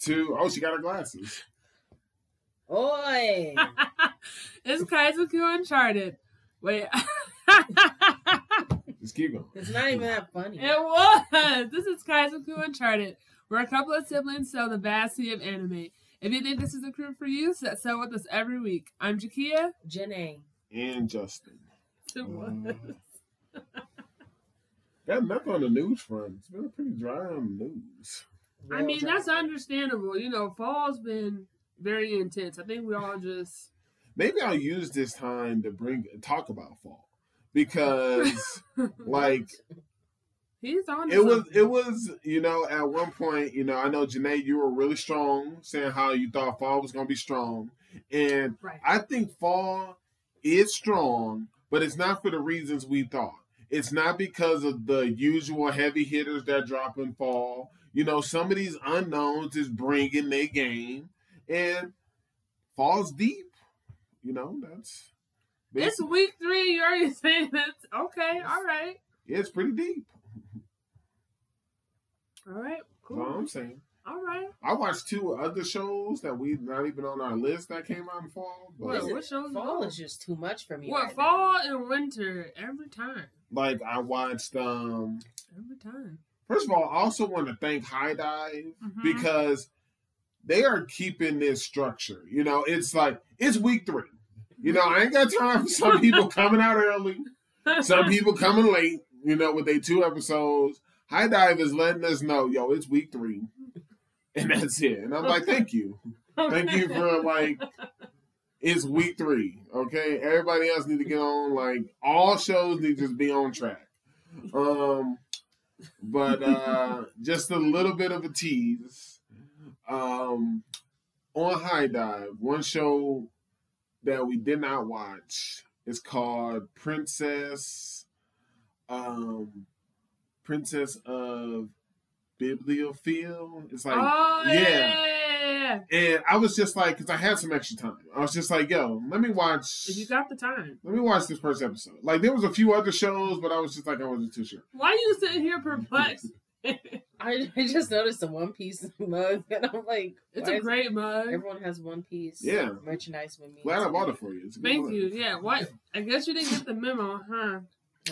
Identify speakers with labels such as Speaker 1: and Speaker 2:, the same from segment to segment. Speaker 1: to oh, she got her glasses.
Speaker 2: Oi!
Speaker 3: it's Kaitoku Uncharted. Wait.
Speaker 1: Just keep going.
Speaker 2: It's not even that funny.
Speaker 3: It was. This is Kaizoku Uncharted, where a couple of siblings sell the vast sea of anime. If you think this is a crew for you, set sail with us every week. I'm Jakia.
Speaker 2: Jen A.
Speaker 1: And Justin, Mm.
Speaker 3: It was.
Speaker 1: got nothing on the news front. It's been a pretty dry on the news.
Speaker 3: I mean, that's understandable. You know, fall's been very intense. I think we all just.
Speaker 1: Maybe I'll use this time to bring talk about fall because like
Speaker 3: He's on to
Speaker 1: it was
Speaker 3: something.
Speaker 1: it was you know at one point you know I know Janae you were really strong saying how you thought fall was gonna be strong and
Speaker 3: Right.
Speaker 1: I think fall is strong, but it's not for the reasons we thought. It's not because of the usual heavy hitters that drop in fall. You know, some of these unknowns is bringing their game, and fall's deep. You know, that's
Speaker 3: It's week three. You already saying it's okay. All right.
Speaker 1: yeah, it's pretty deep.
Speaker 3: All right.
Speaker 1: That's all
Speaker 3: Cool.
Speaker 1: I'm saying.
Speaker 3: All right.
Speaker 1: I watched two other shows that we not even on our list that came out in fall. But
Speaker 3: What, what show's
Speaker 2: Fall
Speaker 3: going?
Speaker 2: is just too much for me.
Speaker 3: What
Speaker 2: right
Speaker 3: fall and winter every time.
Speaker 1: like I watched um
Speaker 3: Every time.
Speaker 1: first of all, I also want to thank High Dive
Speaker 3: Mhm.
Speaker 1: because they are keeping this structure. You know, it's like it's week three. You know, I ain't got time for some people coming out early, some people coming late. You know, with their two episodes, High Dive is letting us know, yo, it's week three, and that's it. And I'm like, thank you, thank you for like. It's week three, okay. Everybody else need to get on. Like all shows need to just be on track. Um, but uh, just a little bit of a tease. Um, on High Dive, one show that we did not watch is called Princess, um, Princess of Bibliophile. It's like,
Speaker 3: oh yeah.
Speaker 1: yeah. and I was just like, because I had some extra time, I was just like, yo, let me watch.
Speaker 3: If you got the time,
Speaker 1: Let me watch this first episode. Like there was a few other shows, but I was just like I wasn't too sure.
Speaker 3: why you sitting here perplexed?
Speaker 2: I, I just noticed the One Piece mug, and I'm like,
Speaker 3: It's
Speaker 2: why
Speaker 3: a
Speaker 2: is-
Speaker 3: great mug.
Speaker 2: Everyone has One Piece.
Speaker 1: Yeah.
Speaker 2: Merchandise with me.
Speaker 1: Glad I bought it for you. It's a good
Speaker 3: Thank
Speaker 1: one.
Speaker 3: you. Yeah. What? I guess you didn't get the memo, huh?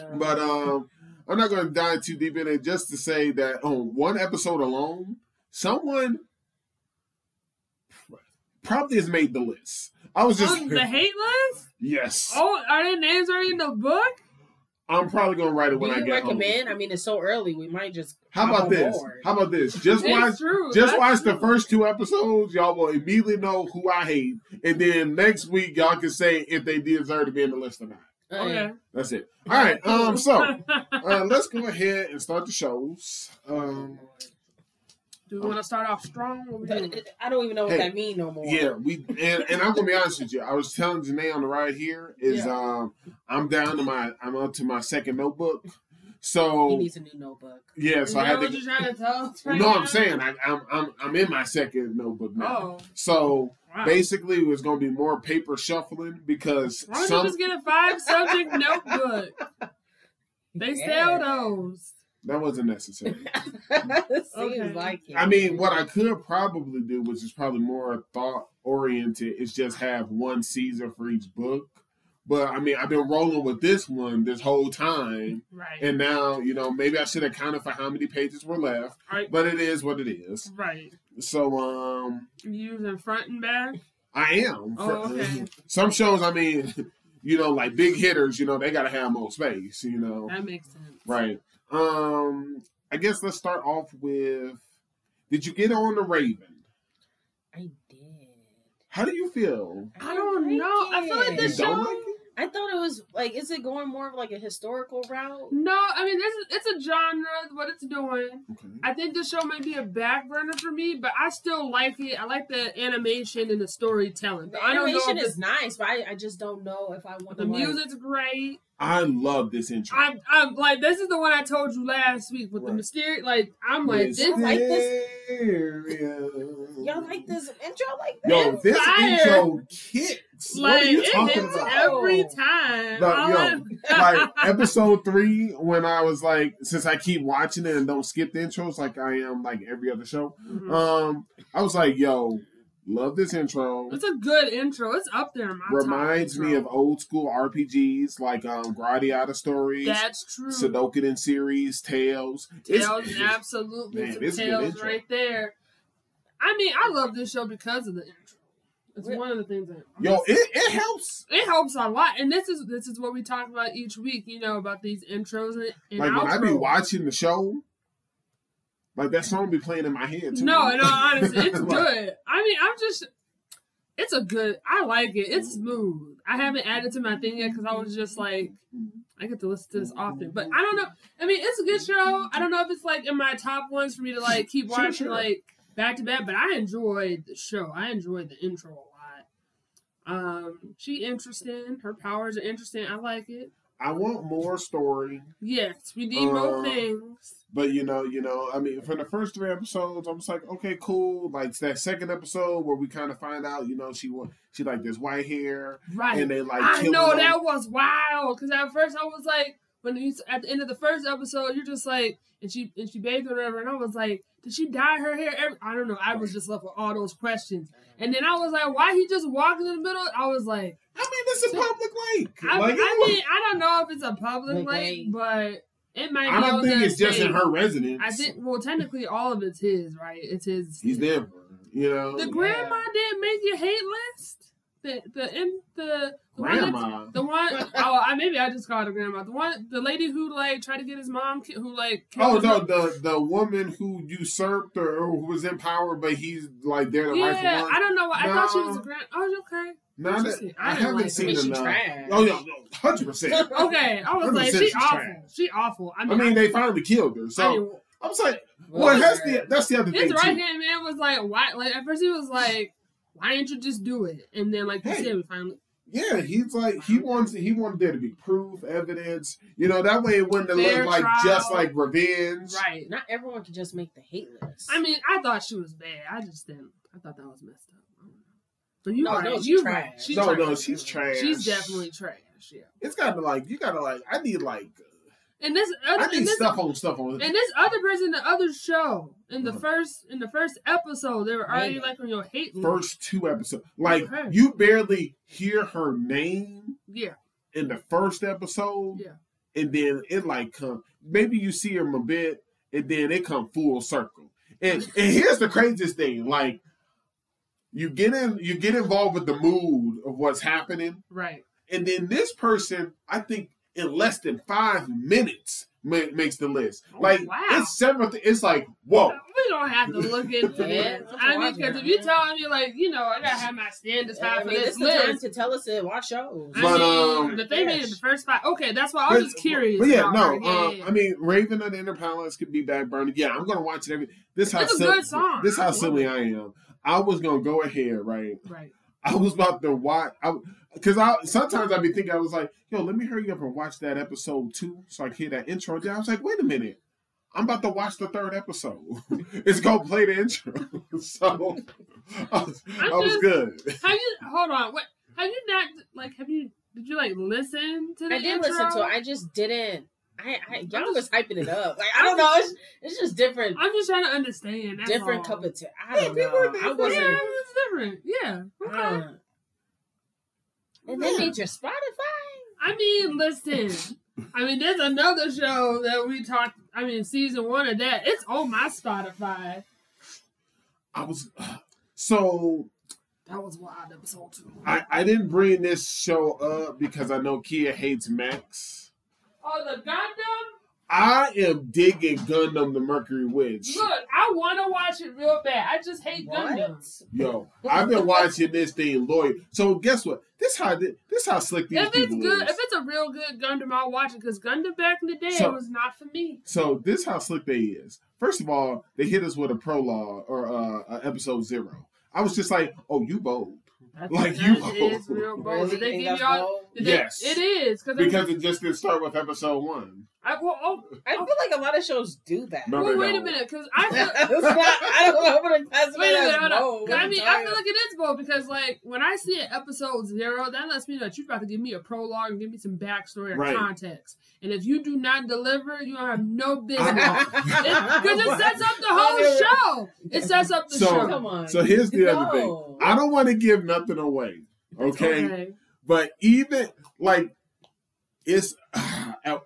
Speaker 2: Um,
Speaker 1: But um, I'm not going to dive too deep in it. Just to say that on one episode alone, someone probably has made the list. I was just
Speaker 3: On Oh, the hate list?
Speaker 1: yes.
Speaker 3: Oh, are their names already in the book?
Speaker 1: I'm probably going to write it
Speaker 2: do
Speaker 1: when I
Speaker 2: you
Speaker 1: get home.
Speaker 2: recommend? I mean, it's so early. We might just.
Speaker 1: How
Speaker 2: hop
Speaker 1: about
Speaker 2: on
Speaker 1: this?
Speaker 2: board.
Speaker 1: How about this? Just
Speaker 3: It's
Speaker 1: watch.
Speaker 3: true.
Speaker 1: Just
Speaker 3: That's
Speaker 1: watch the
Speaker 3: true.
Speaker 1: first two episodes. Y'all will immediately know who I hate, and then next week y'all can say if they deserve to be in the list or not.
Speaker 2: Uh,
Speaker 3: Okay.
Speaker 1: That's it. All right. Um. So uh, let's go ahead and start the shows.
Speaker 2: uh,
Speaker 1: Um.
Speaker 3: do we want to start off strong? What we doing?
Speaker 2: th- I don't even know what
Speaker 1: Hey.
Speaker 2: that mean no more.
Speaker 1: Yeah, we and, and I'm gonna be honest with you. I was telling Janae on the ride here is
Speaker 2: Yeah.
Speaker 1: um I'm down to my I'm up to my second notebook. So
Speaker 2: He needs a new notebook.
Speaker 1: yeah,
Speaker 3: Is
Speaker 1: so I
Speaker 3: that
Speaker 1: had
Speaker 3: what
Speaker 1: to.
Speaker 3: you're trying to tell us right
Speaker 1: no,
Speaker 3: now?
Speaker 1: I'm saying I, I'm I'm I'm in my second notebook now.
Speaker 3: Oh,
Speaker 1: So
Speaker 3: wow.
Speaker 1: basically, it's gonna be more paper shuffling because
Speaker 3: Why don't
Speaker 1: some
Speaker 3: you just get a five subject notebook? They
Speaker 2: Yeah.
Speaker 3: sell those.
Speaker 1: that wasn't necessary.
Speaker 2: Seems
Speaker 3: Okay.
Speaker 2: like it.
Speaker 1: I mean, what I could probably do, which is probably more thought oriented, is just have one Caesar for each book. But I mean, I've been rolling with this one this whole time.
Speaker 3: Right.
Speaker 1: And now, you know, maybe I should have counted for how many pages were left,
Speaker 3: Right.
Speaker 1: but it is what it is.
Speaker 3: right.
Speaker 1: So, um,
Speaker 3: Using front and back.
Speaker 1: I am.
Speaker 3: Oh, okay.
Speaker 1: Some shows, I mean, you know, like big hitters, you know, they got to have more space, you know.
Speaker 3: That makes sense.
Speaker 1: Right. Um, I guess let's start off with Did you get on the Raven?
Speaker 2: I did.
Speaker 1: How do you feel?
Speaker 3: I don't
Speaker 2: like
Speaker 3: know. I feel like
Speaker 2: it.
Speaker 1: You
Speaker 3: this
Speaker 1: don't
Speaker 3: show.
Speaker 1: like it?
Speaker 2: I thought it was like, is it going more of like a historical route?
Speaker 3: No, I mean this is it's a genre. What it's doing.
Speaker 1: Okay.
Speaker 3: I think the show might be a back burner for me, but I still like it. I like the animation and the storytelling.
Speaker 2: The
Speaker 3: I don't know.
Speaker 2: animation
Speaker 3: if
Speaker 2: is nice, but I, I just don't know if I
Speaker 3: it's-
Speaker 2: want
Speaker 3: the
Speaker 2: to, like-
Speaker 3: music's great.
Speaker 1: I love this intro.
Speaker 3: I'm, I'm like this is the one I told you last week with
Speaker 1: Right.
Speaker 3: the mysterious. Like I'm like this.
Speaker 2: I like this-
Speaker 1: Mysterious.
Speaker 2: Y'all like this intro like
Speaker 1: Yo,
Speaker 2: this?
Speaker 1: this
Speaker 3: Fire.
Speaker 1: intro kicks. Yes.
Speaker 3: Like
Speaker 1: what are you
Speaker 3: it
Speaker 1: talking
Speaker 3: hits
Speaker 1: about?
Speaker 2: Oh.
Speaker 3: every time.
Speaker 1: No,
Speaker 3: All
Speaker 1: yo,
Speaker 3: I-
Speaker 1: like episode three, when I was like, since I keep watching it and don't skip the intros like I am like every other show,
Speaker 3: Mhm.
Speaker 1: um, I was like, yo, love this intro.
Speaker 3: it's a good intro. It's up there. In my top
Speaker 1: Reminds me of
Speaker 3: intro.
Speaker 1: old school RPGs like um Gradiata stories,
Speaker 3: That's true.
Speaker 1: Sudoku series, Tales. It's-
Speaker 3: Tails, absolutely.
Speaker 1: Man,
Speaker 3: some
Speaker 1: it's a good
Speaker 3: tails
Speaker 1: intro.
Speaker 3: right there. I mean, I love this show because of the intro. It's
Speaker 2: Yeah.
Speaker 3: one of the things that
Speaker 1: Yo, it, it helps.
Speaker 3: it helps a lot. And this is this is what we talk about each week, you know, about these intros and, and
Speaker 1: Like when I be
Speaker 3: outros.
Speaker 1: watching the show, like that song be playing in my head. Too.
Speaker 3: No, in all honesty, it's
Speaker 1: Like,
Speaker 3: good. I mean, I'm just, it's a good. I like it. It's smooth. I haven't added to my thing yet because I was just like, I get to listen to this often. But I don't know. I mean, it's a good show. I don't know if it's like in my top ones for me to like keep
Speaker 1: Sure,
Speaker 3: watching
Speaker 1: sure.
Speaker 3: like back to back. But I enjoyed the show. I enjoyed the intro a lot. Um, she interesting. Her powers are interesting. I like it.
Speaker 1: I want more story.
Speaker 3: Yes, we need
Speaker 1: Uh,
Speaker 3: more things.
Speaker 1: But you know, you know, I mean, from the first three episodes, I'm just like, okay, cool. Like it's that second episode where we kind of find out, you know, she wa- she like this white hair,
Speaker 3: Right.
Speaker 1: and they like
Speaker 3: I
Speaker 1: killing
Speaker 3: know
Speaker 1: them.
Speaker 3: that was wild because at first I was like, when you at the end of the first episode, you're just like, and she and she bathed or whatever, and I was like, did she dye her hair? Every, I don't know. I was just left with all those questions, and then I was like, why he just walking in the middle? I was like,
Speaker 1: I mean, it's a public lake.
Speaker 3: I,
Speaker 1: like,
Speaker 3: I mean, I don't know if it's a public
Speaker 2: Like,
Speaker 3: lake,
Speaker 2: like-
Speaker 3: but it might.
Speaker 1: I
Speaker 3: be
Speaker 1: don't
Speaker 3: on
Speaker 1: think
Speaker 3: that
Speaker 1: it's just in
Speaker 3: state.
Speaker 1: her residence.
Speaker 3: I think well, technically, all of it's his, right? It's his.
Speaker 1: he's there. You know,
Speaker 3: The grandma did make your hate list. The the in the, the one that's-
Speaker 1: grandma.
Speaker 3: The one, oh, I, maybe I just called her grandma. The one, the lady who like tried to get his mom, ki- who like.
Speaker 1: Oh
Speaker 3: killed
Speaker 1: no,
Speaker 3: him.
Speaker 1: the the woman who usurped or, or who was in power, but he's like there to rifle
Speaker 3: Yeah, I
Speaker 1: one.
Speaker 3: don't know. why. I thought she was a
Speaker 1: No.
Speaker 3: grand. Oh, okay.
Speaker 1: Now that,
Speaker 3: Interesting. I
Speaker 1: I,
Speaker 3: didn't
Speaker 1: haven't
Speaker 3: like
Speaker 2: I
Speaker 1: seen
Speaker 2: mean,
Speaker 1: enough.
Speaker 2: she tried.
Speaker 1: Oh yeah, hundred percent.
Speaker 3: Okay, I was
Speaker 1: Hundred
Speaker 3: like,
Speaker 1: percent
Speaker 3: she
Speaker 1: she's
Speaker 3: awful.
Speaker 1: trash.
Speaker 3: She awful. I
Speaker 1: I
Speaker 3: mean,
Speaker 1: mean, they finally killed her.
Speaker 3: I
Speaker 1: So
Speaker 3: didn't-
Speaker 1: I was like,
Speaker 2: Well,
Speaker 1: well, that's the that's the other
Speaker 3: his
Speaker 1: thing
Speaker 3: right
Speaker 1: too.
Speaker 3: hand man was like, why? Like at first he was like, why didn't you just do it? And then like you
Speaker 1: Hey.
Speaker 3: said, we finally.
Speaker 1: Yeah, he's like he wants he wanted there to be proof, evidence. You know, that way it wouldn't have
Speaker 3: Fair
Speaker 1: looked like
Speaker 3: trial.
Speaker 1: just like revenge.
Speaker 3: Right.
Speaker 2: Not everyone can just make the hate list.
Speaker 3: I mean, I thought she was bad. I just didn't. I thought that was messed up. I don't know. But you
Speaker 2: No,
Speaker 3: right.
Speaker 2: no, she
Speaker 3: you
Speaker 2: trash.
Speaker 3: right. She's
Speaker 1: no,
Speaker 3: trash.
Speaker 1: no, she's trash.
Speaker 3: She's definitely trash. Yeah.
Speaker 1: It's gotta be like you gotta like I need like
Speaker 3: And this other
Speaker 1: I
Speaker 3: and
Speaker 1: need
Speaker 3: this
Speaker 1: stuff on stuff on.
Speaker 3: And this other person, the other show, in the
Speaker 1: Mhm.
Speaker 3: first in the first episode, they were already
Speaker 2: Right.
Speaker 3: like on your hate list.
Speaker 1: first two episodes. Like
Speaker 3: Okay.
Speaker 1: you barely hear her name
Speaker 3: Yeah,
Speaker 1: in the first episode.
Speaker 3: Yeah.
Speaker 1: And then it like come maybe you see him a bit and then it come full circle. And and here's the craziest thing, like you get in you get involved with the mood of what's happening.
Speaker 3: right.
Speaker 1: And then this person, I think, in less than five minutes ma- makes the list. Like
Speaker 3: Oh, wow.
Speaker 1: it's several. Th- it's like whoa.
Speaker 3: We don't have to look into
Speaker 1: Yeah,
Speaker 3: this.
Speaker 2: that's
Speaker 3: I mean,
Speaker 2: watching
Speaker 3: because
Speaker 2: it,
Speaker 3: if you
Speaker 2: man.
Speaker 3: telling me like, you know, I gotta have my standards high
Speaker 2: I
Speaker 3: for
Speaker 2: mean, this
Speaker 3: this
Speaker 2: is the time
Speaker 3: list.
Speaker 2: to tell us to watch shows.
Speaker 3: I
Speaker 1: But,
Speaker 3: mean,
Speaker 1: um,
Speaker 3: but they made it the
Speaker 2: yes.
Speaker 3: first five. Okay, that's why I was just curious.
Speaker 1: But yeah,
Speaker 3: about
Speaker 1: no.
Speaker 3: her.
Speaker 1: uh,
Speaker 3: yeah.
Speaker 1: I mean, Raven and the Inner Palace could be back burning. Yeah, I'm gonna watch it every. This how
Speaker 3: It's a
Speaker 1: sil-
Speaker 3: good song.
Speaker 1: This
Speaker 3: I
Speaker 1: how
Speaker 3: love
Speaker 1: silly
Speaker 3: it.
Speaker 1: I am. I was gonna go ahead, right?
Speaker 3: right.
Speaker 1: I was about to watch. I, Cause I sometimes I'd be thinking I was like, yo, let me hurry up and watch that episode too, so I can hear that intro. Then I was like, wait a minute, I'm about to watch the third episode. it's gonna play the intro, so I was, I
Speaker 3: I'm
Speaker 1: was
Speaker 3: just-
Speaker 1: good.
Speaker 3: Have you? Hold on. What? Have you not? Like, have you? Did you like listen to the
Speaker 2: I did
Speaker 3: intro?
Speaker 2: listen to it. I just didn't. I, I
Speaker 3: I'm
Speaker 2: y'all was hyping it up. Like I don't know. It's, it's just different,
Speaker 3: I'm just trying to understand. That's
Speaker 2: different
Speaker 3: all.
Speaker 2: cup of tea. I
Speaker 1: Yeah,
Speaker 2: don't
Speaker 1: people are
Speaker 2: know. I
Speaker 1: different.
Speaker 3: Yeah,
Speaker 2: wasn't.
Speaker 3: it's different. Yeah. Okay.
Speaker 2: I
Speaker 1: Oh.
Speaker 2: don't know. And they
Speaker 1: Yeah.
Speaker 2: made your Spotify.
Speaker 3: I mean, listen. I mean, there's another show that we talked. I mean, season one of that. It's on my Spotify.
Speaker 1: I was uh, so
Speaker 3: That was wild episode two.
Speaker 1: I, I didn't bring this show up because I know Kia hates Max.
Speaker 3: oh, the Gundam.
Speaker 1: I am digging Gundam the Mercury Witch.
Speaker 3: Look, I want to watch it real bad. I just hate Gundam.
Speaker 1: Yo, I've been watching this thing, Lloyd. So guess what? This how thi- this how slick these
Speaker 3: If it's
Speaker 1: people
Speaker 3: good,
Speaker 1: is.
Speaker 3: if it's a real good Gundam, I'll watch it. Cause Gundam back in the day
Speaker 1: So-
Speaker 3: was not for me.
Speaker 1: So this how slick they is. First of all, they hit us with a prologue or uh, uh, episode zero. I was just like, oh, you bold.
Speaker 3: That's,
Speaker 1: Like
Speaker 3: that
Speaker 1: you-
Speaker 3: is real bold.
Speaker 2: Really?
Speaker 3: They
Speaker 2: Think
Speaker 3: give
Speaker 2: that's
Speaker 3: y'all.
Speaker 2: bold?
Speaker 3: They-
Speaker 1: Yes.
Speaker 3: it is cause I'm-
Speaker 1: because it just didn't start with episode one.
Speaker 3: I, well, oh,
Speaker 2: I feel like a lot of shows do that.
Speaker 1: No,
Speaker 3: well,
Speaker 1: they
Speaker 3: wait a
Speaker 1: don't.
Speaker 3: minute, because I feel,
Speaker 2: It's not- I don't know what it has
Speaker 3: Wait a minute, hold on.
Speaker 2: no,
Speaker 3: I mean, I feel like it is both because, like, when I see an episode zero, that lets me know that you're about to give me a prologue and give me some backstory and
Speaker 1: Right.
Speaker 3: context. And if you do not deliver, you don't have no business.
Speaker 1: I'm-
Speaker 3: Because it sets up the whole
Speaker 2: Whatever.
Speaker 3: show. It sets up the
Speaker 1: So-
Speaker 3: show.
Speaker 2: Come on.
Speaker 1: So here's the
Speaker 2: no.
Speaker 1: other thing. I don't want to give nothing away, okay?
Speaker 3: Okay.
Speaker 1: But even like it's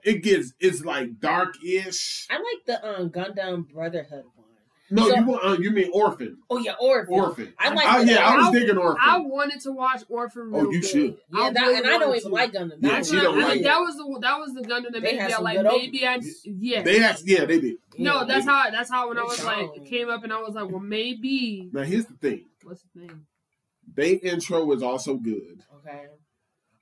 Speaker 1: it gets it's like dark ish.
Speaker 2: I like the um Gundam Brotherhood one.
Speaker 1: No,
Speaker 2: So-
Speaker 1: you want- uh, you mean orphan?
Speaker 2: Oh yeah, Orphan.
Speaker 1: Orphan.
Speaker 2: I like.
Speaker 1: Oh
Speaker 2: the-
Speaker 1: yeah, I was
Speaker 3: I-
Speaker 1: digging orphan.
Speaker 3: I wanted to watch Orphan.
Speaker 1: Oh,
Speaker 3: real
Speaker 1: you
Speaker 3: bad.
Speaker 1: should.
Speaker 2: yeah,
Speaker 3: I
Speaker 2: that,
Speaker 3: really
Speaker 2: and I don't
Speaker 3: wanted
Speaker 2: even
Speaker 3: to.
Speaker 2: like Gundam.
Speaker 1: Yeah,
Speaker 2: That's
Speaker 1: she
Speaker 3: That's
Speaker 2: why
Speaker 1: don't
Speaker 3: what- I
Speaker 1: like
Speaker 3: think
Speaker 1: it.
Speaker 3: that was the that was the Gundam that
Speaker 2: They
Speaker 3: made
Speaker 2: had
Speaker 3: me
Speaker 2: some
Speaker 3: like
Speaker 2: good old-
Speaker 3: maybe I yeah
Speaker 1: They asked, yeah, they did.
Speaker 3: no that's how I- that's how when I
Speaker 2: They
Speaker 3: was like
Speaker 2: don't.
Speaker 3: it came up and I was like well maybe
Speaker 1: Now here's the thing.
Speaker 3: what's his name
Speaker 1: They intro is also good.
Speaker 2: Okay.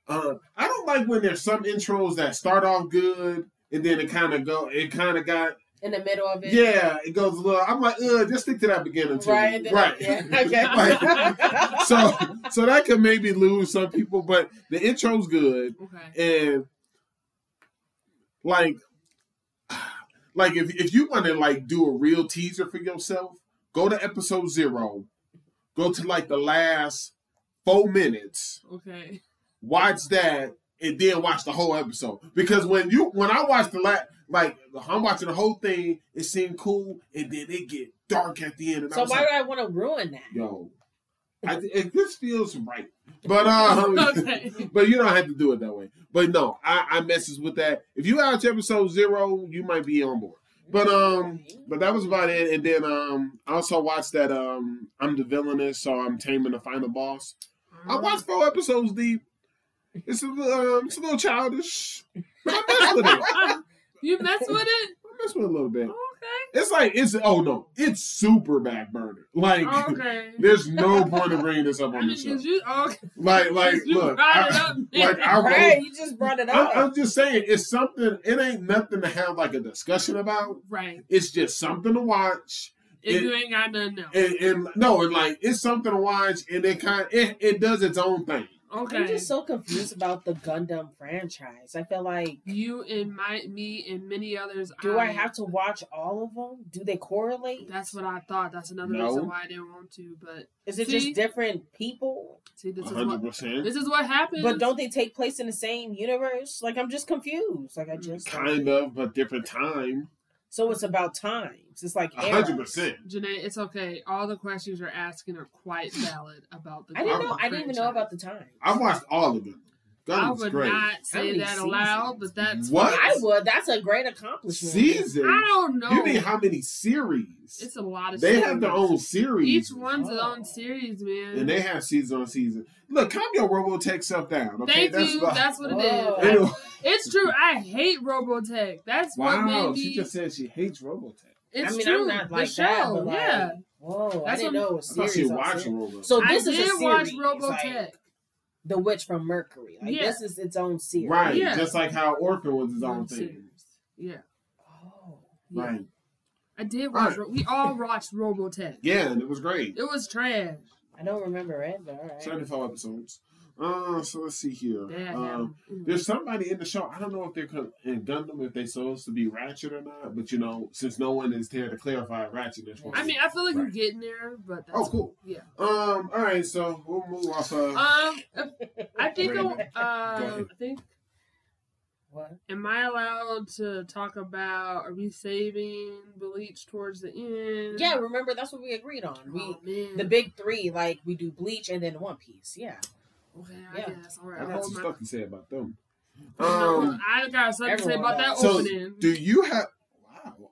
Speaker 1: Uh, I don't like when there's some intros that start off good and then it kind of go. It kind of got
Speaker 2: In the middle of it.
Speaker 1: yeah. It goes a little. I'm like, ugh, just stick to that beginning too.
Speaker 2: Right. then-
Speaker 1: right.
Speaker 2: Yeah. Okay.
Speaker 1: Right. so so that could maybe lose some people, but the intro's good
Speaker 3: okay
Speaker 1: and like like if if you want to like do a real teaser for yourself, go to episode zero, go to like the last four minutes,
Speaker 3: okay
Speaker 1: watch that, and then watch the whole episode. Because when you when I watch the last like I'm watching the whole thing, it seemed cool, and then it get dark at the end. And I
Speaker 2: so
Speaker 1: was
Speaker 2: why
Speaker 1: like,
Speaker 2: would I want to ruin that?
Speaker 1: yo, I, it, this feels right. But um,
Speaker 3: okay
Speaker 1: but you don't have to do it that way. But no, I, I messes with that. If you out to episode zero, you might be on board. But um, but that was about it. And then um, I also watched that um, I'm the villainous, so I'm taming the final boss.
Speaker 3: Uh-huh.
Speaker 1: I watched four episodes deep. It's a little, um, it's a little childish, but I mess with it.
Speaker 3: you mess with it?
Speaker 1: I mess with it a little bit.
Speaker 3: Okay.
Speaker 1: It's like it's oh no, it's super back burner. Like
Speaker 3: Oh, okay.
Speaker 1: there's no point of bringing this up
Speaker 3: I
Speaker 1: on
Speaker 3: mean,
Speaker 1: the show.
Speaker 3: 'cause you, okay.
Speaker 1: Like like
Speaker 3: 'cause you
Speaker 1: look,
Speaker 3: brought
Speaker 1: I-
Speaker 3: it up.
Speaker 1: like, I wrote-
Speaker 2: Right. You just brought it
Speaker 1: I'm,
Speaker 2: up.
Speaker 1: I'm just saying, it's something. It ain't nothing to have like a discussion about.
Speaker 3: right.
Speaker 1: It's just something to watch.
Speaker 3: If
Speaker 1: It-
Speaker 3: you ain't got nothing else.
Speaker 1: And, and no, and like it's something to watch, and it kind it, it does its own thing.
Speaker 2: I'm
Speaker 3: okay.
Speaker 2: just so confused about the Gundam franchise. I feel like
Speaker 3: you and my, me and many others.
Speaker 2: do I have to watch all of them? Do they correlate?
Speaker 3: That's what I thought. That's another
Speaker 1: No.
Speaker 3: reason why I didn't want to. But
Speaker 2: Is it
Speaker 3: See?
Speaker 2: just different people?
Speaker 3: see, this
Speaker 1: One
Speaker 3: is
Speaker 1: hundred
Speaker 3: what
Speaker 1: percent,
Speaker 3: this is what happens.
Speaker 2: But don't they take place in the same universe? Like I'm just confused. Like I just
Speaker 1: Mm, kind of, but different time.
Speaker 2: so it's about times. It's like
Speaker 1: One hundred
Speaker 2: eras.
Speaker 1: percent.
Speaker 3: Janae, it's okay. All the questions you're asking are quite valid about the.
Speaker 2: I didn't know.
Speaker 3: Gundam
Speaker 2: I didn't even know
Speaker 3: franchise.
Speaker 2: about the time.
Speaker 1: I watched all of them.
Speaker 3: I
Speaker 1: That was
Speaker 3: would
Speaker 1: great.
Speaker 3: not say
Speaker 2: many
Speaker 3: that aloud,
Speaker 2: seasons?
Speaker 3: but that's
Speaker 1: What?
Speaker 2: I would. That's a great accomplishment.
Speaker 1: Seasons.
Speaker 3: I don't know.
Speaker 1: You mean how many series?
Speaker 3: it's a lot of.
Speaker 1: they have their
Speaker 3: series.
Speaker 1: own series.
Speaker 3: Each one's its
Speaker 2: Oh.
Speaker 3: own series, man.
Speaker 1: and they have season on season. Look, calm your Robotech self down. Okay,
Speaker 3: Thank
Speaker 1: that's
Speaker 3: you.
Speaker 1: the-
Speaker 3: That's what it
Speaker 2: Whoa.
Speaker 3: is.
Speaker 1: Anyway.
Speaker 3: It's true. I hate Robotech. That's what
Speaker 1: Wow,
Speaker 3: made me.
Speaker 1: she just said she hates Robotech.
Speaker 3: it's
Speaker 2: I mean,
Speaker 3: true.
Speaker 2: I'm not
Speaker 3: the
Speaker 2: like
Speaker 3: show.
Speaker 2: that, but like,
Speaker 3: yeah.
Speaker 2: whoa, I
Speaker 3: That's
Speaker 2: didn't
Speaker 3: what-
Speaker 2: know it
Speaker 1: I
Speaker 2: was
Speaker 1: thought
Speaker 2: series.
Speaker 1: she
Speaker 2: on
Speaker 1: watched
Speaker 2: series.
Speaker 1: Robotech.
Speaker 2: So
Speaker 3: I
Speaker 2: this is
Speaker 3: did
Speaker 2: a
Speaker 3: watch
Speaker 2: series,
Speaker 3: Robotech.
Speaker 2: like, the Witch from Mercury. Like
Speaker 3: Yeah.
Speaker 2: this is its own series.
Speaker 1: right,
Speaker 3: yeah.
Speaker 1: just like how Orphan was his own
Speaker 3: One
Speaker 1: thing.
Speaker 3: series. Yeah.
Speaker 2: Oh.
Speaker 3: yeah.
Speaker 1: Right.
Speaker 3: I did
Speaker 1: All
Speaker 3: watch.
Speaker 1: right.
Speaker 3: Ro- we all watched Robotech.
Speaker 1: Yeah, and it was great.
Speaker 3: It was trash.
Speaker 2: I don't remember it, but all right.
Speaker 1: 75 episodes. Uh, so let's see here.
Speaker 3: They had
Speaker 1: Um,
Speaker 3: him.
Speaker 1: there's somebody in the show. I don't know if they're co- in Gundam if they're supposed to be Ratchet or not, but you know, since no one is there to clarify Ratchet, it's
Speaker 3: I mean, I feel like
Speaker 1: Right.
Speaker 3: we're getting there, but that's
Speaker 1: oh cool.
Speaker 3: yeah.
Speaker 1: Um, all right, so we'll move off. Uh,
Speaker 3: Um, I think I, um, I
Speaker 1: ahead.
Speaker 3: think
Speaker 2: What?
Speaker 3: Am I allowed to talk about are we saving Bleach towards the end?
Speaker 2: Yeah, remember that's what we agreed on. We
Speaker 3: Oh, man.
Speaker 2: the big three, like we do Bleach and then One Piece. Yeah.
Speaker 3: okay, I
Speaker 2: yeah.
Speaker 3: guess. All
Speaker 1: I
Speaker 3: right,
Speaker 1: got
Speaker 3: I'll
Speaker 1: some
Speaker 3: hold my-
Speaker 1: stuff to say about them.
Speaker 3: No,
Speaker 1: Um,
Speaker 3: I got something to say
Speaker 2: everyone
Speaker 3: about that
Speaker 2: else.
Speaker 1: So,
Speaker 3: opening.
Speaker 1: do you have?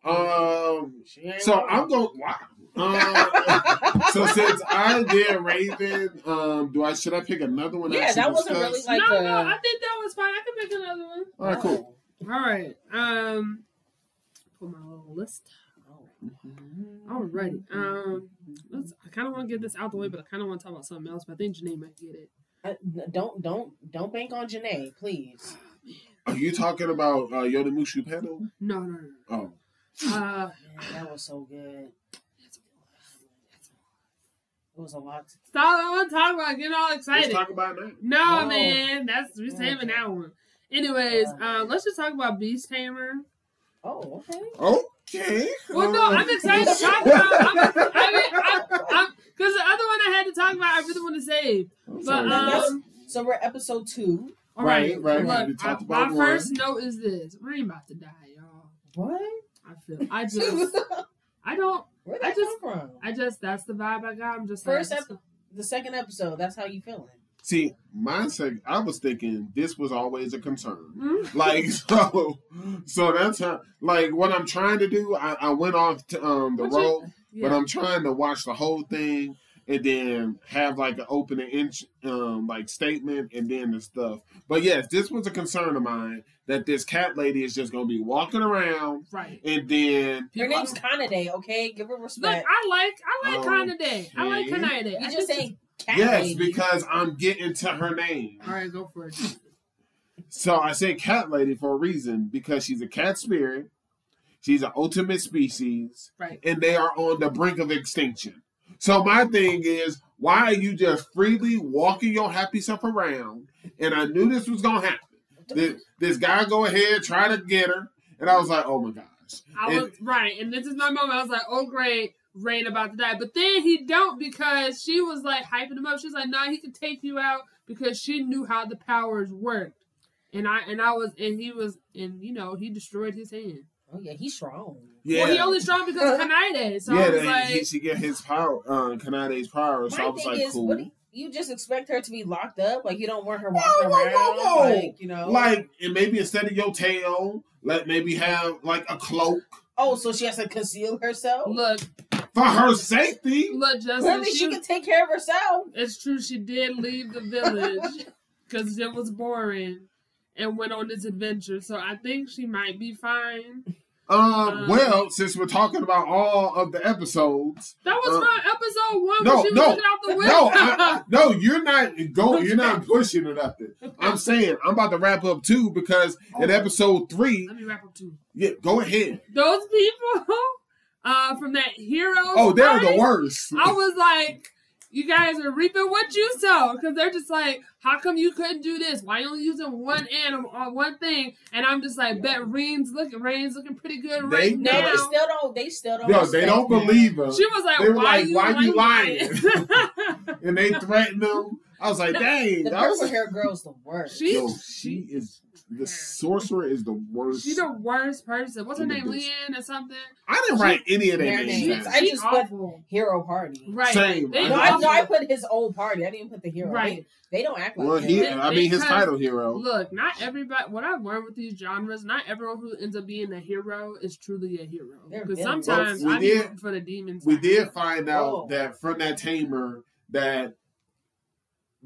Speaker 1: Wow. Um,
Speaker 2: She ain't
Speaker 1: So
Speaker 2: wrong.
Speaker 1: I'm going. Wow. Um, so since I did Raven, um, do I should I pick another one? I
Speaker 2: Yeah,
Speaker 1: should
Speaker 2: that wasn't
Speaker 1: discuss?
Speaker 2: really like uh,
Speaker 3: no,
Speaker 2: a,
Speaker 3: no, I think that was fine. I can make another one.
Speaker 1: All right, cool.
Speaker 3: All right. Um, pull my little list.
Speaker 2: Oh.
Speaker 3: Alrighty. Um, let's, I kind of want to get this out the way, but I kind of want to talk about something else. But I think Janae might get it.
Speaker 2: Uh, n- don't don't don't bank on Janae, please.
Speaker 1: Are you talking about uh, Yonemushu pedal?
Speaker 3: No, no, no.
Speaker 1: Oh,
Speaker 3: no. Uh,
Speaker 2: Man, that was so good. It was a lot.
Speaker 3: Stop! I want to talk about getting all
Speaker 1: Let's
Speaker 3: excited.
Speaker 1: talk about that.
Speaker 3: no,
Speaker 2: No.
Speaker 3: man, that's we're saving that one. Anyways, um, let's just talk about Beast Tamer.
Speaker 2: Oh, okay.
Speaker 1: Okay. Um,
Speaker 3: Well, no, I'm excited to talk about. I'm, I mean, I, I'm because the other one I had to talk about, I really want to save. But um,
Speaker 2: So we're episode two.
Speaker 3: all right,
Speaker 1: Right, right,
Speaker 3: Look,
Speaker 1: we talked
Speaker 3: I- my
Speaker 1: about one.
Speaker 3: first note is this: we ain't about to die, y'all.
Speaker 2: What?
Speaker 3: I feel. I
Speaker 2: Where'd
Speaker 3: just. I don't.
Speaker 2: that
Speaker 3: I just-
Speaker 2: come from?
Speaker 3: I just. That's the vibe I got. I'm just
Speaker 2: First
Speaker 3: like,
Speaker 2: episode. the second episode. That's how you feeling.
Speaker 1: See, my second, I was thinking this was always a concern.
Speaker 3: Hmm?
Speaker 1: Like so, so that's how. Like what I'm trying to do, I, I went off to, um the
Speaker 3: What you-
Speaker 1: road,
Speaker 3: Yeah.
Speaker 1: but I'm trying to watch the whole thing and then have like an opening inch um like statement and then the stuff. But yes, this was a concern of mine that this cat lady is just gonna be walking around
Speaker 3: right.
Speaker 1: and then
Speaker 2: Her
Speaker 3: People-
Speaker 2: name's Kanade, okay? Give her
Speaker 3: Look,
Speaker 2: respect.
Speaker 3: I like I like
Speaker 1: Oh,
Speaker 3: Kanade. I like
Speaker 1: shit.
Speaker 3: Kanade. I
Speaker 2: you
Speaker 3: think
Speaker 2: just saying cat
Speaker 1: yes,
Speaker 2: lady.
Speaker 1: because I'm getting to her name.
Speaker 3: All right, go for it.
Speaker 1: So I say cat lady for a reason because she's a cat spirit. She's an ultimate species,
Speaker 3: Right.
Speaker 1: and they are on the brink of extinction. So my thing is, why are you just freely walking your happy self around? And I knew this was gonna happen. This, this guy go ahead try to get her, and I was like, oh my gosh.
Speaker 3: I was right, and this is my moment. I was like, "Oh great, Rain about to die," but then he don't because she was like hyping him up. She's like, "Nah, he can take you out," because she knew how the powers worked, and I and I was and he was and you know he destroyed his hand.
Speaker 2: Oh yeah, he's strong.
Speaker 1: Yeah,
Speaker 3: Well, he only strong because of Kanade, so I
Speaker 1: yeah.
Speaker 3: was
Speaker 1: they-
Speaker 3: like,
Speaker 1: he, she get his power, uh, Kanade's power. So
Speaker 2: My
Speaker 1: I was
Speaker 2: thing
Speaker 1: like,
Speaker 2: is,
Speaker 1: cool.
Speaker 2: what do you, you just expect her to be locked up? Like you don't want her walking
Speaker 1: no, no,
Speaker 2: around?
Speaker 1: no.
Speaker 2: Like you know,
Speaker 1: like, and maybe instead of your tail, let maybe have like a cloak
Speaker 2: oh, so she has to conceal herself.
Speaker 3: "Look,
Speaker 1: for her safety.
Speaker 3: look, Justin,
Speaker 2: Clearly,
Speaker 3: she,
Speaker 2: she, can take care of herself.
Speaker 3: it's true she did leave the village because it was boring." And went on this adventure, so I think she might be fine.
Speaker 1: Um,
Speaker 3: Um,
Speaker 1: well, since we're talking about all of the episodes,
Speaker 3: That was
Speaker 1: Uh,
Speaker 3: from episode one
Speaker 1: no,
Speaker 3: when she was
Speaker 1: no,
Speaker 3: looking out the window.
Speaker 1: no, I, I- no, you're not go, you're not pushing it up. I'm saying I'm about to wrap up two because in episode three,
Speaker 3: Let me wrap up too.
Speaker 1: yeah, go ahead.
Speaker 3: Those people uh, from that hero.
Speaker 1: Oh, they're the
Speaker 3: party,
Speaker 1: worst.
Speaker 3: I was like, you guys are reaping what you sow because they're just like, how come you couldn't do this? Why you only using one animal on one thing? And I'm just like, bet Rain's looking, Rain's looking pretty good
Speaker 1: They-
Speaker 3: right
Speaker 2: No,
Speaker 3: now.
Speaker 2: they still don't. They still don't.
Speaker 1: Yo, they don't
Speaker 2: respect her.
Speaker 1: believe us,
Speaker 3: she was like,
Speaker 1: They were
Speaker 3: why,
Speaker 1: like,
Speaker 3: you,
Speaker 1: why you
Speaker 3: lying?
Speaker 1: and they threaten them. I was like, dang,
Speaker 2: The
Speaker 1: that
Speaker 2: purple
Speaker 1: was.
Speaker 2: hair girl's the worst.
Speaker 3: She-
Speaker 1: Yo, she is the sorcerer is the worst.
Speaker 3: She the worst person. What's her
Speaker 1: She the
Speaker 3: name?
Speaker 1: bitch.
Speaker 3: Leanne or something?
Speaker 1: I didn't write any of their
Speaker 2: Their
Speaker 1: names.
Speaker 2: names.
Speaker 1: down.
Speaker 2: I
Speaker 3: She's
Speaker 2: just put-
Speaker 3: awful.
Speaker 2: Hero party.
Speaker 3: Right.
Speaker 1: Same.
Speaker 3: They
Speaker 1: I
Speaker 2: No, I,
Speaker 1: know.
Speaker 2: no, I put his old party. I didn't put the hero.
Speaker 3: Right.
Speaker 2: They, they don't act like
Speaker 1: Well,
Speaker 2: that.
Speaker 1: he, I mean, his
Speaker 3: Because-
Speaker 1: title hero.
Speaker 3: Look, not everybody. What I've learned with these genres, not everyone who ends up being a hero is truly a hero.
Speaker 2: They're
Speaker 3: Because
Speaker 2: villains.
Speaker 3: sometimes
Speaker 1: Well, we
Speaker 3: I be
Speaker 1: did-
Speaker 3: rooting for the demons.
Speaker 1: we did find out
Speaker 2: Whoa.
Speaker 1: that from that tamer that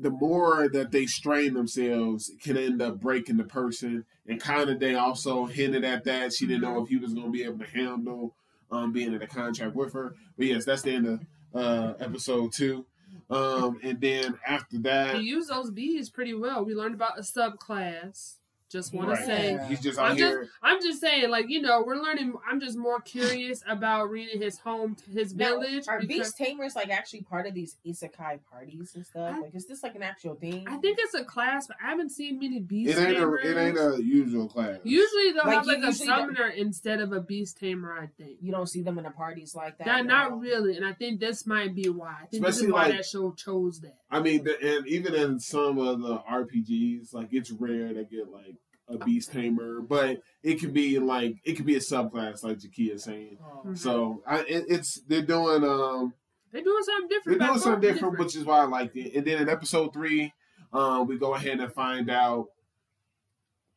Speaker 1: the more that they strain themselves can end up breaking the person and kind of they also hinted at that she didn't know if he was going to be able to handle um, being in a contract with her but yes that's the end of uh, episode two um, and then after that
Speaker 3: He used those bees pretty well. We learned about a subclass. Just want
Speaker 1: right,
Speaker 3: to say,
Speaker 1: he's just
Speaker 3: I'm
Speaker 1: out
Speaker 3: just-
Speaker 1: here
Speaker 3: I'm just saying, like you know, we're learning. I'm just more curious about reading his home, his
Speaker 2: Now,
Speaker 3: village.
Speaker 2: are
Speaker 3: because
Speaker 2: beast tamers like actually part of these isekai parties and stuff?
Speaker 3: I-
Speaker 2: like, is this like an actual thing?
Speaker 3: I think it's a class, but I haven't seen many beast.
Speaker 1: it ain't a
Speaker 3: tamers.
Speaker 1: it ain't a usual class
Speaker 3: Usually they'll
Speaker 2: Like,
Speaker 3: have
Speaker 2: you
Speaker 3: like a
Speaker 2: usually don't-
Speaker 3: summoner instead of a beast tamer. I think.
Speaker 2: you don't see them in the parties like that.
Speaker 3: That,
Speaker 2: no.
Speaker 3: not really, and I think this might be why. I think this is
Speaker 1: Especially,
Speaker 3: why
Speaker 1: like-
Speaker 3: that show chose that.
Speaker 1: I mean, the, and even in some of the RPGs, like it's rare to get like a beast tamer, but it could be like it could be a subclass, like Jakia's saying.
Speaker 2: Oh.
Speaker 1: So I, it, it's they're doing um
Speaker 3: They're doing something
Speaker 1: they're
Speaker 3: different.
Speaker 1: doing
Speaker 3: by
Speaker 1: something
Speaker 3: going
Speaker 1: different, which is why I liked it. And then in episode three, um, we go ahead and find out.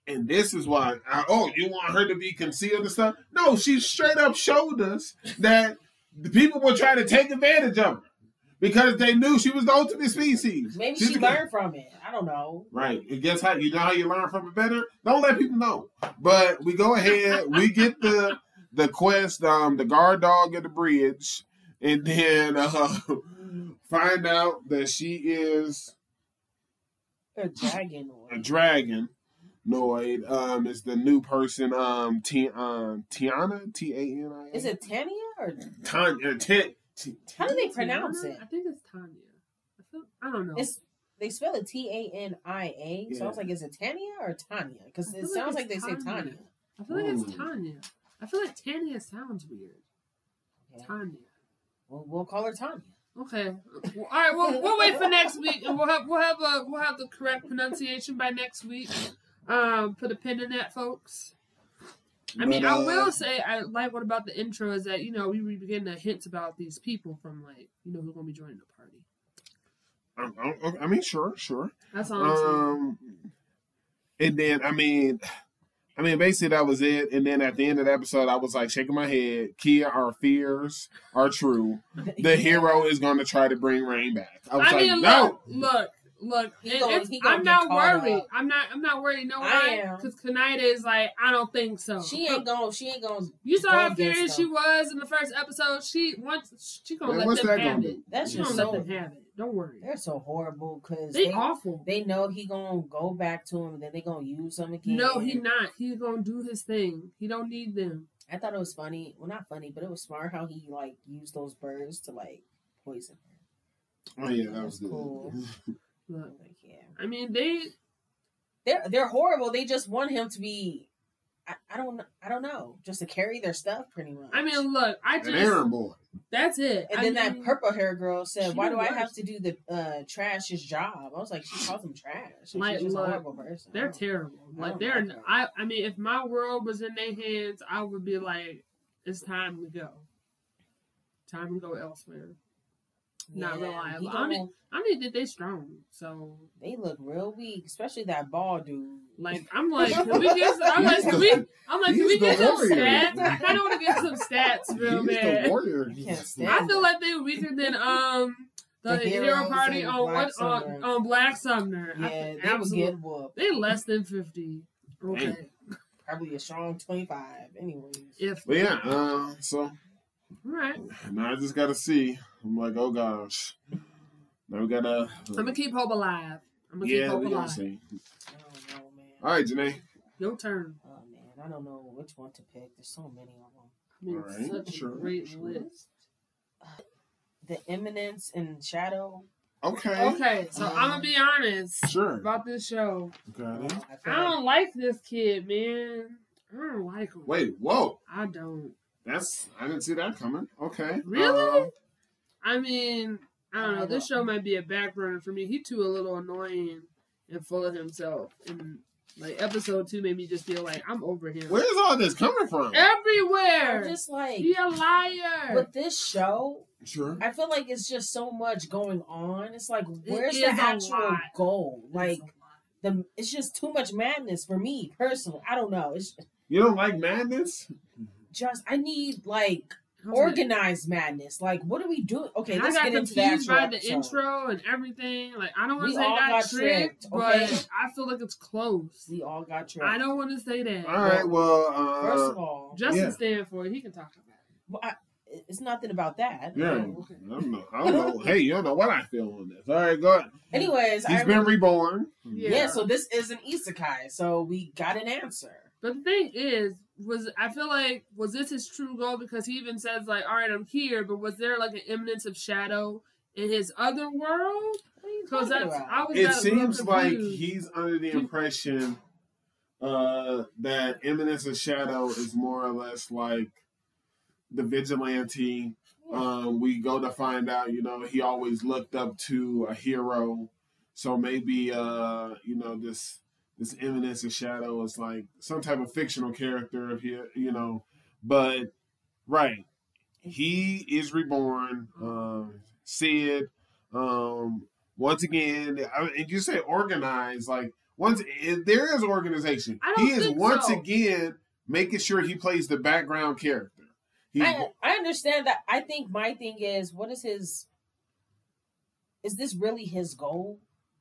Speaker 1: And this is why, I, oh, you want her to be concealed and stuff? No, she straight up showed us that the people were trying to take advantage of her because they knew she was the ultimate species.
Speaker 2: Maybe
Speaker 1: She's
Speaker 2: she
Speaker 1: the-
Speaker 2: learned from it. I don't know.
Speaker 1: Right. And guess how you know how you learn from it better? Don't let people know. But we go ahead, we get the the quest, um, the guard dog at the bridge, and then uh, find out that she is
Speaker 2: A dragon.
Speaker 1: a
Speaker 2: Or...
Speaker 1: dragon. Noid um, is the new person. Um, T- um Tiana, T A N I. A?
Speaker 2: Is it Tania or
Speaker 1: Tanya? T- T-
Speaker 2: How do they pronounce
Speaker 3: Tiana?
Speaker 2: it?
Speaker 3: I think it's Tanya. I, feel, I don't know.
Speaker 2: It's they spell it T A N I A. So I was like, is it Tanya or Tanya? Because
Speaker 3: I
Speaker 2: it
Speaker 3: feel like
Speaker 2: sounds
Speaker 3: it's
Speaker 2: like they say
Speaker 3: Tanya.
Speaker 2: Tanya.
Speaker 3: I feel like it's
Speaker 1: Ooh.
Speaker 3: Tanya. I feel like Tanya sounds weird.
Speaker 2: Yeah.
Speaker 3: Tanya.
Speaker 2: We'll, we'll call her Tanya.
Speaker 3: Okay. Well, all right. We'll, we'll wait for next week, and we'll have we'll have a we'll have the correct pronunciation by next week. Um, put a pin in that, folks. I mean,
Speaker 1: But,
Speaker 3: I
Speaker 1: uh,
Speaker 3: will say I like what about the intro is that you know we we begin to hints about these people from like you know who's gonna be joining the party.
Speaker 1: I'm- I'm- I mean, sure, sure.
Speaker 3: That's all I'm saying.
Speaker 1: Um, and then I mean, I mean, basically that was it. And then at the end of the episode, I was like shaking my head. Kia, our fears are true. The hero is going to try to bring rain back. I was
Speaker 3: I
Speaker 1: like,
Speaker 3: mean,
Speaker 1: no.
Speaker 3: look, look, look.
Speaker 2: He
Speaker 3: it-
Speaker 2: gonna-
Speaker 3: it's-
Speaker 2: he gonna
Speaker 3: I'm
Speaker 2: get
Speaker 3: not
Speaker 2: caught
Speaker 3: worried.
Speaker 2: up.
Speaker 3: I'm not. I'm not worried. No,
Speaker 2: I
Speaker 3: why?
Speaker 2: am.
Speaker 3: Because Kaneda is like, I don't think so.
Speaker 2: She ain't going. She ain't going.
Speaker 3: You saw
Speaker 2: go
Speaker 3: how
Speaker 2: against
Speaker 3: furious she
Speaker 2: them.
Speaker 3: was in the first episode. She once she gonna
Speaker 1: Man,
Speaker 3: let
Speaker 1: what's
Speaker 3: them
Speaker 1: that
Speaker 3: have
Speaker 1: going to
Speaker 3: it.
Speaker 1: do?
Speaker 2: That's
Speaker 3: She
Speaker 2: just
Speaker 3: gonna
Speaker 2: so-
Speaker 3: let them have it. Don't worry.
Speaker 2: They're so horrible because
Speaker 3: They
Speaker 2: they,
Speaker 3: awful.
Speaker 2: they know he gonna go back to him. Then they gonna use him again.
Speaker 3: No, he not. He gonna do his thing. He don't need them.
Speaker 2: I thought it was funny. Well, not funny, but it was smart how he like used those birds to like poison her.
Speaker 1: Oh yeah, that was
Speaker 2: That's
Speaker 1: good.
Speaker 2: cool. I
Speaker 3: Look,
Speaker 2: was Like, yeah,
Speaker 3: I mean, they.
Speaker 2: they're they're horrible. They just want him to be. I, I don't kn- I don't know. Just to carry their stuff, pretty much.
Speaker 3: I mean, look. I
Speaker 1: An
Speaker 3: just.
Speaker 1: errand boy.
Speaker 3: That's it.
Speaker 2: and
Speaker 3: I
Speaker 2: then that
Speaker 3: mean,
Speaker 2: purple hair girl said,
Speaker 3: she
Speaker 2: "Why
Speaker 3: the
Speaker 2: do I
Speaker 3: worst.
Speaker 2: have to do the uh, trash's job?" I was like, "She calls him trash. Like,
Speaker 3: Like,
Speaker 2: she's just
Speaker 3: look,
Speaker 2: a horrible person."
Speaker 3: They're terrible.
Speaker 2: I
Speaker 3: Like
Speaker 2: don't
Speaker 3: they're.
Speaker 2: like her.
Speaker 3: I. I mean, if my world was in their hands, I would be like, it's time to go. Time to go elsewhere. not reliable.
Speaker 2: he
Speaker 3: I mean-
Speaker 2: don't-
Speaker 3: I mean, that they strong. So
Speaker 2: they look real weak, especially that ball dude.
Speaker 3: Like I'm like, can we get? Some, I'm like, can we? I'm like, can we
Speaker 1: He's the
Speaker 3: get some
Speaker 1: warrior.
Speaker 3: stats? I kind of want to get some stats, real
Speaker 1: He's the
Speaker 3: bad.
Speaker 1: warrior.
Speaker 2: I can't stand
Speaker 3: I feel like they're weaker than um the,
Speaker 2: The
Speaker 3: hero
Speaker 2: heroes
Speaker 3: party
Speaker 2: and
Speaker 3: on
Speaker 2: Black
Speaker 3: what on,
Speaker 2: Sumner.
Speaker 3: on Black Sumner. I
Speaker 2: Yeah,
Speaker 3: think
Speaker 2: they would
Speaker 3: absolute-
Speaker 2: get whooped.
Speaker 3: They less than fifty. Okay,
Speaker 1: Dang.
Speaker 2: Probably a strong twenty-five, anyways.
Speaker 3: if
Speaker 1: But yeah, uh, so
Speaker 3: all right,
Speaker 1: now I just gotta see. I'm like, oh gosh. Now we gotta.
Speaker 3: I'm gonna keep hope alive. I'm gonna keep
Speaker 1: yeah,
Speaker 3: hope
Speaker 1: we gonna
Speaker 3: alive.
Speaker 1: see.
Speaker 2: I don't know, man.
Speaker 1: All right, Janae.
Speaker 3: Your turn.
Speaker 2: Oh man, I don't know which one to pick. There's so many of them.
Speaker 3: I mean,
Speaker 1: All right,
Speaker 3: such
Speaker 1: sure,
Speaker 3: a great
Speaker 1: sure.
Speaker 3: list.
Speaker 2: The Eminence and Shadow.
Speaker 1: Okay. um,
Speaker 3: Okay, so I'm gonna be honest
Speaker 1: Sure.
Speaker 3: about this show.
Speaker 1: Got it.
Speaker 2: I feel
Speaker 3: I
Speaker 2: like
Speaker 3: don't like this kid, man. I don't like him.
Speaker 1: Wait, whoa.
Speaker 3: I don't.
Speaker 1: That's I didn't see that coming. Okay.
Speaker 3: Really?
Speaker 1: Um,
Speaker 3: I mean, I don't know.
Speaker 2: I
Speaker 3: This
Speaker 2: don't-
Speaker 3: show might be a back burner for me. He too a little annoying and full of himself. And like episode two made me just feel like I'm over him.
Speaker 1: where's all this coming from?
Speaker 3: Eh.
Speaker 2: I'm
Speaker 3: Everywhere.
Speaker 2: just like
Speaker 3: he a liar.
Speaker 2: with this show.
Speaker 1: Sure.
Speaker 2: I feel like it's just so much going on. It's like
Speaker 3: It
Speaker 2: where's
Speaker 3: is
Speaker 2: the
Speaker 3: a
Speaker 2: actual
Speaker 3: lot.
Speaker 2: goal?
Speaker 3: It's a
Speaker 2: Like
Speaker 3: lot.
Speaker 2: the it's just too much madness for me personally. I don't know. It's
Speaker 1: You don't like madness?
Speaker 2: just I need like
Speaker 3: I was like-
Speaker 2: organized madness. Like, what are we doing? Okay,
Speaker 3: And I
Speaker 2: let's
Speaker 3: got
Speaker 2: get into
Speaker 3: confused
Speaker 2: the actual
Speaker 3: by the
Speaker 2: episode.
Speaker 3: intro and everything. Like I don't want
Speaker 2: We
Speaker 3: to say
Speaker 2: all
Speaker 3: got
Speaker 2: got
Speaker 3: tricked,
Speaker 2: tricked,
Speaker 3: but
Speaker 2: okay?
Speaker 3: I feel like it's close.
Speaker 2: We all got tricked.
Speaker 3: I don't want to say that.
Speaker 1: All right. Well,
Speaker 2: First
Speaker 1: uh,
Speaker 2: of all,
Speaker 3: Justin
Speaker 1: Yeah.
Speaker 3: Stanford, he can talk about it.
Speaker 2: well, I, it's nothing about that.
Speaker 1: yeah. I
Speaker 3: Oh, okay.
Speaker 1: don't know. I don't know. Hey, you don't know what I feel on this. All right, go ahead.
Speaker 2: Anyways, I
Speaker 1: He's been reborn.
Speaker 3: Yeah.
Speaker 2: yeah. So this is an isekai. So we got an answer.
Speaker 3: But the thing is, was I feel like was this his true goal? Because he even says like, "All right, I'm here," but was there like an imminence of shadow in his other world?
Speaker 2: What are you
Speaker 3: Because
Speaker 2: talking
Speaker 3: that's
Speaker 2: about?
Speaker 3: I was.
Speaker 1: It
Speaker 3: got a little
Speaker 1: seems like
Speaker 3: confused.
Speaker 1: he's under the impression uh, that Eminence of Shadow is more or less like the vigilante Um, we go to find out, you know, he always looked up to a hero. So maybe, uh, you know, this this eminence of shadow is like some type of fictional character of here, you know. But right, he is reborn.
Speaker 3: Mm-hmm.
Speaker 1: Um, Sid, um, once again, I, and you say organized, like once it, there is organization.
Speaker 3: I don't
Speaker 1: He is
Speaker 3: think
Speaker 1: once
Speaker 3: so.
Speaker 1: again making sure he plays the background character. He's
Speaker 2: I, I understand that. I think my thing is, what is his? Is this really his goal?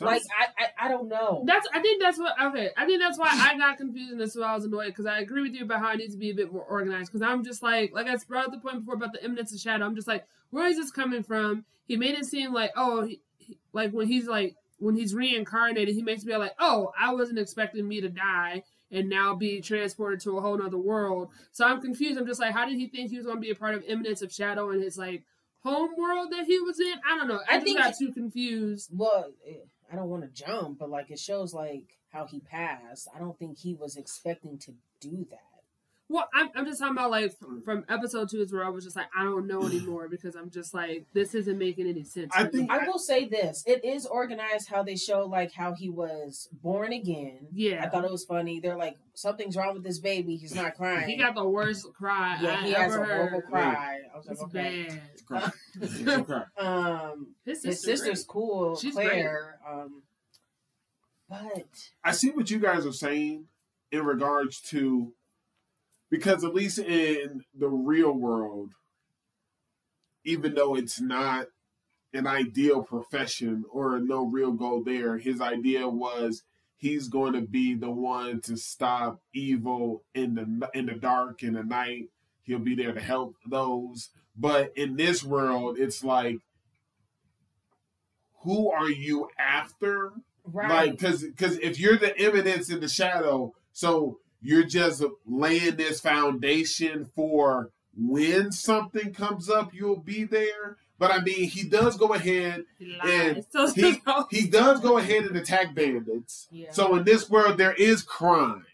Speaker 2: Like, I, I, I don't know.
Speaker 3: That's I think that's what okay. I think that's why I got confused and that's why I was annoyed because I agree with you about how I need to be a bit more organized because I'm just like like I brought up the point before about the imminence of shadow. I'm just like, where is this coming from? He made it seem like oh, he, he- like when he's like when he's reincarnated, he makes me like oh, I wasn't expecting me to die. and now be transported to a whole nother world. So I'm confused. I'm just like, how did he think he was going to be a part of Eminence of Shadow and his like home world that he was in? I don't know.
Speaker 2: I
Speaker 3: I, just
Speaker 2: think
Speaker 3: got
Speaker 2: it-
Speaker 3: too confused.
Speaker 2: Well, I don't want to jump, but like it shows like how he passed. I don't think he was expecting to do that.
Speaker 3: Well, I'm, I'm just talking about like
Speaker 1: Mm.
Speaker 3: from, from episode two is where I was just like, I don't know anymore because I'm just like, this isn't making any sense.
Speaker 1: I
Speaker 3: for me.
Speaker 1: think-
Speaker 2: I will say this: it is organized how they show like how he was born again.
Speaker 3: Yeah.
Speaker 2: I thought it was funny. They're like, something's wrong with this baby. He's not crying.
Speaker 3: he got the worst cry.
Speaker 2: yeah,
Speaker 3: I
Speaker 2: he
Speaker 3: ever
Speaker 2: has a
Speaker 3: heard.
Speaker 2: horrible cry. I was like,
Speaker 3: It's
Speaker 2: okay.
Speaker 3: bad.
Speaker 1: Cry. Yeah, cry.
Speaker 2: Um,
Speaker 3: His,
Speaker 2: his
Speaker 3: sister
Speaker 2: sister's
Speaker 3: great.
Speaker 2: cool,
Speaker 3: She's
Speaker 2: Claire. Um, but
Speaker 1: I see what you guys are saying in regards to because at least in the real world, even though it's not an ideal profession or no real goal there, his idea was he's going to be the one to stop evil in the in the dark in the night. He'll be there to help those. But in this world, it's like, who are you after?
Speaker 2: right,
Speaker 1: Like, cause, 'cause if you're the eminence in the shadow, so you're just laying this foundation for when something comes up, you'll be there. But I mean, he does go ahead.
Speaker 3: He
Speaker 1: and
Speaker 3: lies. So-
Speaker 1: he- He does go ahead and attack bandits.
Speaker 2: yeah.
Speaker 1: So in this world, there is crime,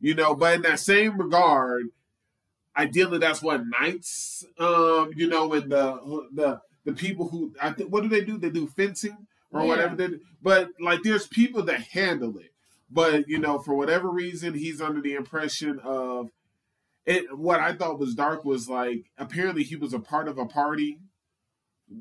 Speaker 1: you know. But in that same regard, ideally, that's what knights, um, you know, and the the the people who I think what do they do? They do fencing or
Speaker 2: Yeah.
Speaker 1: whatever. They do. But like, there's people that handle it. But you know, for whatever reason, he's under the impression of it. What I thought was dark was like apparently he was a part of a party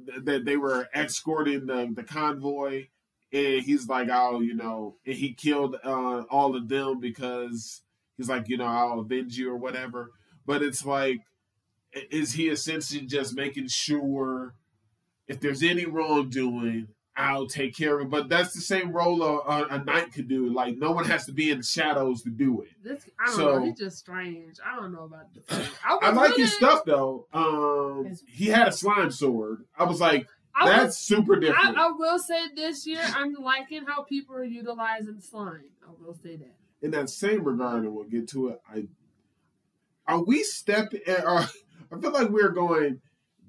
Speaker 1: th- that they were escorting the, the convoy and he's like oh you know and he killed uh, all of them because he's like you know i'll avenge you or whatever but it's like i- is he essentially just making sure if there's any wrongdoing i'll take care of it but that's the same role a, a, a knight could do like no one has to be in the shadows to do it
Speaker 3: This I don't
Speaker 1: So-
Speaker 3: know. He's just strange. I don't know about this. I, was
Speaker 1: i like his
Speaker 3: really-
Speaker 1: stuff though um he had a slime sword i was like
Speaker 3: I was-
Speaker 1: that's super different
Speaker 3: I, I will say this year, I'm liking how people are utilizing slime. I will say that.
Speaker 1: in that same regard, and we'll get to it. I are we stepping? Are, I feel like we're going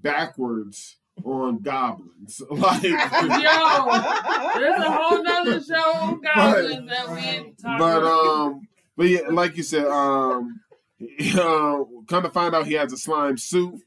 Speaker 1: backwards on goblins. Like,
Speaker 3: Yo, There's a whole nother show on goblins that we ain't talking
Speaker 1: but
Speaker 3: about.
Speaker 1: um, but yeah, like you said, um, uh, come to find out, he has a slime suit.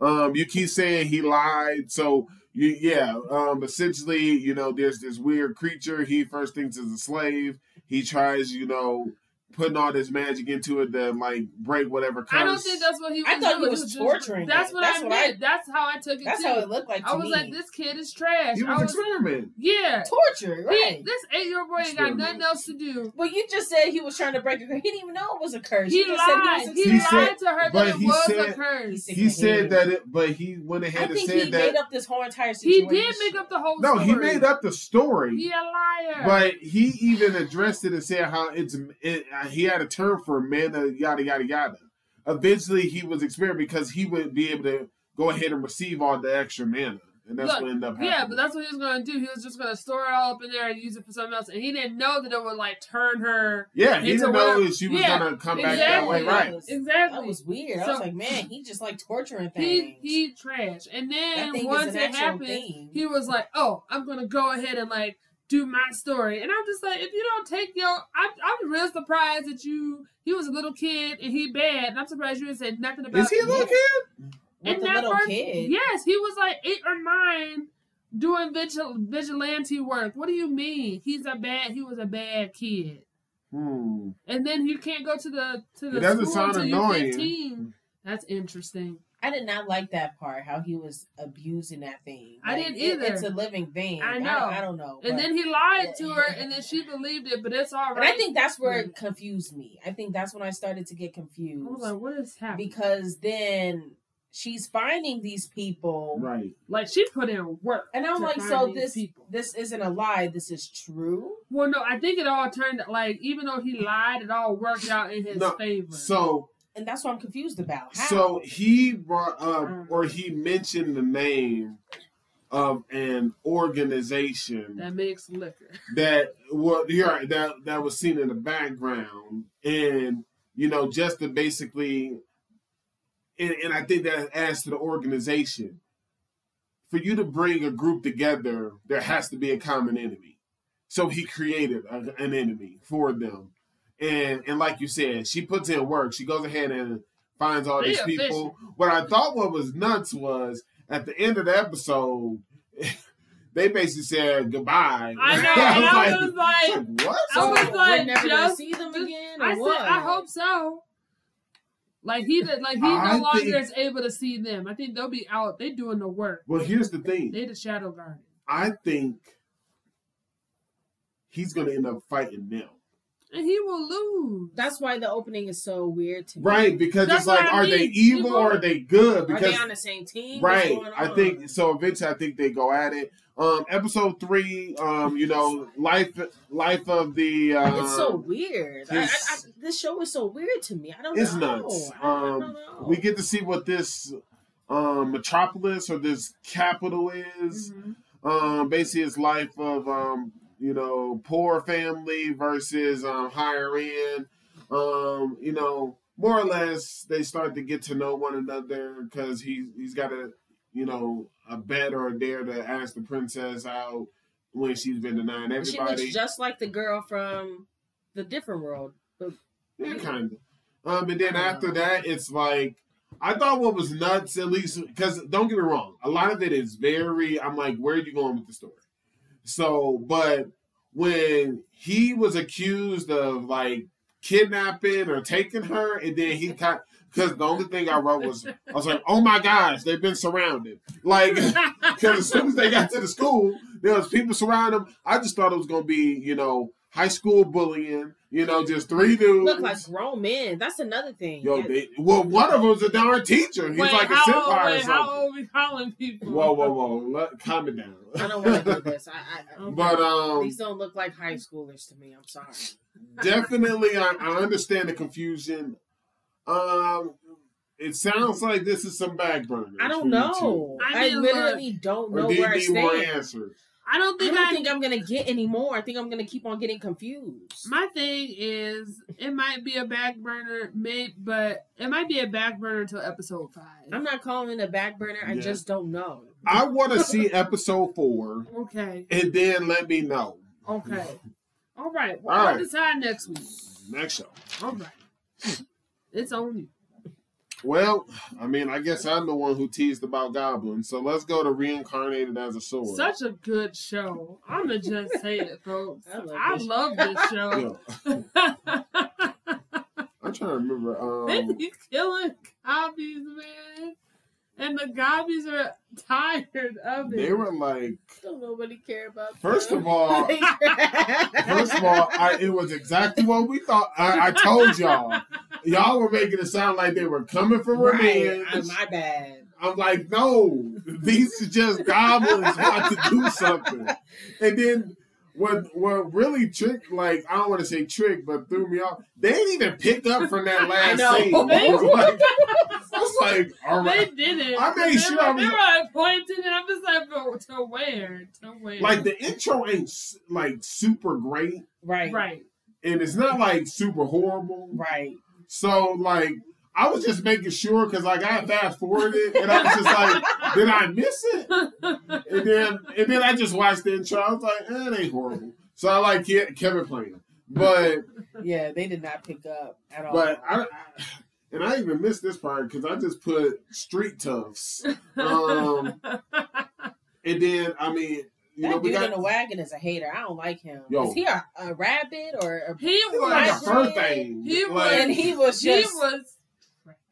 Speaker 1: Um, you keep saying he lied, so you, yeah. Um, essentially, you know, there's this weird creature. He first thinks is a slave. He tries, you know, putting all this magic into it to like break whatever. Curse.
Speaker 3: I don't think that's what he was
Speaker 2: I thought he
Speaker 3: doing.
Speaker 2: was
Speaker 3: just-
Speaker 2: torturing
Speaker 3: That's
Speaker 2: it.
Speaker 3: what
Speaker 2: That's
Speaker 3: I
Speaker 2: what I-
Speaker 3: did. that's how I took it
Speaker 2: that's
Speaker 3: too.
Speaker 2: how it looked like. To
Speaker 3: I was
Speaker 2: me.
Speaker 3: like, this kid is trash.
Speaker 1: He
Speaker 3: I
Speaker 1: was
Speaker 3: was,
Speaker 1: experimenting.
Speaker 3: yeah.
Speaker 2: torture, right?
Speaker 3: He, this eight year old boy ain't got nothing else to do.
Speaker 2: Well, you just said he was trying to break a curse. He didn't even know it was a curse.
Speaker 3: He
Speaker 2: You just said
Speaker 3: lied. He,
Speaker 1: He
Speaker 3: lied
Speaker 1: said-
Speaker 3: to her
Speaker 1: but
Speaker 3: that it
Speaker 1: he
Speaker 3: was a
Speaker 1: said-
Speaker 3: curse.
Speaker 2: He
Speaker 1: He said that, it, but he went
Speaker 2: I
Speaker 1: ahead and
Speaker 2: think he
Speaker 1: said that.
Speaker 2: made up this whole entire
Speaker 3: He
Speaker 2: situation.
Speaker 3: did make up the whole
Speaker 1: no,
Speaker 3: story.
Speaker 1: he made up the story,
Speaker 3: He a liar.
Speaker 1: but he even addressed it and said how it's. It, uh, he had a term for mana, yada yada yada. Eventually, he was experimenting because he would be able to go ahead and receive all the extra mana, and that's
Speaker 3: Look,
Speaker 1: what ended up happening.
Speaker 3: Yeah, but that's what he was gonna do. He was just gonna store it all up in there and use it for something else. And he didn't know that it would like turn her.
Speaker 1: yeah, he
Speaker 3: It's
Speaker 1: didn't
Speaker 3: a
Speaker 1: know
Speaker 3: whatever-
Speaker 1: that she was
Speaker 3: yeah,
Speaker 1: gonna come back that
Speaker 3: exactly.
Speaker 1: way, right?
Speaker 3: Exactly.
Speaker 2: That was weird. I
Speaker 3: So-
Speaker 2: was like, man, he just like torturing
Speaker 3: He
Speaker 2: things.
Speaker 3: he trash. And
Speaker 2: that
Speaker 3: then
Speaker 2: thing
Speaker 3: once
Speaker 2: is an
Speaker 3: it
Speaker 2: actual
Speaker 3: happened,
Speaker 2: thing.
Speaker 3: he was like, "Oh, I'm gonna go ahead and like do my story." And I'm just like, if you don't take your, I'm I'm real surprised that you. He was a little kid and he bad, and I'm surprised you didn't say nothing about.
Speaker 1: Is he a little kid?
Speaker 2: With
Speaker 3: and
Speaker 2: the
Speaker 3: that
Speaker 2: little
Speaker 3: first-
Speaker 2: kid.
Speaker 3: Yes, he was like eight or nine doing vigil- vigilante work. What do you mean? He's a bad. He was a bad kid.
Speaker 1: Hmm.
Speaker 3: And then you can't go to the to the
Speaker 1: It doesn't
Speaker 3: school
Speaker 1: sound
Speaker 3: until you're
Speaker 1: annoying.
Speaker 3: 15. That's interesting.
Speaker 2: I did not like that part, how he was abusing that thing.
Speaker 3: I
Speaker 2: Like,
Speaker 3: didn't
Speaker 2: it-
Speaker 3: either.
Speaker 2: it's a living thing.
Speaker 3: I
Speaker 2: don't-
Speaker 3: know.
Speaker 2: I, don't know. but-
Speaker 3: And then he lied to her, and then she believed it. But it's all
Speaker 2: and I
Speaker 3: right.
Speaker 2: think that's where it confused me. I think that's when I started to get
Speaker 3: I was
Speaker 2: confused.
Speaker 3: like, what is happening?
Speaker 2: because then she's finding these people.
Speaker 1: Right.
Speaker 3: like she put in work.
Speaker 2: And I'm
Speaker 3: to
Speaker 2: like,
Speaker 3: find
Speaker 2: so
Speaker 3: these
Speaker 2: this
Speaker 3: people.
Speaker 2: this isn't a lie. This is true.
Speaker 3: Well, no, I think it all turned like even though he lied, it all worked out in his
Speaker 1: No,
Speaker 3: favor.
Speaker 1: So
Speaker 2: And that's what I'm confused about. How?
Speaker 1: So he brought up or he mentioned the name of an organization
Speaker 3: That makes liquor.
Speaker 1: that what you're right, that that was seen in the background, and you know just to basically, and, and I think that adds to the organization. For you to bring a group together, there has to be a common enemy. So he created a, an enemy for them, and and like you said, she puts in work. She goes ahead and finds all
Speaker 3: They
Speaker 1: these
Speaker 3: are
Speaker 1: people. What I thought what was nuts was at the end of the episode, they basically said goodbye.
Speaker 3: I know, and
Speaker 1: was
Speaker 3: I
Speaker 1: like,
Speaker 3: was like,
Speaker 1: it's like, what?
Speaker 3: I was like,
Speaker 2: we're never
Speaker 3: just-
Speaker 2: gonna see them again. Or
Speaker 3: I
Speaker 2: what?
Speaker 3: said, I hope so. Like he, did- like he
Speaker 1: I
Speaker 3: no longer
Speaker 1: think-
Speaker 3: is able to see them. I think they'll be out. They doing the work.
Speaker 1: Well, here's the thing.
Speaker 3: They the shadow guard.
Speaker 1: I think he's going to end up fighting them,
Speaker 3: and he will lose.
Speaker 2: That's why the opening is so weird to me.
Speaker 1: right? Because
Speaker 3: That's
Speaker 1: it's like,
Speaker 3: what I
Speaker 1: are they
Speaker 3: mean.
Speaker 1: evil
Speaker 3: Evil.
Speaker 1: or are they good?
Speaker 2: Are
Speaker 1: Because
Speaker 2: they on the same team? What's
Speaker 1: right,
Speaker 2: going
Speaker 1: I
Speaker 2: on?
Speaker 1: think so. Eventually, I think they go at it. Um, episode three, um, you know, life, life of the. Um,
Speaker 2: it's so weird. I, I, I,
Speaker 1: it's-
Speaker 2: this show is so weird to me. I don't
Speaker 1: It's
Speaker 2: know.
Speaker 1: nuts.
Speaker 2: I don't, I
Speaker 1: Um,
Speaker 2: don't know.
Speaker 1: We get to see what this um, metropolis or this capital is.
Speaker 3: Mm-hmm.
Speaker 2: Mm-hmm.
Speaker 1: um, basically his life of um, you know poor family versus um, higher end. Um, you know, more or less they start to get to know one another because he he's got a you know a bet or a dare to ask the princess out when she's been denying
Speaker 2: And she looks
Speaker 1: everybody.
Speaker 2: just like the girl from the different world.
Speaker 1: Yeah, kind of. Um, and then after that, it's like. I thought what was nuts, at least, because don't get me wrong, a lot of it is very. I'm like, where are you going with the story? So, but when he was accused of like kidnapping or taking her, and then he kind because the only thing I wrote was I was like, oh my gosh, they've been surrounded. Like, because as soon as they got to the school, there was people surrounding them. I just thought it was gonna be you know high school bullying. You know, just three dudes.
Speaker 2: Look like grown men. That's another thing.
Speaker 1: Yo, they, well, one of them's a darn teacher. He's
Speaker 3: wait,
Speaker 1: like a
Speaker 3: how old,
Speaker 1: senpai or
Speaker 3: wait, how
Speaker 1: something.
Speaker 3: old we calling people?
Speaker 1: Whoa, whoa, whoa! Let, calm it down.
Speaker 2: I don't want to do this. I, I,
Speaker 3: Okay.
Speaker 1: But
Speaker 2: I,
Speaker 1: um,
Speaker 2: these don't look like high schoolers to me. I'm sorry.
Speaker 1: definitely I, I understand the confusion um it sounds like this is some back burner
Speaker 2: I
Speaker 1: for
Speaker 2: don't
Speaker 1: you
Speaker 2: know.
Speaker 1: two.
Speaker 2: I,
Speaker 3: I mean,
Speaker 2: literally don't know
Speaker 1: or do
Speaker 2: where
Speaker 1: you
Speaker 2: I
Speaker 1: need more
Speaker 2: stand.
Speaker 1: answers
Speaker 3: I don't
Speaker 2: I
Speaker 3: think I.
Speaker 2: don't think I'm gonna get any more. I think I'm gonna keep on getting confused.
Speaker 3: my thing is, it might be a back burner, may, but it might be a back burner until episode five.
Speaker 2: I'm not calling it a back burner. I
Speaker 1: Yeah.
Speaker 2: just don't know.
Speaker 1: i want to see episode four
Speaker 3: Okay,
Speaker 1: and then let me know
Speaker 3: okay, all right. We'll
Speaker 1: All right.
Speaker 3: decide next week.
Speaker 1: next show
Speaker 3: All right, it's on you.
Speaker 1: well i mean i guess i'm the one who teased about goblins so let's go to reincarnated as a sword
Speaker 3: Such a good show. I'ma just say it, folks.
Speaker 2: I love
Speaker 3: I
Speaker 2: this
Speaker 3: love this show.
Speaker 1: Yo, i'm trying to remember
Speaker 3: They
Speaker 1: um
Speaker 3: be killing gobbies, man. And the gobbies are tired of it.
Speaker 1: they were like
Speaker 2: Don't nobody care about.
Speaker 1: first
Speaker 2: them.
Speaker 1: of all First of all, I, it was exactly what we thought. I, I told y'all. Y'all were making it sound like they were coming for
Speaker 2: right.
Speaker 1: revenge.
Speaker 2: I- my bad.
Speaker 1: I'm like, no, these are just goblins want to do something. And then what what really tricked, like, I don't want to say trick, but threw me off, they didn't even pick up from that last
Speaker 2: know.
Speaker 1: scene. I was like, I was like, all
Speaker 3: They
Speaker 1: right.
Speaker 3: did it.
Speaker 1: Oh, I made
Speaker 3: They
Speaker 1: sure
Speaker 3: were-
Speaker 1: I was-
Speaker 3: They were appointed, and I'm just like, but to where? To where?
Speaker 1: Like, the intro ain't, s- like, super great,
Speaker 2: Right. Right.
Speaker 3: right.
Speaker 1: and it's not, like, super horrible.
Speaker 2: Right.
Speaker 1: So like I was just making sure because like I fast forwarded and I was just like, did I miss it? And then and then I just watched the intro. I was like, eh, it ain't horrible. So I like Ke- Kevin playing, but
Speaker 2: Yeah, they did not pick up at all.
Speaker 1: but I, I and I even missed this part because I just put street toughs. Um, and then I mean, you
Speaker 2: that
Speaker 1: know, we
Speaker 2: dude
Speaker 1: got
Speaker 2: in the wagon is a hater. I don't like him.
Speaker 1: Yo.
Speaker 2: Is he a, a rabbit or a?
Speaker 3: he
Speaker 1: it was like
Speaker 3: was.
Speaker 1: a fur thing.
Speaker 3: He
Speaker 1: like,
Speaker 2: And he was
Speaker 3: He
Speaker 2: just.
Speaker 3: was.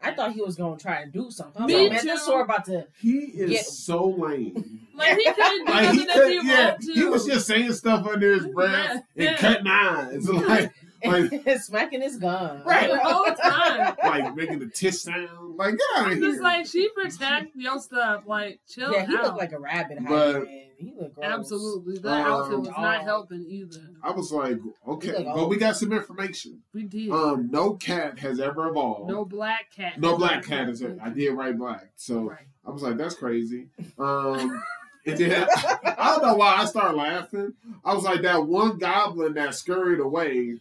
Speaker 2: I thought he was gonna try and do something. I was
Speaker 1: Me
Speaker 2: like, man, this
Speaker 3: too.
Speaker 2: sword about to.
Speaker 1: he is
Speaker 2: Yeah.
Speaker 1: so lame.
Speaker 3: Like he couldn't do
Speaker 1: Like he
Speaker 3: nothing that he
Speaker 1: could, yeah,
Speaker 3: wanted to.
Speaker 1: he was just saying stuff under his breath
Speaker 3: Yeah.
Speaker 1: and cutting eyes, like like
Speaker 2: smacking his gun.
Speaker 1: Right.
Speaker 3: the whole time.
Speaker 1: like making the tish sound. Like get out of
Speaker 3: It's
Speaker 1: here.
Speaker 3: just like she protects your stuff. Like chill
Speaker 2: Yeah, he
Speaker 3: out.
Speaker 2: looked like a rabbit.
Speaker 1: But-
Speaker 2: hiding. in. he looked gross.
Speaker 3: Absolutely, that
Speaker 1: Um,
Speaker 3: outfit was not
Speaker 2: oh.
Speaker 3: helping either.
Speaker 1: I was like,
Speaker 2: He's
Speaker 1: okay,
Speaker 2: like, oh.
Speaker 1: but we got some information.
Speaker 3: We did
Speaker 1: Um, no cat has ever evolved.
Speaker 3: no black cat.
Speaker 1: No black cat has ever. I did write black, so
Speaker 3: Right.
Speaker 1: I was like, that's crazy. Um, And then I don't know why I started laughing. I was like that one goblin that scurried away,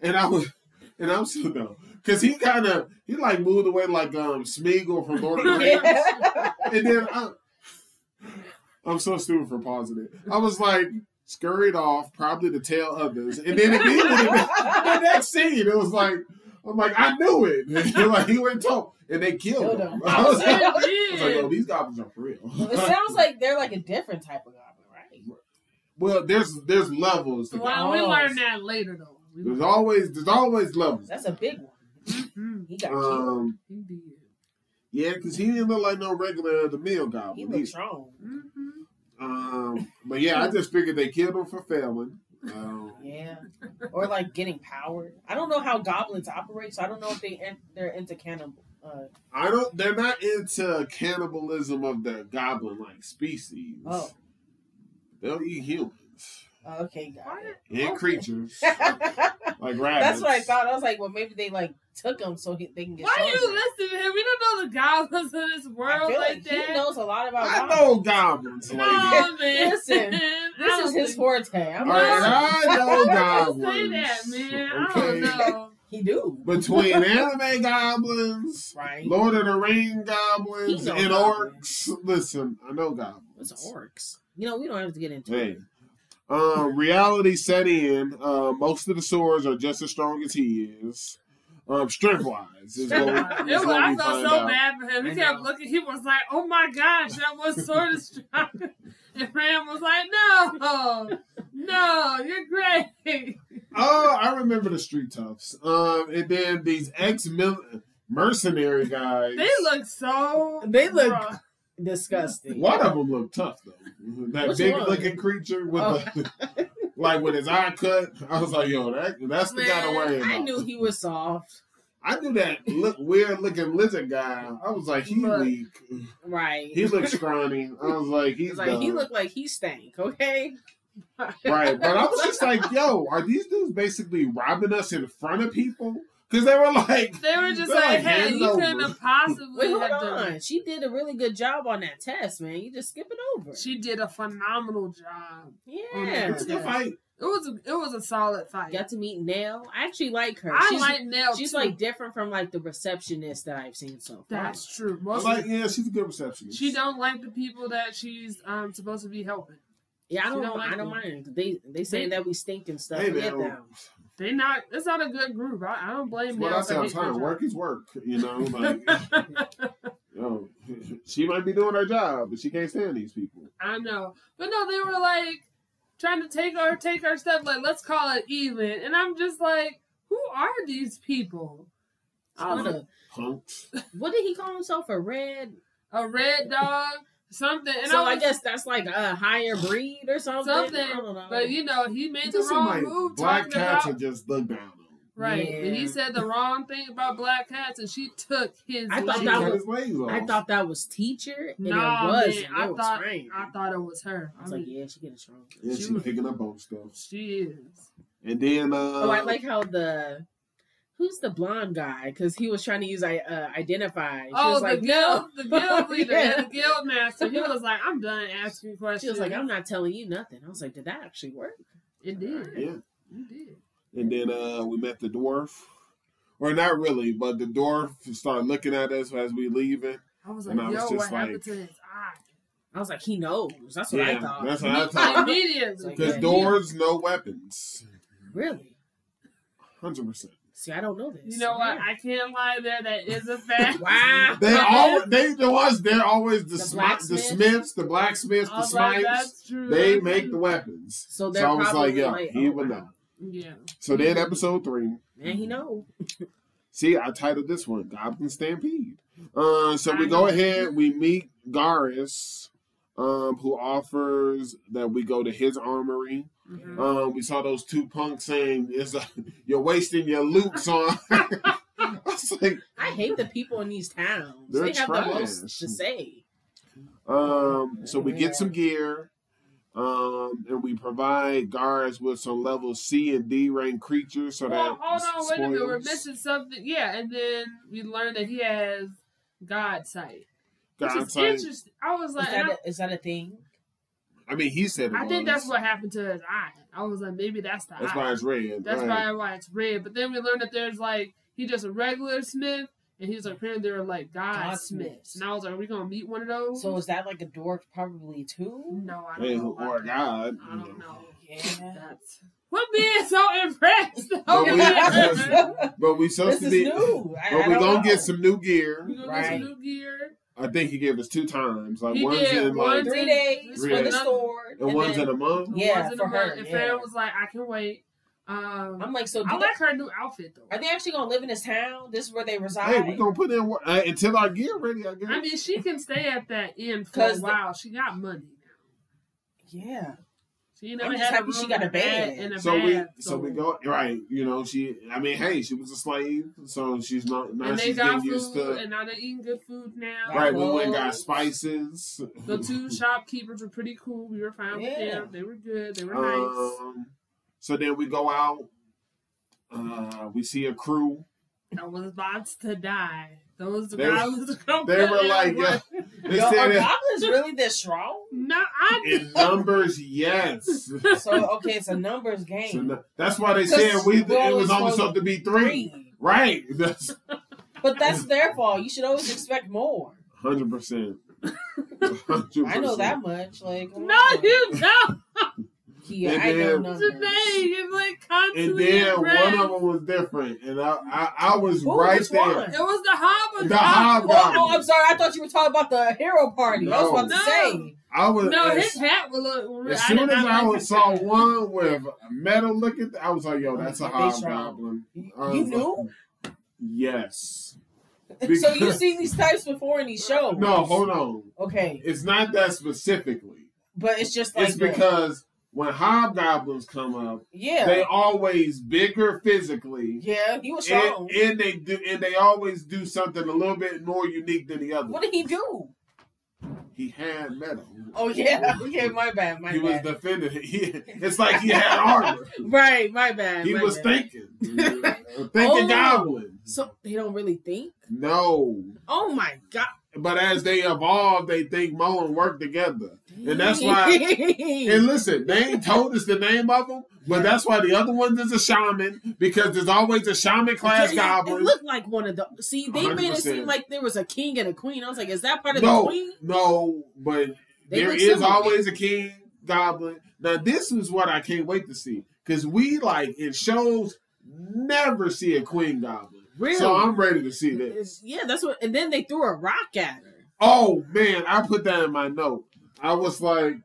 Speaker 1: and I was, and I'm so dumb because he kind of he like moved away like um Smeagol from Lord of the Rings, and then I, I'm so stupid for pausing it. I was like scurried off, probably to tell others, and then it did the next scene. It was like I'm like I knew it. like he went told, and they killed
Speaker 2: Killed
Speaker 1: him.
Speaker 2: him.
Speaker 1: I was
Speaker 3: They
Speaker 1: like, I was like, oh,
Speaker 3: did.
Speaker 1: these goblins are for real.
Speaker 2: It sounds like they're like a different type of goblin, right?
Speaker 1: Well, there's there's levels. to goblins.
Speaker 3: Well, we learned that later though. We
Speaker 1: There's always there's always levels.
Speaker 2: That's a big one.
Speaker 3: Mhm.
Speaker 2: He got killed.
Speaker 1: Um,
Speaker 3: He did.
Speaker 1: yeah, because he didn't look like no regular of the meal
Speaker 2: He
Speaker 1: goblin.
Speaker 2: looked
Speaker 1: either.
Speaker 2: strong.
Speaker 3: Mhm.
Speaker 1: Um, but yeah, I just figured they killed him for failing. Um,
Speaker 2: Yeah, or like getting power. I don't know how goblins operate, so I don't know if they in, they're into cannibal. Uh,
Speaker 1: I don't. They're not into cannibalism of the goblin like species.
Speaker 2: oh,
Speaker 1: They'll eat humans
Speaker 2: uh, okay, got
Speaker 3: Why
Speaker 2: it.
Speaker 3: did-
Speaker 1: and
Speaker 3: okay.
Speaker 1: creatures like rabbits.
Speaker 2: That's what I thought. I was like, well, maybe they like took him so he, they can get.
Speaker 3: Why you
Speaker 2: stronger.
Speaker 3: listen to him? We don't know the goblins in this
Speaker 2: I
Speaker 3: world
Speaker 2: feel
Speaker 3: like,
Speaker 2: like
Speaker 3: that.
Speaker 2: he knows a lot about.
Speaker 1: I
Speaker 2: goblins.
Speaker 1: know goblins.
Speaker 3: No,
Speaker 1: lady.
Speaker 3: man.
Speaker 2: Listen, This is his forte. I'm
Speaker 1: All right, I know
Speaker 3: Don't say that,
Speaker 1: goblins.
Speaker 3: man. I
Speaker 1: Okay.
Speaker 3: don't know.
Speaker 2: he do
Speaker 1: Between anime goblins,
Speaker 2: right.
Speaker 1: Lord of the Ring
Speaker 2: He
Speaker 1: goblins,
Speaker 2: know
Speaker 1: and
Speaker 2: goblins.
Speaker 1: orcs. Listen, I know goblins.
Speaker 2: It's orcs. You know, we don't have to get into
Speaker 1: Hey.
Speaker 2: it.
Speaker 1: Um, reality set in. Uh, most of the swords are just as strong as he is. Um, strength wise, is what,
Speaker 3: It
Speaker 1: we-
Speaker 3: was,
Speaker 1: is what
Speaker 3: I
Speaker 1: we
Speaker 3: felt
Speaker 1: find
Speaker 3: so
Speaker 1: out.
Speaker 3: bad for him. He
Speaker 2: I
Speaker 3: kept
Speaker 2: know.
Speaker 3: looking. He was like, "Oh my gosh, that one sword is strong." And Ram was like, "No, no, you're great."
Speaker 1: Oh, I remember the street toughs. Um, and then these ex mercenary guys.
Speaker 3: They look so.
Speaker 2: They look-
Speaker 3: rough.
Speaker 2: Disgusting.
Speaker 1: One of them looked tough though. Mm-hmm. That
Speaker 2: Which
Speaker 1: big
Speaker 2: one?
Speaker 1: looking creature with
Speaker 2: Oh.
Speaker 1: the, like with his eye cut. I was like, yo, that that's the guy to worry
Speaker 2: Man,
Speaker 1: about.
Speaker 2: I knew he was soft.
Speaker 1: I knew that look weird looking lizard guy. I was like, he
Speaker 3: Look.
Speaker 1: weak.
Speaker 2: Right.
Speaker 1: He looked scrawny. I was like, he's
Speaker 2: It's like he
Speaker 1: done.
Speaker 2: looked like he stank, okay?
Speaker 1: Right, but I was just like, yo, are these dudes basically robbing us in front of people? Because they were like,
Speaker 3: They were just
Speaker 1: They're like
Speaker 3: like, "Hey,
Speaker 1: handing
Speaker 3: you
Speaker 1: over.
Speaker 3: couldn't have possibly
Speaker 2: Wait, hold
Speaker 3: have done."
Speaker 2: on. She did a really good job on that test, man. You just skip it over.
Speaker 3: She did a phenomenal job.
Speaker 2: yeah.
Speaker 1: it's the fight.
Speaker 3: It was a, it was a solid fight.
Speaker 2: Got to meet Nell. I actually like her.
Speaker 3: I
Speaker 2: she's
Speaker 3: like Nell.
Speaker 2: she's
Speaker 3: too.
Speaker 2: like different from like the receptionist that I've seen so far.
Speaker 3: that's true.
Speaker 1: I was
Speaker 3: Most
Speaker 1: like, yeah, she's a good receptionist.
Speaker 3: she don't like the people that she's um supposed to be helping.
Speaker 2: yeah, I
Speaker 3: she
Speaker 2: don't,
Speaker 3: don't like
Speaker 2: I don't mind. They they saying
Speaker 3: They-
Speaker 2: that we stink and stuff.
Speaker 1: Hey,
Speaker 2: Forget
Speaker 1: man.
Speaker 2: them.
Speaker 3: They not. It's not a good group. I, I don't blame
Speaker 1: Well,
Speaker 3: Nell
Speaker 1: I
Speaker 3: for
Speaker 1: said, I'm
Speaker 3: hating her
Speaker 1: trying to
Speaker 3: job.
Speaker 1: work is work, you know. Like, yo, she might be doing her job, but she can't stand these people.
Speaker 3: I know. But no, they were like trying to take our take our stuff, like let's call it even. And I'm just like, who are these people? I was
Speaker 2: What,
Speaker 3: like,
Speaker 2: a-
Speaker 1: Punks.
Speaker 2: what did he call himself? A red?
Speaker 3: a red dog, something. And
Speaker 2: so
Speaker 3: I,
Speaker 2: I,
Speaker 3: was,
Speaker 2: guess that's like a higher breed or something.
Speaker 3: Something,
Speaker 2: I don't know.
Speaker 3: but you know, he made the
Speaker 1: Just seem
Speaker 3: wrong
Speaker 1: like
Speaker 3: move
Speaker 1: black
Speaker 3: talking
Speaker 1: cats
Speaker 3: about
Speaker 1: are just looked down on.
Speaker 3: right. And he
Speaker 2: Yeah.
Speaker 3: said the wrong thing about black cats, and she took his.
Speaker 2: I thought
Speaker 1: She
Speaker 2: that
Speaker 1: cut
Speaker 2: was-
Speaker 1: his legs off.
Speaker 2: I thought that was teacher, and
Speaker 3: Nah,
Speaker 2: it was.
Speaker 3: man,
Speaker 2: and
Speaker 3: I
Speaker 2: it was
Speaker 3: thought-
Speaker 2: strange.
Speaker 3: I thought it was her.
Speaker 2: I was like, yeah, she getting strong.
Speaker 1: yeah,
Speaker 3: she
Speaker 1: she's
Speaker 3: was-
Speaker 1: picking up on stuff.
Speaker 3: she is.
Speaker 1: And then, uh,
Speaker 2: oh, I like how the who's the blonde guy because he was trying to use I uh, identify. She
Speaker 3: Oh,
Speaker 2: was
Speaker 3: the
Speaker 2: like,
Speaker 3: guild, the guild leader,
Speaker 2: Yeah.
Speaker 3: and the guild master. He was like, "I'm done asking
Speaker 2: She
Speaker 3: questions."
Speaker 2: was like, I'm not telling you nothing. I was like, did that actually work?
Speaker 3: "It did,
Speaker 1: yeah.
Speaker 3: it did."
Speaker 1: And then uh, we met the dwarf. Or not really, but the dwarf started looking at us as we leaving.
Speaker 3: I was like,
Speaker 1: And I was
Speaker 3: "Yo,
Speaker 1: just
Speaker 3: what
Speaker 1: like-
Speaker 3: happened to his eye?"
Speaker 2: I was like, he knows. That's what I thought.
Speaker 1: that's what I thought.
Speaker 3: Immediately,
Speaker 1: Because
Speaker 2: Yeah.
Speaker 1: doors, no weapons.
Speaker 2: really?
Speaker 1: Hundred percent.
Speaker 2: See, I don't know this.
Speaker 3: You know what?
Speaker 2: Yeah.
Speaker 3: I can't lie there. That is a fact.
Speaker 2: Wow.
Speaker 1: They all they the ones they're always the
Speaker 2: The
Speaker 1: smi- the
Speaker 2: blacksmiths?
Speaker 1: smiths, the blacksmiths,
Speaker 3: I
Speaker 1: the
Speaker 3: was like,
Speaker 1: smites.
Speaker 3: "That's true."
Speaker 1: They
Speaker 3: that's
Speaker 1: make the
Speaker 3: true.
Speaker 1: weapons.
Speaker 2: So
Speaker 1: So,
Speaker 2: they're
Speaker 1: I was like,
Speaker 2: probably
Speaker 1: yeah,
Speaker 2: like,
Speaker 1: he
Speaker 2: oh,
Speaker 1: would
Speaker 2: wow.
Speaker 1: know.
Speaker 3: Yeah.
Speaker 1: So then episode three.
Speaker 2: man, he know.
Speaker 1: See, I titled this one Goblin Stampede. Uh, so we
Speaker 3: I
Speaker 1: go
Speaker 3: know.
Speaker 1: ahead, we meet Garrus, um, who offers that we go to his armory.
Speaker 3: Mhm.
Speaker 1: Um, we saw those two punks saying, "It's a, you're wasting your loops on." I was like,
Speaker 2: I hate the people in these towns.
Speaker 1: They're
Speaker 2: they have the
Speaker 1: trash.
Speaker 2: most to say.
Speaker 1: um, so we get some gear, um, and we provide guards with some level C and D rank creatures. So
Speaker 3: Well,
Speaker 1: that
Speaker 3: hold on, wait a minute. We're
Speaker 1: spoils-
Speaker 3: missing something. Yeah, and then we learned that he has God sight, which
Speaker 1: God
Speaker 3: is
Speaker 1: sight.
Speaker 3: interesting. I was
Speaker 2: Is
Speaker 3: like, and I-
Speaker 2: that, a, is that a thing?
Speaker 1: I mean, he said. it
Speaker 3: I think
Speaker 1: was.
Speaker 3: that's what happened to his eye. I was like, maybe that's the
Speaker 1: That's
Speaker 3: eye.
Speaker 1: why it's red.
Speaker 3: That's
Speaker 1: right.
Speaker 3: probably why it's red. But then we learned that there's like he just a regular Smith, and he's like apparently they're like God Smiths.
Speaker 2: Godsmiths.
Speaker 3: And I was like, are we gonna meet one of those?
Speaker 2: So is that like a dork probably too?
Speaker 3: no, I don't
Speaker 1: Hey,
Speaker 3: know.
Speaker 1: or God.
Speaker 3: I don't know.
Speaker 2: Yeah.
Speaker 3: That's what being so impressed.
Speaker 1: But
Speaker 2: Oh,
Speaker 3: Okay.
Speaker 1: we-
Speaker 2: this
Speaker 1: But we supposed
Speaker 2: is
Speaker 1: to be.
Speaker 2: new. I,
Speaker 1: But
Speaker 2: I
Speaker 1: we
Speaker 2: don't
Speaker 1: gonna
Speaker 2: know.
Speaker 1: get some new gear.
Speaker 3: We gonna get
Speaker 2: Right.
Speaker 3: some new gear.
Speaker 1: I think he gave us two times. Like
Speaker 3: He
Speaker 1: one's
Speaker 3: did,
Speaker 1: in
Speaker 3: one's
Speaker 1: like
Speaker 2: three
Speaker 3: in-
Speaker 2: days
Speaker 1: Really?
Speaker 2: for the store.
Speaker 1: and, one's in a month.
Speaker 3: The
Speaker 2: Yeah,
Speaker 3: ones in
Speaker 2: for
Speaker 3: the
Speaker 2: her,
Speaker 3: mud. And
Speaker 2: yeah.
Speaker 3: Farrah was like, I can wait. Um,
Speaker 2: I'm like, so do
Speaker 3: I
Speaker 2: they,
Speaker 3: like her new outfit though.
Speaker 2: are they actually gonna live in this town? This is where they reside.
Speaker 1: Hey, we're gonna put in work uh, until our gear ready, I guess.
Speaker 3: I mean, she can stay at that inn for a
Speaker 2: Mm-hmm. 'Cause the-
Speaker 3: while. She got money now.
Speaker 2: yeah,
Speaker 3: She never
Speaker 2: I'm just
Speaker 3: had
Speaker 2: happy
Speaker 3: room
Speaker 2: she got
Speaker 3: and
Speaker 2: a bed.
Speaker 3: and a
Speaker 1: so we
Speaker 3: bath,
Speaker 1: so we go right, you know, she I mean, hey, she was a slave, so she's not now
Speaker 3: And they
Speaker 1: she's
Speaker 3: got
Speaker 1: getting
Speaker 3: food,
Speaker 1: used to
Speaker 3: and now they're eating good food now.
Speaker 1: Right, we went and got
Speaker 2: Clothes.
Speaker 1: spices.
Speaker 3: The two shopkeepers were pretty cool. We were fine with
Speaker 2: Yeah.
Speaker 3: them. They were good. They were nice.
Speaker 1: um, so then we go out, uh, we see a crew.
Speaker 3: That was about to die. Those
Speaker 1: They-
Speaker 3: goblins.
Speaker 1: They were like, yeah, they
Speaker 2: Yo, are
Speaker 1: said that
Speaker 2: goblins really this strong?
Speaker 3: no, I
Speaker 1: in numbers, yes.
Speaker 2: So okay, it's a numbers game.
Speaker 1: So no- that's why they said we
Speaker 2: Because we're
Speaker 1: it was
Speaker 2: always
Speaker 1: only
Speaker 2: supposed-
Speaker 1: supposed to be three.
Speaker 2: Three,
Speaker 1: Right. That's
Speaker 2: but that's their fault. You should always expect more.
Speaker 1: hundred percent.
Speaker 2: I know that much. Like come
Speaker 3: No,
Speaker 2: on.
Speaker 3: you don't.
Speaker 2: Kia,
Speaker 1: And
Speaker 2: I know
Speaker 1: then-
Speaker 2: numbers.
Speaker 3: Today, it's like
Speaker 1: And
Speaker 3: constantly.
Speaker 1: then one
Speaker 3: impressed.
Speaker 1: of them was different, and I I, I was
Speaker 2: Who?
Speaker 1: right
Speaker 2: Which
Speaker 1: there.
Speaker 2: one?
Speaker 3: It was the hobbit.
Speaker 1: The
Speaker 2: Oh, oh,
Speaker 1: hobgoblin.
Speaker 2: I'm sorry. I thought you were talking about the hero party. I was about
Speaker 3: No.
Speaker 2: to say.
Speaker 1: I was
Speaker 3: No,
Speaker 1: as,
Speaker 3: his hat would look.
Speaker 1: as
Speaker 3: did
Speaker 1: soon as
Speaker 3: not
Speaker 1: I
Speaker 3: like
Speaker 1: was,
Speaker 3: his
Speaker 1: saw
Speaker 3: hat.
Speaker 1: one with a metal looking, I was like, "Yo, that's a
Speaker 2: They strong.
Speaker 1: hobgoblin." I was
Speaker 2: You knew?
Speaker 1: like, yes.
Speaker 2: So you
Speaker 1: Uh, Because-
Speaker 2: see these types before in these shows?
Speaker 1: No, hold on.
Speaker 2: Okay,
Speaker 1: It's not that specifically.
Speaker 2: but it's just like
Speaker 1: it's
Speaker 2: that.
Speaker 1: because when hobgoblins come up,
Speaker 2: yeah,
Speaker 1: they always bigger physically,
Speaker 2: yeah, he was strong.
Speaker 1: and, and they do, and they always do something a little bit more unique than the other.
Speaker 2: what did he do?
Speaker 1: He had metal.
Speaker 2: Oh yeah, okay, my bad, my
Speaker 1: he was
Speaker 2: bad.
Speaker 1: defending. it. He, it's like he had armor.
Speaker 2: right, my bad.
Speaker 1: He
Speaker 2: my
Speaker 1: was
Speaker 2: bad.
Speaker 1: thinking, A thinking
Speaker 2: Oh.
Speaker 1: goblin.
Speaker 2: So they don't really think.
Speaker 1: No,
Speaker 2: Oh my god!
Speaker 1: but as they evolve, they think more and work together, and that's why. And listen, they ain't told us the name of them, but that's why the other ones is a shaman because there's always a shaman class
Speaker 2: It- It
Speaker 1: goblin.
Speaker 2: looked like one of the. See, they made it
Speaker 1: 100%.
Speaker 2: seem like there was a king and a queen. I was like, is that part of the
Speaker 1: No,
Speaker 2: queen?
Speaker 1: no, but
Speaker 2: They
Speaker 1: there
Speaker 2: look
Speaker 1: is
Speaker 2: similar.
Speaker 1: always a king goblin. Now this is what I can't wait to see because we like in shows never see a queen goblin.
Speaker 2: Really?
Speaker 1: So I'm ready to see this.
Speaker 2: It's- yeah, that's what. And then they threw a rock at her.
Speaker 1: Oh man, I put that in my note. I was like,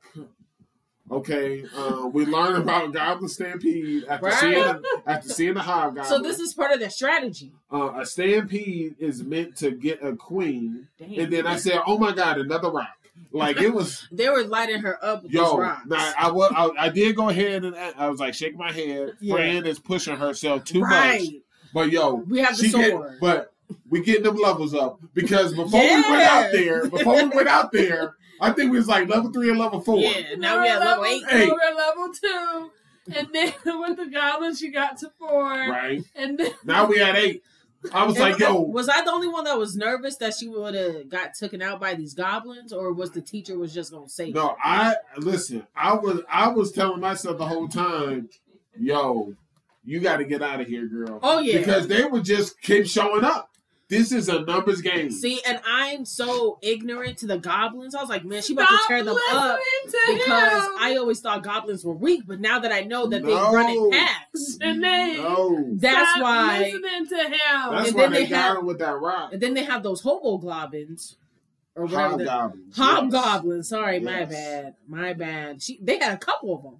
Speaker 1: okay, uh, we learned about Goblin Stampede after
Speaker 2: Right.
Speaker 1: seeing after seeing the Hobgoblin.
Speaker 2: So this is part of their strategy.
Speaker 1: uh, a stampede is meant to get a queen,
Speaker 2: Damn.
Speaker 1: and then I said, oh my god, another rock. Like it was,
Speaker 2: they were lighting her up with these
Speaker 1: yo.
Speaker 2: rocks.
Speaker 1: Now, I, wa- I I did go ahead and I I was like, shake my head.
Speaker 2: Yeah.
Speaker 1: Fran is pushing herself too
Speaker 2: right.
Speaker 1: much, but yo,
Speaker 2: We have the
Speaker 1: she get-
Speaker 2: sword.
Speaker 1: but we getting them levels up because before we went out there, before we went out there, I think we was like level three and level four.
Speaker 2: yeah, now
Speaker 3: We're
Speaker 2: we have level eight.
Speaker 3: Now we're at level two. And then with the goblin, she got to four.
Speaker 1: Right
Speaker 3: And then
Speaker 1: now we at eight. I was like,
Speaker 2: And
Speaker 1: yo,
Speaker 2: was I the only one that was nervous that she would have got taken out by these goblins, or was the teacher was just gonna say
Speaker 1: no, I listen. I was I was telling myself the whole time, yo, you got to get out of here, girl,
Speaker 2: Oh yeah.
Speaker 1: because they would just keep showing up. This is a numbers game.
Speaker 2: See, and I'm so ignorant to the goblins. I was like, man, she about
Speaker 3: stop
Speaker 2: to tear them
Speaker 3: listening
Speaker 2: up
Speaker 3: to
Speaker 2: because
Speaker 3: him.
Speaker 2: I always thought goblins were weak, but now that I know that
Speaker 1: No.
Speaker 2: they run in packs,
Speaker 3: And they-
Speaker 1: no,
Speaker 2: that's
Speaker 3: Stop
Speaker 2: why.
Speaker 3: listening to him.
Speaker 1: that's
Speaker 2: and
Speaker 1: why
Speaker 2: then
Speaker 1: they,
Speaker 2: they
Speaker 1: got
Speaker 2: have-
Speaker 1: him with that rock.
Speaker 2: And then they have those hobo goblins, or whatever. the-
Speaker 1: Hobgoblin.
Speaker 2: Hobgoblin. Sorry, my
Speaker 1: Yes.
Speaker 2: bad, my bad. She, they had a couple of them.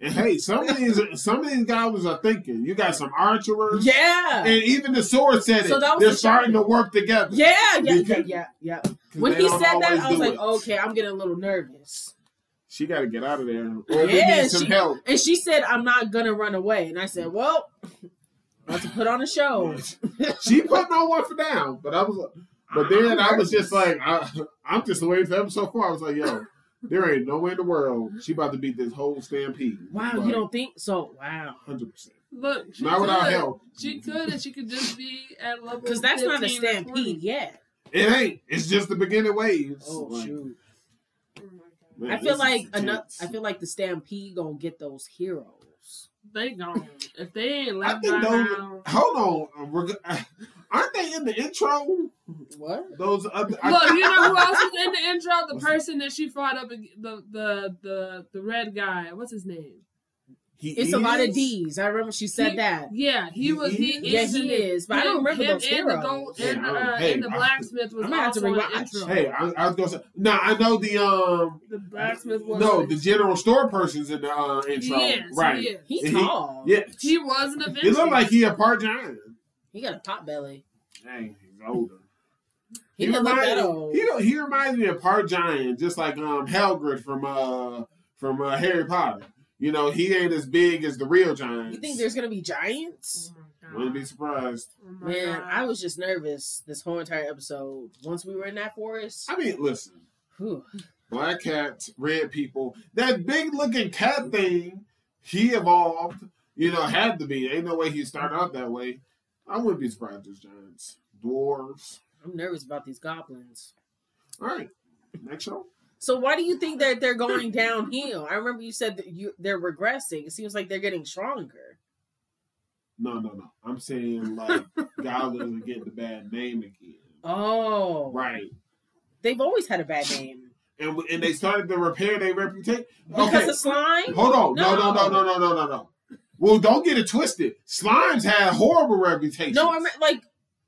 Speaker 1: And hey, some of these some of these guys are thinking. You got some archers.
Speaker 2: Yeah,
Speaker 1: And even the sword said it.
Speaker 2: So that was
Speaker 1: They're
Speaker 2: the
Speaker 1: starting
Speaker 2: shocker.
Speaker 1: to work together.
Speaker 2: yeah, yeah, yeah,
Speaker 1: Because-
Speaker 2: yeah, yeah.
Speaker 1: 'Cause
Speaker 2: When
Speaker 1: they
Speaker 2: he
Speaker 1: don't
Speaker 2: said that,
Speaker 1: always
Speaker 2: I was
Speaker 1: do
Speaker 2: like,
Speaker 1: it.
Speaker 2: okay, I'm getting a little nervous.
Speaker 1: She got to get out of there. Or we
Speaker 2: Yeah,
Speaker 1: need some
Speaker 2: she-
Speaker 1: help.
Speaker 2: And she said, I'm not gonna run away. And I said, well, about to put on a show.
Speaker 1: she put no one for down. But I was, but then
Speaker 2: I'm
Speaker 1: I was just
Speaker 2: nervous.
Speaker 1: like, I, I'm just waiting for them so far. I was like, yo, there ain't no way in the world she about to beat this whole stampede.
Speaker 2: Wow, you don't think so? Wow,
Speaker 1: Hundred percent.
Speaker 3: Look, she
Speaker 1: Not
Speaker 3: could.
Speaker 1: without help.
Speaker 3: She could, and she could just be at level.
Speaker 2: because that's not a
Speaker 3: 15 or 20.
Speaker 2: stampede yet.
Speaker 1: It ain't. It's just the beginning waves.
Speaker 2: Oh
Speaker 1: Like,
Speaker 2: shoot!
Speaker 3: Oh my God.
Speaker 1: Man,
Speaker 2: I feel
Speaker 1: this is
Speaker 2: like enough.
Speaker 1: intense.
Speaker 2: I feel like the Stampede gonna get those heroes.
Speaker 3: They gone. If they ain't
Speaker 1: I
Speaker 3: left by
Speaker 1: think those-
Speaker 3: now.
Speaker 1: Hold on, we're go- aren't they in the intro?
Speaker 2: What?
Speaker 1: Those other.
Speaker 3: Look, you know who else was in the intro? The person that she fought up, ag- the the the the red guy. What's his name?
Speaker 1: He
Speaker 2: It's a lot of
Speaker 1: is?
Speaker 2: D's. I remember she said
Speaker 3: He-
Speaker 2: that.
Speaker 3: Yeah, he
Speaker 1: He
Speaker 3: was. He
Speaker 1: is?
Speaker 3: is.
Speaker 2: Yeah,
Speaker 3: in
Speaker 2: he
Speaker 3: it.
Speaker 2: is, but I don't
Speaker 3: Him-
Speaker 2: remember
Speaker 3: him
Speaker 2: those
Speaker 3: and the gold
Speaker 2: heroes.
Speaker 3: and the,
Speaker 1: Yeah,
Speaker 3: uh,
Speaker 1: hey,
Speaker 3: and the
Speaker 1: I-
Speaker 3: blacksmith was
Speaker 2: I'm gonna have to
Speaker 3: also in the
Speaker 2: rewatch.
Speaker 3: intro.
Speaker 1: Hey, I, I was gonna say. No, I know the um.
Speaker 3: The blacksmith was
Speaker 1: No, the general store person's in the uh, intro.
Speaker 3: Yes,
Speaker 1: right.
Speaker 3: He, is.
Speaker 2: He's
Speaker 1: He-
Speaker 2: tall.
Speaker 1: Yeah.
Speaker 3: he was an adventurer.
Speaker 1: It looked like he a part giant.
Speaker 2: He got a pot belly.
Speaker 1: Dang, he's older.
Speaker 2: He, didn't look
Speaker 1: reminds-
Speaker 2: that old.
Speaker 1: He don't- he reminds me of part giant, just like um Helgrid from uh from uh, Harry Potter. You know, he ain't as big as the real giants.
Speaker 2: you think there's gonna be giants?
Speaker 3: Oh my God.
Speaker 1: Wouldn't be surprised.
Speaker 3: Oh my
Speaker 2: Man,
Speaker 3: God.
Speaker 2: I was just nervous this whole entire episode. Once we were in that forest,
Speaker 1: I mean, listen,
Speaker 2: whew.
Speaker 1: black cats, red people, that big looking cat thing, he evolved. You know, had to be. Ain't no way he started out that way. I wouldn't be surprised. There's giants, dwarves.
Speaker 2: I'm nervous about these goblins.
Speaker 1: All right, next show.
Speaker 2: So why do you think that they're going downhill? I remember you said that you they're regressing. It seems like they're getting stronger.
Speaker 1: No, no, no. I'm saying like God doesn't get the bad name again.
Speaker 2: Oh,
Speaker 1: Right.
Speaker 2: They've always had a bad name
Speaker 1: and and they started to repair their reputation.
Speaker 2: because
Speaker 1: Okay,
Speaker 2: of slime.
Speaker 1: hold on. No, no, no,
Speaker 2: No.
Speaker 1: no, no, no, no, no. Well, don't get it twisted. Slimes had horrible reputations.
Speaker 2: No, I'm like,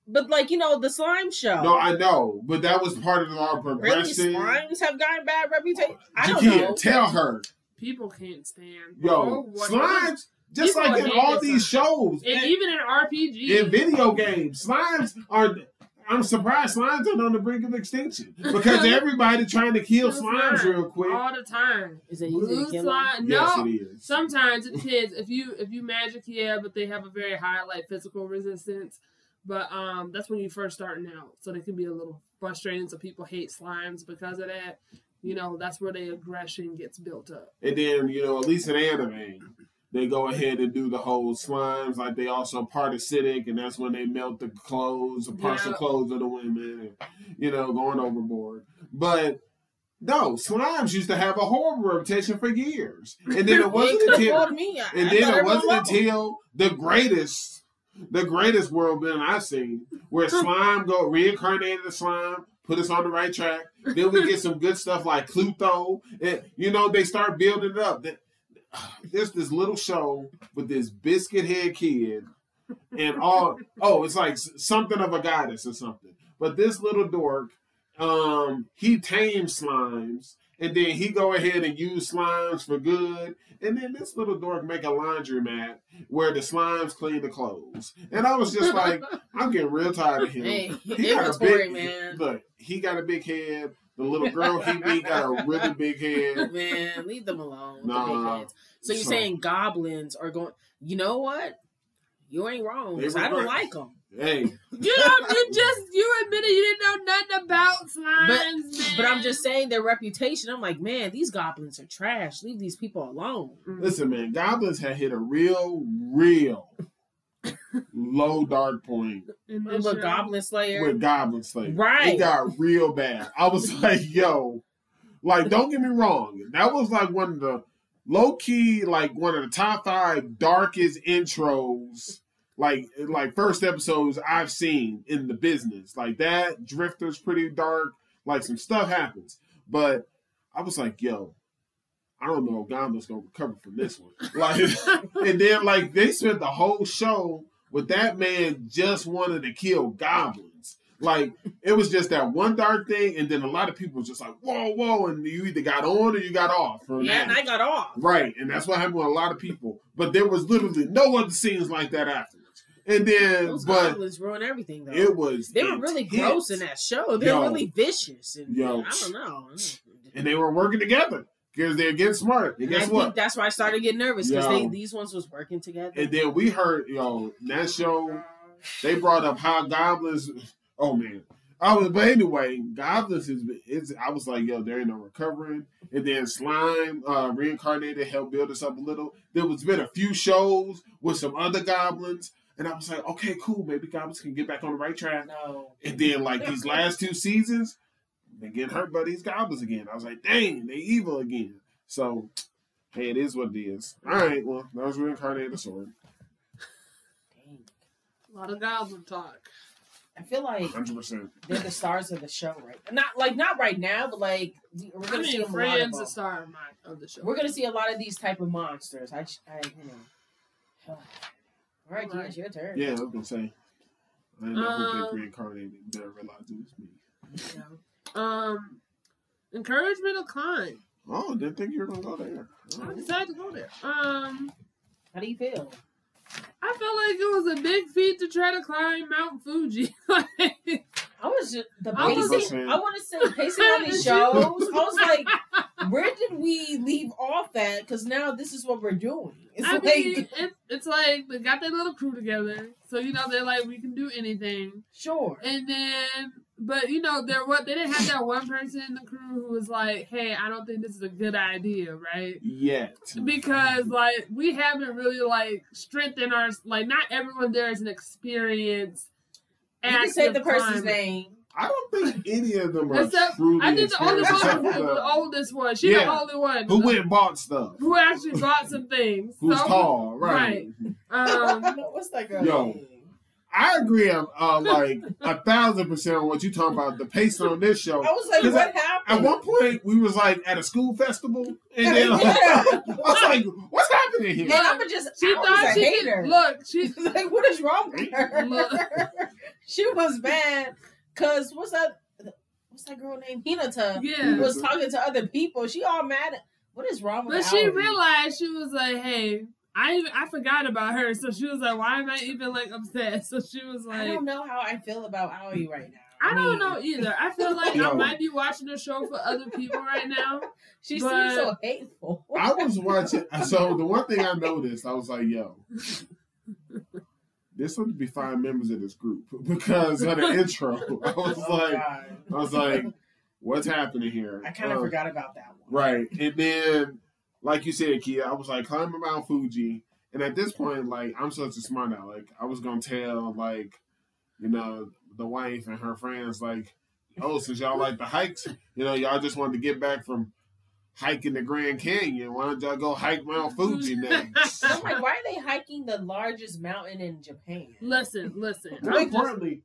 Speaker 2: but like you know the slime show.
Speaker 1: No, I know, but that was part of our
Speaker 2: really,
Speaker 1: progression.
Speaker 2: slimes have gotten bad reputation. I don't
Speaker 1: Jakia,
Speaker 2: know.
Speaker 1: Tell her,
Speaker 3: people can't stand.
Speaker 1: yo,
Speaker 3: Oh, what-
Speaker 1: slimes. Just
Speaker 3: People
Speaker 1: like in
Speaker 3: hate
Speaker 1: all
Speaker 3: this
Speaker 1: these shows,
Speaker 3: And
Speaker 1: and,
Speaker 3: even in RPG,
Speaker 1: in video games, slimes are. I'm surprised slimes aren't on the brink of extinction because everybody trying to kill
Speaker 3: Kill
Speaker 1: slimes
Speaker 3: slimes.
Speaker 1: real quick.
Speaker 3: all the time.
Speaker 2: Is it easy
Speaker 3: Blue
Speaker 2: to kill them?
Speaker 3: slime.
Speaker 1: Yes,
Speaker 3: Uh, No.
Speaker 1: it is.
Speaker 3: Sometimes it depends. If you if you magic, yeah, but they have a very high like physical resistance. But um that's when you first starting out. So they can be a little frustrating. So people hate slimes because of that. You know, that's where the aggression gets built up.
Speaker 1: And then, you know, at least in anime, they go ahead and do the whole slimes. Like they also particitic, and that's when they melt the clothes, the partial
Speaker 3: Yeah.
Speaker 1: clothes of the women, and, you know, going overboard. But no, slimes used to have a horrible reputation for years. And then it
Speaker 2: They
Speaker 1: wasn't
Speaker 2: could have
Speaker 1: until
Speaker 2: fooled me. I, I
Speaker 1: and
Speaker 2: thought
Speaker 1: then it
Speaker 2: everyone
Speaker 1: wasn't
Speaker 2: loved them.
Speaker 1: until the greatest, the greatest world building I've seen, where slime go reincarnated the slime, put us on the right track. Then we get some good stuff like Clutho, and you know they start building it up. Th- There's this little show with this biscuit head kid, and all oh, it's like s- something of a goddess or something. But this little dork, um, he tames slimes, and then he go ahead and use slimes for good. And then this little dork make a laundromat where the slimes clean the clothes. And I was just like, I'm getting real tired of him.
Speaker 2: Hey,
Speaker 1: He got a
Speaker 2: inventory,
Speaker 1: big
Speaker 2: man.
Speaker 1: look. He got a big head. The little girl he beat got a really big head.
Speaker 2: Man, leave them alone. with the
Speaker 1: Nah,
Speaker 2: big heads. So you're
Speaker 1: so-
Speaker 2: saying goblins are going? You know what? You ain't wrong.
Speaker 1: They
Speaker 2: 'cause I don't
Speaker 1: regret-
Speaker 2: like them.
Speaker 1: Hey,
Speaker 3: You know, you just you admitted you didn't know nothing about slimes, man.
Speaker 2: But I'm just saying their reputation. I'm like, man, these goblins are trash. Leave these people alone.
Speaker 3: Mm-hmm. Mm,
Speaker 1: listen, man. Goblins had hit a real, real low dark point
Speaker 3: In this
Speaker 2: Remember
Speaker 3: show.
Speaker 2: Goblin Slayer?
Speaker 1: with Goblin Slayer.
Speaker 2: Right.
Speaker 1: It got real bad. I was like, yo, like, don't get me wrong. That was like one of the low key, like one of the top five darkest intros, like like first episodes I've seen in the business. Like that, Drifter's pretty dark. Like some stuff happens. But I was like, yo, I don't know if Gomba's gonna recover from this one. Like and then like they spent the whole show with that man just wanted to kill goblins. Like it was just that one dark thing, and then a lot of people was just like, whoa, whoa, and you either got on or you got off from
Speaker 2: yeah,
Speaker 1: that.
Speaker 2: and I got off.
Speaker 1: Right, and that's what happened with a lot of people. But there was literally no other scenes like that afterwards. And then,
Speaker 2: Those
Speaker 1: but
Speaker 2: goblins ruin everything, though.
Speaker 1: it was
Speaker 2: they were really
Speaker 1: intense.
Speaker 2: gross in that show. They
Speaker 1: Yo.
Speaker 2: were really vicious. And
Speaker 1: Yo.
Speaker 2: I don't know.
Speaker 1: and they were working together because they're getting smart. And
Speaker 2: And
Speaker 1: guess
Speaker 2: I
Speaker 1: what?
Speaker 2: think that's why I started getting nervous
Speaker 1: Yo.
Speaker 2: because these ones was working together.
Speaker 1: and then we heard, yo, that show they brought up how goblins. Oh man, I was. But anyway, goblins is. It's, I was like, yo, there ain't no recovering. And then slime uh, reincarnated helped build us up a little. There was been a few shows with some other goblins, and I was like, okay, cool, maybe goblins can get back on the right track.
Speaker 2: no.
Speaker 1: And then like these last two seasons, They get hurt by these goblins again. I was like, dang, they evil again. So, hey, it is what it is. All right, well, that was reincarnated sword.
Speaker 2: Dang.
Speaker 3: A lot of goblin talk.
Speaker 2: I feel like
Speaker 1: 100%.
Speaker 2: they're the stars of the show right Not like not right now, but like we're
Speaker 3: I
Speaker 2: gonna see
Speaker 3: mean,
Speaker 2: a lot of
Speaker 3: Fran's
Speaker 2: them.
Speaker 3: the star of, my, of the show.
Speaker 2: We're gonna see a lot of these type of monsters. I, sh- I you know. All right,
Speaker 3: All right.
Speaker 2: Gina, it's your turn.
Speaker 1: Yeah, I was going to say. I didn't know who
Speaker 3: Um,
Speaker 1: picked reincarnated. Then I realized it was me.
Speaker 3: Um, encouragement of kind.
Speaker 1: Oh, didn't think you were going to go there. All
Speaker 3: I
Speaker 1: right.
Speaker 3: decided to go there. Um,
Speaker 2: How do you feel?
Speaker 3: I felt like it was a big feat to try to climb Mount Fuji. Like,
Speaker 2: I was just the
Speaker 3: I was-
Speaker 2: pacing. I want to say the pacing on these shows. I was like, where did we leave off at? Because now this is what we're doing. It's
Speaker 3: I
Speaker 2: like
Speaker 3: mean, it, it's like they got their little crew together, so you know they're like, we can do anything.
Speaker 2: sure.
Speaker 3: And then, but you know, there what they didn't have that one person in the crew who was like, "Hey, I don't think this is a good idea," right?
Speaker 1: Yet.
Speaker 3: Because like we haven't really like strengthened our like not everyone there is an experienced.
Speaker 2: You can say
Speaker 3: active
Speaker 2: the person's
Speaker 3: climber.
Speaker 2: name.
Speaker 1: I don't think any of them are
Speaker 3: Except-
Speaker 1: truly
Speaker 3: I think the only
Speaker 1: experienced,
Speaker 3: one,
Speaker 1: except for
Speaker 3: the
Speaker 1: the-
Speaker 3: oldest one, she the
Speaker 1: Yeah.
Speaker 3: only one
Speaker 1: who went and bought stuff.
Speaker 3: who actually bought some things.
Speaker 1: Who's
Speaker 3: So,
Speaker 1: tall, right?
Speaker 3: Um,
Speaker 2: What's that girl?
Speaker 1: Yo.
Speaker 2: name?
Speaker 1: I agree, um, uh, like a thousand percent on what you talking about. The pacing on this
Speaker 2: I
Speaker 1: show.
Speaker 2: was like,
Speaker 1: 'Cause
Speaker 2: what
Speaker 1: At
Speaker 2: happened?
Speaker 1: one point, we was like at a school festival, and then like, I was like, "What's happening
Speaker 2: and
Speaker 1: here?"
Speaker 2: I'm just,
Speaker 3: she
Speaker 2: I
Speaker 3: thought
Speaker 2: was a
Speaker 3: she
Speaker 2: hater.
Speaker 3: could, look. She
Speaker 2: like, what is wrong with her?
Speaker 3: Look.
Speaker 2: she was bad because what's that? What's that girl named Hinata?
Speaker 3: Yeah.
Speaker 2: who was talking to other people. She all mad. At, what is wrong with?
Speaker 3: But she
Speaker 2: Allie?
Speaker 3: realized she was like, "Hey, I even- I forgot about her." So she was like, "Why am I even like upset?" So she was
Speaker 2: I
Speaker 3: like,
Speaker 2: don't know how I feel about Aoi right now.
Speaker 3: "I
Speaker 2: mean,
Speaker 3: don't know either. I feel like I
Speaker 1: No.
Speaker 3: might be watching a show for other people right now."
Speaker 2: She
Speaker 3: but-
Speaker 2: seems so hateful.
Speaker 1: I was watching. So the one thing I noticed, I was like, "Yo, this would be five members of this group because of the intro." I was
Speaker 2: Oh,
Speaker 1: like,
Speaker 2: God.
Speaker 1: "I was like, what's happening here?"
Speaker 2: I kind of
Speaker 1: Uh,
Speaker 2: forgot about that one.
Speaker 1: Right. And then, like you said, Kia, I was like climbing Mount Fuji. And at this point, like, I'm such a smart now. Like, I was going to tell, like, you know, the wife and her friends, like, oh, since y'all like the hikes, you know, y'all just wanted to get back from hiking the Grand Canyon. Why don't y'all go hike Mount Fuji next?
Speaker 2: I'm like, why are they hiking the largest mountain in Japan?
Speaker 3: Listen, listen.
Speaker 1: More
Speaker 3: I'm just-
Speaker 1: importantly,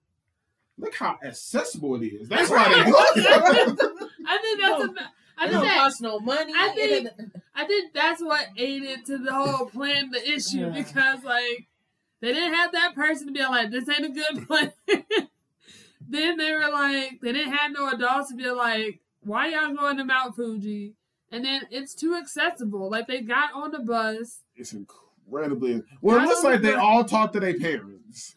Speaker 1: look how accessible it is. That's why they love it.
Speaker 3: I think that's. a- I
Speaker 2: It
Speaker 3: think
Speaker 2: don't
Speaker 3: that,
Speaker 2: cost no money.
Speaker 3: I
Speaker 2: It
Speaker 3: think-
Speaker 2: doesn't-
Speaker 3: I think that's what aided to the whole plan the issue
Speaker 2: Yeah.
Speaker 3: because like they didn't have that person to be like this ain't a good plan. then they were like they didn't have no adults to be like why y'all going to Mount Fuji? And then it's too accessible. Like they got on the bus.
Speaker 1: It's incredibly. Well, it
Speaker 3: I
Speaker 1: looks
Speaker 3: don't
Speaker 1: like they
Speaker 3: know.
Speaker 1: all talk to their parents.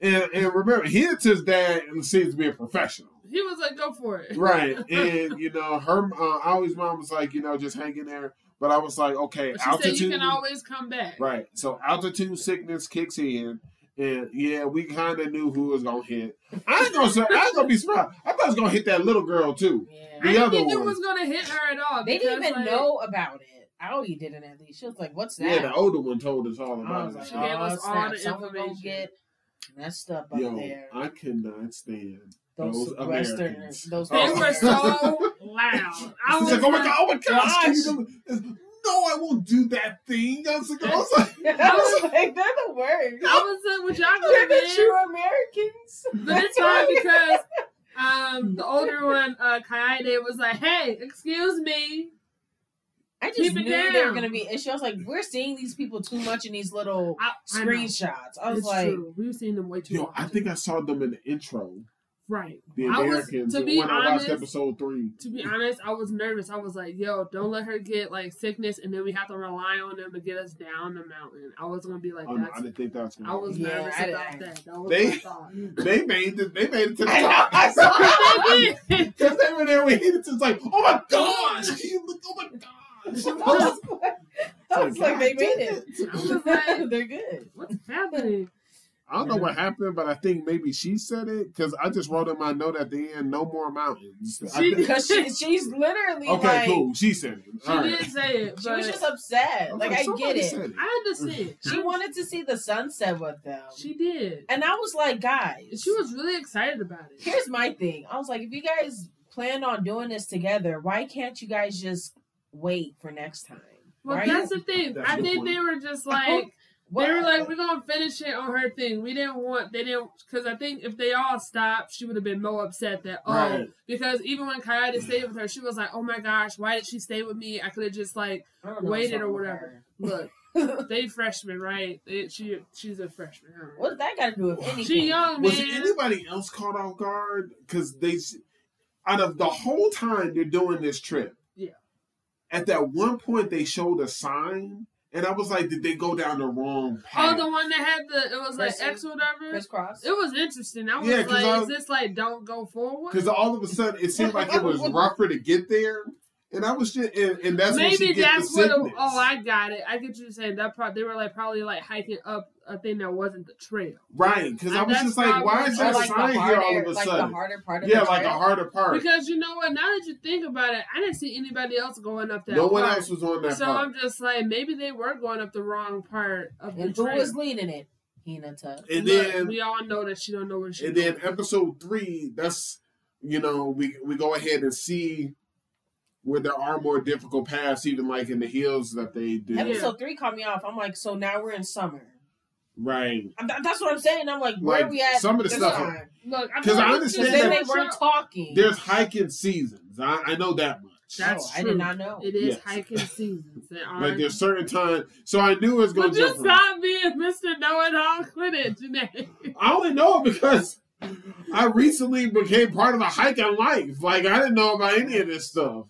Speaker 1: And, and remember, his his dad seems to be a professional,
Speaker 3: He was like go for it.
Speaker 1: right? And you know, her uh, Ollie's mom was like, you know, just hanging there. But I was like, okay,
Speaker 3: But she said you
Speaker 1: altitude,
Speaker 3: can always come back.
Speaker 1: right? So altitude sickness kicks in, and yeah, we kind of knew who was gonna hit. I ain't gonna say, I ain't gonna be surprised. I thought it was gonna hit that little girl too.
Speaker 2: Yeah.
Speaker 3: I
Speaker 1: The
Speaker 3: didn't
Speaker 1: other
Speaker 3: think it
Speaker 1: one.
Speaker 3: was gonna hit her at all.
Speaker 2: They didn't
Speaker 3: because,
Speaker 2: even
Speaker 3: like,
Speaker 2: know about it. Aoi didn't at least. She was like, "What's that?"
Speaker 1: Yeah, the older one told us all
Speaker 2: I
Speaker 1: about
Speaker 2: was
Speaker 1: it.
Speaker 2: like,
Speaker 3: She gave
Speaker 2: "Oh,
Speaker 3: us all
Speaker 2: snap,
Speaker 3: the
Speaker 2: someone gonna
Speaker 3: information."
Speaker 2: get messed up up
Speaker 1: Yo,
Speaker 2: there."
Speaker 1: I cannot stand
Speaker 2: Those,
Speaker 1: those
Speaker 2: Westerners,
Speaker 1: Americans.
Speaker 2: those
Speaker 3: They
Speaker 1: Oh.
Speaker 3: were so loud. I was
Speaker 1: She's like, oh my
Speaker 3: like-
Speaker 1: god, oh my
Speaker 2: gosh."
Speaker 1: gosh. No, I won't do that thing. I was like, I was like,
Speaker 2: I was like, they're the worst.
Speaker 3: I was like, would y'all
Speaker 1: "Oh
Speaker 3: go
Speaker 2: They're the
Speaker 3: to bed?
Speaker 2: true Americans.
Speaker 3: But it's fine because um, the older one, uh, Kaede, was like, "Hey, excuse me."
Speaker 2: I just
Speaker 3: Keep it
Speaker 2: knew there were
Speaker 3: down.
Speaker 2: gonna be issues. I was like, we're seeing these people too much in these little
Speaker 3: I, I know.
Speaker 2: screenshots. I was
Speaker 3: It's
Speaker 2: like,
Speaker 3: true. we've seen them way too
Speaker 1: yo,
Speaker 3: long.
Speaker 1: I think I saw them in the intro,
Speaker 3: right.
Speaker 1: the
Speaker 3: I was-
Speaker 1: Americans,
Speaker 3: to be
Speaker 1: when I watched
Speaker 3: honest-
Speaker 1: episode three.
Speaker 3: To be honest, I was nervous. I was like, "Yo, don't let her get like sickness, and then we have to rely on them to get us down the mountain." I was gonna be like,
Speaker 1: Oh, no, I
Speaker 3: "That's."
Speaker 1: didn't think that was
Speaker 3: I
Speaker 1: going
Speaker 3: was
Speaker 2: Yeah,
Speaker 3: nervous
Speaker 2: I-
Speaker 3: about
Speaker 2: I-
Speaker 3: that. That was
Speaker 1: They-
Speaker 3: my thought.
Speaker 1: They made it. They made it to the
Speaker 2: I know,
Speaker 1: top.
Speaker 2: I saw
Speaker 1: Because they were there. We needed to. It's like, oh my gosh! Can you look- Oh my gosh! I was-
Speaker 2: I was like, they
Speaker 1: God
Speaker 2: made
Speaker 1: damn
Speaker 2: it.
Speaker 3: I was like,
Speaker 2: they're good.
Speaker 3: "What's happening?"
Speaker 1: I don't know what happened, but I think maybe she said it because I just wrote in my note at the end, "No more mountains." I
Speaker 3: She-
Speaker 1: think-
Speaker 2: Because she, she's literally
Speaker 1: okay,
Speaker 2: like,
Speaker 1: cool. She said it.
Speaker 3: She
Speaker 1: All right.
Speaker 3: did say it,
Speaker 2: she
Speaker 3: but
Speaker 2: was just upset.
Speaker 1: I'm
Speaker 2: Like, I get
Speaker 1: somebody
Speaker 2: it.
Speaker 1: said
Speaker 3: I understand.
Speaker 2: She
Speaker 3: I'm-
Speaker 2: wanted to see the sunset with them.
Speaker 3: She did.
Speaker 2: and I was like, guys,
Speaker 3: She was really excited about it.
Speaker 2: here's my thing. I was like, if you guys plan on doing this together, why can't you guys just wait for next time?
Speaker 3: Well,
Speaker 2: right?
Speaker 3: that's the thing.
Speaker 1: That's
Speaker 3: I
Speaker 1: the
Speaker 3: think
Speaker 1: point.
Speaker 3: they were just like
Speaker 2: What-
Speaker 3: they were like, we're gonna finish it on her thing. We didn't want they didn't because I think if they all stopped, she would have been more upset that oh
Speaker 1: Right.
Speaker 3: because even when Kayada stayed with her, she was like, oh my gosh, why did she stay with me? I could have just like
Speaker 2: I don't know
Speaker 3: waited
Speaker 2: something
Speaker 3: or whatever. look,
Speaker 2: about her.
Speaker 3: they freshmen, right? They, she she's a freshman. I don't know.
Speaker 2: what does that got to do with anything?
Speaker 3: She young
Speaker 1: Was
Speaker 3: Oh, man.
Speaker 1: anybody else caught off guard? Because they, s- out of the whole time they're doing this trip,
Speaker 3: Yeah.
Speaker 1: At that one point, they showed a sign, and I was like, "Did they go down the wrong
Speaker 3: oh,
Speaker 1: path?"
Speaker 3: the one that had the it was like
Speaker 2: Kristen.
Speaker 3: X whatever.
Speaker 2: crisscross.
Speaker 3: It was interesting. I was
Speaker 1: Yeah, 'cause
Speaker 3: like,
Speaker 1: I-
Speaker 3: is this like don't go forward?
Speaker 1: Because all of a sudden, it seemed like it was rougher to get there, and I was just, and, and that's when
Speaker 3: Maybe
Speaker 1: she get the
Speaker 3: that's what.
Speaker 1: sickness.
Speaker 3: oh, I got it. I get you saying that part. They were like probably like hiking up a thing that wasn't the trail.
Speaker 1: right? Because I
Speaker 3: And
Speaker 1: was
Speaker 3: that's
Speaker 1: just like, "Why
Speaker 3: probably-
Speaker 1: is
Speaker 2: Or
Speaker 1: there a
Speaker 2: like the
Speaker 1: sign here all of
Speaker 2: harder,
Speaker 1: a
Speaker 2: like the
Speaker 1: sudden?"
Speaker 2: harder part of
Speaker 1: Yeah,
Speaker 2: the
Speaker 1: like the
Speaker 2: trail.
Speaker 1: harder part.
Speaker 3: Because you know what? Now that you think about it, I didn't see anybody else going up that.
Speaker 1: no one
Speaker 3: part.
Speaker 1: else was on that
Speaker 3: So
Speaker 1: part.
Speaker 3: I'm just like, maybe they were going up the wrong part of the
Speaker 2: And who
Speaker 3: trail.
Speaker 2: was leading it? Hinata.
Speaker 1: and
Speaker 3: Look,
Speaker 1: then
Speaker 3: we all know that she don't know where she.
Speaker 1: And then episode three, that's you know, we we go ahead and see where there are more difficult paths, even like in the hills that they do.
Speaker 3: Yeah.
Speaker 2: Episode three caught me off. I'm like, so now we're in summer.
Speaker 1: Right.
Speaker 2: I'm, that- that's what I'm saying. I'm like, where
Speaker 1: Like
Speaker 2: are we at?
Speaker 1: some of the
Speaker 2: this
Speaker 1: stuff
Speaker 2: time?
Speaker 3: look, I'm
Speaker 1: 'Cause I
Speaker 3: not-
Speaker 1: understand
Speaker 2: Because
Speaker 1: Then
Speaker 2: then
Speaker 1: they
Speaker 2: they weren't talking.
Speaker 1: there's hiking seasons. I, I know that much.
Speaker 3: That's
Speaker 2: oh, I
Speaker 3: true.
Speaker 2: did not know.
Speaker 3: It is
Speaker 1: Yes.
Speaker 3: hiking seasons. They are.
Speaker 1: Like there's certain time so I knew it was gonna
Speaker 3: Would you
Speaker 1: jump around.
Speaker 3: stop being Mr. Know It All? Quit it, Janae.
Speaker 1: I only know it because I recently became part of the hiking life. Like I didn't know about any of this stuff.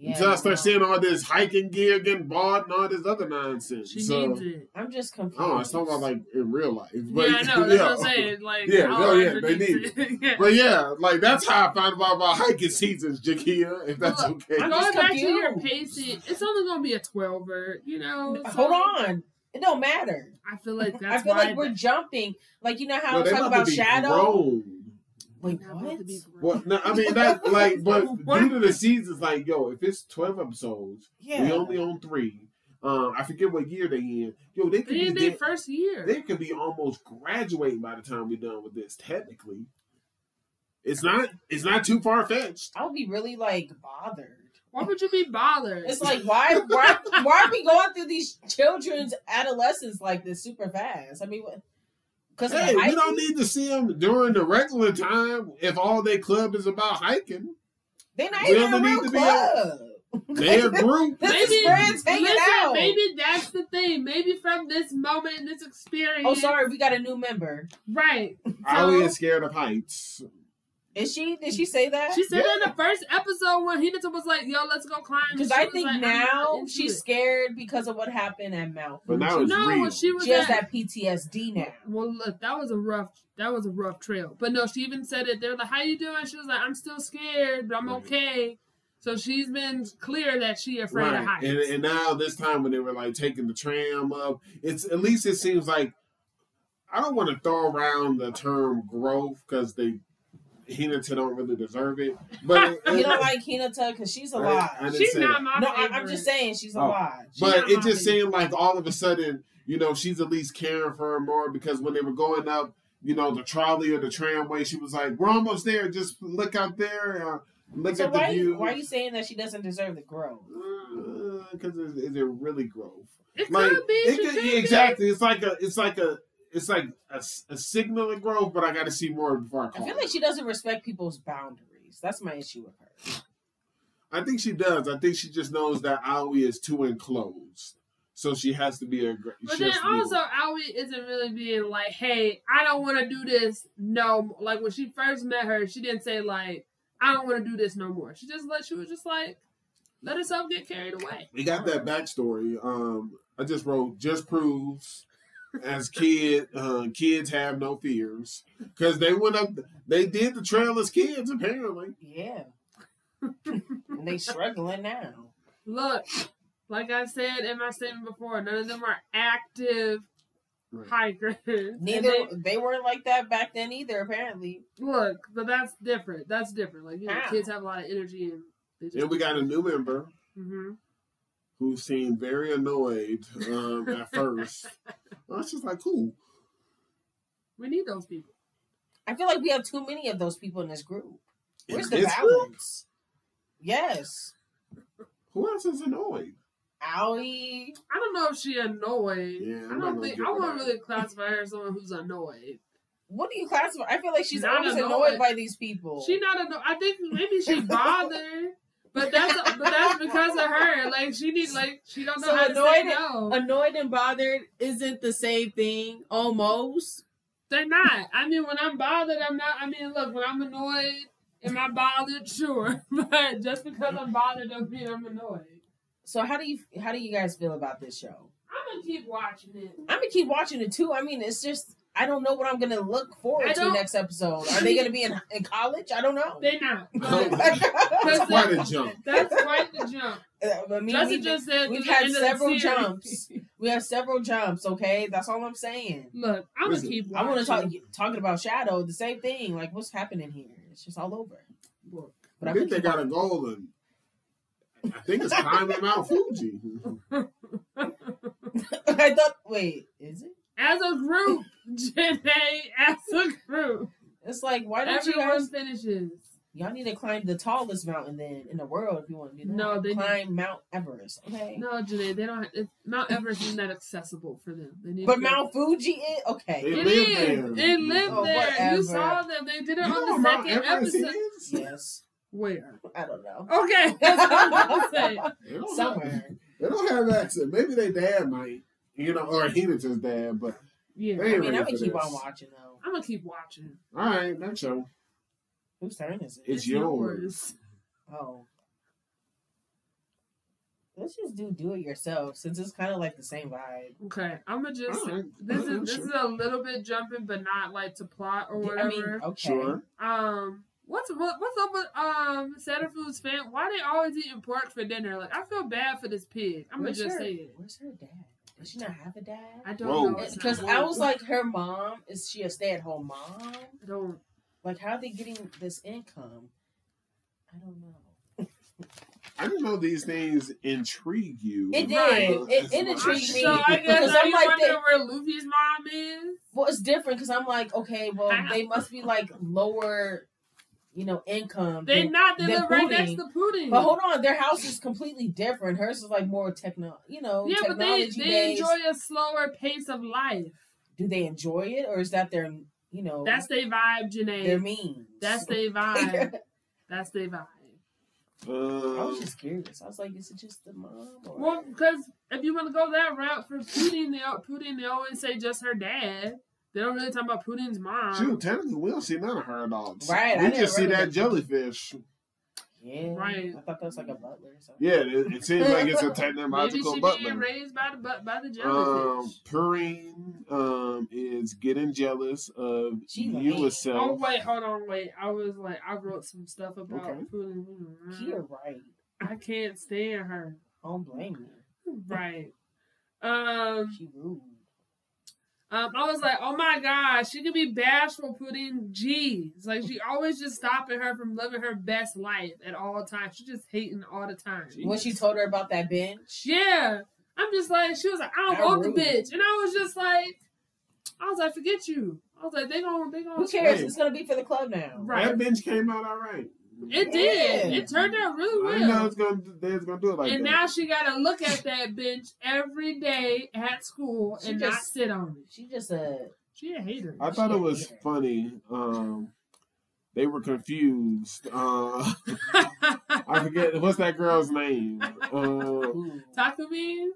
Speaker 2: Yeah,
Speaker 1: Until I
Speaker 2: no.
Speaker 1: started seeing all this hiking gear getting bought and all this other nonsense.
Speaker 3: She
Speaker 1: so
Speaker 3: needs it.
Speaker 2: I'm just confused.
Speaker 1: Oh, it's talking about like in real life. But,
Speaker 3: yeah, I know. That's what I'm saying. Like,
Speaker 1: Yeah,
Speaker 3: all
Speaker 1: no, yeah,
Speaker 3: under
Speaker 1: they
Speaker 3: these-
Speaker 1: need
Speaker 3: yeah.
Speaker 1: But yeah, like that's how I found out about hiking seasons, Jakia, if that's
Speaker 3: Look,
Speaker 1: okay.
Speaker 2: I'm
Speaker 3: Going
Speaker 2: just
Speaker 3: back to your
Speaker 2: confused.
Speaker 3: pacing, it's only gonna be a twelver, you know. so
Speaker 2: Hold on. It don't matter.
Speaker 3: I feel like that's
Speaker 2: I feel
Speaker 3: why
Speaker 2: like we're jumping. Like you know how
Speaker 1: No,
Speaker 2: I was
Speaker 1: they
Speaker 2: talking
Speaker 1: about to
Speaker 2: about
Speaker 1: be
Speaker 2: shadow.
Speaker 1: grown.
Speaker 2: Wait,
Speaker 3: Not about
Speaker 2: what?
Speaker 3: to be grown.
Speaker 1: Well, no, I mean that like but due to the seasons, like, yo, if it's twelve episodes, we
Speaker 2: Yeah.
Speaker 1: only own three. Um, I forget what year they in. Yo, they could
Speaker 3: They
Speaker 1: be
Speaker 3: in their
Speaker 1: dead-
Speaker 3: first year.
Speaker 1: they could be almost graduating by the time we're done with this, technically. It's not it's not too far fetched.
Speaker 2: I'll be really like bothered.
Speaker 3: why would you be bothered?
Speaker 2: It's like why why why are we going through these children's adolescence like this super fast? I mean, because
Speaker 1: Hey, we don't need to see them during the regular time if all their club is about hiking.
Speaker 2: They not
Speaker 1: we
Speaker 2: even a
Speaker 1: don't
Speaker 2: real
Speaker 1: need to be
Speaker 2: club.
Speaker 1: Their group.
Speaker 2: This is friends hanging
Speaker 3: listen,
Speaker 2: out.
Speaker 3: maybe that's the thing. Maybe from this moment, this experience.
Speaker 2: Oh, sorry, we got a new member.
Speaker 3: Right.
Speaker 1: Ali is scared of heights.
Speaker 2: Is she? Did she say that?
Speaker 3: She said that in the first episode when Hinata was like, "Yo, let's go climb."
Speaker 2: Because
Speaker 3: she
Speaker 2: I
Speaker 3: was
Speaker 2: think
Speaker 3: like, "I'm not
Speaker 2: now
Speaker 3: into
Speaker 2: she's
Speaker 3: it."
Speaker 2: scared because of what happened at Mount.
Speaker 1: But now it's
Speaker 3: no,
Speaker 1: real.
Speaker 3: when she was
Speaker 2: She has that
Speaker 3: at-
Speaker 2: PTSD now.
Speaker 3: Well, look, that was a rough, that was a rough trail. But no, she even said it. They're like, "How you doing?" She was like, "I'm still scared, but I'm
Speaker 1: Right.
Speaker 3: okay." So she's been clear that she afraid of
Speaker 1: Right.
Speaker 3: heights.
Speaker 1: And, and now this time when they were like taking the tram up, it's at least it seems like I don't want to throw around the term growth because they Hinata don't really deserve it. But it-
Speaker 2: You
Speaker 1: it-
Speaker 2: don't like Hinata because she's
Speaker 1: I-
Speaker 2: alive.
Speaker 1: I didn't
Speaker 3: she's
Speaker 1: say
Speaker 3: not
Speaker 1: that.
Speaker 3: my
Speaker 2: no, I,
Speaker 3: favorite.
Speaker 2: I'm just saying she's
Speaker 1: Oh.
Speaker 2: alive.
Speaker 3: She's
Speaker 1: But
Speaker 3: not
Speaker 1: it
Speaker 3: my
Speaker 1: just
Speaker 3: favorite.
Speaker 1: seemed like all of a sudden, you know, she's at least caring for her more because when they were going up, you know, the trolley or the tramway, she was like, "We're almost there. Just look out there. Uh, look
Speaker 2: so
Speaker 1: at the
Speaker 2: why
Speaker 1: view."
Speaker 2: you, why are you saying that she doesn't deserve the growth?
Speaker 1: because is, is it really growth?
Speaker 3: it
Speaker 1: Like
Speaker 3: could be
Speaker 1: it
Speaker 3: she
Speaker 1: could,
Speaker 3: could
Speaker 1: yeah,
Speaker 3: be.
Speaker 1: exactly. It's like a it's like a it's like a, s- a signal of growth, but I got to see more before I
Speaker 2: I
Speaker 1: call.
Speaker 2: feel
Speaker 1: it.
Speaker 2: like she doesn't respect people's boundaries. That's my issue with her.
Speaker 1: I think she does. I think she just knows that Aoi is too enclosed, so she has to be a. gr-
Speaker 3: But
Speaker 1: she
Speaker 3: then
Speaker 1: has to be-
Speaker 3: also, Aoi isn't really being like, "Hey, I don't want to do this no." Like when she first met her, she didn't say like, "I don't want to do this no more." She just let she was just like, let herself get carried away.
Speaker 1: we got that backstory. Um, I just wrote just proves as kid uh, kids have no fears because they went up they did the trail as kids apparently.
Speaker 2: Yeah. and they struggling now.
Speaker 3: Look, like I said in my statement before, none of them are active hikers. And
Speaker 2: Neither
Speaker 3: they-
Speaker 2: they weren't like that back then either. Apparently,
Speaker 3: Look, but that's different. That's different. Like you know,
Speaker 2: How?
Speaker 3: kids have a lot of energy and they just.
Speaker 1: And we got a new member
Speaker 3: hmm
Speaker 1: who seemed very annoyed um, at first. I was just like, cool.
Speaker 3: We need those people.
Speaker 2: I feel like we have too many of those people in this group. Where's the balance? Yes.
Speaker 1: Who else is annoyed?
Speaker 2: Owie.
Speaker 3: I don't know if she annoyed.
Speaker 1: Yeah,
Speaker 3: I
Speaker 1: I'm not
Speaker 3: don't
Speaker 1: gonna
Speaker 3: think
Speaker 1: give
Speaker 3: I
Speaker 1: her
Speaker 3: wouldn't
Speaker 1: that.
Speaker 3: really classify her as someone who's annoyed.
Speaker 2: What do you classify? I feel like she's
Speaker 3: Not
Speaker 2: always
Speaker 3: annoyed.
Speaker 2: annoyed by these people.
Speaker 3: She not annoyed. I think maybe she bothered, but that's but that's because of her. Like she need like she don't know
Speaker 4: So
Speaker 3: how to say
Speaker 4: annoyed-
Speaker 3: no.
Speaker 4: Annoyed and bothered isn't the same thing, almost.
Speaker 3: They're not. I mean, when I'm bothered, I'm not. I mean, look, when I'm annoyed, am I bothered? Sure, but just because I'm bothered doesn't mean I'm annoyed.
Speaker 2: so how do you how do you guys feel about this show?
Speaker 3: I'm gonna keep watching it.
Speaker 2: I'm gonna keep watching it too. I mean, it's just I don't know what I'm gonna look
Speaker 3: I
Speaker 2: forward to
Speaker 3: don't-
Speaker 2: next episode. Are they gonna be in, in college? I don't know.
Speaker 3: They're not. But
Speaker 1: That's
Speaker 3: Because
Speaker 1: quite a jump.
Speaker 3: that's quite the jump.
Speaker 2: I mean,
Speaker 3: Justin
Speaker 2: we-
Speaker 3: just said
Speaker 2: we've
Speaker 3: through the
Speaker 2: had
Speaker 3: end of the
Speaker 2: several
Speaker 3: series.
Speaker 2: jumps. we have several jumps. Okay, that's all I'm saying.
Speaker 3: Look, I'm gonna
Speaker 1: Listen,
Speaker 3: keep.
Speaker 2: I
Speaker 3: Watching.
Speaker 2: want to talk talking about Shadow. The same thing. Like, what's happening here? It's just all over.
Speaker 3: Look,
Speaker 2: But
Speaker 1: I
Speaker 2: I'm
Speaker 1: think
Speaker 2: gonna
Speaker 1: they
Speaker 2: keep
Speaker 1: got a goal, and I think it's climbing Mount Fuji.
Speaker 2: I thought. Wait, is it?
Speaker 3: As a group, Janae, as a group,
Speaker 2: It's like why don't you
Speaker 3: everyone
Speaker 2: guys?
Speaker 3: finishes.
Speaker 2: Y'all need to climb the tallest mountain then in the world if you want to do that.
Speaker 3: No, they
Speaker 2: climb Mount Everest. Okay,
Speaker 3: No, Janae, they don't. Have, it's, Mount Everest is not accessible for them. They need
Speaker 2: but
Speaker 3: to go-
Speaker 2: Mount Fuji is okay.
Speaker 1: They
Speaker 3: It
Speaker 1: live
Speaker 3: is.
Speaker 1: there.
Speaker 3: They live
Speaker 2: Oh,
Speaker 3: there.
Speaker 2: whatever.
Speaker 3: You saw them. They did it
Speaker 1: You know
Speaker 3: on the
Speaker 1: Mount
Speaker 3: second
Speaker 1: Everest
Speaker 3: episode.
Speaker 1: is?
Speaker 2: Yes,
Speaker 3: Where?
Speaker 2: I don't know.
Speaker 3: Okay, that's what I'm about to say.
Speaker 1: They don't have-
Speaker 2: Somewhere.
Speaker 1: They don't have access. Maybe they dad might, you know, or Heenan's dad, but
Speaker 3: Yeah,
Speaker 1: They
Speaker 2: I
Speaker 1: ain't
Speaker 2: mean,
Speaker 1: ready
Speaker 2: I'm
Speaker 1: for
Speaker 2: gonna keep
Speaker 1: this.
Speaker 2: on watching though.
Speaker 3: I'm gonna keep watching.
Speaker 1: All right, next show.
Speaker 2: Whose turn is it?
Speaker 1: It's yours.
Speaker 2: Oh. Let's just do do it yourself since it's kind of like the same vibe.
Speaker 3: Okay, I'm gonna just.
Speaker 1: All right.
Speaker 3: This
Speaker 1: All right,
Speaker 3: is this
Speaker 1: sure.
Speaker 3: is a little bit jumping, but not like to plot or
Speaker 2: I mean,
Speaker 3: whatever.
Speaker 2: okay.
Speaker 1: Sure.
Speaker 3: Um, what's what, what's up with um Santa Cruz fan? Why they always eating pork for dinner? Like I feel bad for this pig. I'm gonna
Speaker 2: Where's
Speaker 3: just
Speaker 2: her,
Speaker 3: say it.
Speaker 2: Where's her dad? Does she not have a dad?
Speaker 3: I don't
Speaker 1: Whoa.
Speaker 3: know. It's
Speaker 2: Because
Speaker 3: not-
Speaker 2: I was like, her mom is she a stay at home mom?
Speaker 3: I don't.
Speaker 2: Like, how are they getting this income? I don't know.
Speaker 1: I didn't know these things intrigue you.
Speaker 2: It did.
Speaker 3: Right.
Speaker 2: It, it
Speaker 1: That's why-
Speaker 2: intrigued me
Speaker 3: So I guess
Speaker 2: because
Speaker 3: are
Speaker 2: I'm
Speaker 3: you
Speaker 2: like,
Speaker 3: wondering
Speaker 2: they,
Speaker 3: where Luffy's mom is?
Speaker 2: well, it's different because I'm like, okay, well,
Speaker 3: Ow.
Speaker 2: they must be like lower, you know, income.
Speaker 3: They
Speaker 2: than-
Speaker 3: not. They
Speaker 2: the
Speaker 3: live right next
Speaker 2: pudding.
Speaker 3: to pudding.
Speaker 2: but hold on, their house is completely different. Hers is like more techno, you know,
Speaker 3: yeah, but they
Speaker 2: technology
Speaker 3: they
Speaker 2: based.
Speaker 3: enjoy a slower pace of life.
Speaker 2: Do they enjoy it or is that their, you know,
Speaker 3: That's their vibe,
Speaker 2: their
Speaker 3: Janae.
Speaker 2: means?
Speaker 3: That's their vibe. That's their vibe.
Speaker 2: I was
Speaker 1: Uh,
Speaker 2: just curious. I was like, is it just the mom? Or...
Speaker 3: Well, because if you want to go that route for Putin, they al- Putin they always say just her dad. They don't really talk about Putin's mom.
Speaker 1: Uh, shoot, technically, we don't see none of her adults.
Speaker 2: Right, I
Speaker 1: We
Speaker 2: didn't
Speaker 1: just see
Speaker 2: remember
Speaker 1: that
Speaker 2: that.
Speaker 1: jellyfish.
Speaker 2: yeah,
Speaker 3: Right.
Speaker 2: I thought that was like a butler or something.
Speaker 1: Yeah, it, it seems like it's a
Speaker 3: Maybe
Speaker 1: technological
Speaker 3: she
Speaker 1: butler.
Speaker 3: being raised by the bu- by the
Speaker 1: Um,
Speaker 3: jellyfish.
Speaker 1: Purine um, is getting jealous of
Speaker 2: She
Speaker 1: you
Speaker 2: the man.
Speaker 3: oh
Speaker 1: yourself.
Speaker 3: wait, hold on, wait. I was like, I wrote some stuff about
Speaker 1: Okay.
Speaker 3: Putin.
Speaker 2: You're right.
Speaker 3: I can't stand her.
Speaker 2: I don't blame you.
Speaker 3: Right. Um.
Speaker 2: She rude.
Speaker 3: Um, I was like, oh my god, she could be bashful putting G's. Like she always just stopping her from living her best life at all times. She just hating all the time.
Speaker 1: Jeez.
Speaker 2: When she told her about that bench,
Speaker 3: Yeah. I'm just like, she was like, I don't
Speaker 2: How
Speaker 3: want the
Speaker 2: rude.
Speaker 3: bitch. And I was just like, I was like, forget you. I was like, they gonna they gonna
Speaker 2: who cares?
Speaker 1: Hey.
Speaker 2: It's gonna be for the club now.
Speaker 3: Right.
Speaker 1: That bench came out all right.
Speaker 3: It did.
Speaker 2: Yeah.
Speaker 3: It turned out really
Speaker 1: I
Speaker 3: well.
Speaker 1: didn't know it's gonna, they was gonna do it like
Speaker 3: and
Speaker 1: that.
Speaker 3: now she gotta look at that bench every day at school
Speaker 2: She
Speaker 3: and not
Speaker 2: just-
Speaker 3: sit on it.
Speaker 2: She just a
Speaker 3: She a hater.
Speaker 1: I thought it was funny. Um, they were confused. Uh, I forget what's that girl's name. Uh,
Speaker 2: ooh.
Speaker 3: Talk to me.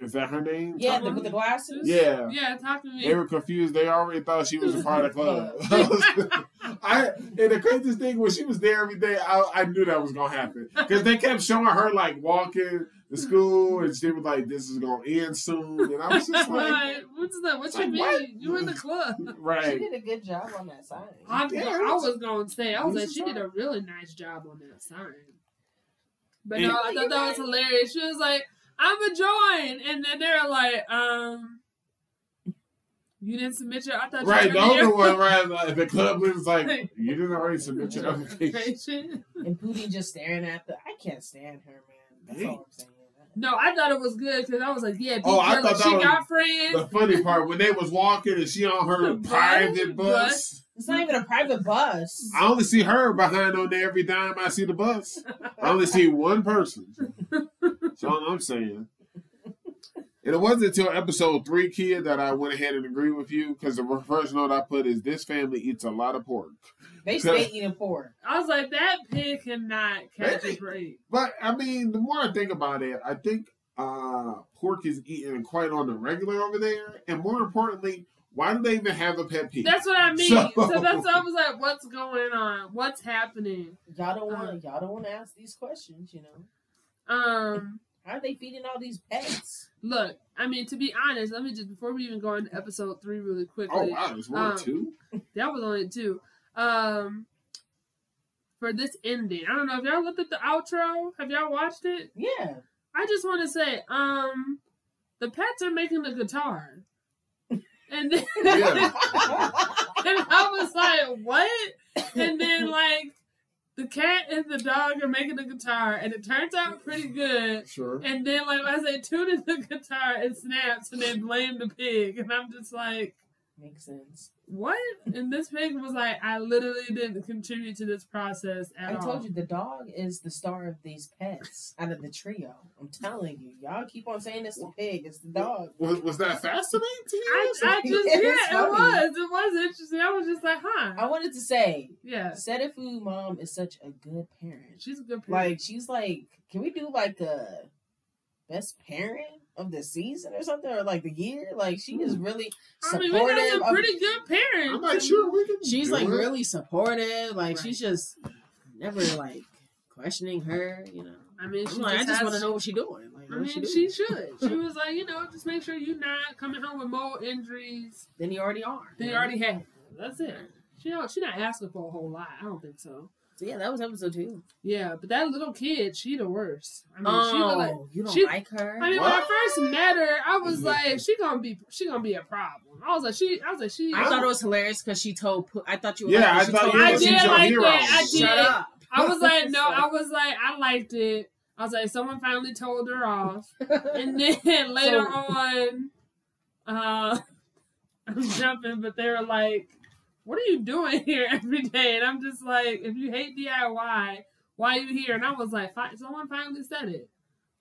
Speaker 1: is that her name?
Speaker 2: yeah, the,
Speaker 1: Tanya?
Speaker 2: with the glasses.
Speaker 1: yeah.
Speaker 3: Yeah, talk to me.
Speaker 1: They were confused. They already thought she was a part of the club. I and the craziest thing when she was there every day, I, I knew that was gonna happen because they kept showing her like walking to school, and she was like, "This is gonna end soon," and I was just like,
Speaker 3: Like, what's that? What you
Speaker 1: like,
Speaker 3: mean?
Speaker 1: what?
Speaker 3: You in the club?
Speaker 2: She
Speaker 1: "Right."
Speaker 2: did a good job on that sign.
Speaker 3: I,
Speaker 1: Yeah,
Speaker 3: I was gonna say, I was
Speaker 1: this
Speaker 3: like,
Speaker 1: is
Speaker 3: she did
Speaker 1: her.
Speaker 3: a really nice job on that sign. But
Speaker 1: And-
Speaker 3: no, I thought that was hilarious. She was like, "I'm a join," and then they're like, "Um, you didn't submit your." I thought you
Speaker 1: Right,
Speaker 3: submitted
Speaker 1: the other
Speaker 3: your
Speaker 1: one, right? Like, the club was like, "You didn't already submit your application."
Speaker 3: application."
Speaker 2: And Booty just staring at the. I can't stand her, man. That's all I'm saying.
Speaker 3: No, I thought it was good because I was like, yeah,
Speaker 1: Oh, I
Speaker 3: Big
Speaker 1: thought
Speaker 3: Brother, she
Speaker 1: that
Speaker 3: got friends.
Speaker 1: The funny part when they was walking and she on her
Speaker 3: Bus,
Speaker 1: private bus,
Speaker 2: It's not even a private bus.
Speaker 1: I only see her behind on there every time I see the bus. I only see one person. That's all I'm saying. And it wasn't until episode three, Kia, that I went ahead and agreed with you because the first note I put is this family eats a lot of pork.
Speaker 2: They stay eating pork.
Speaker 3: I was like, that pig cannot catch a
Speaker 1: Really?
Speaker 3: break.
Speaker 1: But I mean, the more I think about it, I think uh, pork is eaten quite on the regular over there. And more importantly, why do they even have a pet peeve?
Speaker 3: That's what I mean. So,
Speaker 1: So-
Speaker 3: that's I was like, what's going on? What's happening?
Speaker 2: Y'all don't want to. Y'all don't want to ask these questions. You know,
Speaker 3: Um,
Speaker 2: how are they feeding all these pets?
Speaker 3: look, I mean, to be honest, let me just before we even go into episode three really quickly.
Speaker 1: oh wow, there's one
Speaker 3: Um,
Speaker 1: too.
Speaker 3: That was on it too. Um, for this ending, I don't know if y'all looked at the outro. Have y'all watched it?
Speaker 2: Yeah,
Speaker 3: I just want to say, um, the pets are making the guitar, and then,
Speaker 1: Yeah.
Speaker 3: and I was like, what? And then like the cat and the dog are making the guitar, and it turns out pretty good.
Speaker 1: Sure.
Speaker 3: And then like I say, tune the guitar and snaps, and they blame the pig, and I'm just like.
Speaker 2: makes sense.
Speaker 3: What? And this pig was like, I literally didn't contribute to this process at
Speaker 2: I
Speaker 3: all.
Speaker 2: told you the dog is the star of these pets out of the trio. I'm telling you, y'all keep on saying it's the pig, it's the dog.
Speaker 1: Was, was that fascinating to
Speaker 3: I,
Speaker 1: you?
Speaker 3: I just
Speaker 2: It is
Speaker 3: yeah, it
Speaker 2: funny.
Speaker 3: was. It was interesting. I was just like, huh.
Speaker 2: I wanted to say,
Speaker 3: yeah.
Speaker 2: Setafu mom is such a good parent.
Speaker 3: She's a good person.
Speaker 2: Like she's like, can we do like a best parent of the season or something, or like the year? Like she is really
Speaker 3: Mm. I mean,
Speaker 2: supportive
Speaker 3: Lena's a
Speaker 2: of-
Speaker 3: pretty good parent.
Speaker 1: I'm like, sure, we can.
Speaker 4: She's
Speaker 1: do
Speaker 4: like
Speaker 1: it.
Speaker 4: really supportive. Like
Speaker 3: Right.
Speaker 4: she's just never like questioning her. You know.
Speaker 3: I mean,
Speaker 4: I'm
Speaker 3: she
Speaker 4: like, I
Speaker 3: just
Speaker 4: just
Speaker 3: has-
Speaker 4: want to know what she doing. Like,
Speaker 3: I
Speaker 4: what
Speaker 3: mean,
Speaker 4: she
Speaker 3: she,
Speaker 4: doing?
Speaker 3: should. She was like, you know, just make sure you're not coming home with more injuries
Speaker 4: then you already are.
Speaker 3: than you
Speaker 4: know?
Speaker 3: already had. That's it. She don't. She not asking for a whole lot. I don't think so.
Speaker 4: So yeah, that was episode two.
Speaker 3: Yeah, but that little kid, she the worst. I mean, she was
Speaker 4: oh,
Speaker 3: like,
Speaker 4: you don't
Speaker 3: she-
Speaker 4: like her?
Speaker 3: I mean, when I
Speaker 1: What?
Speaker 3: first met her, I was
Speaker 1: Mhm.
Speaker 3: like, she gonna be, she gonna be a problem. I was like, she, I was like, she.
Speaker 4: I thought it was hilarious because she told. Pooh- I thought you. Were
Speaker 1: Yeah,
Speaker 4: like,
Speaker 1: I
Speaker 4: she
Speaker 1: thought
Speaker 4: told
Speaker 1: you were
Speaker 4: Pooh-
Speaker 1: she's
Speaker 3: I did
Speaker 1: your
Speaker 3: like
Speaker 1: hero.
Speaker 3: that. I did.
Speaker 4: Shut up.
Speaker 3: I was like, no, I was like, I liked it. I was like, someone finally told her off, and then later on, uh, I'm jumping, but they were like, "What are you doing here every day?" And I'm just like, "If you hate DIY, why are you here?" And I was like, fi- "Someone finally said it."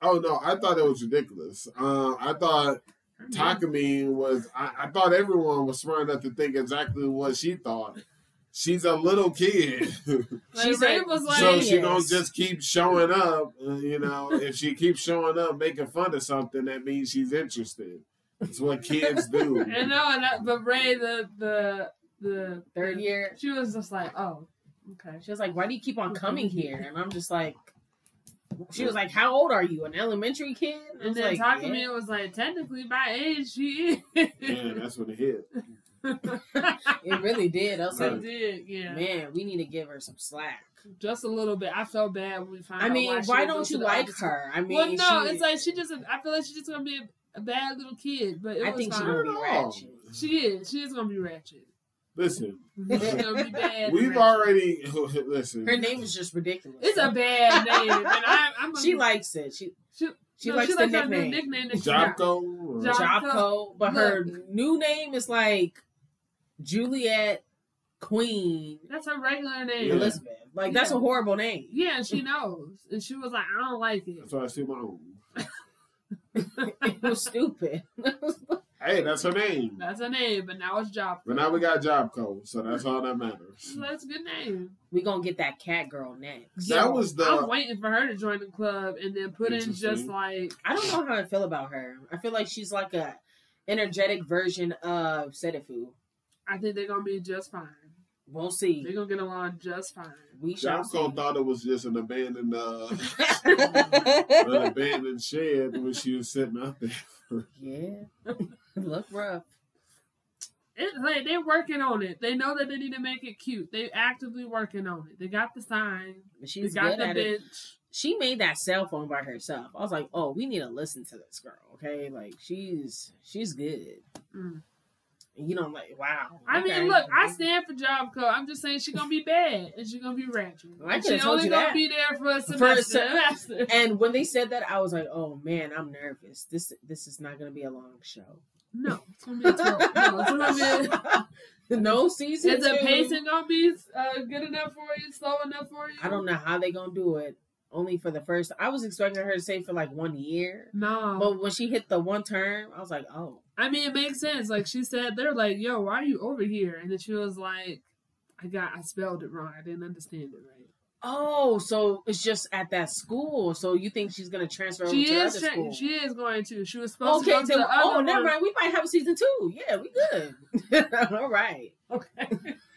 Speaker 1: Oh no, I thought it was ridiculous. Uh, I thought
Speaker 3: Mm-hmm.
Speaker 1: Takumi was. I, I thought everyone was smart enough to think exactly what she thought. She's a little kid,
Speaker 3: Like,
Speaker 4: She's
Speaker 3: Ray
Speaker 4: like,
Speaker 3: was like,
Speaker 1: so she
Speaker 4: Yes.
Speaker 1: gonna just keep showing up. uh, You know, if she keeps showing up, making fun of something, that means she's interested. It's what kids do.
Speaker 3: I know, and I, but Ray, the the the
Speaker 4: Third year,
Speaker 3: she was just like, oh, okay.
Speaker 4: she was like, "Why do you keep on coming here?" And I'm just like, she was like, "How old are you? An elementary kid?" I
Speaker 3: And
Speaker 4: was
Speaker 3: then
Speaker 4: like,
Speaker 3: talking to
Speaker 4: "Yeah."
Speaker 3: me was like, technically by age she is.
Speaker 1: Yeah, that's what it hit.
Speaker 4: It really did. I was
Speaker 3: I
Speaker 4: like,
Speaker 1: Right.
Speaker 3: did, yeah,
Speaker 4: "Man, we need to give her some slack."
Speaker 3: just a little bit. I felt bad when we found.
Speaker 4: I
Speaker 3: out
Speaker 4: mean, why,
Speaker 3: she would go
Speaker 4: don't
Speaker 3: to
Speaker 4: you
Speaker 3: the
Speaker 4: like
Speaker 3: other school.
Speaker 4: her? I mean,
Speaker 3: well, no,
Speaker 4: she-
Speaker 3: it's like she just. I feel like she's just gonna be a, a bad little kid, but it
Speaker 4: I
Speaker 3: was
Speaker 4: think she's
Speaker 3: fine.
Speaker 4: gonna be
Speaker 1: Not at all.
Speaker 4: ratchet.
Speaker 3: she is. She is gonna be ratchet.
Speaker 1: Listen,
Speaker 3: She's gonna be bad. and
Speaker 1: we've
Speaker 3: ratchet.
Speaker 1: already listen.
Speaker 4: Her name is just ridiculous.
Speaker 3: It's a bad name, and I, I'm.
Speaker 4: she
Speaker 3: like.
Speaker 4: likes it. She
Speaker 3: She,
Speaker 4: she
Speaker 3: no,
Speaker 4: likes
Speaker 3: she
Speaker 4: the
Speaker 3: likes that new
Speaker 4: nickname,
Speaker 3: nickname that she got.
Speaker 1: Jocko.
Speaker 3: Jocko.
Speaker 1: or-
Speaker 4: Jocko, but her new name is like Juliet Queen
Speaker 3: That's her regular
Speaker 1: Yeah.
Speaker 3: name.
Speaker 4: Elizabeth. Like that's a horrible name.
Speaker 3: Yeah, and she knows. And she was like, I don't like it.
Speaker 1: That's why I see my own.
Speaker 4: It was stupid.
Speaker 1: Hey, that's her name.
Speaker 3: That's her name, but now it's job.
Speaker 1: But now we got Jobco, so that's all that matters.
Speaker 3: That's a good name.
Speaker 4: We gonna get that cat girl next.
Speaker 1: That was
Speaker 3: I'm
Speaker 1: the
Speaker 3: waiting for her to join the club and then put in just
Speaker 1: Interesting.
Speaker 3: like
Speaker 4: I don't know how I feel about her. I feel like she's like a energetic version of Sedifu.
Speaker 3: I think they're gonna be just fine.
Speaker 4: We'll
Speaker 3: They're
Speaker 4: see.
Speaker 3: gonna get along just fine.
Speaker 4: We shall
Speaker 1: Jocko thought it was just an abandoned uh,
Speaker 4: see.
Speaker 1: an abandoned shed when she was sitting out there.
Speaker 4: Yeah. Look rough.
Speaker 3: It's like they're working on it. They know that they need to make it cute. They actively working on it. They got the sign.
Speaker 4: But
Speaker 3: They
Speaker 4: She's
Speaker 3: got
Speaker 4: good
Speaker 3: the
Speaker 4: at it.
Speaker 3: bench.
Speaker 4: She made that cell phone by herself. I was like, oh, we need to listen to this girl, okay? Like she's she's good.
Speaker 3: Mm.
Speaker 2: And you don't like, wow.
Speaker 3: I mean,
Speaker 2: okay.
Speaker 3: look, I stand for job code. I'm just saying she's gonna be bad and she's gonna be ratchet.
Speaker 2: I
Speaker 3: And
Speaker 2: could've
Speaker 3: she
Speaker 2: told
Speaker 3: only
Speaker 2: you
Speaker 3: gonna
Speaker 2: that.
Speaker 3: be there for a semester.
Speaker 2: For a
Speaker 3: semester.
Speaker 2: And when they said that, I was like, oh man, I'm nervous. This this is not gonna be a long show.
Speaker 3: No, it's gonna be a tour. No, it's gonna be.
Speaker 2: no season.
Speaker 3: Is the
Speaker 2: two.
Speaker 3: pacing gonna be uh, good enough for you? Slow enough for you?
Speaker 2: I don't know how they gonna do it. Only for the first. I was expecting her to say for like one year,
Speaker 3: No,
Speaker 2: but when she hit the one term, I was like, oh,
Speaker 3: I mean, it makes sense. Like she said, they're like, "Yo, why are you over here?" And then she was like, "I got, I spelled it wrong. I didn't understand it right."
Speaker 2: oh, so it's just at that school. So you think she's gonna transfer over
Speaker 3: She
Speaker 2: to the
Speaker 3: is,
Speaker 2: other
Speaker 3: tra-
Speaker 2: school?
Speaker 3: she is going to. She was supposed
Speaker 2: okay,
Speaker 3: to go
Speaker 2: then-
Speaker 3: to the
Speaker 2: oh,
Speaker 3: other
Speaker 2: never
Speaker 3: one.
Speaker 2: mind. We might have a season two. Yeah, we good. all right.
Speaker 3: Okay,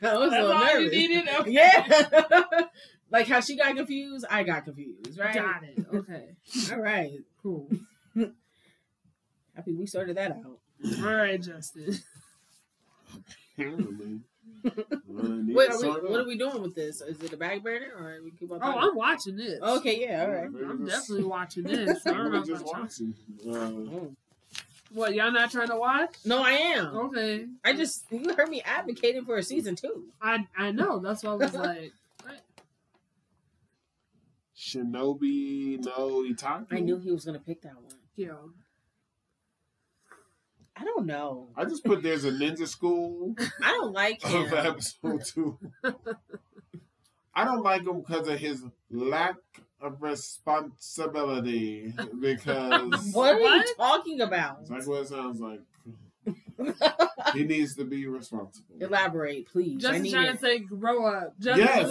Speaker 2: I was
Speaker 3: that's
Speaker 2: so
Speaker 3: all you
Speaker 2: nervous.
Speaker 3: needed. Okay.
Speaker 2: Yeah. like how she got confused, I got confused, right?
Speaker 3: got it. Okay,
Speaker 2: All right.
Speaker 3: cool.
Speaker 2: Happy we sorted that out.
Speaker 3: All right, Justin.
Speaker 1: Apparently.
Speaker 2: Wait, are we, what are we doing with this? Is it a back burner or we keep on
Speaker 3: Oh,
Speaker 2: talking?
Speaker 3: I'm watching this.
Speaker 2: okay, yeah, all right.
Speaker 3: I'm definitely watching this. I don't know
Speaker 1: I'm
Speaker 3: about
Speaker 1: just
Speaker 3: y'all.
Speaker 1: watching. Uh,
Speaker 3: Mm-hmm.
Speaker 2: Mm.
Speaker 3: What y'all not trying to watch?
Speaker 2: No, I am.
Speaker 3: Okay,
Speaker 2: I just you heard me advocating for a season two.
Speaker 3: I I know. That's why I was like,
Speaker 1: Shinobi no Itaki.
Speaker 2: I
Speaker 3: Mm-hmm.
Speaker 2: knew he was gonna pick that one.
Speaker 3: yo,
Speaker 2: I don't know.
Speaker 1: I just put there's a ninja school
Speaker 2: I don't like him.
Speaker 1: for episode two. I don't like him because of his lack of responsibility. Because
Speaker 2: What are you
Speaker 3: What?
Speaker 2: talking about?
Speaker 1: it's like what it sounds like. he needs to be responsible.
Speaker 2: Elaborate, please. I
Speaker 3: Justin
Speaker 2: need
Speaker 3: trying
Speaker 2: it.
Speaker 3: to say grow up. Justin's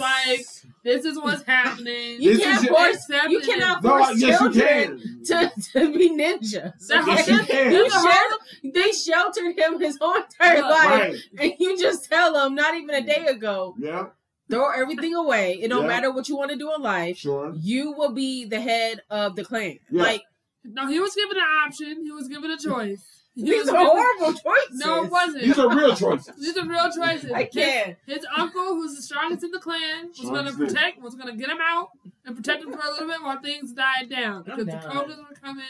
Speaker 1: yes.
Speaker 3: like, this is what's happening.
Speaker 1: You This
Speaker 2: can't
Speaker 1: is-
Speaker 2: force-
Speaker 3: Accept
Speaker 2: you
Speaker 3: it.
Speaker 2: cannot
Speaker 1: no,
Speaker 2: force
Speaker 1: yes, you
Speaker 2: children
Speaker 1: can.
Speaker 2: to, to be ninjas.
Speaker 3: That-
Speaker 1: Yes, you
Speaker 2: okay?
Speaker 1: can.
Speaker 2: You
Speaker 3: That's a whole-
Speaker 2: shel- they sheltered him his whole entire
Speaker 3: Look.
Speaker 2: life,
Speaker 1: Right.
Speaker 2: and you just tell him not even a day ago,
Speaker 1: Yeah.
Speaker 2: throw everything away. It don't
Speaker 1: Yeah.
Speaker 2: matter what you want to do in life.
Speaker 1: Sure.
Speaker 2: You will be the head of the clan.
Speaker 1: Yeah.
Speaker 2: Like
Speaker 3: No, he was given an option. He was given a choice. He
Speaker 2: these
Speaker 3: was
Speaker 2: are
Speaker 3: given-
Speaker 2: horrible choices.
Speaker 3: No, it wasn't.
Speaker 1: These are real choices.
Speaker 3: These are real choices.
Speaker 2: I can't.
Speaker 3: His, his uncle, who's the strongest in the clan, was going to
Speaker 1: Strongest.
Speaker 3: protect, was going to get him out and protect him for a little bit while things died down because the
Speaker 2: done.
Speaker 3: cobras were coming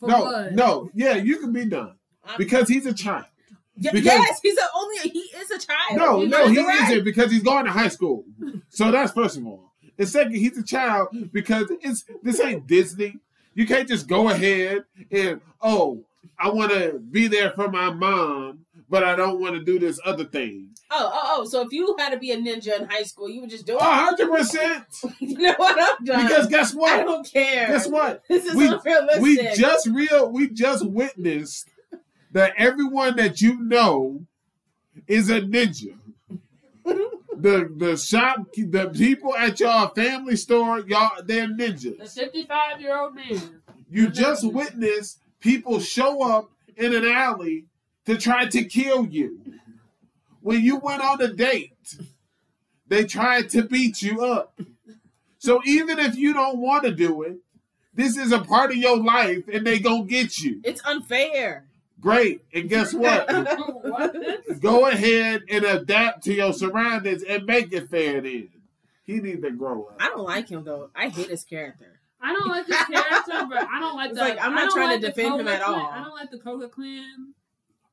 Speaker 3: for
Speaker 1: No,
Speaker 3: blood.
Speaker 1: no, yeah, you can be done
Speaker 2: I'm-
Speaker 1: because he's a child.
Speaker 2: Y-
Speaker 1: because-
Speaker 2: yes, he's a only. He is a child.
Speaker 1: No,
Speaker 2: You're
Speaker 1: no,
Speaker 2: not
Speaker 1: he
Speaker 2: correct.
Speaker 1: isn't because he's going to high school. So that's first of all. And second, he's a child because it's this ain't Disney. You can't just go ahead and oh, I want to be there for my mom, but I don't want to do this other thing.
Speaker 2: Oh, oh, oh. So if you had to be a ninja in high school, you would just do
Speaker 1: A
Speaker 2: it.
Speaker 1: hundred percent.
Speaker 2: you know what? I'm done.
Speaker 1: Because guess
Speaker 2: I
Speaker 1: what?
Speaker 2: don't care.
Speaker 1: Guess what?
Speaker 2: This is
Speaker 1: We-
Speaker 2: unrealistic.
Speaker 1: We just real. We just witnessed that everyone that you know is a ninja. the the shop, the people at y'all family store, y'all they're
Speaker 3: The
Speaker 1: ninjas.
Speaker 3: 55 year old man.
Speaker 1: You just witnessed people show up in an alley to try to kill you. When you went on a date, they tried to beat you up. So even if you don't want to do it, this is a part of your life and they gonna get you.
Speaker 2: It's unfair.
Speaker 1: Great. And guess what?
Speaker 3: Oh, what?
Speaker 1: Go ahead and adapt to your surroundings and make it fair then. He need to grow up.
Speaker 2: I don't like him though. I hate his character.
Speaker 3: I don't like his character, but I don't like
Speaker 2: It's
Speaker 3: the.
Speaker 2: like, I'm
Speaker 3: I
Speaker 2: not
Speaker 3: don't
Speaker 2: trying to
Speaker 3: like the
Speaker 2: defend him
Speaker 3: Koga
Speaker 2: at
Speaker 3: clan.
Speaker 2: all.
Speaker 3: I don't like the Koga clan.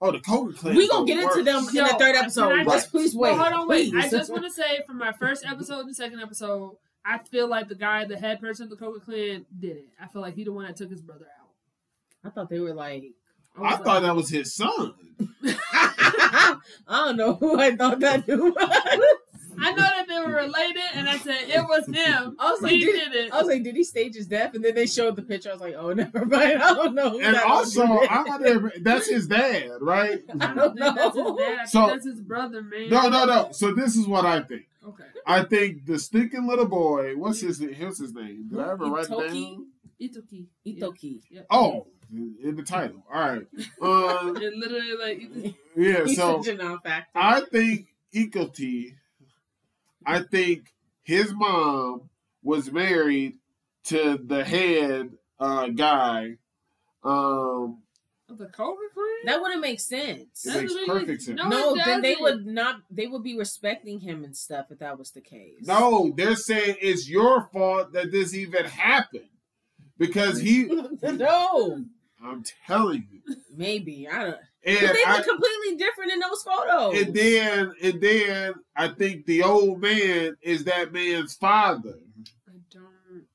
Speaker 1: Oh, the Kobe clan.
Speaker 2: We gonna get into them in the
Speaker 3: Yo,
Speaker 2: third
Speaker 3: I-
Speaker 2: episode.
Speaker 3: can I
Speaker 2: Just
Speaker 1: just-
Speaker 2: please
Speaker 3: Well,
Speaker 2: wait.
Speaker 3: hold on, wait. I
Speaker 2: Please.
Speaker 3: just want to say from my first episode to second episode, I feel like the guy, the head person of the Coca Clan, did it. I feel like he the one that took his brother out.
Speaker 2: I thought they were like.
Speaker 1: I
Speaker 3: was like,
Speaker 1: thought that was his son.
Speaker 2: I don't know who I thought that dude was.
Speaker 3: I know that they were related, and I said it was him.
Speaker 2: I was like,
Speaker 3: he
Speaker 2: did,
Speaker 3: did it.
Speaker 2: I was like, did he stage his death? And then they showed the picture. I was like, oh, never mind. I don't know. who
Speaker 1: And
Speaker 2: that
Speaker 1: also,
Speaker 2: dude is.
Speaker 1: I wonder if that's his dad, right?
Speaker 3: I
Speaker 1: No,
Speaker 3: don't think that's his
Speaker 2: No.
Speaker 3: dad. I
Speaker 1: So-
Speaker 3: think that's his brother, man.
Speaker 1: no, no. So this is what I think.
Speaker 3: Okay.
Speaker 1: I think the stinking little boy. What's his what's his name? Did I ever write it
Speaker 2: Itoki?
Speaker 1: down?
Speaker 3: Itoki.
Speaker 2: Itoki.
Speaker 3: Yeah.
Speaker 1: Oh, in the title. All right. Uh,
Speaker 3: It literally like Itoki.
Speaker 1: yeah.
Speaker 2: He's
Speaker 1: So
Speaker 2: such a non-factor.
Speaker 1: I think Ikoti, I think his mom was married to the head uh, guy. Um,
Speaker 3: the Coca Clan.
Speaker 2: That wouldn't make sense.
Speaker 1: It makes perfect sense.
Speaker 3: No,
Speaker 2: no,
Speaker 3: it
Speaker 2: then they
Speaker 3: doesn't.
Speaker 2: would not. They would be respecting him and stuff if that was the case.
Speaker 1: no, they're saying it's your fault that this even happened because he.
Speaker 2: no,
Speaker 1: I'm telling you,
Speaker 4: Maybe I don't.
Speaker 1: And
Speaker 4: But they
Speaker 1: I,
Speaker 4: look completely different in those photos.
Speaker 1: and then and then I think the old man is that man's father.
Speaker 3: I don't.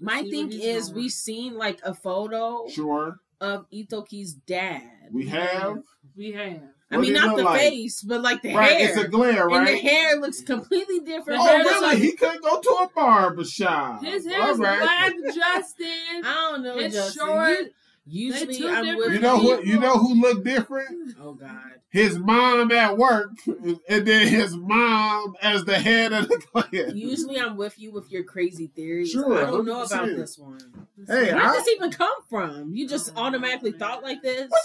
Speaker 4: My
Speaker 3: See
Speaker 4: thing
Speaker 3: where he's
Speaker 4: is,
Speaker 3: going.
Speaker 4: we seen like a photo
Speaker 1: Sure,
Speaker 4: of Itoki's dad.
Speaker 1: we have
Speaker 3: We have.
Speaker 4: I
Speaker 1: What
Speaker 4: mean,
Speaker 1: they
Speaker 4: not
Speaker 1: look
Speaker 4: the
Speaker 1: like?
Speaker 4: face, but like the
Speaker 1: right.
Speaker 4: hair.
Speaker 1: It's a glare,
Speaker 4: And the
Speaker 1: right?
Speaker 4: hair looks completely different.
Speaker 1: Oh,
Speaker 3: hair is
Speaker 1: really?
Speaker 3: like-
Speaker 1: he could go to a barber shop.
Speaker 3: His hair
Speaker 1: All
Speaker 3: is
Speaker 1: right.
Speaker 3: black, Justin.
Speaker 4: I don't know.
Speaker 3: It's
Speaker 4: Justin.
Speaker 3: short.
Speaker 4: You- Usually,
Speaker 3: two
Speaker 4: I'm with
Speaker 3: different-
Speaker 1: You know
Speaker 4: people-
Speaker 1: what? You know who looked different?
Speaker 4: Oh God.
Speaker 1: His mom at work, and then his mom as the head of the clan.
Speaker 4: Usually, I'm with you with your crazy theories.
Speaker 1: Sure,
Speaker 4: I don't know about
Speaker 1: 100%.
Speaker 4: this one.
Speaker 1: Hey,
Speaker 4: Where
Speaker 1: I-
Speaker 4: would this even come from? You just
Speaker 3: Oh,
Speaker 4: automatically
Speaker 3: man.
Speaker 4: thought like this.
Speaker 1: What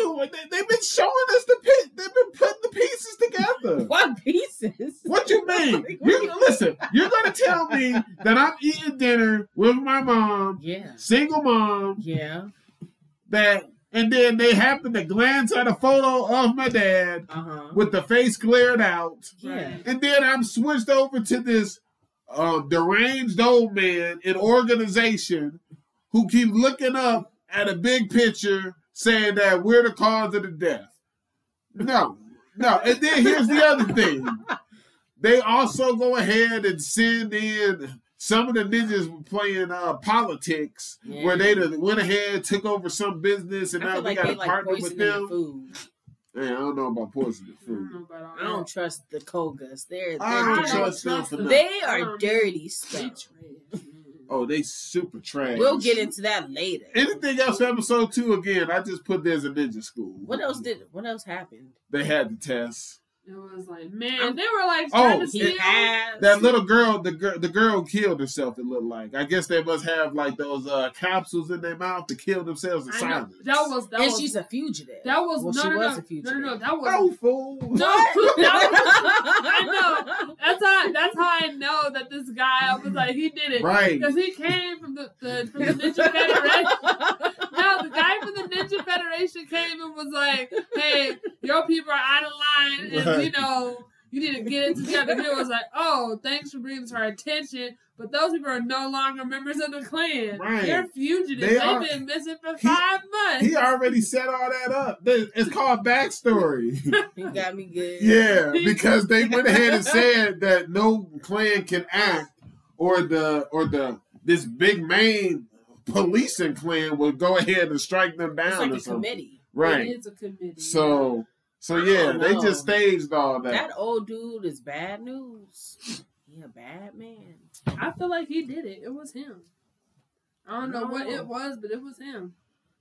Speaker 1: you mean? They, have been showing us the pit. They've been putting the pieces together.
Speaker 4: What pieces?
Speaker 1: What you mean? You, listen, you're gonna tell me that I'm eating dinner with my mom,
Speaker 4: Yeah.
Speaker 1: single mom,
Speaker 4: Yeah.
Speaker 1: that, and then they happen to glance at a photo of my dad
Speaker 4: Uh
Speaker 3: uh-huh.
Speaker 4: huh.
Speaker 1: with the face glared out,
Speaker 4: Yeah.
Speaker 1: and then I'm switched over to this uh, deranged old man in organization who keep looking up at a big picture saying that we're the cause of the death. No, no. And then here's the other thing. They also go ahead and send in some of the ninjas were playing uh, politics, where they done went ahead, took over some business, and
Speaker 4: I
Speaker 1: now
Speaker 4: feel
Speaker 1: we
Speaker 4: like
Speaker 1: got
Speaker 4: they
Speaker 1: to
Speaker 4: like
Speaker 1: partner with
Speaker 4: poisoning the
Speaker 1: them.
Speaker 4: food.
Speaker 1: Man, I don't know about poisoning
Speaker 3: I
Speaker 1: food.
Speaker 3: don't know about all
Speaker 4: I don't trust the Kogas. They're,
Speaker 1: I don't
Speaker 4: they're dirty.
Speaker 1: trust them for nothing.
Speaker 4: they are
Speaker 3: Um,
Speaker 4: dirty
Speaker 3: that.
Speaker 4: stuff.
Speaker 3: They trash, man.
Speaker 1: Oh, they super trash.
Speaker 4: We'll get into that later.
Speaker 1: anything else for episode two again. I just put there's a ninja school.
Speaker 4: What else did? What else happened?
Speaker 1: they had the test?
Speaker 3: It was like, man, they were like
Speaker 1: Oh,
Speaker 3: trying to
Speaker 1: he
Speaker 3: steal.
Speaker 4: asked.
Speaker 1: That little girl, the girl, the girl killed herself. It looked like. I guess they must have like those uh, capsules in their mouth to kill themselves in
Speaker 3: I know.
Speaker 1: silence.
Speaker 3: That was that
Speaker 4: and
Speaker 3: was
Speaker 4: she's a fugitive.
Speaker 3: that was
Speaker 4: well,
Speaker 3: no
Speaker 4: she
Speaker 3: no
Speaker 4: was
Speaker 3: no,
Speaker 4: a
Speaker 3: no
Speaker 4: fugitive.
Speaker 3: no no that was
Speaker 1: no fool.
Speaker 3: no that was I know. That's how that's how I know that this guy I was like he did it
Speaker 1: Right.
Speaker 3: because he came from the, the from the Ninja Federation. No, the guy from the Ninja Federation came and was like, "Hey, your people are out of line, and you
Speaker 1: Right.
Speaker 3: know you need to get it together." He was like, "Oh, thanks for bringing to our attention." But those people are no longer members of the clan.
Speaker 1: Right.
Speaker 3: They're fugitives.
Speaker 1: They
Speaker 3: They
Speaker 1: are-
Speaker 3: have been missing for
Speaker 1: He-
Speaker 3: five months.
Speaker 1: He already set all that up. This- It's called backstory.
Speaker 4: You got me good.
Speaker 1: Yeah, because they went ahead and said that no clan can act, or the or the this big main policing clan would go ahead and strike them
Speaker 4: it's
Speaker 1: down
Speaker 4: like
Speaker 1: or
Speaker 4: a
Speaker 1: something.
Speaker 4: committee.
Speaker 1: Right.
Speaker 3: It is a committee.
Speaker 1: So so
Speaker 4: I
Speaker 1: yeah,
Speaker 4: don't
Speaker 1: they
Speaker 4: know.
Speaker 1: just staged all that.
Speaker 4: That old dude is bad news. He a bad man.
Speaker 3: I feel like he did it. It was him. I don't know what
Speaker 4: No.
Speaker 3: it was, but it was him.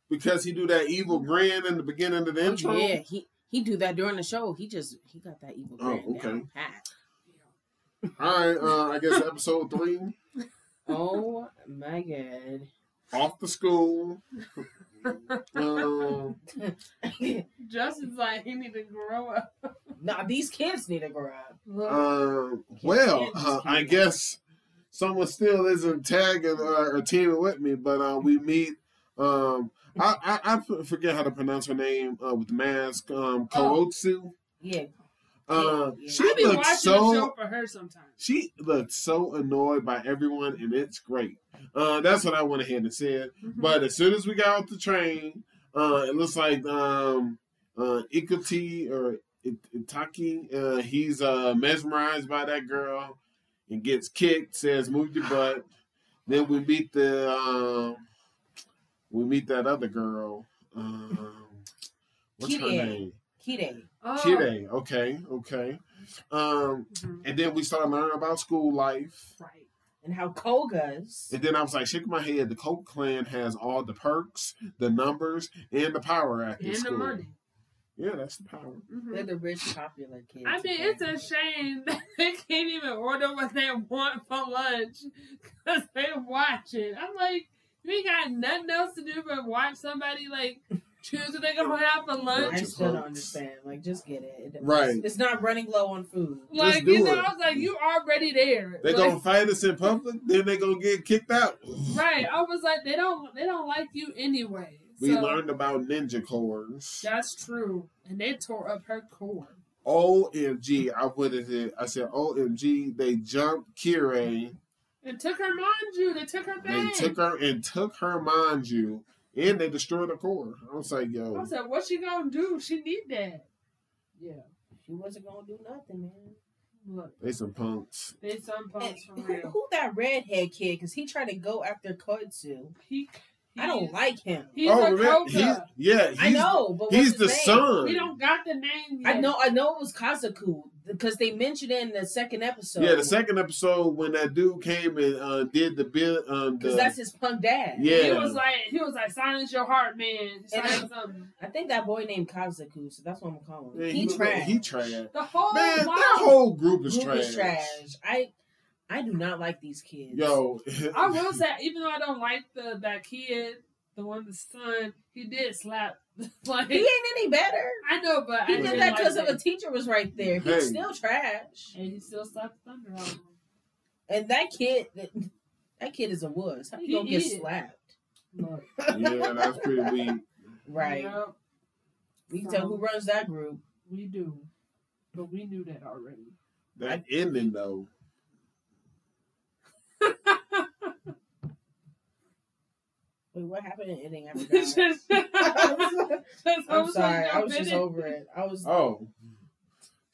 Speaker 1: because he do that evil grin in the beginning of the intro.
Speaker 4: Yeah, he he do that during the show. He just he got that evil
Speaker 1: Oh,
Speaker 4: grin
Speaker 1: okay.
Speaker 4: down pat.
Speaker 1: All right, uh, I guess episode three,
Speaker 4: Oh my god.
Speaker 1: off the school. Um,
Speaker 3: Justin's like he need to grow up.
Speaker 4: Nah, these kids need to grow up.
Speaker 1: Uh, well, uh, I guess someone still isn't tagging uh, or teaming with me, but uh, we meet. Um, I, I I f- forget how to pronounce her name uh, with the mask. Um,
Speaker 4: Oh.
Speaker 1: Kootsu.
Speaker 4: Yeah. Yeah,
Speaker 1: Uh,
Speaker 4: yeah.
Speaker 1: she
Speaker 3: I be watching
Speaker 1: looks
Speaker 3: the
Speaker 1: so
Speaker 3: show for her sometimes.
Speaker 1: she looked so annoyed by everyone, and it's great. Uh, that's what I went ahead and said. But as soon as we got off the train, uh, it looks like um, uh, Ikuti or It- Itaki, uh, he's uh, mesmerized by that girl and gets kicked, says, move your butt. Then we meet the, um, we meet that other girl. Um, what's her
Speaker 2: Kire.
Speaker 1: name?
Speaker 2: Kide.
Speaker 3: oh.
Speaker 1: Kire. Okay, okay. Um,
Speaker 3: Mhm.
Speaker 1: and then we start learning about school life.
Speaker 3: Right.
Speaker 2: And how Kogas.
Speaker 1: And then I was like, shaking my head. The Coke clan has all the perks, the numbers, and the power at
Speaker 3: And
Speaker 1: this
Speaker 3: the
Speaker 1: school.
Speaker 3: money.
Speaker 1: Yeah, that's the power.
Speaker 3: Mhm.
Speaker 2: They're the rich, popular kids.
Speaker 3: I mean, it's a shame that they can't even order what they want for lunch because they watch it. I'm like, you ain't got nothing else to do but watch somebody like choose what they gonna have for lunch.
Speaker 2: I still don't understand. Like, just get it.
Speaker 1: Right.
Speaker 2: It's not running low on food.
Speaker 3: Like
Speaker 1: do
Speaker 3: you know,
Speaker 1: it.
Speaker 3: I was like, you already there.
Speaker 1: They
Speaker 3: Like,
Speaker 1: gonna fight us in public, then they gonna get kicked out.
Speaker 3: Right. I was like, they don't they don't like you anyway.
Speaker 1: We
Speaker 3: So,
Speaker 1: learned about ninja cores.
Speaker 3: that's true. And they tore up her core.
Speaker 1: OMG, I put it in. I said, OMG, they jumped Kire.
Speaker 3: And took her mind you, they took her
Speaker 1: They
Speaker 3: bag.
Speaker 1: took her and took her, mind you, and they destroyed the core. I was like,
Speaker 3: I
Speaker 1: yo,
Speaker 3: said, "What's she gonna do? She need that."
Speaker 2: Yeah. She wasn't gonna do nothing, man.
Speaker 3: Look,
Speaker 1: they some punks.
Speaker 3: they some
Speaker 2: And
Speaker 3: punks for
Speaker 2: who,
Speaker 3: real.
Speaker 2: who that redhead kid? Because he tried to go after Kotsu.
Speaker 3: He,
Speaker 2: I don't
Speaker 3: he's-
Speaker 2: like him.
Speaker 3: He's
Speaker 1: oh,
Speaker 3: a
Speaker 1: remember- he's,
Speaker 3: cobra.
Speaker 1: yeah, he's,
Speaker 2: I know, but
Speaker 1: he's
Speaker 2: what's
Speaker 1: the
Speaker 2: his name?
Speaker 1: son.
Speaker 3: We don't got the name. Yet.
Speaker 2: I know, I know it was Kazaku because they mentioned it in the second episode.
Speaker 1: yeah, the second episode when that dude came and uh, did the bill. Um,
Speaker 2: because
Speaker 1: the,
Speaker 2: that's his punk dad.
Speaker 1: Yeah.
Speaker 3: He was like, he was like, silence your heart, man. Silence something.
Speaker 2: I think that boy named Kazaku, so that's what I'm gonna call him.
Speaker 1: man,
Speaker 2: he
Speaker 1: was-
Speaker 2: trash. Oh,
Speaker 1: He tried.
Speaker 3: The whole
Speaker 1: Man,
Speaker 3: wild-
Speaker 1: that whole group is
Speaker 2: Group
Speaker 1: trash.
Speaker 2: is trash. I, I do not like these kids.
Speaker 1: Yo,
Speaker 3: I will say, even though I don't like the that kid, the one the son, he did slap. like
Speaker 2: he ain't any better.
Speaker 3: I know,
Speaker 2: He
Speaker 3: but I
Speaker 2: did
Speaker 3: didn't
Speaker 2: that
Speaker 3: like
Speaker 2: because
Speaker 3: it.
Speaker 2: of a teacher was right there. He's
Speaker 1: Hey.
Speaker 2: still trash.
Speaker 3: and he still slapped the thunder out of him.
Speaker 2: And that kid, that, that kid is a wuss. How
Speaker 3: He
Speaker 2: you gonna get
Speaker 3: is.
Speaker 2: slapped?
Speaker 3: Look,
Speaker 1: yeah, that's pretty weak.
Speaker 2: Right.
Speaker 3: yep,
Speaker 2: We can tell who runs that group.
Speaker 3: we do, but we knew that already.
Speaker 1: That ending though.
Speaker 2: Wait, what happened in ending after
Speaker 3: Just-
Speaker 2: that?
Speaker 3: just- I
Speaker 2: I'm
Speaker 3: was
Speaker 2: sorry.
Speaker 3: like,
Speaker 2: I
Speaker 3: y'all
Speaker 2: was just
Speaker 3: been in-
Speaker 2: over it. I was.
Speaker 1: Oh,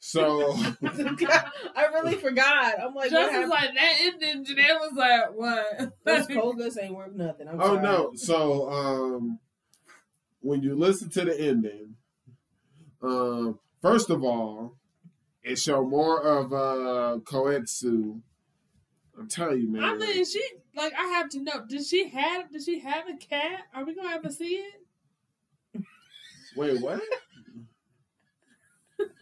Speaker 1: so
Speaker 2: I really forgot. I'm like, what
Speaker 3: Justin's
Speaker 2: happened?
Speaker 3: like that ended. Janae was like, "What?"
Speaker 2: Those Colgas ain't worth nothing. I'm
Speaker 1: oh
Speaker 2: sorry.
Speaker 1: no, so um, when you listen to the ending, um, first of all, it showed more of uh Koetsu. I'm telling you, man.
Speaker 3: I mean, she like I have to know. Did she have? Did she have a cat? Are we gonna ever see it?
Speaker 1: Wait, what?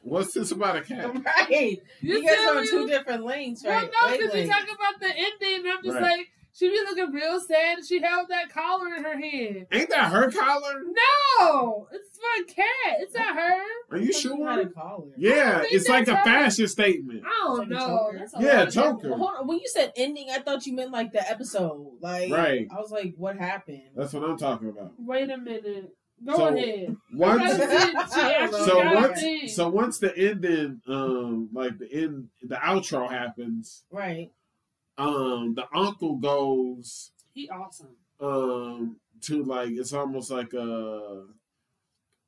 Speaker 1: What's this about a cat?
Speaker 2: Right. You, guys
Speaker 3: tell
Speaker 2: are on
Speaker 3: me?
Speaker 2: two different lanes, right?
Speaker 3: Well, no,
Speaker 2: Wait,
Speaker 3: because you
Speaker 2: wait.
Speaker 3: talk about the ending, and I'm just
Speaker 1: Right.
Speaker 3: like, she be looking real sad. and She held that collar in her hand.
Speaker 1: Ain't that her collar?
Speaker 3: No, it's my cat. It's not her.
Speaker 1: Are you
Speaker 2: You had a
Speaker 1: sure?
Speaker 2: collar.
Speaker 1: Yeah,
Speaker 3: think
Speaker 1: it's like a
Speaker 3: that's her.
Speaker 1: fashion statement.
Speaker 3: I don't
Speaker 2: It's like a
Speaker 3: know.
Speaker 2: choker.
Speaker 3: That's a
Speaker 1: Yeah,
Speaker 3: lot of-
Speaker 1: choker.
Speaker 2: Well, hold on. When you said ending, I thought you meant like the episode. Like,
Speaker 1: Right. Uh,
Speaker 2: I was like, what happened?
Speaker 1: That's what I'm talking about.
Speaker 3: Wait a minute. Go
Speaker 1: So-
Speaker 3: ahead.
Speaker 1: Once so
Speaker 2: Yeah,
Speaker 1: once
Speaker 3: what?
Speaker 1: so once the ending um like the end the outro happens
Speaker 2: Right.
Speaker 1: um the uncle goes
Speaker 3: he awesome.
Speaker 1: um to like it's almost like a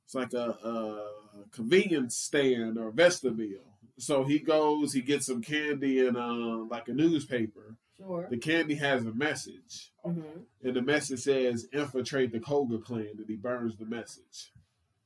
Speaker 1: it's like a, a convenience stand or vestibule so he goes he gets some candy and um like a newspaper
Speaker 2: Sure.
Speaker 1: the candy has a message
Speaker 2: Mhm.
Speaker 1: and the message says infiltrate the Koga clan and he burns the message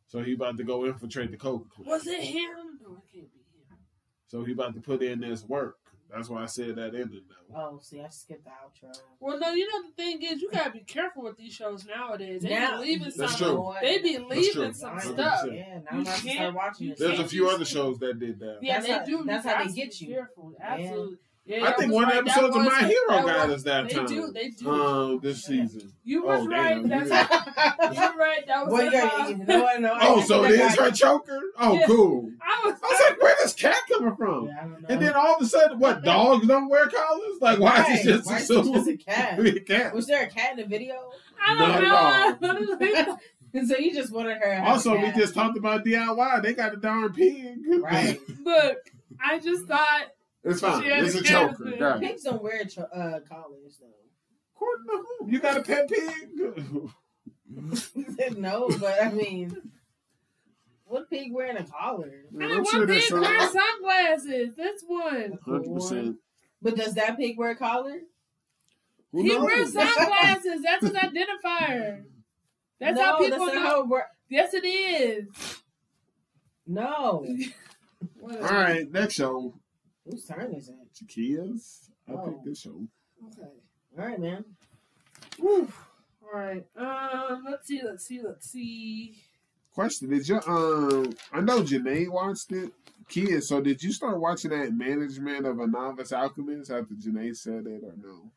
Speaker 1: so he about to go infiltrate the Koga clan
Speaker 3: Was it him? No, it can't be him.
Speaker 1: So he about to put in this work. That's why I said that ended though.
Speaker 2: Oh, see, I skipped the outro.
Speaker 3: Well, no, you know the thing is, you gotta be careful with these shows nowadays. They
Speaker 2: Now-
Speaker 3: be leaving
Speaker 1: That's
Speaker 3: some.
Speaker 1: true.
Speaker 3: They be
Speaker 1: true.
Speaker 3: leaving some
Speaker 1: That's true.
Speaker 3: stuff.
Speaker 2: Yeah, now I'm about to start
Speaker 3: can't-
Speaker 2: watching
Speaker 3: you
Speaker 2: this.
Speaker 1: There's a
Speaker 3: can't
Speaker 1: few
Speaker 3: use
Speaker 1: other
Speaker 3: it.
Speaker 1: shows that did that.
Speaker 3: Yeah,
Speaker 2: That's
Speaker 3: they
Speaker 2: how-
Speaker 3: do.
Speaker 2: that's
Speaker 3: You
Speaker 2: how
Speaker 3: got
Speaker 2: they
Speaker 3: to
Speaker 2: get
Speaker 3: be
Speaker 2: you.
Speaker 3: Careful.
Speaker 2: Yeah.
Speaker 3: Absolutely.
Speaker 1: I think one
Speaker 3: of
Speaker 1: episode of My Hero got us that
Speaker 3: They
Speaker 1: time.
Speaker 3: do. They do.
Speaker 1: Um, this season.
Speaker 3: you was
Speaker 1: oh,
Speaker 3: right.
Speaker 1: damn,
Speaker 3: That's
Speaker 1: you did.
Speaker 3: You're right. That was
Speaker 2: Well, you
Speaker 3: her
Speaker 2: gotta,
Speaker 3: fault.
Speaker 2: you know what? No, I-
Speaker 1: Oh,
Speaker 2: I
Speaker 1: so
Speaker 2: think
Speaker 1: it
Speaker 2: I
Speaker 1: is
Speaker 2: got
Speaker 1: her
Speaker 2: it.
Speaker 1: choker. Oh,
Speaker 3: Yeah.
Speaker 1: cool.
Speaker 3: I was.
Speaker 1: I was like, where this cat coming from?
Speaker 2: Yeah, I don't know.
Speaker 1: And then all of a sudden, what dogs don't wear collars? Like, why is it just
Speaker 2: Why is it
Speaker 1: assumed
Speaker 2: just a
Speaker 1: to
Speaker 2: cat?
Speaker 1: be a cat?
Speaker 2: Was there a cat in the video?
Speaker 3: I
Speaker 1: Not at
Speaker 3: don't know. I was
Speaker 2: so you just wanted her. to have a
Speaker 1: Also, we
Speaker 2: cat.
Speaker 1: just talked about DIY. They got a darn pig.
Speaker 2: right.
Speaker 3: like, Look, I just thought
Speaker 1: it's fine.
Speaker 3: She had
Speaker 1: It's
Speaker 3: a
Speaker 1: a
Speaker 3: cat
Speaker 1: choker.
Speaker 3: with it.
Speaker 1: Got it.
Speaker 2: Pigs don't wear cho- uh, collars though.
Speaker 1: According to who? You got a pet pig?
Speaker 2: no, but I mean, what pig wearing a collar?
Speaker 1: Man,
Speaker 3: I
Speaker 1: I'm
Speaker 3: one
Speaker 1: sure
Speaker 3: big
Speaker 1: there's some.
Speaker 3: pair of sunglasses. That's one.
Speaker 1: Hundred percent.
Speaker 2: But does that pig wear a collar?
Speaker 1: Who
Speaker 3: he
Speaker 1: knows?
Speaker 3: wears sunglasses. That's an identifier. That's
Speaker 2: no,
Speaker 3: how people
Speaker 2: that's
Speaker 3: know.
Speaker 2: not how it work.
Speaker 3: yes, it is.
Speaker 2: No.
Speaker 1: All right, next show.
Speaker 2: Whose turn is it?
Speaker 1: Chiquillas. I
Speaker 2: Oh.
Speaker 1: picked this show.
Speaker 3: Okay.
Speaker 2: All right, man.
Speaker 3: Oof. All right. Um. Let's see. Let's see. Let's see.
Speaker 1: Question: Did you? Um, I know Janae watched it. Kids, so did you start watching that management of a novice alchemist after Janae said it or no?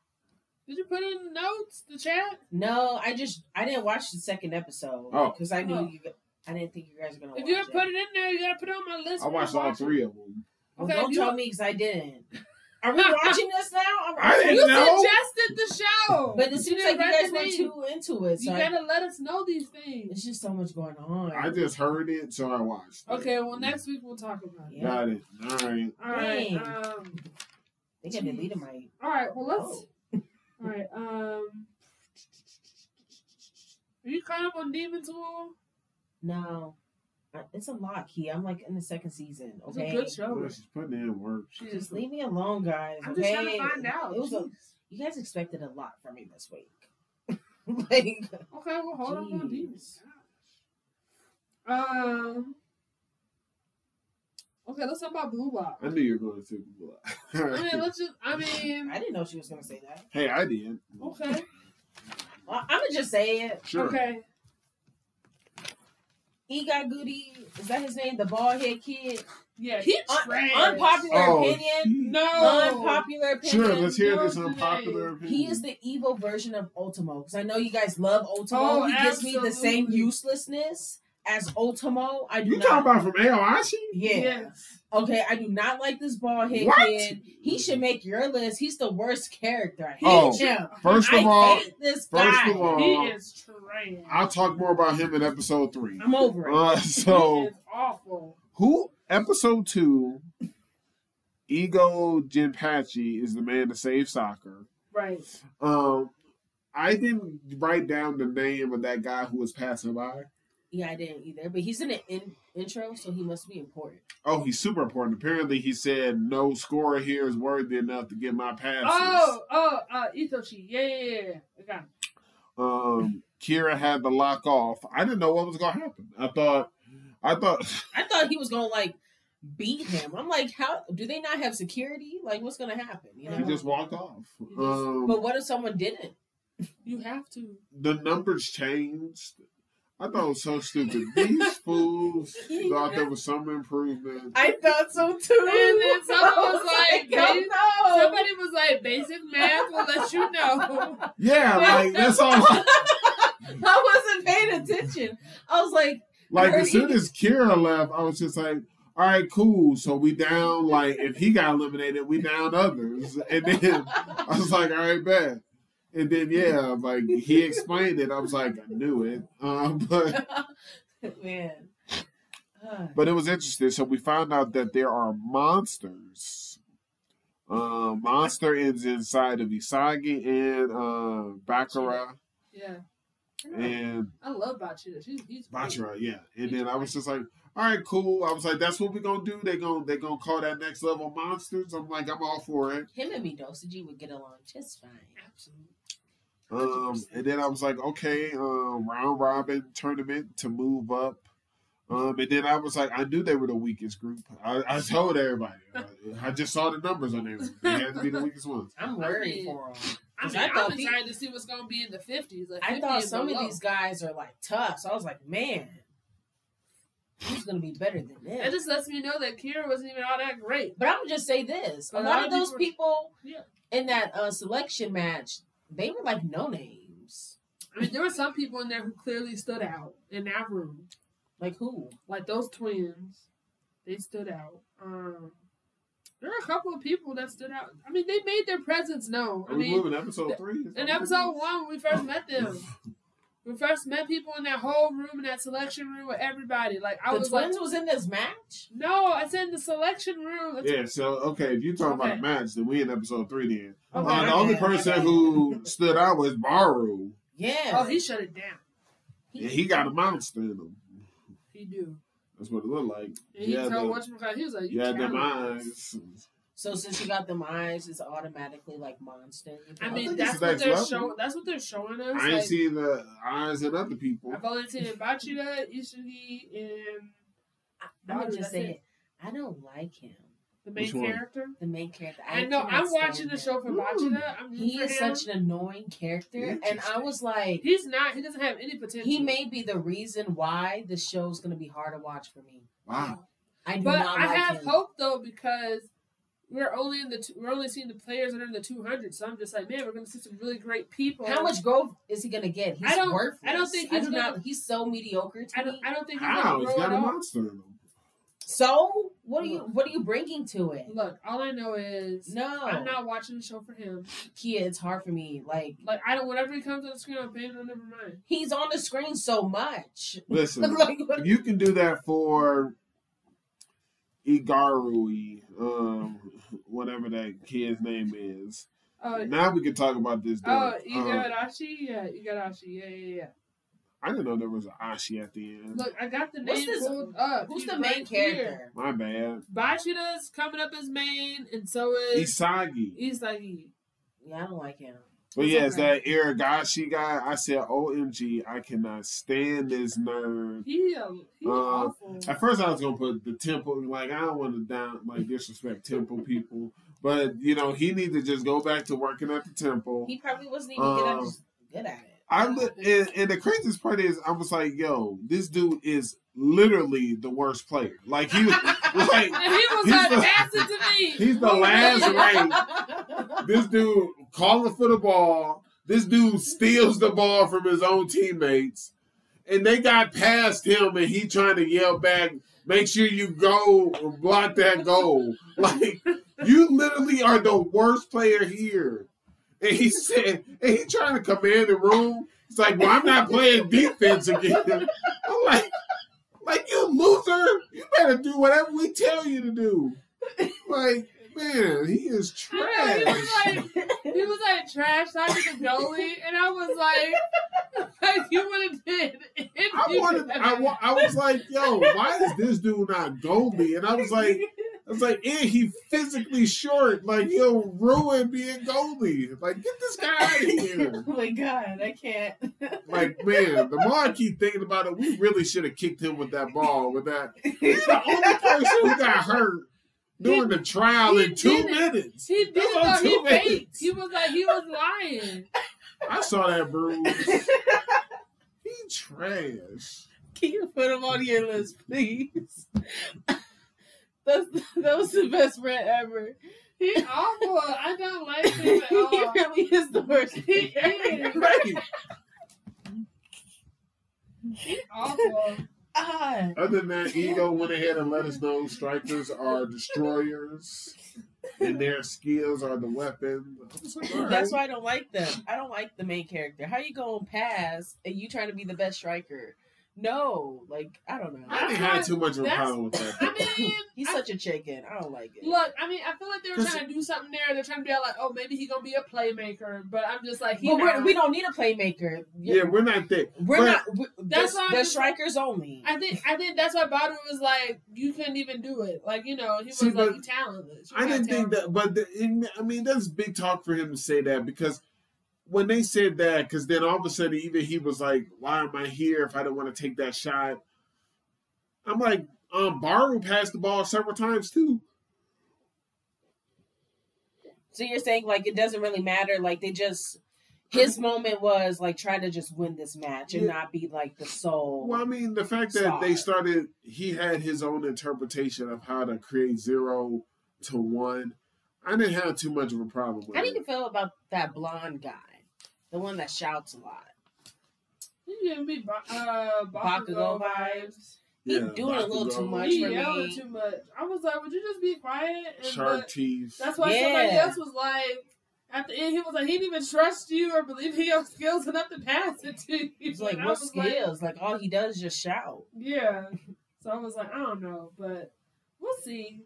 Speaker 3: Did you put it in the notes? The chat.
Speaker 2: No, I just I didn't watch the second episode.
Speaker 1: Oh.
Speaker 2: because I knew
Speaker 3: Oh.
Speaker 2: you. I didn't think you guys were gonna.
Speaker 3: If
Speaker 2: watch
Speaker 3: you ever
Speaker 2: it.
Speaker 3: put it in there, you gotta put it on my list.
Speaker 1: I watched all three of them.
Speaker 2: Oh,
Speaker 3: Okay,
Speaker 2: don't
Speaker 3: if you-
Speaker 2: tell me because I didn't. Are we watching this now? I'm
Speaker 1: I didn't
Speaker 3: You
Speaker 1: No.
Speaker 3: suggested the show,
Speaker 2: But it seems like you
Speaker 3: didn't
Speaker 2: guys were
Speaker 3: write the name.
Speaker 2: too into it. So
Speaker 3: You
Speaker 2: I-
Speaker 3: gotta let us know these things.
Speaker 2: it's just so much going on.
Speaker 1: I just heard it, so I watched. it.
Speaker 3: Okay. Well, next week we'll talk about it.
Speaker 2: Yeah.
Speaker 1: got it. All right.
Speaker 3: All right.
Speaker 2: Dang.
Speaker 3: Um.
Speaker 2: they can delete my.
Speaker 3: All right. Well, let's.
Speaker 2: Oh.
Speaker 3: All right. Um. Are you caught up on Demon's War?
Speaker 2: No, I- it's a lot, Key. I'm like in the second season.
Speaker 3: It's
Speaker 2: Okay,
Speaker 3: a good show.
Speaker 1: Well, she's putting in work.
Speaker 3: She's
Speaker 2: just leave me alone, guys.
Speaker 3: I'm just
Speaker 2: okay?
Speaker 3: trying to find out.
Speaker 2: It was a,
Speaker 3: Jeez.
Speaker 2: you guys expected a lot from me this week. like,
Speaker 3: Okay, well, hold up on
Speaker 2: Jeez.
Speaker 3: demons. Um. Okay, let's talk about Blue Lock.
Speaker 1: I knew you were going to Google
Speaker 2: Oh,
Speaker 3: I mean,
Speaker 1: it.
Speaker 3: let's just. I mean,
Speaker 2: I didn't know she was gonna say that.
Speaker 1: hey, I did.
Speaker 3: okay,
Speaker 2: I- I'm gonna just say it.
Speaker 1: Sure.
Speaker 3: okay.
Speaker 2: He got Goody. Is that his name? The bald head kid.
Speaker 3: Yeah, he
Speaker 2: Un-
Speaker 3: trash.
Speaker 2: unpopular
Speaker 1: Oh,
Speaker 2: opinion.
Speaker 1: geez.
Speaker 3: No.
Speaker 2: Unpopular opinion.
Speaker 1: Sure, let's hear
Speaker 3: No
Speaker 1: this
Speaker 3: today.
Speaker 1: unpopular opinion.
Speaker 2: He is the evil version of Ultimo because I know you guys love Ultimo.
Speaker 3: Oh,
Speaker 2: he gives me the same
Speaker 3: absolutely.
Speaker 2: uselessness as Ultimo. I do
Speaker 1: You
Speaker 2: not.
Speaker 1: talking about from AOIC?
Speaker 2: yeah.
Speaker 3: Yes.
Speaker 2: Okay, I do not like this bald head
Speaker 1: What?
Speaker 2: kid. He should make your list. He's the worst character. I hate
Speaker 1: Oh,
Speaker 2: him.
Speaker 1: First
Speaker 2: I
Speaker 1: of all,
Speaker 2: hate this guy.
Speaker 1: first of all,
Speaker 3: He is trash.
Speaker 1: I'll talk more about him in episode three.
Speaker 2: I'm over it.
Speaker 1: Uh,
Speaker 3: he
Speaker 1: so
Speaker 3: is awful.
Speaker 1: who episode two? Ego Jinpachi is the man to save soccer.
Speaker 3: Right.
Speaker 1: Um, I didn't write down the name of that guy who was passing by.
Speaker 2: yeah, I didn't either. But he's in the in- intro, so he must be important.
Speaker 1: Oh, he's super important. Apparently, he said no scorer here is worthy enough to get my passes.
Speaker 3: Oh, oh, uh, Itoshi. Yeah, yeah, yeah. I got him.
Speaker 1: Um, Kira had the lock off. I didn't know what was going to happen. I thought, I thought,
Speaker 2: I thought he was gonna like beat him. I'm like, how do they not have security? Like, what's gonna happen? You know.
Speaker 1: he just walked off.
Speaker 3: just-
Speaker 1: Um,
Speaker 2: but what if someone didn't?
Speaker 3: You have to.
Speaker 1: the numbers changed. I thought it was so stupid. These fools thought there was some improvement.
Speaker 2: I thought so too.
Speaker 3: And then someone was
Speaker 2: I
Speaker 3: like,
Speaker 2: don't know.
Speaker 3: Somebody was like, basic math will let you know.
Speaker 1: Yeah, like that's all.
Speaker 2: I wasn't paying attention. I was like,
Speaker 1: Like as soon as Kira left, I was just like, "All right, cool." So we down. Like if he got eliminated, we down others. And then I was like, "All right, bet." And then yeah, like he explained it. I was like, "I knew it," um, but
Speaker 2: man. Uh,
Speaker 1: but it was interesting. So we found out that there are monsters. Uh, monster is inside of Isagi and uh, Bakura
Speaker 3: Yeah.
Speaker 1: and
Speaker 3: I love Bachira. She's he's great.
Speaker 1: Batra, yeah. And then I was just like, all right, cool. I was like, that's what we're gonna do. They gonna they gonna call that next level monsters. I'm like, I'm all for it.
Speaker 2: him and me, Dosage would get along just fine.
Speaker 3: Absolutely.
Speaker 1: Um, and then I was like, okay, um, round robin tournament to move up. Um, and then I was like, I knew they were the weakest group. I, I told everybody. I, I just saw the numbers on there. They had to be the weakest ones.
Speaker 2: I'm worried for him.
Speaker 3: I
Speaker 2: 'Cause
Speaker 3: mean, I
Speaker 2: I thought
Speaker 3: have been
Speaker 2: the-
Speaker 3: trying to see what's gonna be in the fifties. Like,
Speaker 2: I
Speaker 3: 50
Speaker 2: thought
Speaker 3: is
Speaker 2: some of
Speaker 3: below.
Speaker 2: these guys are like tough, so I was like, man, who's gonna be better than
Speaker 3: That
Speaker 2: them?
Speaker 3: just lets me know that Kira wasn't even all that great.
Speaker 2: But I'm gonna just say this: a
Speaker 3: But
Speaker 2: lot
Speaker 3: a
Speaker 2: of
Speaker 3: lot of
Speaker 2: those people
Speaker 3: people- Yeah.
Speaker 2: in that uh, selection match, they were like no names.
Speaker 3: I mean, there were some people in there who clearly stood out in that room,
Speaker 2: Like who?
Speaker 3: like those twins. They stood out. Um, there are a couple of people that stood out. I mean, they made their presence known. I
Speaker 1: Are we
Speaker 3: mean,
Speaker 1: moving to episode three? Is
Speaker 3: in
Speaker 1: that-
Speaker 3: episode one, when we first met them. We first met people in that whole room, in that selection room with everybody. Like I
Speaker 2: the
Speaker 3: was
Speaker 2: twins
Speaker 3: like,
Speaker 2: was in this match.
Speaker 3: no, I said in the selection room. That's-
Speaker 1: Yeah, so okay, if you're talking about
Speaker 3: Okay.
Speaker 1: a match, then we in episode three then.
Speaker 3: Okay.
Speaker 1: Uh,
Speaker 2: my
Speaker 1: the only
Speaker 2: bad, my
Speaker 1: person
Speaker 2: bad.
Speaker 1: who stood out was Baru.
Speaker 2: Yeah.
Speaker 3: Oh, he shut it down.
Speaker 1: Yeah, he got a monster in him.
Speaker 3: He do.
Speaker 1: That's what it looked like.
Speaker 3: And he
Speaker 1: Yeah,
Speaker 3: told
Speaker 1: the-
Speaker 3: Watchman, he was like, you
Speaker 1: Yeah, them
Speaker 3: cowards."
Speaker 1: eyes.
Speaker 2: so since you got them eyes, it's automatically like monster.
Speaker 3: I
Speaker 1: I
Speaker 3: mean,
Speaker 1: think
Speaker 3: that's
Speaker 1: it's
Speaker 3: what
Speaker 1: next
Speaker 3: they're
Speaker 1: level.
Speaker 3: showing. That's what they're showing us.
Speaker 1: I ain't
Speaker 3: like,
Speaker 1: see the eyes in other people.
Speaker 3: I've only seen Bachida, Isugi, and
Speaker 2: I'm gonna
Speaker 3: Baru,
Speaker 2: just
Speaker 3: that's
Speaker 2: say
Speaker 3: it.
Speaker 2: it. I don't like him,
Speaker 3: the main
Speaker 1: Which one?
Speaker 3: character.
Speaker 2: the main character. I
Speaker 3: I know.
Speaker 2: cannot
Speaker 3: I'm
Speaker 2: stand
Speaker 3: watching the
Speaker 2: him.
Speaker 3: show for
Speaker 1: Ooh.
Speaker 3: Bachida. I'm
Speaker 2: He
Speaker 3: rooting
Speaker 2: is
Speaker 3: for him.
Speaker 2: such an annoying character, and I
Speaker 1: Interesting.
Speaker 2: was like,
Speaker 3: He's not. He doesn't have any potential.
Speaker 2: he may be the reason why the show's gonna be hard to watch for me.
Speaker 1: Wow.
Speaker 2: I do
Speaker 3: But
Speaker 2: not
Speaker 3: I
Speaker 2: like
Speaker 3: have
Speaker 2: him.
Speaker 3: hope though because we're only in the two, we're only seeing the players that are in the 200. So I'm just like, man, we're gonna see some really great people.
Speaker 2: How much growth is he gonna get? He's
Speaker 3: I don't-
Speaker 2: worthless.
Speaker 3: I don't think
Speaker 2: I
Speaker 3: he's
Speaker 2: do
Speaker 3: gonna-
Speaker 2: not. He's so mediocre to
Speaker 3: I
Speaker 2: me.
Speaker 3: don't. I don't think he's
Speaker 1: How?
Speaker 3: gonna
Speaker 1: He's
Speaker 3: grow
Speaker 1: got
Speaker 3: at
Speaker 1: a
Speaker 3: all.
Speaker 1: monster in him.
Speaker 2: So what are you? What are you bringing to it?
Speaker 3: Look, all I know is
Speaker 2: No,
Speaker 3: I'm not watching the show for him.
Speaker 2: Kia. It's hard for me. Like
Speaker 3: Like I don't. Whenever he comes on the screen, I'm paying. Oh, never mind.
Speaker 2: he's on the screen so much.
Speaker 1: Listen,
Speaker 2: like what?
Speaker 1: you can do that for Igarui, um, whatever that kid's name is.
Speaker 3: Oh,
Speaker 1: Now we can talk about this dude. Um,
Speaker 3: oh, Igarashi. Yeah, Igarashi. Yeah, yeah, yeah.
Speaker 1: I didn't know there was an Ashi at the end.
Speaker 3: Look, I got the
Speaker 2: What's
Speaker 3: name
Speaker 2: this-
Speaker 3: pulled up.
Speaker 2: Who's
Speaker 3: He's
Speaker 2: the main
Speaker 3: right here.
Speaker 2: character?
Speaker 1: My bad.
Speaker 3: Bashida's coming up as main, and so is
Speaker 1: Isagi.
Speaker 3: Isagi.
Speaker 2: Yeah, I don't like him.
Speaker 1: But
Speaker 3: It's
Speaker 1: yeah, it's
Speaker 3: okay.
Speaker 1: that Iragashi guy. I said, OMG, I cannot stand this nerd.
Speaker 3: He, a- he
Speaker 1: Uh,
Speaker 3: awful.
Speaker 1: At first, I was going to put the temple, like, I don't want to down, like, disrespect temple people. But, you know, he need to just go back to working at the temple.
Speaker 2: He probably wasn't even good, at,
Speaker 1: Um,
Speaker 2: just good at it.
Speaker 1: I li- and, and the craziest part is I was like, yo, this dude is literally the worst player. Like he was like
Speaker 3: And he was
Speaker 1: He's
Speaker 3: like,
Speaker 1: the-
Speaker 3: pass it to me.
Speaker 1: he's the
Speaker 3: Oh,
Speaker 1: last
Speaker 3: man.
Speaker 1: rank. This dude calling for the ball. This dude steals the ball from his own teammates. And they got past him and he trying to yell back, make sure you go and block that goal. Like you literally are the worst player here. And he said, and he trying to command the room. It's like, well, I'm not playing defense again. I'm like, like you loser, you better do whatever we tell you to do. Like, man, he is
Speaker 3: I know, he was
Speaker 1: trash.
Speaker 3: like, he was like trash talking to Jolie, and I was like, like you would have did. if
Speaker 1: I
Speaker 3: you
Speaker 1: wanted,
Speaker 3: did.
Speaker 1: I, wa- I was like, yo, why is this dude not Goldie? And I was like, I was like, and he physically short. Like, he'll ruin being Goldie. Like, get this guy out of here.
Speaker 4: Oh my god, I can't.
Speaker 1: Like, man, the more I keep thinking about it, we really should have kicked him with that ball. With that, he's the only person who got hurt during the trial
Speaker 3: He-
Speaker 1: in
Speaker 3: he
Speaker 1: two
Speaker 3: did it.
Speaker 1: minutes.
Speaker 3: He did
Speaker 1: That was
Speaker 3: it though. He
Speaker 1: two
Speaker 3: faked.
Speaker 1: minutes.
Speaker 3: He was like he was lying.
Speaker 1: I saw that bruise. he trash.
Speaker 4: Can you put him on your list, please? That's that was the best rant ever.
Speaker 3: He awful. I don't like
Speaker 4: he
Speaker 3: him at all.
Speaker 4: really is the worst.
Speaker 3: He is
Speaker 1: Right.
Speaker 3: He awful.
Speaker 4: ah,
Speaker 1: Other than that, Ego went ahead and let us know strikers are destroyers and their skills are the weapon. I was like, all right.
Speaker 4: that's why I don't like them. I don't like the main character. How you going pass and you trying to be the best striker? No, like I don't know.
Speaker 1: I didn't have too much of a problem with
Speaker 3: I
Speaker 1: that.
Speaker 3: mean,
Speaker 4: He's
Speaker 3: I-
Speaker 4: such a chicken. I don't like it.
Speaker 3: look. I mean, I feel like they were trying to do something there. They're trying to be all like, oh, maybe he gonna be a playmaker. But I'm just like, he.
Speaker 2: But we're,
Speaker 3: not.
Speaker 2: we don't need a playmaker.
Speaker 1: Yeah, we're not there.
Speaker 2: we're
Speaker 1: but-
Speaker 2: not. we
Speaker 3: That's
Speaker 2: that's
Speaker 3: why I'm
Speaker 2: the
Speaker 3: just-
Speaker 2: strikers only.
Speaker 3: I think I think that's why Badu was like, you couldn't even do it. Like you know, he was
Speaker 1: See,
Speaker 3: like,
Speaker 1: but
Speaker 3: you talentless. You're
Speaker 1: I
Speaker 3: not
Speaker 1: didn't think
Speaker 3: talented.
Speaker 1: that, but the, in, I mean, that's big talk for him to say that because when they said that, because then all of a sudden, even he was like, "Why am I here if I didn't want to take that shot?" I'm like, um, Baru passed the ball several times too.
Speaker 2: so you're saying like it doesn't really matter. Like they just his moment was like trying to just win this match and
Speaker 1: Yeah.
Speaker 2: not be like the soul.
Speaker 1: Well, I mean, the fact that they started, he had his own interpretation of how to create zero to one. I didn't have too much of a problem with
Speaker 2: How do
Speaker 1: it.
Speaker 2: you feel about that blonde guy, the one that shouts a lot?
Speaker 3: He giving me Ba- uh,
Speaker 2: Bakugo
Speaker 3: Bakugo vibes.
Speaker 2: He doing a little
Speaker 1: Bakugo,
Speaker 2: too much. eh,
Speaker 3: He
Speaker 2: for
Speaker 3: yelling
Speaker 2: me.
Speaker 3: too much. I was like, would you just be quiet? And
Speaker 1: Shark
Speaker 3: but-
Speaker 1: teeth.
Speaker 3: that's why somebody
Speaker 2: Yeah.
Speaker 3: else was like, at the end, he was like, he didn't even trust you or believe in your skills enough to pass it to you.
Speaker 2: He's like,
Speaker 3: And I
Speaker 2: what
Speaker 3: was like,
Speaker 2: skills? Like, all he does is just shout.
Speaker 3: yeah. So I was like, I don't know, but we'll see.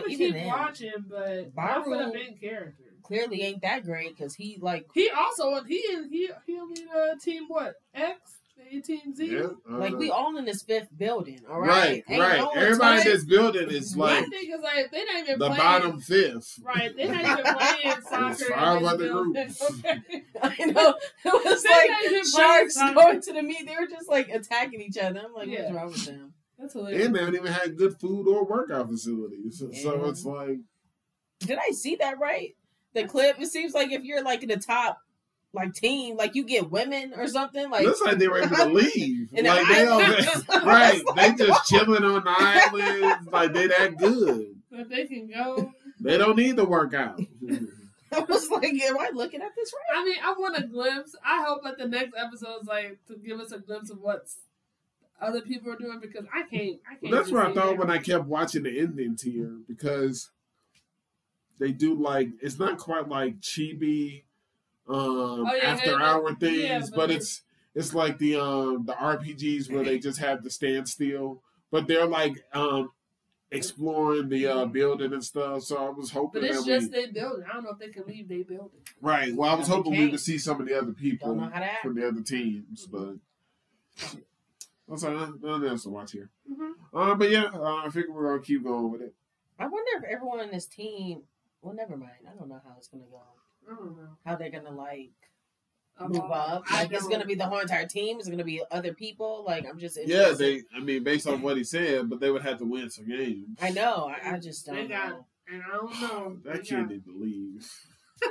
Speaker 2: But
Speaker 3: gonna
Speaker 2: even
Speaker 3: keep
Speaker 2: then,
Speaker 3: watching, but not for the
Speaker 2: Baru-
Speaker 3: main character.
Speaker 2: Clearly ain't that great because he like
Speaker 3: He also he is he he on the uh, team what X They team Z.
Speaker 1: Yeah, uh,
Speaker 2: like we all in this fifth building. All
Speaker 1: right,
Speaker 2: right,
Speaker 1: right.
Speaker 2: Ain't no one
Speaker 1: Everybody
Speaker 2: touching-
Speaker 1: in this building is
Speaker 3: My
Speaker 1: like
Speaker 3: thing is like they not even
Speaker 1: the
Speaker 3: playing,
Speaker 1: bottom fifth.
Speaker 3: Right, they not even playing soccer. in
Speaker 1: five
Speaker 3: this
Speaker 1: other
Speaker 3: building,
Speaker 1: groups.
Speaker 3: okay?
Speaker 2: I know. It was
Speaker 3: They
Speaker 2: like
Speaker 3: not even playing
Speaker 2: sharks
Speaker 3: soccer.
Speaker 2: going to the meet. They were just like attacking each other. I'm like,
Speaker 3: Yeah.
Speaker 2: what's wrong with them?
Speaker 3: That's hilarious.
Speaker 1: And they haven't even had good food or workout facilities. So, so
Speaker 2: Yeah.
Speaker 1: it's like,
Speaker 2: Did I see that right? The clip. It seems like if you're like in the top like team, like you get women or something. Like
Speaker 1: looks like they were able to leave.
Speaker 2: in the
Speaker 1: Like they all,
Speaker 2: islands.
Speaker 1: right? They just chilling on the island. Like they that good.
Speaker 3: But they can go.
Speaker 1: They don't need to work out.
Speaker 2: I was like, am I looking at this right?
Speaker 3: I mean, I want a glimpse. I hope that the next episode is like to give us a glimpse of what's other people are doing because I can't. I can't.
Speaker 1: That's
Speaker 3: just
Speaker 1: what I
Speaker 3: see
Speaker 1: thought
Speaker 3: that.
Speaker 1: when I kept watching the ending tier because they do like it's not quite like chibi um
Speaker 3: Oh, yeah,
Speaker 1: after
Speaker 3: they-
Speaker 1: hour
Speaker 3: they-
Speaker 1: things,
Speaker 3: yeah,
Speaker 1: but,
Speaker 3: but
Speaker 1: it's it's like the um the RPGs where they just have the standstill, but they're like um exploring the uh building and stuff. So I was hoping
Speaker 3: Mm-hmm. But
Speaker 1: that
Speaker 3: it's
Speaker 1: we
Speaker 3: just they building. I don't know if they can leave they building.
Speaker 1: right. Well, I was
Speaker 2: No, we
Speaker 1: hoping we
Speaker 2: can't.
Speaker 1: could see some of the other
Speaker 2: Don't know
Speaker 1: people
Speaker 2: how to act.
Speaker 3: Mm-hmm.
Speaker 1: from the other teams, but I'm sorry, none, none else to watch here.
Speaker 4: Mhm.
Speaker 1: Uh, but yeah, uh, I think we're gonna keep going with it.
Speaker 4: I wonder if everyone in this team. Well, never mind. I don't know how it's gonna go.
Speaker 3: I don't know.
Speaker 4: How they're gonna like
Speaker 2: Um,
Speaker 3: I'm
Speaker 4: move
Speaker 3: all-
Speaker 4: up?
Speaker 3: I
Speaker 4: Like it's
Speaker 3: don't-
Speaker 4: gonna be the whole entire team. It's gonna be other people. Like I'm just
Speaker 1: Yeah,
Speaker 4: interested.
Speaker 1: they. I mean, based on what he said, but they would have to win some games.
Speaker 4: I know. I, I just
Speaker 3: They
Speaker 4: don't
Speaker 3: got-
Speaker 4: know.
Speaker 3: And I don't know.
Speaker 1: That
Speaker 3: Yeah.
Speaker 1: kid didn't believe.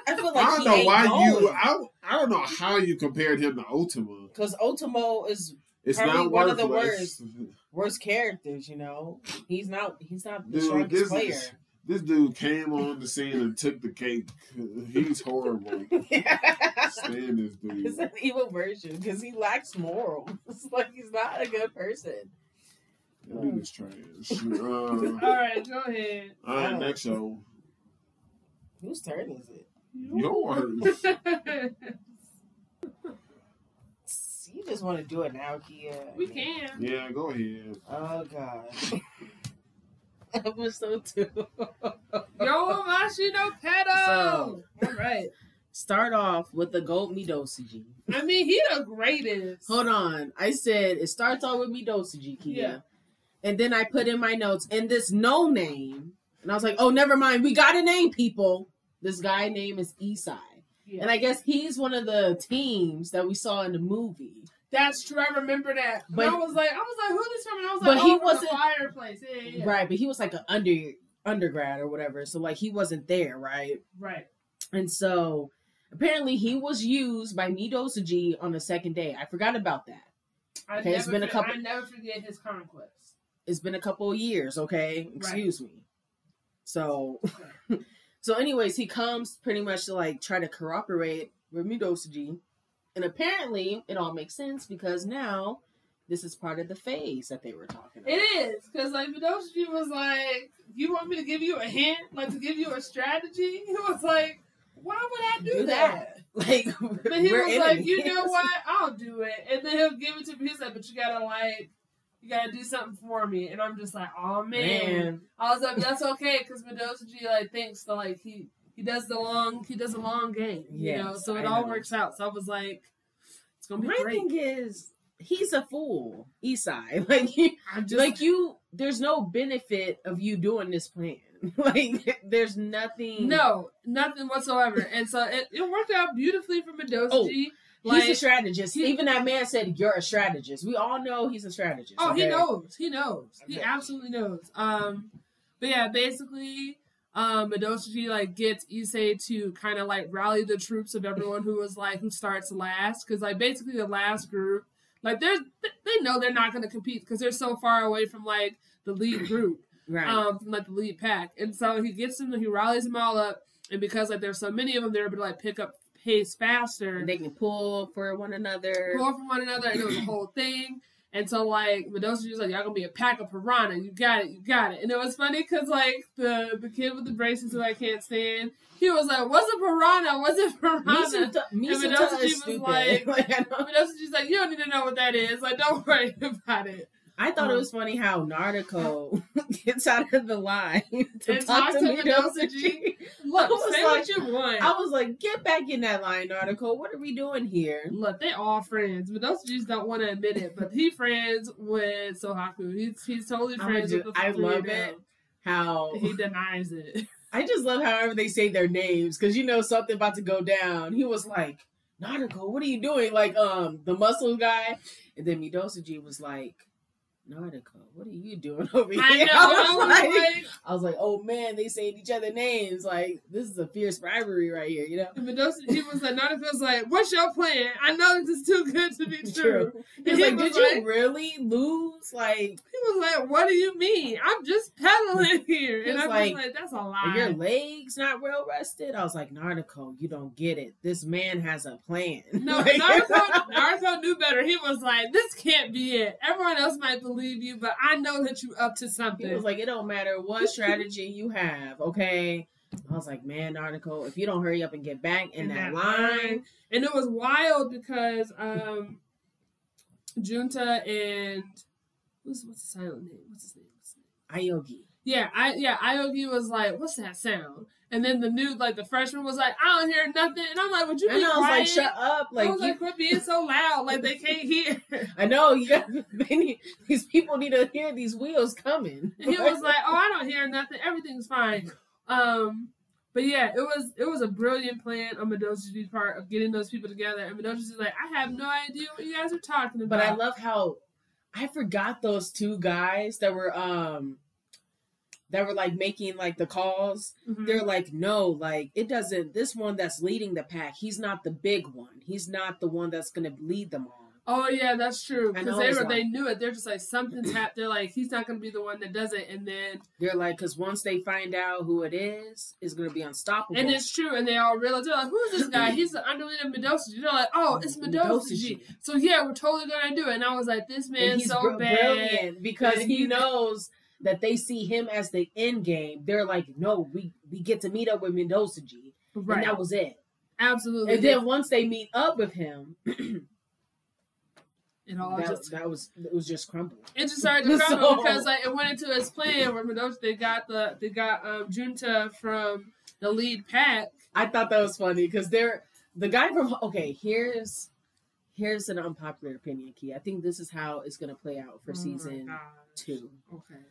Speaker 4: I feel like
Speaker 1: I don't know why you. I, I don't know how you compared him to Ultima.
Speaker 4: because Ultimo is
Speaker 1: It's
Speaker 4: Probably
Speaker 1: not
Speaker 4: one of the
Speaker 1: worthless.
Speaker 4: worst characters. You know, he's not. He's not the
Speaker 1: Dude,
Speaker 4: strongest
Speaker 1: this
Speaker 4: player.
Speaker 1: is- This dude came on the scene and took the cake. He's horrible. Stand this
Speaker 4: It's
Speaker 1: dude.
Speaker 4: an evil version because he lacks morals. like he's not a good person.
Speaker 1: That dude is trash. Uh,
Speaker 3: All right, go ahead.
Speaker 1: all right, next show.
Speaker 4: Whose turn is it?
Speaker 1: Yours.
Speaker 4: You just want to do it now, Kia.
Speaker 3: we can.
Speaker 1: Yeah, go ahead.
Speaker 4: Oh god. Episode two.
Speaker 3: Yo, Mashino Pedo.
Speaker 4: So-
Speaker 3: All right.
Speaker 2: Start off with the goat Midosuji.
Speaker 3: I mean, he the greatest.
Speaker 2: Hold on. I said it starts off with Midosuji, Kia.
Speaker 3: Yeah.
Speaker 2: And then I put in my notes, and this no name. And I was like, oh, never mind. We got a name, people. This guy name is Isai.
Speaker 3: Yeah.
Speaker 2: And I guess he's one of the teams that we saw in the movie.
Speaker 3: That's true. I remember that. But
Speaker 2: But-
Speaker 3: I was like, I was like, who this from? And I was
Speaker 2: But
Speaker 3: like,
Speaker 2: he
Speaker 3: oh, was the
Speaker 2: wasn't-
Speaker 3: fireplace. Yeah, yeah, yeah.
Speaker 2: Right, but he was like an under undergrad or whatever. So like he wasn't there, right?
Speaker 3: Right.
Speaker 2: And so apparently he was used by Nido Suji on the second day. I forgot about that.
Speaker 3: I
Speaker 2: Okay, it's
Speaker 3: never
Speaker 2: been a
Speaker 3: for-
Speaker 2: couple-
Speaker 3: I never forget his conquest.
Speaker 2: It's been a couple of years, okay? Excuse me. So so anyways, he comes pretty much to like try to corroborate with Nido Suji. And apparently it all makes sense because now this is part of the phase that they were talking about.
Speaker 3: It is because like Minoshi was like, you want me to give you a hint, like to give you a strategy? He was like, why would I do,
Speaker 2: Do
Speaker 3: that?
Speaker 2: that. Like
Speaker 3: But he
Speaker 2: we're
Speaker 3: was like, you
Speaker 2: enemies.
Speaker 3: know what? I'll do it. And then he'll give it to me. He's like, but you gotta like, you gotta do something for me. And I'm just like, oh man.
Speaker 2: Man.
Speaker 3: I was like, that's okay, because Mendoza G like thinks that like he he does the long he does a long game, you know.
Speaker 2: Yes,
Speaker 3: So it
Speaker 2: I
Speaker 3: all
Speaker 2: know.
Speaker 3: works out. So I was like, it's gonna be
Speaker 2: My
Speaker 3: great.
Speaker 2: thing is, he's a fool, Esai. Like, you-
Speaker 3: I'm just
Speaker 2: like you, there's no benefit of you doing this plan. Like, there's nothing.
Speaker 3: no nothing whatsoever. And so it, it worked out beautifully for Mendoza
Speaker 2: Oh,
Speaker 3: G. Like,
Speaker 2: he's a strategist.
Speaker 3: he-
Speaker 2: Even that man said, "You're a strategist." We all know he's a strategist.
Speaker 3: Oh, he
Speaker 2: okay?
Speaker 3: knows. He knows. He
Speaker 4: Okay.
Speaker 3: absolutely knows. Um, but yeah, basically, um, Madoshi like gets Issei to kind of like rally the troops of everyone who was like who starts last, because like basically the last group, like they're th- they know they're not gonna compete because they're so far away from like the lead group,
Speaker 2: Right.
Speaker 3: um, from like the lead pack, and so he gets them, he rallies them all up, and because like there's so many of them, they're able to like pick up pace faster
Speaker 2: And they can pull for one another.
Speaker 3: pull from one another, and it was a whole thing. And so, like, Medusa was like, "Y'all gonna be a pack of piranha. You got it. You got it." And it was funny because, like, the the kid with the braces who I can't stand, he was like, "What's a piranha? What's a piranha?"
Speaker 2: Misuta, Misuta
Speaker 3: Mendoza G
Speaker 2: is
Speaker 3: was
Speaker 2: stupid.
Speaker 3: like-
Speaker 2: Like, I, know.
Speaker 3: Medusa she's like, "You don't need to know what that is. Like, don't worry about it."
Speaker 2: I thought
Speaker 3: um,
Speaker 2: it was funny how Nardico gets out of the line to
Speaker 3: And
Speaker 2: talk to,
Speaker 3: Mendoza
Speaker 2: Mendoza
Speaker 3: G.
Speaker 2: G. I
Speaker 3: Look,
Speaker 2: was
Speaker 3: say what
Speaker 2: like-
Speaker 3: you want.
Speaker 2: I was like, get back in that line, article. What are we doing here?
Speaker 3: Look, they all friends, but those Jews don't want to admit it. But he friends with Sohaku. He's he's totally
Speaker 2: I'ma
Speaker 3: friends
Speaker 2: do-
Speaker 3: with the
Speaker 2: I
Speaker 3: three
Speaker 2: love
Speaker 3: of them.
Speaker 2: How
Speaker 3: He denies it.
Speaker 2: I just love however they say their names because you know something about to go down. He was like, Nautical, what are you doing? Like, um, the muscle guy, and then Midosuji was like, Nautical, what are you doing over here?
Speaker 3: I know.
Speaker 2: I was,
Speaker 3: I was
Speaker 2: like,
Speaker 3: like,
Speaker 2: I was like, oh man, they saying each other names. Like, this is a fierce rivalry right here, you know?
Speaker 3: And Mendoza, he was like, Nana feels like, what's your plan? I know this is too good to be true.
Speaker 2: He was
Speaker 3: He
Speaker 2: like,
Speaker 3: was
Speaker 2: did you really lose? Like,
Speaker 3: He was like, what do you mean? I'm just peddling here.
Speaker 2: He
Speaker 3: And
Speaker 2: was
Speaker 3: I was
Speaker 2: like,
Speaker 3: like, that's a
Speaker 2: Are your
Speaker 3: lie.
Speaker 2: legs not well rested? I was like, Nardico, you don't get it. This man has a plan.
Speaker 3: No,
Speaker 2: Like-
Speaker 3: Naruto, Naruto knew better. He was like, this can't be it. Everyone else might believe you, but I know that you up to
Speaker 2: He
Speaker 3: something.
Speaker 2: was like, it don't matter what strategy you have, okay? I was like, man, Nardico, if you don't hurry up and get back in, that, line,
Speaker 3: And it was wild because um Junta and what's what's the silent name? What's his name? What's his name?
Speaker 2: Ayogi.
Speaker 3: Yeah, I yeah, Aoki was like, "What's that sound?" And then the new like the freshman was like, "I don't hear nothing," and I'm like, "Would you be
Speaker 2: And I was
Speaker 3: quiet?"
Speaker 2: like, shut up. Like,
Speaker 3: I was
Speaker 2: you,
Speaker 3: like, "Quit being so loud, like they can't hear." And
Speaker 2: I know you got, they need, these people need to hear these wheels coming.
Speaker 3: he was like, "Oh, I don't hear nothing. Everything's fine." Um, but yeah, it was it was a brilliant plan on Madoji's part of getting those people together. And Madoji's like, "I have no idea what you guys are talking about."
Speaker 2: But I love how I forgot those two guys that were um that were like making like the calls.
Speaker 3: Mhm.
Speaker 2: They're like, no, like it doesn't. This one that's leading the pack, he's not the big one. He's not the one that's gonna lead them all.
Speaker 3: Oh yeah, that's true.
Speaker 2: I
Speaker 3: Because
Speaker 2: know,
Speaker 3: they
Speaker 2: it's
Speaker 3: were,
Speaker 2: like-
Speaker 3: they knew it. They're just like something's happened. They're like, he's not gonna be the one that does it. And then
Speaker 2: They're like, because once they find out who it is, it's gonna be unstoppable.
Speaker 3: and it's true. And they all realize they're like, who's this guy? He's the underling of Medosuji. They're like, oh, it's
Speaker 2: Midosuji.
Speaker 3: Medosuji. So yeah, we're totally gonna do it. And I was like, this
Speaker 2: And
Speaker 3: man's
Speaker 2: he's
Speaker 3: so
Speaker 2: br-
Speaker 3: bad.
Speaker 2: brilliant because
Speaker 3: And
Speaker 2: he
Speaker 3: he-
Speaker 2: knows that they see him as the end game. They're like, no, we we get to meet up with Mendoza G,
Speaker 3: Right.
Speaker 2: and that was it.
Speaker 3: Absolutely.
Speaker 2: And then once they meet up with him,
Speaker 3: it all
Speaker 2: that,
Speaker 3: Oh, just
Speaker 2: that was it was just crumbled.
Speaker 3: it just started to crumble
Speaker 2: So-
Speaker 3: because like it went into his plan where Medosuji they got the they got um Junta from the lead pack.
Speaker 2: I thought that was funny because they're the guy from okay. Here's here's an unpopular opinion, Key. I think this is how it's gonna play out for
Speaker 3: Oh my
Speaker 2: season
Speaker 3: gosh.
Speaker 2: two.
Speaker 3: Okay.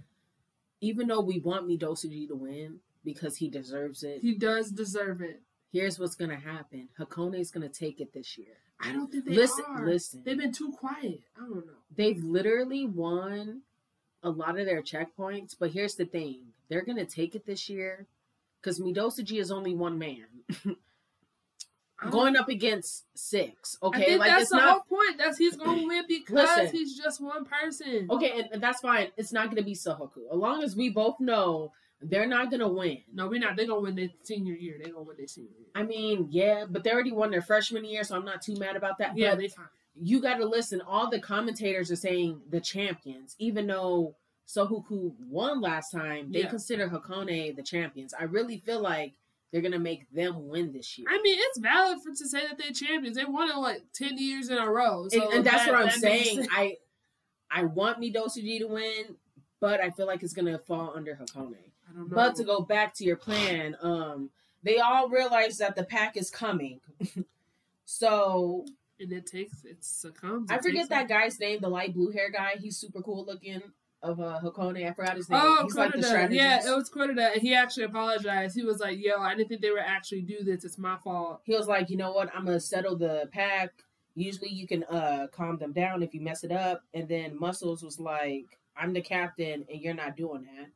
Speaker 2: Even though we want Mendoza G to win because he deserves it,
Speaker 3: He does deserve it.
Speaker 2: here's what's gonna happen. Hakone's gonna take it this year.
Speaker 3: I don't think they
Speaker 2: listen,
Speaker 3: are.
Speaker 2: listen.
Speaker 3: They've been too quiet. I don't know.
Speaker 2: They've literally won a lot of their checkpoints, but here's the thing: they're gonna take it this year because Midosuji is only one man
Speaker 3: I don't-
Speaker 2: going up against six. Okay,
Speaker 3: I think
Speaker 2: like
Speaker 3: that's
Speaker 2: it's
Speaker 3: the
Speaker 2: not
Speaker 3: whole point. That's he's gonna win because
Speaker 2: Listen.
Speaker 3: he's just one person.
Speaker 2: okay, and, and that's fine. It's not gonna be Sohoku. As long as we both know they're not gonna win.
Speaker 3: No, we're not. They're gonna win their senior year. They're gonna win their senior year.
Speaker 2: I mean, yeah, but they already won their freshman year, so I'm not too mad about that.
Speaker 3: Yeah,
Speaker 2: but
Speaker 3: they fine.
Speaker 2: you got to listen. All the commentators are saying the champions, even though Sohoku won last time. They
Speaker 3: Yeah.
Speaker 2: consider Hakone the champions. I really feel like they're gonna make them win this year,
Speaker 3: I mean, it's valid for to say that they're champions. They won it like ten years in a row. So
Speaker 2: and, and that's
Speaker 3: that-
Speaker 2: what I'm
Speaker 3: that makes
Speaker 2: saying.
Speaker 3: sense.
Speaker 2: I I want Midosuji to win, but I feel like it's gonna fall under Hakone.
Speaker 3: I don't know.
Speaker 2: But to go back to your plan, um, they all realize that the pack is coming. so
Speaker 3: and it takes it succumbs.
Speaker 2: I
Speaker 3: It
Speaker 2: forget
Speaker 3: takes
Speaker 2: that
Speaker 3: it.
Speaker 2: guy's name, the light blue hair guy. He's super cool looking. Of uh, Hakone, I forgot his name.
Speaker 3: Oh,
Speaker 2: He's like the
Speaker 3: Corda.
Speaker 2: strategist.
Speaker 3: yeah, it was Corda, and he actually apologized. He was like, "Yo, I didn't think they were actually do this. It's my fault."
Speaker 2: he was like, you know what? I'm gonna settle the pack. Usually, you can uh calm them down if you mess it up. And then Muscles was like, I'm the captain, and you're not doing that.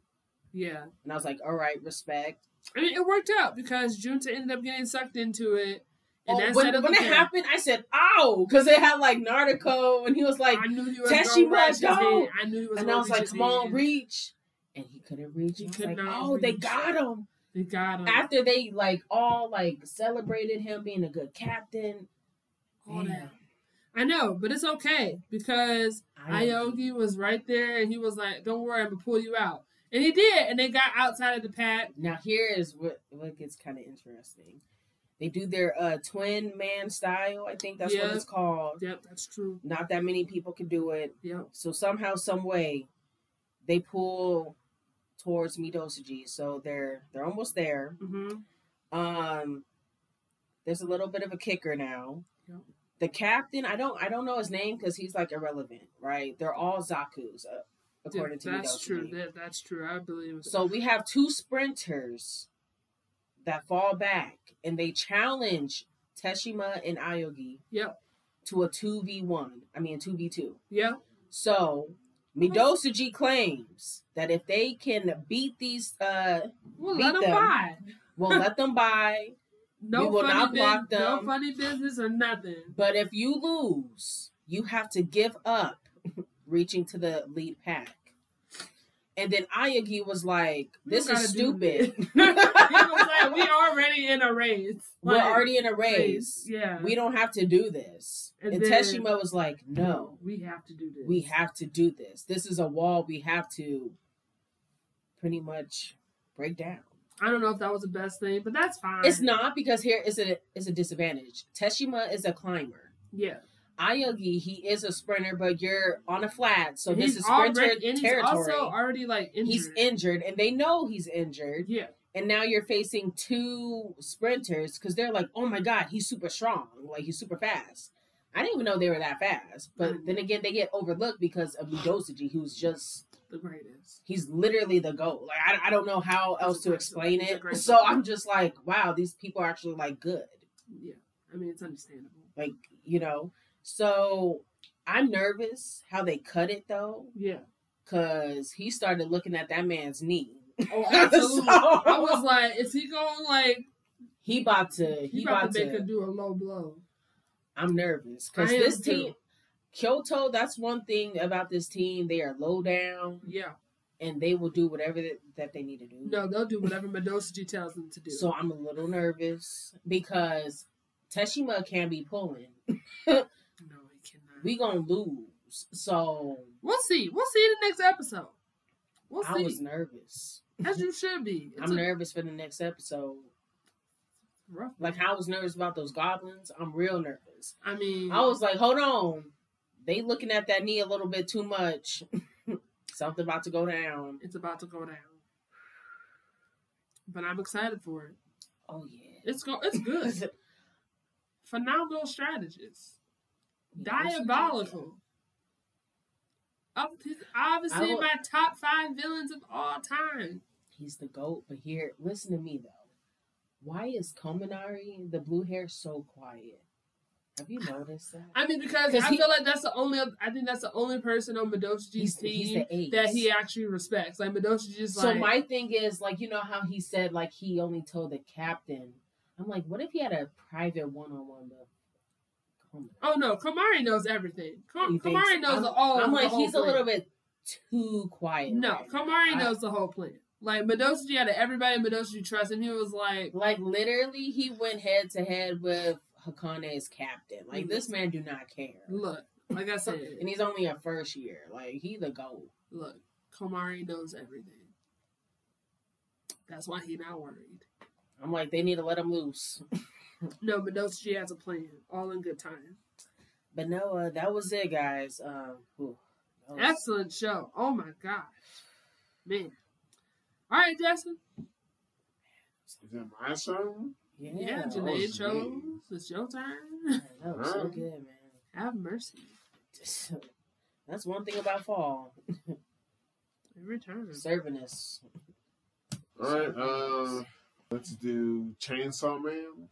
Speaker 3: Yeah,
Speaker 2: And I was like, all right, respect.
Speaker 3: I mean, it worked out because Junta ended up getting sucked into it, and
Speaker 2: Oh,
Speaker 3: that's
Speaker 2: when when it happened, I said, ow, because it had like Nardico, and he was like,
Speaker 3: I knew you was
Speaker 2: Tessie
Speaker 3: gonna reach
Speaker 2: Rush,
Speaker 3: his
Speaker 2: dog.
Speaker 3: hand. I knew it was.
Speaker 2: and I
Speaker 3: gonna
Speaker 2: was
Speaker 3: reach
Speaker 2: like,
Speaker 3: his
Speaker 2: come on,
Speaker 3: hand.
Speaker 2: reach. And he couldn't reach.
Speaker 3: He
Speaker 2: I was
Speaker 3: could
Speaker 2: like,
Speaker 3: not
Speaker 2: oh, they
Speaker 3: reach.
Speaker 2: got him.
Speaker 3: They got him.
Speaker 2: After they like all like celebrated him being a good captain.
Speaker 3: All
Speaker 2: Man,
Speaker 3: that. I know, but it's okay because
Speaker 2: I-
Speaker 3: Ayogi was right there, and he was like, "Don't worry, I'm gonna pull you out," and he did, and they got outside of the pack.
Speaker 2: Now here is what what gets kind of interesting. They do their uh twin man style. I think that's what
Speaker 3: Yeah.
Speaker 2: it's called.
Speaker 3: Yep, that's true.
Speaker 2: Not that many people can do it.
Speaker 3: Yep.
Speaker 2: So somehow, some way, they pull towards Midosuji. So they're they're almost there.
Speaker 3: hmm
Speaker 2: Um, there's a little bit of a kicker now.
Speaker 3: Yep.
Speaker 2: The captain, I don't I don't know his name because he's like irrelevant, right? They're all Zaku's uh, according to
Speaker 3: that's
Speaker 2: Midosuji.
Speaker 3: true. That, that's true. I believe. it.
Speaker 2: So we have two sprinters that fall back and they challenge Teshima and Ayogi
Speaker 3: Yep.
Speaker 2: to a 2v1. I mean, 2v2.
Speaker 3: Yeah.
Speaker 2: So Midosuji claims that if they can beat these, uh,
Speaker 3: We'll
Speaker 2: Beat
Speaker 3: let them
Speaker 2: them.
Speaker 3: by.
Speaker 2: we'll let them by.
Speaker 3: No
Speaker 2: We will
Speaker 3: funny
Speaker 2: not block
Speaker 3: bus-
Speaker 2: them.
Speaker 3: No funny business or nothing.
Speaker 2: But if you lose, you have to give up reaching to the lead pack. And then Ayogi was like,
Speaker 3: You
Speaker 2: this
Speaker 3: gotta
Speaker 2: is
Speaker 3: do
Speaker 2: stupid.
Speaker 3: he was like, "We already in a race.
Speaker 2: We're
Speaker 3: Like,
Speaker 2: already in a race.
Speaker 3: Yeah.
Speaker 2: we don't have to do this. And,
Speaker 3: And then-
Speaker 2: Teshima was like, no,
Speaker 3: we have to do this.
Speaker 2: we have to do this. This is a wall we have to pretty much break down.
Speaker 3: I don't know if that was the best thing, but that's fine.
Speaker 2: It's not because here is a is a disadvantage. Teshima is a climber.
Speaker 3: Yeah.
Speaker 2: Ayagi, he is a sprinter, but you're on a flat, so this
Speaker 3: he's
Speaker 2: is sprinter
Speaker 3: already, and he's
Speaker 2: territory.
Speaker 3: also already like injured.
Speaker 2: he's injured, and they know he's injured.
Speaker 3: yeah,
Speaker 2: And now you're facing two sprinters because they're like, oh my god, he's super strong, like he's super fast. I didn't even know they were that fast, but
Speaker 3: Mhm.
Speaker 2: then again, they get overlooked because of Midosuji, who's just
Speaker 3: the greatest.
Speaker 2: he's literally the goat. Like I, I don't know how
Speaker 3: a
Speaker 2: else to
Speaker 3: great
Speaker 2: explain
Speaker 3: selection. He's a
Speaker 2: it.
Speaker 3: great
Speaker 2: So
Speaker 3: selection.
Speaker 2: I'm just like, wow, these people are actually like good.
Speaker 3: Yeah, I mean it's understandable.
Speaker 2: Like, you know. So I'm nervous how they cut it though,
Speaker 3: Yeah.
Speaker 2: because he started looking at that man's knee.
Speaker 3: Oh, absolutely.
Speaker 2: So-
Speaker 3: I was like, is he going like
Speaker 2: He about to
Speaker 3: he
Speaker 2: he
Speaker 3: about,
Speaker 2: about
Speaker 3: to make
Speaker 2: to
Speaker 3: her do a low blow?
Speaker 2: I'm nervous. Because
Speaker 3: I am
Speaker 2: this
Speaker 3: too.
Speaker 2: team Kyoto, that's one thing about this team. They are low down
Speaker 3: Yeah.
Speaker 2: and they will do whatever that, that they need to do.
Speaker 3: No, they'll do whatever Medosuji tells them to do.
Speaker 2: So I'm a little nervous because Teshima can be pulling.
Speaker 3: no, he cannot.
Speaker 2: we gonna lose. So
Speaker 3: We'll see. We'll see the next episode. We'll
Speaker 2: I
Speaker 3: see.
Speaker 2: was nervous.
Speaker 3: As you should be. It's
Speaker 2: I'm
Speaker 3: a
Speaker 2: nervous for the next episode.
Speaker 3: rough.
Speaker 2: Like how I was nervous about those goblins. I'm real nervous.
Speaker 3: I mean,
Speaker 2: I was like, hold on, they looking at that knee a little bit too much. Something about to go down.
Speaker 3: it's about to go down. But I'm excited for it.
Speaker 2: Oh yeah.
Speaker 3: It's go. It's good. Phenomenal strategist. Diabolical. Ob- he's Obviously,
Speaker 2: I will-
Speaker 3: my top five villains of all time.
Speaker 2: He's the goat, but here, listen to me though. Why is Kominari the blue hair so quiet? Have you noticed that?
Speaker 3: I mean, because
Speaker 2: 'Cause
Speaker 3: I
Speaker 2: he-
Speaker 3: feel like that's the only. oth- I think that's the only person on Madochi's
Speaker 2: He's- he's
Speaker 3: team
Speaker 2: the ace.
Speaker 3: that he actually respects. Like Madochi just
Speaker 2: So
Speaker 3: like
Speaker 2: my thing is like you know how he said like he only told the captain. I'm like, what if he had a private one on one though?
Speaker 3: Oh no, Kamari knows everything. Kam-
Speaker 2: He thinks-
Speaker 3: Kamari knows
Speaker 2: I'm-
Speaker 3: the all.
Speaker 2: I'm
Speaker 3: the
Speaker 2: like,
Speaker 3: whole
Speaker 2: he's a
Speaker 3: plan.
Speaker 2: little bit too quiet.
Speaker 3: No,
Speaker 2: right now.
Speaker 3: Kamari
Speaker 2: I-
Speaker 3: knows the whole plan. Like Madosuji out of everybody, Madosuji trusts, and he was like,
Speaker 2: Like literally, he went head to head with Hakane's captain. Like
Speaker 3: Mm-hmm.
Speaker 2: this man do not care,
Speaker 3: "Look, like I said,
Speaker 2: and he's only a first year. Like he the goat.
Speaker 3: look, Kamari knows everything. That's why he not worried.
Speaker 2: I'm like, they need to let him loose.
Speaker 3: No, Madosuji has a plan, all in good time.
Speaker 2: But no, uh, that was it, guys. Um, ooh, that was-
Speaker 3: Excellent show. Oh my gosh, man. All right, Jackson.
Speaker 1: Is that my show?
Speaker 2: yeah,
Speaker 3: Yeah,
Speaker 1: that
Speaker 3: Janae
Speaker 1: was
Speaker 3: chose.
Speaker 1: me.
Speaker 3: It's your turn.
Speaker 2: that was so
Speaker 1: Alright.
Speaker 2: good, man.
Speaker 3: Have mercy.
Speaker 2: That's one thing about fall.
Speaker 3: Every turn.
Speaker 2: Serving us.
Speaker 1: All right, uh, let's do Chainsaw Man.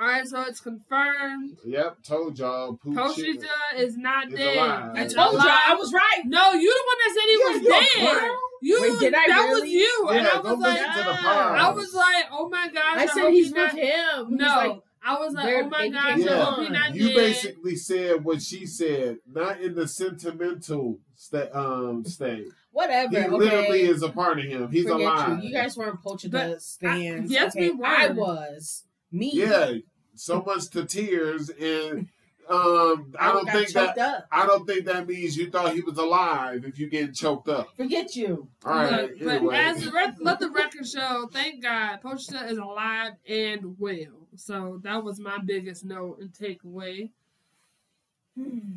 Speaker 3: All right, so it's confirmed.
Speaker 1: Yep, told y'all. Pooh
Speaker 3: Koshita
Speaker 1: Chicken.
Speaker 3: is not
Speaker 1: Is
Speaker 3: dead.
Speaker 1: alive.
Speaker 2: I
Speaker 1: It's
Speaker 2: told you
Speaker 1: alive.
Speaker 2: I was right.
Speaker 3: No, you the one that said he
Speaker 1: Yeah,
Speaker 3: was
Speaker 1: you're
Speaker 3: dead.
Speaker 1: clown.
Speaker 3: You
Speaker 2: Wait, did I
Speaker 3: that was
Speaker 2: really?
Speaker 3: you. and
Speaker 1: Yeah,
Speaker 3: I
Speaker 1: go
Speaker 3: was like,
Speaker 1: listen to the pod.
Speaker 3: I was like, oh my gosh.
Speaker 5: I said
Speaker 3: hope
Speaker 5: he's
Speaker 3: he
Speaker 5: with
Speaker 3: not-
Speaker 5: him. He's
Speaker 3: No,
Speaker 5: like,
Speaker 3: I was like,
Speaker 5: they're-
Speaker 3: oh my
Speaker 5: they
Speaker 3: gosh.
Speaker 5: can't
Speaker 3: I
Speaker 1: Yeah,
Speaker 3: hope he not
Speaker 1: you
Speaker 3: dead.
Speaker 1: basically said what she said, not in the sentimental sta- um state.
Speaker 2: Whatever.
Speaker 1: He
Speaker 2: okay.
Speaker 1: literally is a part of him. He's
Speaker 2: Forget
Speaker 1: alive.
Speaker 2: You. you guys weren't poacher
Speaker 3: But I-
Speaker 2: the stands.
Speaker 3: yes,
Speaker 2: okay?
Speaker 3: we were.
Speaker 2: I was. Me.
Speaker 1: yeah, so much to tears, and um, I don't
Speaker 2: got
Speaker 1: think that
Speaker 2: choked up.
Speaker 1: I don't think that means you thought he was alive if you getting choked up.
Speaker 2: Forget you.
Speaker 1: All right,
Speaker 3: Look, but
Speaker 1: anyway.
Speaker 3: as the rec- let the record show, thank God, Pochita is alive and well. So that was my biggest note and takeaway.
Speaker 2: Hmm.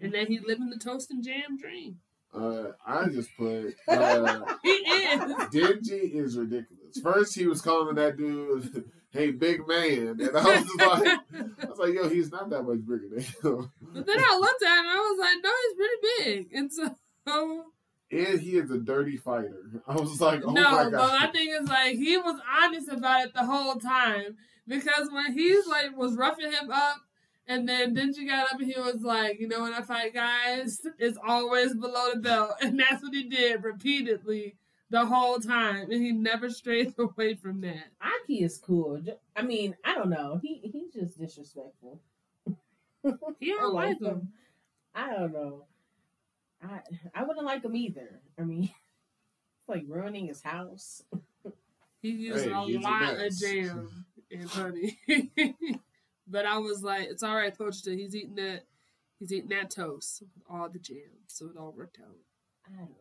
Speaker 3: And that he's living the toast and jam dream.
Speaker 1: uh, I just put uh,
Speaker 3: He is.
Speaker 1: Denji is ridiculous. First, he was calling that dude, "Hey, big man," and I was like, "I was like, yo, he's not that much bigger than him."
Speaker 3: But then I looked at him and I was like, no, he's pretty big. And so
Speaker 1: and he is a dirty fighter. I was like, oh
Speaker 3: no,
Speaker 1: my
Speaker 3: but I
Speaker 1: god.
Speaker 3: think it's like he was honest about it the whole time because when he's like was roughing him up, and then Benji got up and he was like, you know, when I fight guys, it's always below the belt, and that's what he did repeatedly the whole time, and he never strayed away from that.
Speaker 2: Aki is cool. Ju- I mean, I don't know. He he's just disrespectful.
Speaker 3: Oh, He don't like him.
Speaker 2: I don't know. I I wouldn't like him either. I mean, like ruining his house.
Speaker 3: He used
Speaker 1: Hey,
Speaker 3: a
Speaker 1: he's a
Speaker 3: lot of
Speaker 1: mess.
Speaker 3: jam and honey. but I was like, it's all right, Coach. D. He's eating that. He's eating that toast with all the jam, so it all worked out.
Speaker 2: I don't know.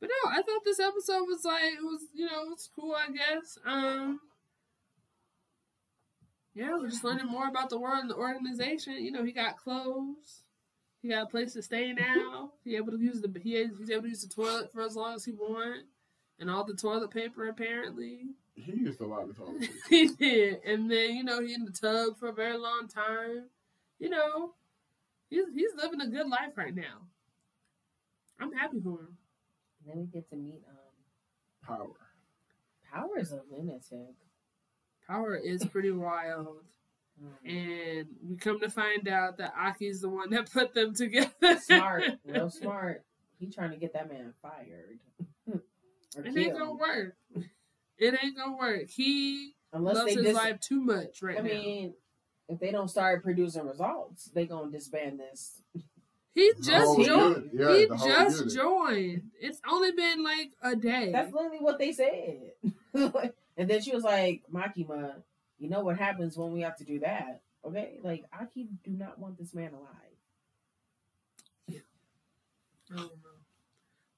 Speaker 3: But no, I thought this episode was like it was, you know, it's cool, I guess. Um Yeah, we're just learning more about the world and the organization. You know, he got clothes. He got a place to stay now. He able to use the he is, he's able to use the toilet for as long as he want, and all the toilet paper apparently.
Speaker 1: He used a lot of toilet paper.
Speaker 3: he did, and then you know he in the tub for a very long time. You know, he's he's living a good life right now. I'm happy for him.
Speaker 2: Then we get to meet um
Speaker 1: Power.
Speaker 2: Power is a lunatic.
Speaker 3: Power is pretty wild,
Speaker 2: Mm.
Speaker 3: and we come to find out that Aki's the one that put them together.
Speaker 2: Smart, real smart. He trying to get that man fired. Or
Speaker 3: It ain't
Speaker 2: killed.
Speaker 3: gonna work. It ain't gonna work. He
Speaker 2: Unless
Speaker 3: loves
Speaker 2: they
Speaker 3: his
Speaker 2: dis-
Speaker 3: life too much right
Speaker 2: I
Speaker 3: now.
Speaker 2: mean, if they don't start producing results, they gonna disband this.
Speaker 3: he
Speaker 1: The
Speaker 3: just
Speaker 1: whole
Speaker 3: joined.
Speaker 1: unit. Yeah,
Speaker 3: he
Speaker 1: the whole
Speaker 3: just
Speaker 1: unit.
Speaker 3: joined. It's only been like a day.
Speaker 2: That's literally what they said. and then she was like, Makima, you know what happens when we have to do that. Okay? Like Aki do not want this man alive.
Speaker 3: I don't know.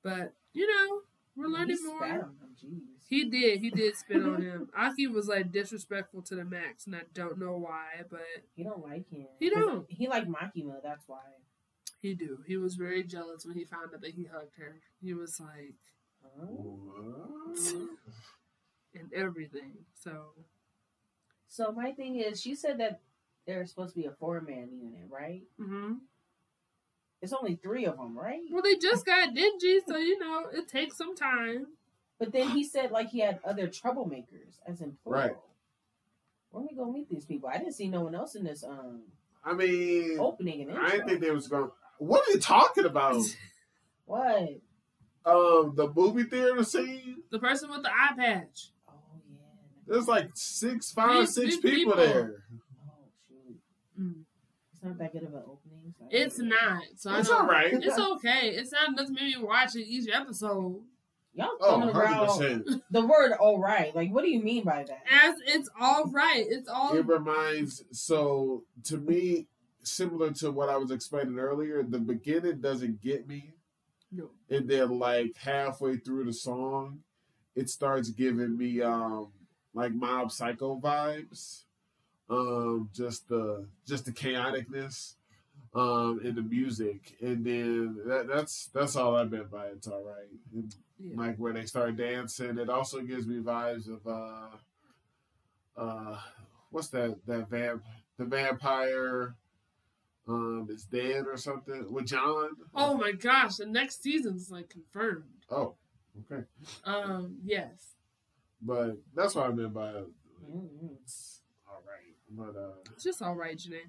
Speaker 3: But you know, we're learning
Speaker 2: He
Speaker 3: more.
Speaker 2: spat on him, jeez.
Speaker 3: He did. He did spit on him. Aki was like disrespectful to the max, and I don't know why, but
Speaker 2: He don't like him.
Speaker 3: He
Speaker 2: 'Cause
Speaker 3: don't.
Speaker 2: He like Makima, that's why.
Speaker 3: he do. He was very jealous when he found out that he hugged her. He was like,
Speaker 2: Huh?
Speaker 1: What?
Speaker 3: and everything. So
Speaker 2: So my thing is, she said that there's supposed to be a four man unit, right?
Speaker 3: hmm
Speaker 2: It's only three of them, right?
Speaker 3: well, they just got dingy, so you know it takes some time.
Speaker 2: But then he said like he had other troublemakers, as in plural.
Speaker 1: Right.
Speaker 2: Where we gonna meet these people? I didn't see no one else in this um
Speaker 1: I mean,
Speaker 2: opening and intro.
Speaker 1: I didn't think they was going. to What are they talking about?
Speaker 2: what?
Speaker 1: um, the movie theater scene.
Speaker 3: The person with the eye patch.
Speaker 2: Oh yeah.
Speaker 1: There's like six, five,
Speaker 3: Three-
Speaker 1: six
Speaker 3: three
Speaker 1: people,
Speaker 3: people.
Speaker 1: there.
Speaker 2: Oh shoot.
Speaker 3: Mm.
Speaker 2: It's not that good of an opening. so I
Speaker 3: It's
Speaker 2: don't-
Speaker 3: not. So I
Speaker 1: It's
Speaker 3: don't-
Speaker 1: all right.
Speaker 3: It's okay. It's not doesn't make me watch it each episode.
Speaker 2: Y'all
Speaker 1: Oh,
Speaker 2: throwing
Speaker 1: 100
Speaker 2: around
Speaker 1: percent.
Speaker 2: the word "all right." Like, what do you mean by that?
Speaker 3: As it's all right. It's all
Speaker 1: It reminds so to me, similar to what I was explaining earlier, the beginning doesn't get me.
Speaker 3: no.
Speaker 1: And then like halfway through the song, it starts giving me um like mob psycho vibes. Um just the just the chaoticness um in the music. And then that, that's that's all I meant by it's all right. And
Speaker 3: Yeah.
Speaker 1: like where they start dancing. It also gives me vibes of uh, uh, what's that that vamp the vampire, um, is dead or something with John.
Speaker 3: Oh my gosh, the next season's like confirmed.
Speaker 1: Oh, okay,
Speaker 3: Um, yes.
Speaker 1: but that's what I meant by it.
Speaker 2: Mm-mm.
Speaker 1: it's all right. But uh,
Speaker 3: It's just all right, Janae.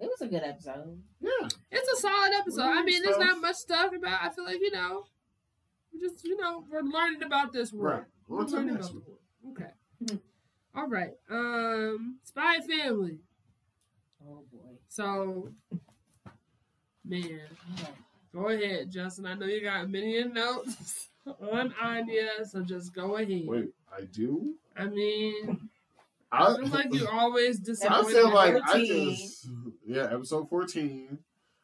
Speaker 2: It was a good episode.
Speaker 1: yeah,
Speaker 3: It's a solid episode. I mean, there's
Speaker 1: Stuff.
Speaker 3: not much stuff about I feel like, you know, we just you know, we're learning about this world.
Speaker 1: right. On to the
Speaker 3: Learning
Speaker 1: next
Speaker 3: about
Speaker 1: one.
Speaker 3: the world. Okay. All right. Um Spy Family.
Speaker 2: Oh boy.
Speaker 3: So man.
Speaker 2: Yeah.
Speaker 3: Go ahead, Justin. I know you got a million notes on Anya, so just go ahead.
Speaker 1: Wait, I do.
Speaker 3: I mean,
Speaker 1: I,
Speaker 3: I feel like you always
Speaker 1: I
Speaker 3: disappointed.
Speaker 1: feel like I
Speaker 2: 14.
Speaker 1: just yeah. Episode fourteen.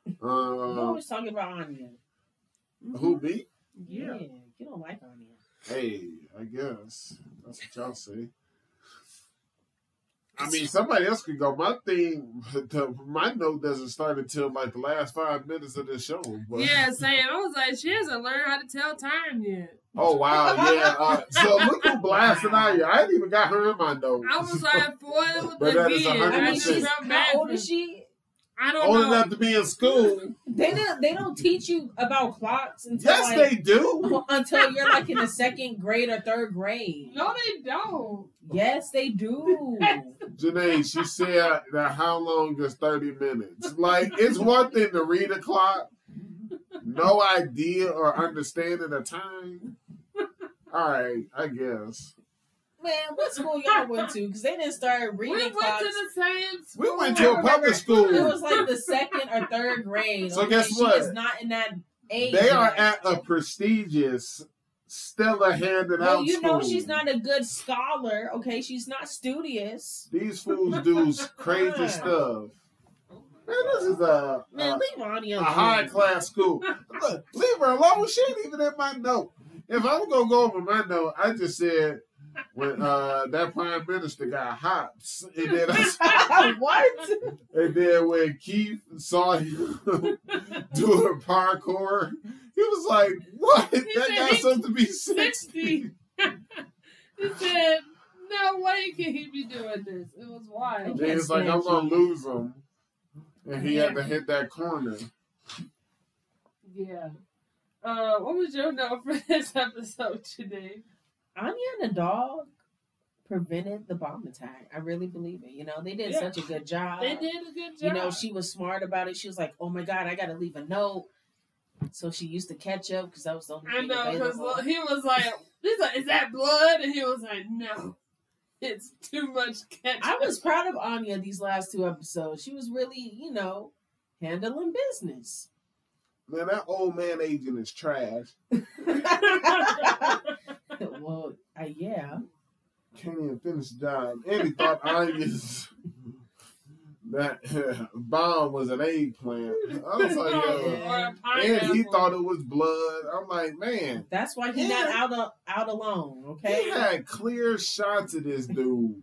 Speaker 2: You
Speaker 1: Um,
Speaker 2: always talking about Anya.
Speaker 1: who me?
Speaker 3: Yeah.
Speaker 2: You don't like Anya.
Speaker 1: Hey, I guess that's what y'all say. I mean, somebody else could go. My thing, the, my note doesn't start until like the last five minutes of this show. But,
Speaker 3: Mm-hmm. Yeah, Sam. I was like, she hasn't learned how to tell time yet.
Speaker 1: Oh wow, yeah. Uh, so look who blasted out here. I ain't even got her in my notes.
Speaker 3: I was like, foiled
Speaker 1: But that is
Speaker 3: again.
Speaker 2: I
Speaker 3: I
Speaker 2: mean,
Speaker 1: 100%.
Speaker 3: just
Speaker 2: she's
Speaker 3: felt
Speaker 2: how
Speaker 3: bad.
Speaker 2: old
Speaker 3: For,
Speaker 2: is she?
Speaker 3: I don't
Speaker 1: old
Speaker 3: know.
Speaker 1: enough to be in school.
Speaker 2: They don't. They don't teach you about clocks until
Speaker 1: Yes,
Speaker 2: like,
Speaker 1: they do.
Speaker 2: until you're like in the second grade or third grade.
Speaker 3: No, they don't.
Speaker 2: Yes, they do.
Speaker 1: Janae, she said that how long is thirty minutes? Like it's one thing to read a clock, no idea or understanding the time. All right, I guess.
Speaker 2: Man, what school y'all went to? Because they didn't start
Speaker 3: We
Speaker 2: reading
Speaker 3: went
Speaker 2: clocks.
Speaker 3: to the same school.
Speaker 1: We went
Speaker 2: I
Speaker 1: to a
Speaker 2: remember
Speaker 1: public
Speaker 2: It
Speaker 1: school.
Speaker 2: was like the second or third grade.
Speaker 1: So
Speaker 2: okay?
Speaker 1: guess
Speaker 2: She
Speaker 1: what?
Speaker 2: is not in that age.
Speaker 1: They are
Speaker 2: yet.
Speaker 1: at a prestigious, Stella handed
Speaker 2: Well,
Speaker 1: out
Speaker 2: you know
Speaker 1: school.
Speaker 2: she's not a good scholar. Okay, she's not studious.
Speaker 1: These fools do crazy stuff. Man, this is a a,
Speaker 2: Man, leave Anya.
Speaker 1: a
Speaker 2: alone.
Speaker 1: high class school. Look, leave her alone. She ain't even in my note. If I'm gonna go over my note, I just said when uh, that prime minister got hops, and then I,
Speaker 2: what?
Speaker 1: and then when Keith saw him doing parkour, he was like, "What? that
Speaker 3: said
Speaker 1: guy's
Speaker 3: he-
Speaker 1: supposed to be 60.
Speaker 3: 60. he said, No way can he be doing this. It was wild.
Speaker 1: Then
Speaker 2: can't
Speaker 1: it's like I'm
Speaker 2: stand
Speaker 1: gonna
Speaker 2: you.
Speaker 1: lose him, and he had to
Speaker 3: Yeah.
Speaker 1: hit that corner.
Speaker 3: Yeah. Uh, what was your note for this episode today?
Speaker 2: Anya and the dog prevented the bomb attack. I really believe it. You know, they did
Speaker 3: Yeah.
Speaker 2: such a good job.
Speaker 3: They did a good job.
Speaker 2: Uh, You know, she was smart about it. She was like, "Oh my god, I gotta leave a note." So she used to catch up because that was the only
Speaker 3: I
Speaker 2: thing
Speaker 3: know because
Speaker 2: available.
Speaker 3: he was like, he's like, is that blood? And he was like, no, it's too much ketchup.
Speaker 2: I was proud of Anya these last two episodes. She was really, you know, handling business.
Speaker 1: Man, that old man agent is trash.
Speaker 2: well, uh, yeah.
Speaker 1: Can't even finish the job. And he thought Anya's that bomb was an eggplant. I was like,
Speaker 3: Or
Speaker 1: yo.
Speaker 2: Yeah.
Speaker 3: a
Speaker 1: And he
Speaker 3: pineapple.
Speaker 1: thought it was blood. I'm like, man,
Speaker 2: That's why he's not
Speaker 1: Yeah.
Speaker 2: out a, out alone. Okay.
Speaker 1: he had clear shots of this dude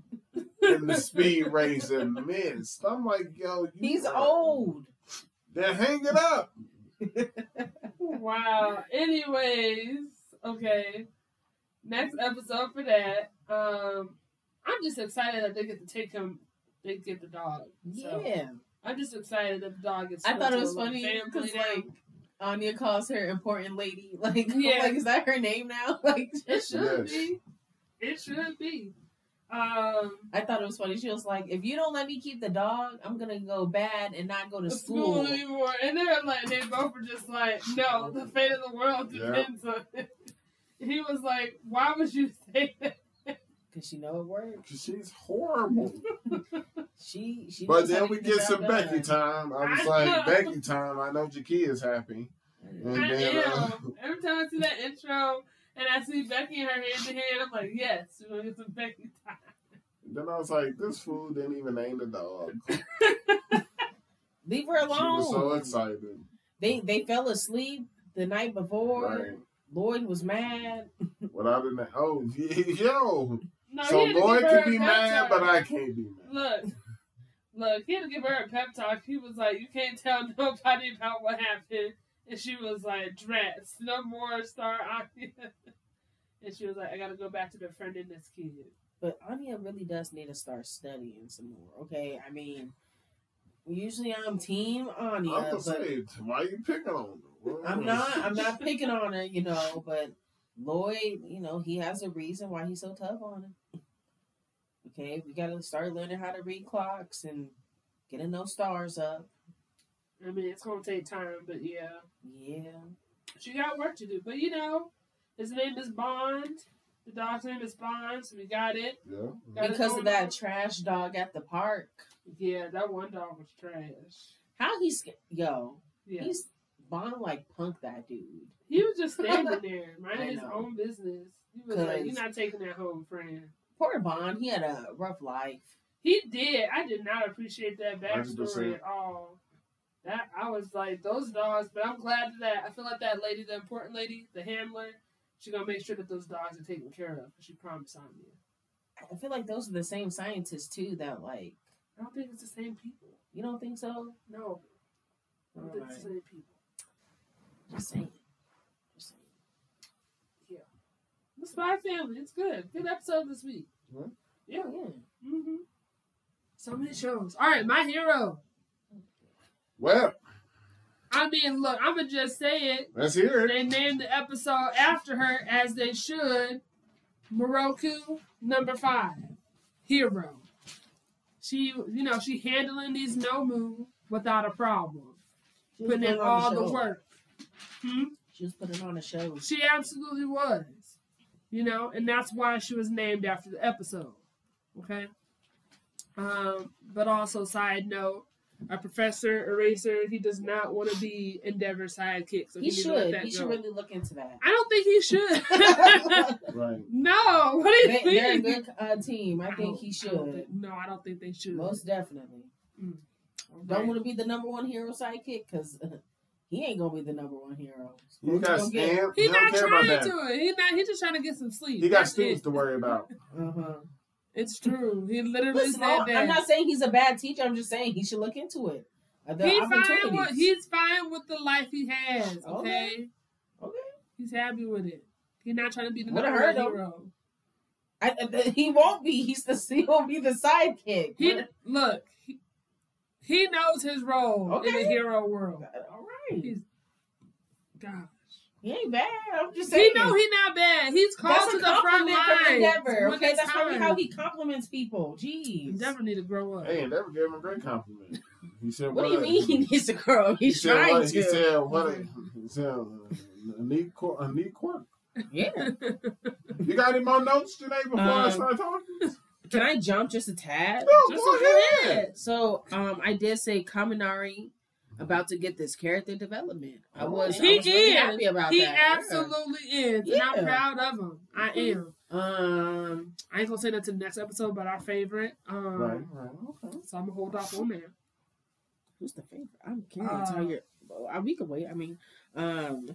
Speaker 1: in the speed race and missed. I'm like, yo, you
Speaker 2: He's
Speaker 1: are-
Speaker 2: old.
Speaker 1: Then hang it up.
Speaker 3: Wow. Anyways, okay. Next episode for that. Um, I'm just excited that they get to take him. They get the dog. So,
Speaker 2: Yeah.
Speaker 3: I'm just excited that the dog is.
Speaker 2: I thought it
Speaker 3: still
Speaker 2: was
Speaker 3: with
Speaker 2: funny
Speaker 3: family
Speaker 2: 'cause,
Speaker 3: now.
Speaker 2: like, Anya calls her important lady. Like, I'm
Speaker 3: Yeah.
Speaker 2: like is that her name now? Like,
Speaker 3: it should
Speaker 1: Yes.
Speaker 3: be. It should be. Um.
Speaker 2: I thought it was funny. She was like, "If you don't let me keep the dog, I'm gonna go bad and not go to
Speaker 3: school.
Speaker 2: school."
Speaker 3: anymore. And they're like, they both were just like, no, the fate of the world
Speaker 1: Yeah.
Speaker 3: depends on it. He was like, why would you say that?
Speaker 2: Cause she know it works.
Speaker 1: She's horrible.
Speaker 2: She she.
Speaker 1: But
Speaker 2: knows how
Speaker 1: then
Speaker 2: to
Speaker 1: we
Speaker 2: get the
Speaker 1: get
Speaker 2: job
Speaker 1: some
Speaker 2: done.
Speaker 1: Becky time. I was like, Becky time. I know Ja'Key is happy. And
Speaker 3: I
Speaker 1: then, uh,
Speaker 3: am. Every time I see that intro and I see Becky and her hand to hand, I'm like, yes, we're going to get some Becky time.
Speaker 1: then I was like, this fool didn't even name the dog.
Speaker 2: Leave her
Speaker 1: She was so
Speaker 2: alone.
Speaker 1: excited.
Speaker 2: they they fell asleep the night before.
Speaker 1: Right.
Speaker 2: Lloyd was mad.
Speaker 1: Without a name. Oh, yo.
Speaker 3: No,
Speaker 1: so
Speaker 3: he had to
Speaker 1: Lloyd
Speaker 3: give her
Speaker 1: can
Speaker 3: a
Speaker 1: be
Speaker 3: pep
Speaker 1: mad,
Speaker 3: talk.
Speaker 1: but I can't be mad.
Speaker 3: Look. Look, he had to give her a pep talk. He was like, "You can't tell nobody about what happened," and she was like, "Drats, no more star Anya." and she was like, "I gotta go back to befriending this kid."
Speaker 2: But Anya really does need to start studying some more. Okay, I mean, usually I'm team Anya,
Speaker 1: I'm gonna
Speaker 2: but
Speaker 1: say, why you picking on her?
Speaker 2: I'm not. I'm not picking on her, you know. But Lloyd, you know, he has a reason why he's so tough on him. Okay, we gotta start learning how to read clocks and getting those stars up.
Speaker 3: I mean, it's gonna take time, but yeah,
Speaker 2: Yeah,
Speaker 3: she got work to do. But you know, his name is Bond. The dog's name is Bond, so we got it.
Speaker 1: Yeah.
Speaker 3: Got it
Speaker 2: because
Speaker 3: going
Speaker 2: of that
Speaker 3: on.
Speaker 2: trash dog at the park.
Speaker 3: Yeah, that one dog was trash.
Speaker 2: How he's yo,
Speaker 3: Yeah,
Speaker 2: he's Bono like punk that dude.
Speaker 3: he was just standing there, minding
Speaker 2: I
Speaker 3: his
Speaker 2: know.
Speaker 3: own business. He was like,
Speaker 2: Cause-
Speaker 3: "You're not taking that home, friend."
Speaker 2: Poor Bond, he had a rough life.
Speaker 3: He did. I did not appreciate that
Speaker 1: 100%.
Speaker 3: backstory at all. That I was like those dogs, but I'm glad that I feel like that lady, the important lady, the handler, she gonna make sure that those dogs are taken care of. 'cause She promised on me.
Speaker 2: I feel like those are the same scientists too. That like
Speaker 3: I don't think it's the same people.
Speaker 2: you don't think so?
Speaker 3: No, I don't think it's the same people.
Speaker 2: Just saying. Just saying.
Speaker 3: The Spy Family. It's good. Good episode this week.
Speaker 1: What?
Speaker 3: Yeah.
Speaker 2: Oh, yeah.
Speaker 3: hmm So many shows. All right, my hero.
Speaker 1: Well,
Speaker 3: I mean, look, I'm gonna just say it.
Speaker 1: let's hear it.
Speaker 3: They named the episode after her, as they should. Moroku number five, hero. She, you know, she handling these Nomu without a problem,
Speaker 2: She was
Speaker 3: putting in
Speaker 2: on
Speaker 3: all the
Speaker 2: show.
Speaker 3: work. Hmm?
Speaker 2: She was putting on a show.
Speaker 3: She absolutely was, you know, and that's why she was named after the episode. Okay. Um, but also, side note. A professor eraser, he does not want to be Endeavor's sidekick, so
Speaker 2: He
Speaker 3: he, needs to let
Speaker 2: should.
Speaker 3: that
Speaker 2: He
Speaker 3: go.
Speaker 2: should really look into that.
Speaker 3: I don't think he should.
Speaker 1: Right.
Speaker 3: no, what do
Speaker 2: They,
Speaker 3: you
Speaker 2: they're a
Speaker 3: mean?
Speaker 2: good uh, team. I think he
Speaker 3: I don't
Speaker 2: should.
Speaker 3: think- No, I don't think they should.
Speaker 2: Most definitely.
Speaker 3: All
Speaker 2: Don't
Speaker 3: right.
Speaker 2: want to be the number one hero sidekick because
Speaker 4: He ain't gonna be the number one hero.
Speaker 1: You got
Speaker 4: He's gonna get-
Speaker 1: Stan.
Speaker 3: He
Speaker 1: He don't
Speaker 3: not
Speaker 1: care about
Speaker 3: trying
Speaker 1: that.
Speaker 3: to. He not. He just trying to get some sleep.
Speaker 1: He got
Speaker 3: That's
Speaker 1: students
Speaker 3: it.
Speaker 1: to worry about.
Speaker 4: Uh-huh.
Speaker 3: It's true. He literally
Speaker 4: Listen,
Speaker 3: said
Speaker 4: I'm
Speaker 3: that.
Speaker 4: I'm not saying he's a bad teacher. I'm just saying he should look into it. Uh, The
Speaker 3: He fine with,
Speaker 4: opportunities.
Speaker 3: he's fine with the life he has. Okay?
Speaker 4: Okay. Okay.
Speaker 3: He's happy with it. He's not trying to be the
Speaker 4: Would've
Speaker 3: number
Speaker 4: hurt
Speaker 3: one
Speaker 4: him.
Speaker 3: hero.
Speaker 4: I, I- he won't be. He's the he won't be the sidekick.
Speaker 3: He look. He, he knows his role in
Speaker 4: Okay.
Speaker 3: the hero world.
Speaker 4: All right.
Speaker 3: He's- God.
Speaker 4: He ain't bad. I'm just
Speaker 3: He
Speaker 4: saying.
Speaker 3: know he not bad. He's called
Speaker 4: that's
Speaker 3: to
Speaker 4: a
Speaker 3: the front
Speaker 4: compliment from
Speaker 3: line.
Speaker 4: Endeavor. Okay, that's probably how he compliments people. Jeez.
Speaker 3: Endeavor need to grow up.
Speaker 1: Hey, and never gave him a great compliment. He said,
Speaker 4: What do you
Speaker 1: a-
Speaker 4: mean he needs a girl?
Speaker 1: He
Speaker 4: He's
Speaker 1: said,
Speaker 4: trying
Speaker 1: what,
Speaker 4: to.
Speaker 1: He said, what? A, he said, uh, a neat, qu- a neat quirk.
Speaker 4: Yeah.
Speaker 1: You got any more notes today before I
Speaker 4: Um,
Speaker 1: start talking?
Speaker 4: Can I jump just a tad?
Speaker 1: No,
Speaker 3: just
Speaker 1: go
Speaker 3: a
Speaker 1: ahead.
Speaker 2: So um, I did say Kaminari about to get this character development. I was, I
Speaker 3: He
Speaker 2: was really
Speaker 3: is.
Speaker 2: happy about
Speaker 3: He
Speaker 2: that. yeah.
Speaker 3: absolutely is, and I'm
Speaker 2: Yeah.
Speaker 3: proud of him. I
Speaker 4: Mm-hmm.
Speaker 3: am.
Speaker 2: Um,
Speaker 3: I ain't gonna say that to the next episode, but our favorite. Um,
Speaker 1: Right, right, okay.
Speaker 3: So I'm gonna hold off on that.
Speaker 2: who's the favorite? I'm curious
Speaker 3: Uh,
Speaker 2: how you're. well, I- We can wait. I mean, um,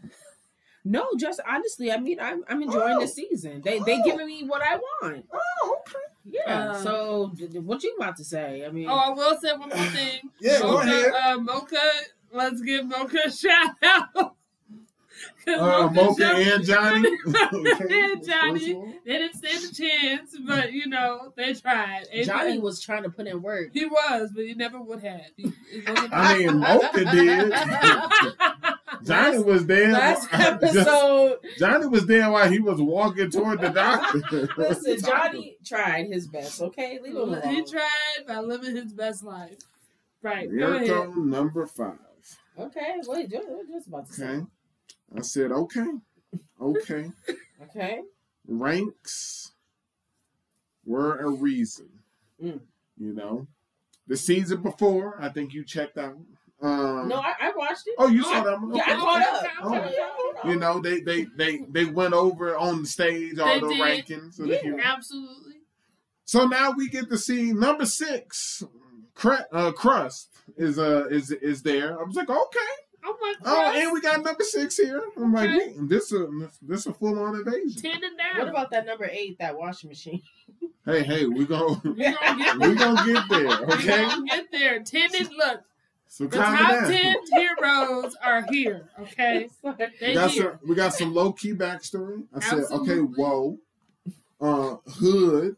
Speaker 2: no, just honestly, I mean, I'm I'm enjoying
Speaker 1: Oh.
Speaker 2: the season. They they
Speaker 1: Oh.
Speaker 2: giving me what I want.
Speaker 1: Oh, okay.
Speaker 2: Yeah.
Speaker 3: Uh,
Speaker 2: so d- d- what you about to say? I mean,
Speaker 3: Oh, I will say one more thing.
Speaker 1: Yeah,
Speaker 3: Mocha,
Speaker 1: go ahead.
Speaker 3: Uh, Mocha, let's give Mocha a shout out. 'Cause
Speaker 1: Uh, Mocha
Speaker 3: showed-
Speaker 1: and Johnny. Okay.
Speaker 3: And Johnny. They didn't stand a chance, but you know they tried. And
Speaker 2: Johnny was trying to put in work.
Speaker 3: he was, but he never would have. He, it wasn't-
Speaker 1: I mean, Mocha did. Johnny was there.
Speaker 2: Last
Speaker 1: just-
Speaker 2: episode,
Speaker 1: Johnny was there while he was walking toward the doctor.
Speaker 4: Listen, Johnny tried his best. Okay, leave him alone.
Speaker 3: he tried by living his best life. Right. Go
Speaker 1: Miracle
Speaker 3: ahead.
Speaker 1: number five.
Speaker 4: Okay, wait, just, just about to say.
Speaker 1: Okay. I said, okay. Okay.
Speaker 4: Okay,
Speaker 1: ranks were a reason.
Speaker 4: Mm.
Speaker 1: You know, the season before, I think you checked out. Um,
Speaker 4: no, I, I watched it.
Speaker 1: oh, you
Speaker 3: no,
Speaker 1: saw that one.
Speaker 4: Yeah, I
Speaker 1: Okay.
Speaker 4: caught up.
Speaker 1: Oh.
Speaker 4: Yeah, I caught
Speaker 1: You
Speaker 4: up.
Speaker 1: know, they they they they went over on the stage all
Speaker 3: They
Speaker 1: the
Speaker 3: did.
Speaker 1: rankings. So, they
Speaker 4: Yeah.
Speaker 1: can-
Speaker 3: Absolutely.
Speaker 1: so now we get to see number six. Cre- uh, crust is uh is is there? I was like, okay.
Speaker 3: Oh my god.
Speaker 1: Oh, and we got number six here. I'm like,
Speaker 3: Okay.
Speaker 1: man, this a this a full on invasion.
Speaker 3: ten and down.
Speaker 4: What about that number eight, that washing machine?
Speaker 1: Hey, hey, we gonna
Speaker 3: We gonna get
Speaker 1: we gonna get there,
Speaker 3: We
Speaker 1: okay?
Speaker 3: gonna get there. Ten and look.
Speaker 1: So
Speaker 3: The
Speaker 1: calm
Speaker 3: top
Speaker 1: down.
Speaker 3: ten heroes are here. Okay,
Speaker 1: We
Speaker 3: they
Speaker 1: got,
Speaker 3: here.
Speaker 1: some, we got some low key backstory. I said, okay,
Speaker 3: Absolutely.
Speaker 1: whoa. Uh, Hood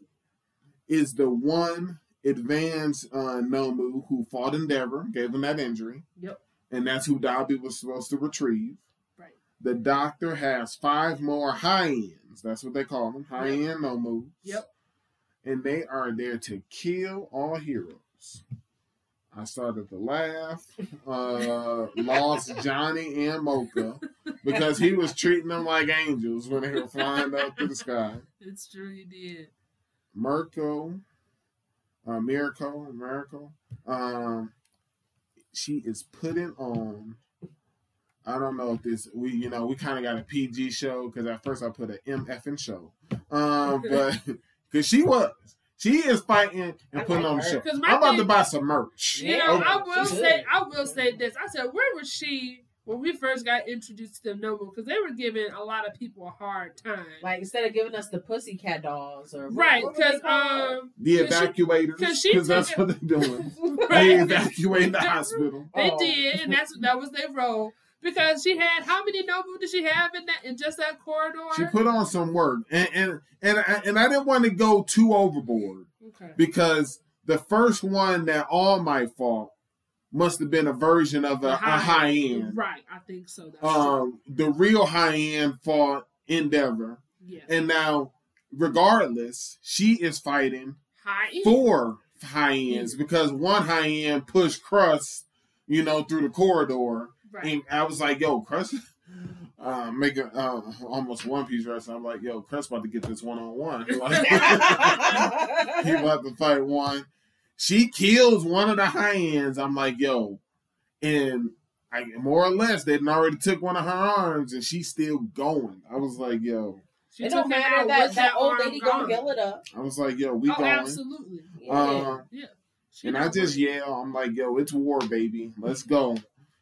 Speaker 1: is the one advanced uh, Nomu who fought Endeavor, gave him that injury.
Speaker 3: Yep.
Speaker 1: And that's who Dobby was supposed to retrieve.
Speaker 3: Right.
Speaker 1: The doctor has five more high ends. That's what they call them high end Nomus.
Speaker 3: Yep.
Speaker 1: And they are there to kill all heroes. I started to laugh. Uh, lost Johnny and Mocha because he was treating them like angels when they were flying up to the sky.
Speaker 3: It's true, you did.
Speaker 1: Mirko, uh, Miracle, Miracle. Um, she is putting on. I don't know if this we you know we kind of got a PG show because at first I put an MF and show, um, but because she was she is fighting
Speaker 4: I
Speaker 1: and putting
Speaker 4: like
Speaker 1: on a
Speaker 4: her.
Speaker 1: show.
Speaker 3: Because my
Speaker 1: I'm about
Speaker 3: thing,
Speaker 1: to buy some merch.
Speaker 3: you know, I
Speaker 1: Okay.
Speaker 3: will
Speaker 4: She
Speaker 3: say,
Speaker 4: did.
Speaker 3: I will say this. I said, where was she when we first got introduced to Noble? Because they were giving a lot of people a hard time.
Speaker 4: Like instead of giving us the pussycat dolls or
Speaker 3: Right,
Speaker 4: what were they
Speaker 3: because
Speaker 4: called?
Speaker 3: um,
Speaker 1: The
Speaker 3: 'Cause she-
Speaker 1: evacuators,
Speaker 3: 'cause she
Speaker 1: because that's
Speaker 3: took
Speaker 1: what they're doing. They
Speaker 3: right,
Speaker 1: evacuate the hospital.
Speaker 3: they
Speaker 4: Oh.
Speaker 3: did, and that's that was their role. Because she had how many Noble did she have in that in just that corridor?
Speaker 1: She put on some work, and and and I, and I didn't want to go too overboard
Speaker 3: okay.
Speaker 1: because the first one that All Might fought must have been a version of a, a high end.
Speaker 3: Right, I think so. That's true.
Speaker 1: Um, the real high end fought Endeavor,
Speaker 3: Yeah.
Speaker 1: and now regardless, she is fighting
Speaker 3: High end.
Speaker 1: four high ends because one high end pushed Crust, you know, through the corridor.
Speaker 3: Right.
Speaker 1: And I was like, yo, Crest, uh, make a, uh, almost one piece wrestling. I'm like, yo, Crest about to get this one on one. He about to fight one. She kills one of the high ends. I'm like, yo. And I, more or less, they'd already took one of her arms and she's still going. I was like, yo.
Speaker 3: She
Speaker 4: it
Speaker 3: took
Speaker 4: don't
Speaker 3: her
Speaker 4: matter
Speaker 3: out
Speaker 4: that
Speaker 3: with
Speaker 4: that old
Speaker 3: arm
Speaker 4: lady
Speaker 3: gone.
Speaker 4: gonna yell it up.
Speaker 1: I was like, yo, we
Speaker 3: oh,
Speaker 1: going.
Speaker 3: absolutely.
Speaker 4: Yeah.
Speaker 1: Uh,
Speaker 3: Yeah. She
Speaker 1: and I
Speaker 3: knows.
Speaker 1: just yell. I'm like, yo, it's war, baby. Let's go.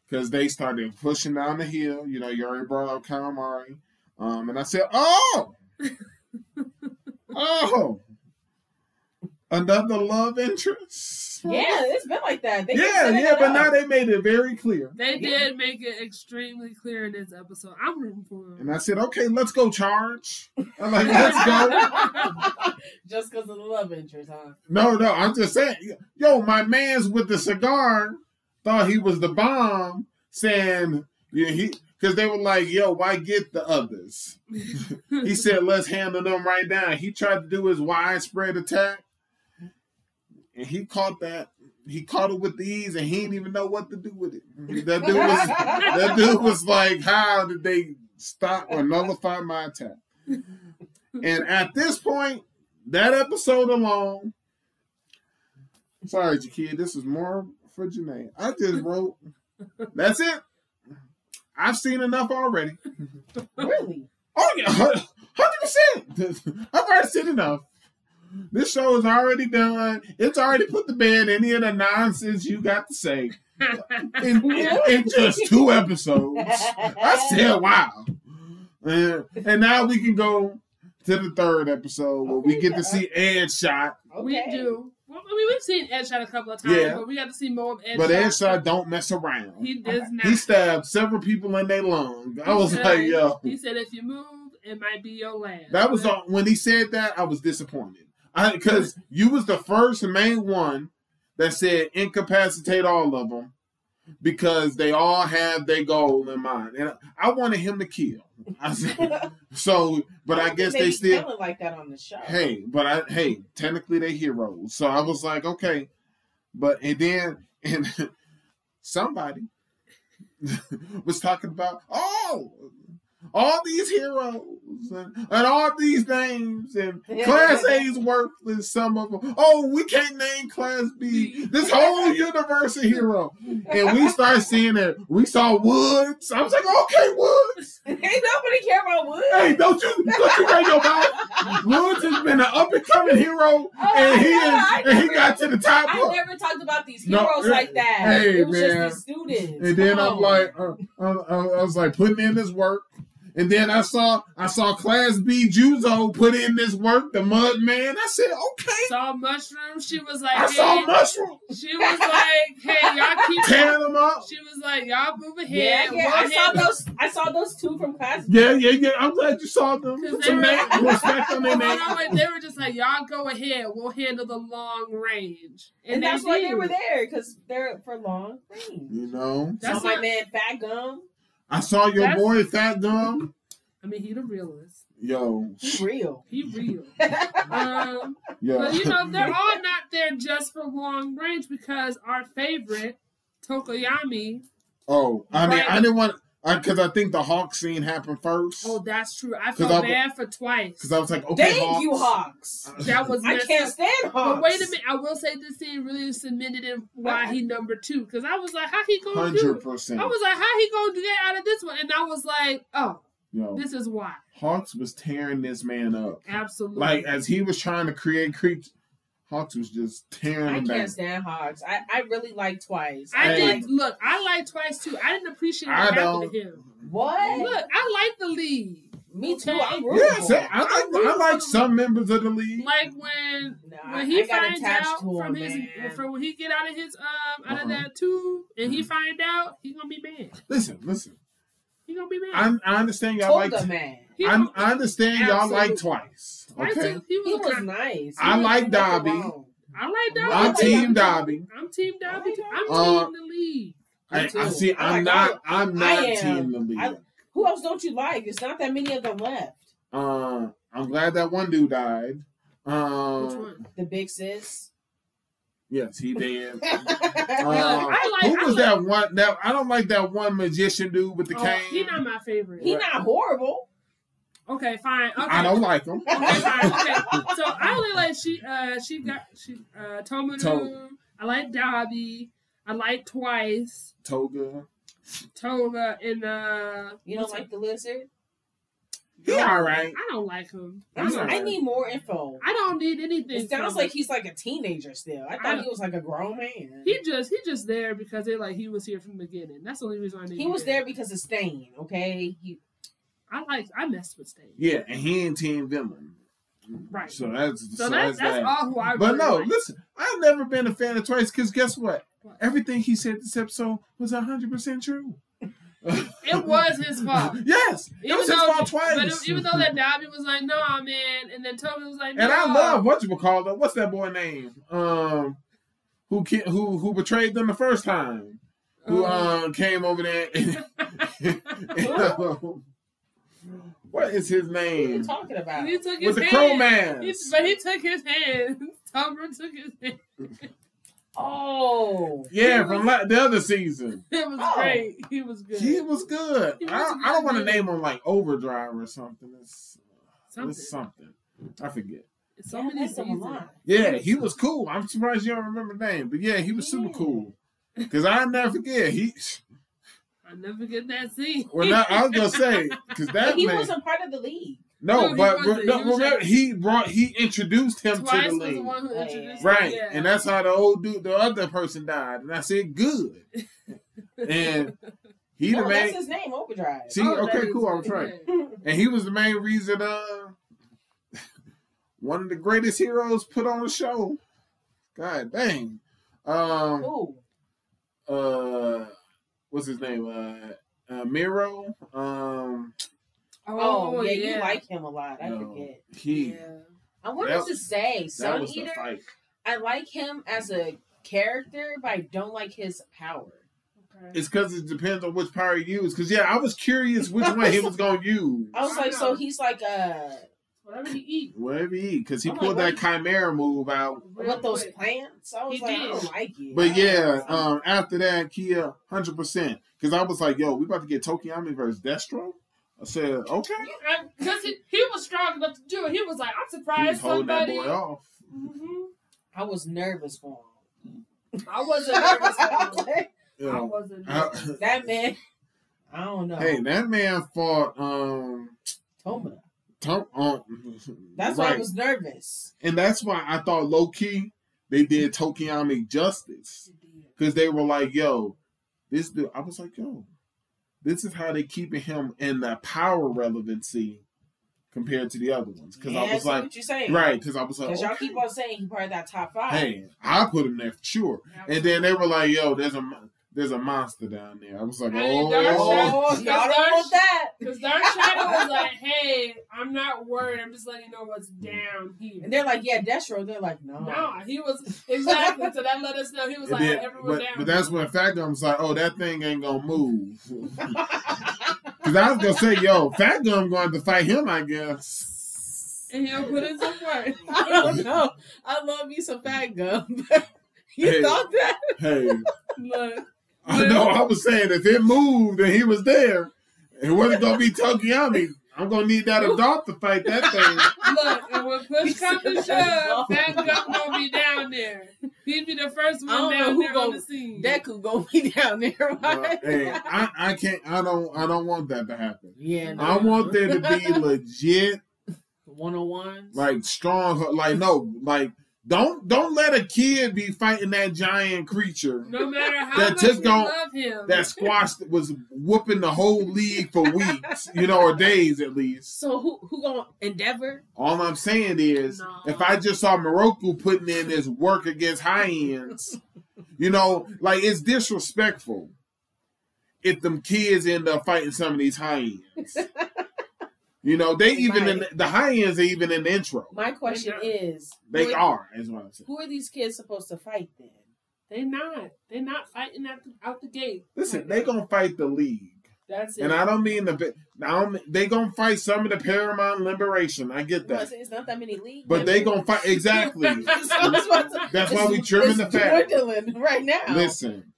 Speaker 1: because they started pushing down the hill. You know, you already brought up calamari. Um, and I said, Oh, oh, another love interest.
Speaker 4: Yeah, it's been like that. They keep
Speaker 1: yeah,
Speaker 4: setting
Speaker 1: yeah,
Speaker 4: it
Speaker 1: but
Speaker 4: up.
Speaker 1: now they made it very clear.
Speaker 3: They
Speaker 4: Yeah.
Speaker 3: did make it extremely clear in this episode. I'm rooting for them.
Speaker 1: And I said, Okay, let's go charge. I'm like, Let's go.
Speaker 4: Just because of the love interest, huh?
Speaker 1: No, no, I'm just saying, yo, my man's with the cigar thought he was the bomb, saying, yeah, he, because they were like, yo, why get the others? He said, let's handle them right now. He tried to do his widespread attack, and he caught that. He caught it with ease, and he didn't even know what to do with it. That dude was, that dude was like, how did they stop or nullify my attack? And at this point, that episode alone, sorry, Jakia, this is more for Janae. I just wrote, that's it. I've seen enough already.
Speaker 4: really?
Speaker 1: Oh yeah, hundred percent. I've already seen enough. This show is already done. It's already put to bed any of the nonsense you got to say in, in, in just two episodes. I said, wow. And, and now we can go to the third episode where we get to see Ed shot,
Speaker 3: We
Speaker 4: Okay.
Speaker 3: do. Well, I mean, we've seen Ed shot a couple of times,
Speaker 1: Yeah.
Speaker 3: but we got to see more of Ed.
Speaker 1: but Ed shot don't mess around.
Speaker 3: He does not.
Speaker 1: He stabbed several people in their lung. I was like, yo.
Speaker 3: He said, if you move, it might be your last.
Speaker 1: That was all, when he said that. I was disappointed because you was the first and main one that said incapacitate all of them because they all have their goal in mind, and I wanted him to kill. I said, so, but I,
Speaker 4: don't
Speaker 1: guess
Speaker 4: think
Speaker 1: they
Speaker 4: be
Speaker 1: still
Speaker 4: feeling like that on the show.
Speaker 1: hey, but I hey, technically they heroes. So I was like, okay, but and then and somebody was talking about oh all these heroes and, and all these names and class A is worthless. Some of them. Oh, we can't name class B. This whole universe of hero, and we start seeing it. We saw Woods. I was like, okay, Woods.
Speaker 4: Ain't nobody care about Wood.
Speaker 1: Hey, don't you don't you run your mouth? Woods has been an up and coming hero,
Speaker 4: Oh,
Speaker 1: and
Speaker 4: I
Speaker 1: he is,
Speaker 4: know, I
Speaker 1: and he
Speaker 4: know.
Speaker 1: got to the top.
Speaker 4: I
Speaker 1: of-
Speaker 4: never talked about these
Speaker 1: No,
Speaker 4: heroes
Speaker 1: it-
Speaker 4: like that.
Speaker 1: hey,
Speaker 4: it was
Speaker 1: man.
Speaker 4: just these students.
Speaker 1: and then
Speaker 4: Come
Speaker 1: I'm
Speaker 4: on.
Speaker 1: like, uh, I, I- I was like putting in this work, and then I saw I saw Class B Juzo put in this work, the Mud Man. I said, okay,
Speaker 3: Saw mushroom. She was like,
Speaker 1: I saw
Speaker 3: hey.
Speaker 1: Mushroom
Speaker 3: She was like, hey, y'all keep.
Speaker 1: tearing him up.
Speaker 3: She was like, y'all move
Speaker 4: yeah,
Speaker 3: ahead.
Speaker 4: yeah, I saw those. I saw those two from class.
Speaker 1: Yeah, yeah, yeah. I'm glad you saw them.
Speaker 3: 'Cause
Speaker 1: Put
Speaker 3: they
Speaker 1: some
Speaker 3: were-
Speaker 1: name, respect on their
Speaker 3: And
Speaker 1: name.
Speaker 3: they were just like, y'all go ahead. We'll handle the long range.
Speaker 4: And, that's why they
Speaker 3: did.
Speaker 4: were there because they're for long range.
Speaker 1: You know,
Speaker 4: That's
Speaker 3: That's
Speaker 4: my
Speaker 3: not-
Speaker 4: man Fat Gum.
Speaker 1: I saw your
Speaker 3: That's-
Speaker 1: boy Fat Gum.
Speaker 3: I mean, he the realist.
Speaker 1: Yo,
Speaker 4: He's real.
Speaker 3: He real. um,
Speaker 1: yo.
Speaker 3: but you know, they're all not there just for long range because our favorite Tokoyami.
Speaker 1: Oh, I mean,
Speaker 3: Right.
Speaker 1: I didn't want because I, think the Hawk scene happened first.
Speaker 3: Oh, that's true. I
Speaker 1: 'Cause
Speaker 3: felt
Speaker 1: I-
Speaker 3: bad for twice.
Speaker 1: Because I was like, okay,
Speaker 4: Thank
Speaker 1: Hawks. Uh,
Speaker 4: you, Hawks.
Speaker 3: That was
Speaker 4: I
Speaker 3: messed
Speaker 4: can't
Speaker 3: up.
Speaker 4: stand Hawks.
Speaker 3: But wait a minute, I will say this scene really cemented in why he number two. Because I was like, how he gonna do?
Speaker 1: Hundred
Speaker 3: it?
Speaker 1: percent.
Speaker 3: I was like, how he gonna do that out of this one? And I was like, oh,
Speaker 1: Yo,
Speaker 3: this is why.
Speaker 1: Hawks was tearing this man up.
Speaker 3: Absolutely.
Speaker 1: Like as he was trying to create creep, Hawks was just tearing
Speaker 4: I
Speaker 1: him down.
Speaker 4: can't stand Hawks. I, I really like Twice.
Speaker 3: I
Speaker 1: Hey.
Speaker 3: did look. I like twice too. I didn't appreciate what
Speaker 1: I
Speaker 3: happened
Speaker 1: don't-
Speaker 3: to him.
Speaker 4: What?
Speaker 3: Look, I like the league.
Speaker 4: Me too.
Speaker 3: Okay.
Speaker 4: I'm rooting
Speaker 1: Yeah,
Speaker 4: for
Speaker 1: see,
Speaker 4: him.
Speaker 1: I like I like some members of the league.
Speaker 3: Like when
Speaker 4: No,
Speaker 3: when he
Speaker 4: I got
Speaker 3: finds
Speaker 4: attached
Speaker 3: out
Speaker 4: to him,
Speaker 3: from his
Speaker 4: man.
Speaker 3: from when he get out of his um out
Speaker 1: Uh-uh.
Speaker 3: of that tube and
Speaker 1: Mm-hmm.
Speaker 3: he find out, he gonna be mad.
Speaker 1: Listen, listen.
Speaker 3: He gonna be mad.
Speaker 1: I I understand y'all
Speaker 4: Toga
Speaker 1: like.
Speaker 4: man.
Speaker 3: He
Speaker 1: I'm-
Speaker 3: gonna-
Speaker 1: I understand y'all like
Speaker 3: Absolutely.
Speaker 1: twice.
Speaker 3: I
Speaker 1: Okay,
Speaker 3: think he
Speaker 4: He
Speaker 3: was. a
Speaker 4: was
Speaker 3: con-
Speaker 4: nice.
Speaker 1: I
Speaker 4: He
Speaker 1: like
Speaker 4: didn't do nothing
Speaker 1: Dobby.
Speaker 4: wrong.
Speaker 3: I like Dobby.
Speaker 1: I'm
Speaker 4: like
Speaker 1: Team
Speaker 4: Dobby.
Speaker 1: Dobby.
Speaker 3: I'm team
Speaker 4: Oh
Speaker 3: Dobby. Too. I'm
Speaker 1: Uh,
Speaker 3: team the league.
Speaker 1: I, I
Speaker 4: too.
Speaker 1: see.
Speaker 4: I like
Speaker 1: I'm not. I'm
Speaker 4: I
Speaker 1: not
Speaker 4: am.
Speaker 1: team the league.
Speaker 4: Who else don't you like? There's not that many of them left.
Speaker 1: Uh, I'm glad that one dude died. Um,
Speaker 3: Which one?
Speaker 4: The big sis.
Speaker 1: Yes, he did.
Speaker 4: he
Speaker 1: Uh,
Speaker 3: I like-
Speaker 1: who
Speaker 3: I
Speaker 1: was
Speaker 3: like-
Speaker 1: that one? That I don't like that one magician dude with the
Speaker 3: Oh,
Speaker 1: cane.
Speaker 3: he not my favorite.
Speaker 4: not horrible.
Speaker 3: okay, fine. Okay.
Speaker 1: I don't like him.
Speaker 3: okay, fine, okay. So I only like she uh she got she uh Tomanu.
Speaker 1: Toga.
Speaker 3: I like Dobby. I like Twice,
Speaker 1: Toga.
Speaker 3: Toga, and uh
Speaker 4: You don't like the lizard?
Speaker 1: He all right.
Speaker 3: I don't like him.
Speaker 4: I,
Speaker 1: He's all
Speaker 4: I
Speaker 1: right.
Speaker 4: need more info.
Speaker 3: I don't need anything.
Speaker 4: It sounds
Speaker 3: from
Speaker 4: like he's like a teenager still. I thought
Speaker 3: I-
Speaker 4: he was like a grown man.
Speaker 3: He just he just there because they like he was here from the beginning. That's the only reason I knew
Speaker 4: He was there because of Stain, okay? He,
Speaker 3: I like I messed with Stain.
Speaker 1: Yeah, and he ain't Team Villain.
Speaker 3: Right. So,
Speaker 1: So that's so,
Speaker 3: that's,
Speaker 1: that's,
Speaker 3: that's
Speaker 1: that.
Speaker 3: all who I.
Speaker 1: But
Speaker 3: really
Speaker 1: no,
Speaker 3: like.
Speaker 1: listen, I've never been a fan of Twice because guess what?
Speaker 3: What?
Speaker 1: Everything he said this episode was hundred percent true.
Speaker 3: it was his fault.
Speaker 1: yes, it was his fault twice.
Speaker 3: But even though that Dobby was like, "No, nah, man," and then Toby was like,
Speaker 1: and I
Speaker 3: "No."
Speaker 1: love what you would call that. What's that boy name? Um, who ki- who who betrayed them the first time? Who
Speaker 3: Uh-huh.
Speaker 1: um came over there? And, um, what is his
Speaker 4: what are you
Speaker 1: name?
Speaker 4: talking about?
Speaker 3: he took his
Speaker 1: With the
Speaker 3: hand.
Speaker 1: crow man.
Speaker 3: He- but he took his hand. Tomer took his hand.
Speaker 4: Oh.
Speaker 1: Yeah, from la- the other season.
Speaker 3: It was
Speaker 4: Oh.
Speaker 3: great. He was good.
Speaker 1: He was good.
Speaker 3: He was
Speaker 1: I,
Speaker 3: a
Speaker 1: I don't
Speaker 3: good
Speaker 1: want to
Speaker 3: dude.
Speaker 1: name him like Overdrive or something. It's something.
Speaker 3: Something.
Speaker 1: It's something. I forget.
Speaker 4: Yeah,
Speaker 3: Somebody
Speaker 4: that's
Speaker 3: needs
Speaker 4: a
Speaker 3: to use it.
Speaker 4: lot.
Speaker 1: Yeah, he was cool. I'm surprised you don't remember the name, but yeah, he was super
Speaker 4: Yeah.
Speaker 1: cool. Cause I never forget. He
Speaker 3: I never get that scene.
Speaker 1: well, not, I was gonna say because that
Speaker 4: But he
Speaker 1: man.
Speaker 4: wasn't part of the league.
Speaker 1: no,
Speaker 3: No, he
Speaker 1: but
Speaker 3: wasn't.
Speaker 1: no,
Speaker 3: He was
Speaker 1: remember
Speaker 3: just-
Speaker 1: he brought he introduced him
Speaker 3: Twice
Speaker 1: to the
Speaker 3: was the
Speaker 1: league,
Speaker 3: one who
Speaker 4: Yeah.
Speaker 3: introduced him.
Speaker 1: right?
Speaker 3: Yeah.
Speaker 1: And that's how the old dude, the other person died. And I said, good. And he
Speaker 4: No, that's
Speaker 1: the main.
Speaker 4: his name, Overdrive.
Speaker 1: See,
Speaker 3: Oh, that
Speaker 1: okay,
Speaker 3: is-
Speaker 1: cool. I was right.
Speaker 3: yeah.
Speaker 1: And he was the main reason uh one of the greatest heroes put on a show. God dang. Um
Speaker 4: Ooh.
Speaker 1: uh what's his name? Uh, uh Miro. Um
Speaker 4: Oh, yeah, you like him a lot. I
Speaker 1: no,
Speaker 4: forget.
Speaker 1: he
Speaker 4: I wanted
Speaker 1: That-
Speaker 4: to say
Speaker 1: that
Speaker 4: Sun
Speaker 1: was the
Speaker 4: Eater.
Speaker 1: fight.
Speaker 4: I like him as a character, but I don't like his power.
Speaker 3: Okay.
Speaker 1: It's cause it depends on which power he used. Cause yeah, I was curious which one he was gonna use.
Speaker 4: I was
Speaker 3: I
Speaker 4: like, so
Speaker 3: know.
Speaker 4: he's like uh
Speaker 3: Whatever you eat.
Speaker 1: Whatever he, because he
Speaker 4: I'm like,
Speaker 1: pulled
Speaker 4: what-
Speaker 1: that chimera move out.
Speaker 3: real
Speaker 4: what those
Speaker 3: quick.
Speaker 4: plants? I was
Speaker 3: He
Speaker 4: like, I
Speaker 3: did.
Speaker 4: don't like it.
Speaker 1: But yeah, um, after that, Kia, hundred percent. Because I was like, "Yo, we about to get Tokiyami versus Destro." I said, "Okay."
Speaker 3: Because he, he was strong enough to do it. He was like, I'm
Speaker 1: He was
Speaker 3: surprised
Speaker 1: holding that
Speaker 3: somebody.
Speaker 1: boy off.
Speaker 3: Mhm.
Speaker 4: I was nervous for him.
Speaker 3: I wasn't nervous.
Speaker 4: I
Speaker 3: at
Speaker 4: was
Speaker 3: all.
Speaker 4: like,
Speaker 3: I
Speaker 1: Yeah.
Speaker 3: wasn't. nervous.
Speaker 1: I-
Speaker 4: that man, I don't know.
Speaker 1: hey, that man fought um,
Speaker 4: Tomada.
Speaker 1: Tom, um
Speaker 4: That's why I
Speaker 1: right.
Speaker 4: was nervous.
Speaker 1: and that's why I thought low key they did Tokiyami justice because they were like, "Yo, this dude." I was like, "Yo, this is how they keeping him in the power relevancy compared to the other ones." Because
Speaker 4: Yeah,
Speaker 1: I was
Speaker 4: see
Speaker 1: like.
Speaker 4: what you're saying.
Speaker 1: Right, because I was like,
Speaker 4: Because y'all
Speaker 1: okay.
Speaker 4: keep on saying he part of that top five.
Speaker 1: hey, I put him there for sure. And then they were like, yo, there's a mon- there's a monster down there. I was like,
Speaker 3: Hey, Dark Shadow.
Speaker 1: oh,
Speaker 4: Oh, y'all don't want that.
Speaker 3: Because Dark Shadow was like, hey, I'm not worried. I'm just letting you know what's down here.
Speaker 4: And they're like, yeah, Destro. They're like,
Speaker 1: Oh.
Speaker 4: no.
Speaker 3: No, he was exactly. So that let us know he was like,
Speaker 1: And then-
Speaker 3: everyone
Speaker 1: but,
Speaker 3: down.
Speaker 1: but that's when Fagum was like, oh, that thing ain't gonna move. Because I was gonna say, yo, Fagum going to fight him, I guess.
Speaker 3: and he'll put in some work.
Speaker 2: I don't know. I love you some fat gum. you
Speaker 1: Hey.
Speaker 2: thought that?
Speaker 1: Hey,
Speaker 3: Look,
Speaker 1: I know. I was saying if it moved and he was there, it wasn't gonna be Tokiyami. I'm gonna need that adult to fight that thing.
Speaker 3: look, and when push comes to shove, that gun gonna be down there. He'd be the first
Speaker 2: I don't
Speaker 3: one
Speaker 2: know
Speaker 3: down
Speaker 2: who
Speaker 3: there on
Speaker 2: gonna-
Speaker 3: the scene.
Speaker 2: Deku gonna be down there,
Speaker 1: Well,
Speaker 2: right?
Speaker 1: hey, I, I can't. I don't. I don't want that to happen.
Speaker 2: yeah. No.
Speaker 1: I want there to be legit,
Speaker 2: one on ones.
Speaker 1: like strong, like no, like don't don't let a kid be fighting that giant creature
Speaker 3: no matter how
Speaker 1: That
Speaker 3: much
Speaker 1: just
Speaker 3: you
Speaker 1: gon-
Speaker 3: love him,
Speaker 1: that squashed was whooping the whole league for weeks, you know, or days at least.
Speaker 2: So who who gonna endeavor?
Speaker 1: All I'm saying is,
Speaker 3: No.
Speaker 1: if I just saw Morocco putting in this work against high ends, you know, like it's disrespectful if them kids end up fighting some of these high ends. You know, they even in the high ends are even in the intro.
Speaker 4: My question is,
Speaker 1: They
Speaker 4: who are,
Speaker 1: are, is what I'm saying.
Speaker 4: who are these kids supposed to fight then?
Speaker 3: they not. They not fighting out the, out the gate.
Speaker 1: Listen, they gonna fight the league,
Speaker 3: That's it.
Speaker 1: and I don't mean the. bi- I don't, they gonna fight some of the Paramount Liberation. I get
Speaker 4: Because
Speaker 1: that,
Speaker 4: it's not that many leagues.
Speaker 1: but they gonna fight exactly.
Speaker 4: That's what I'm saying.
Speaker 1: That's why we
Speaker 4: It's-
Speaker 1: trimming the
Speaker 4: it's
Speaker 1: fat.
Speaker 4: dwindling right now.
Speaker 1: Listen,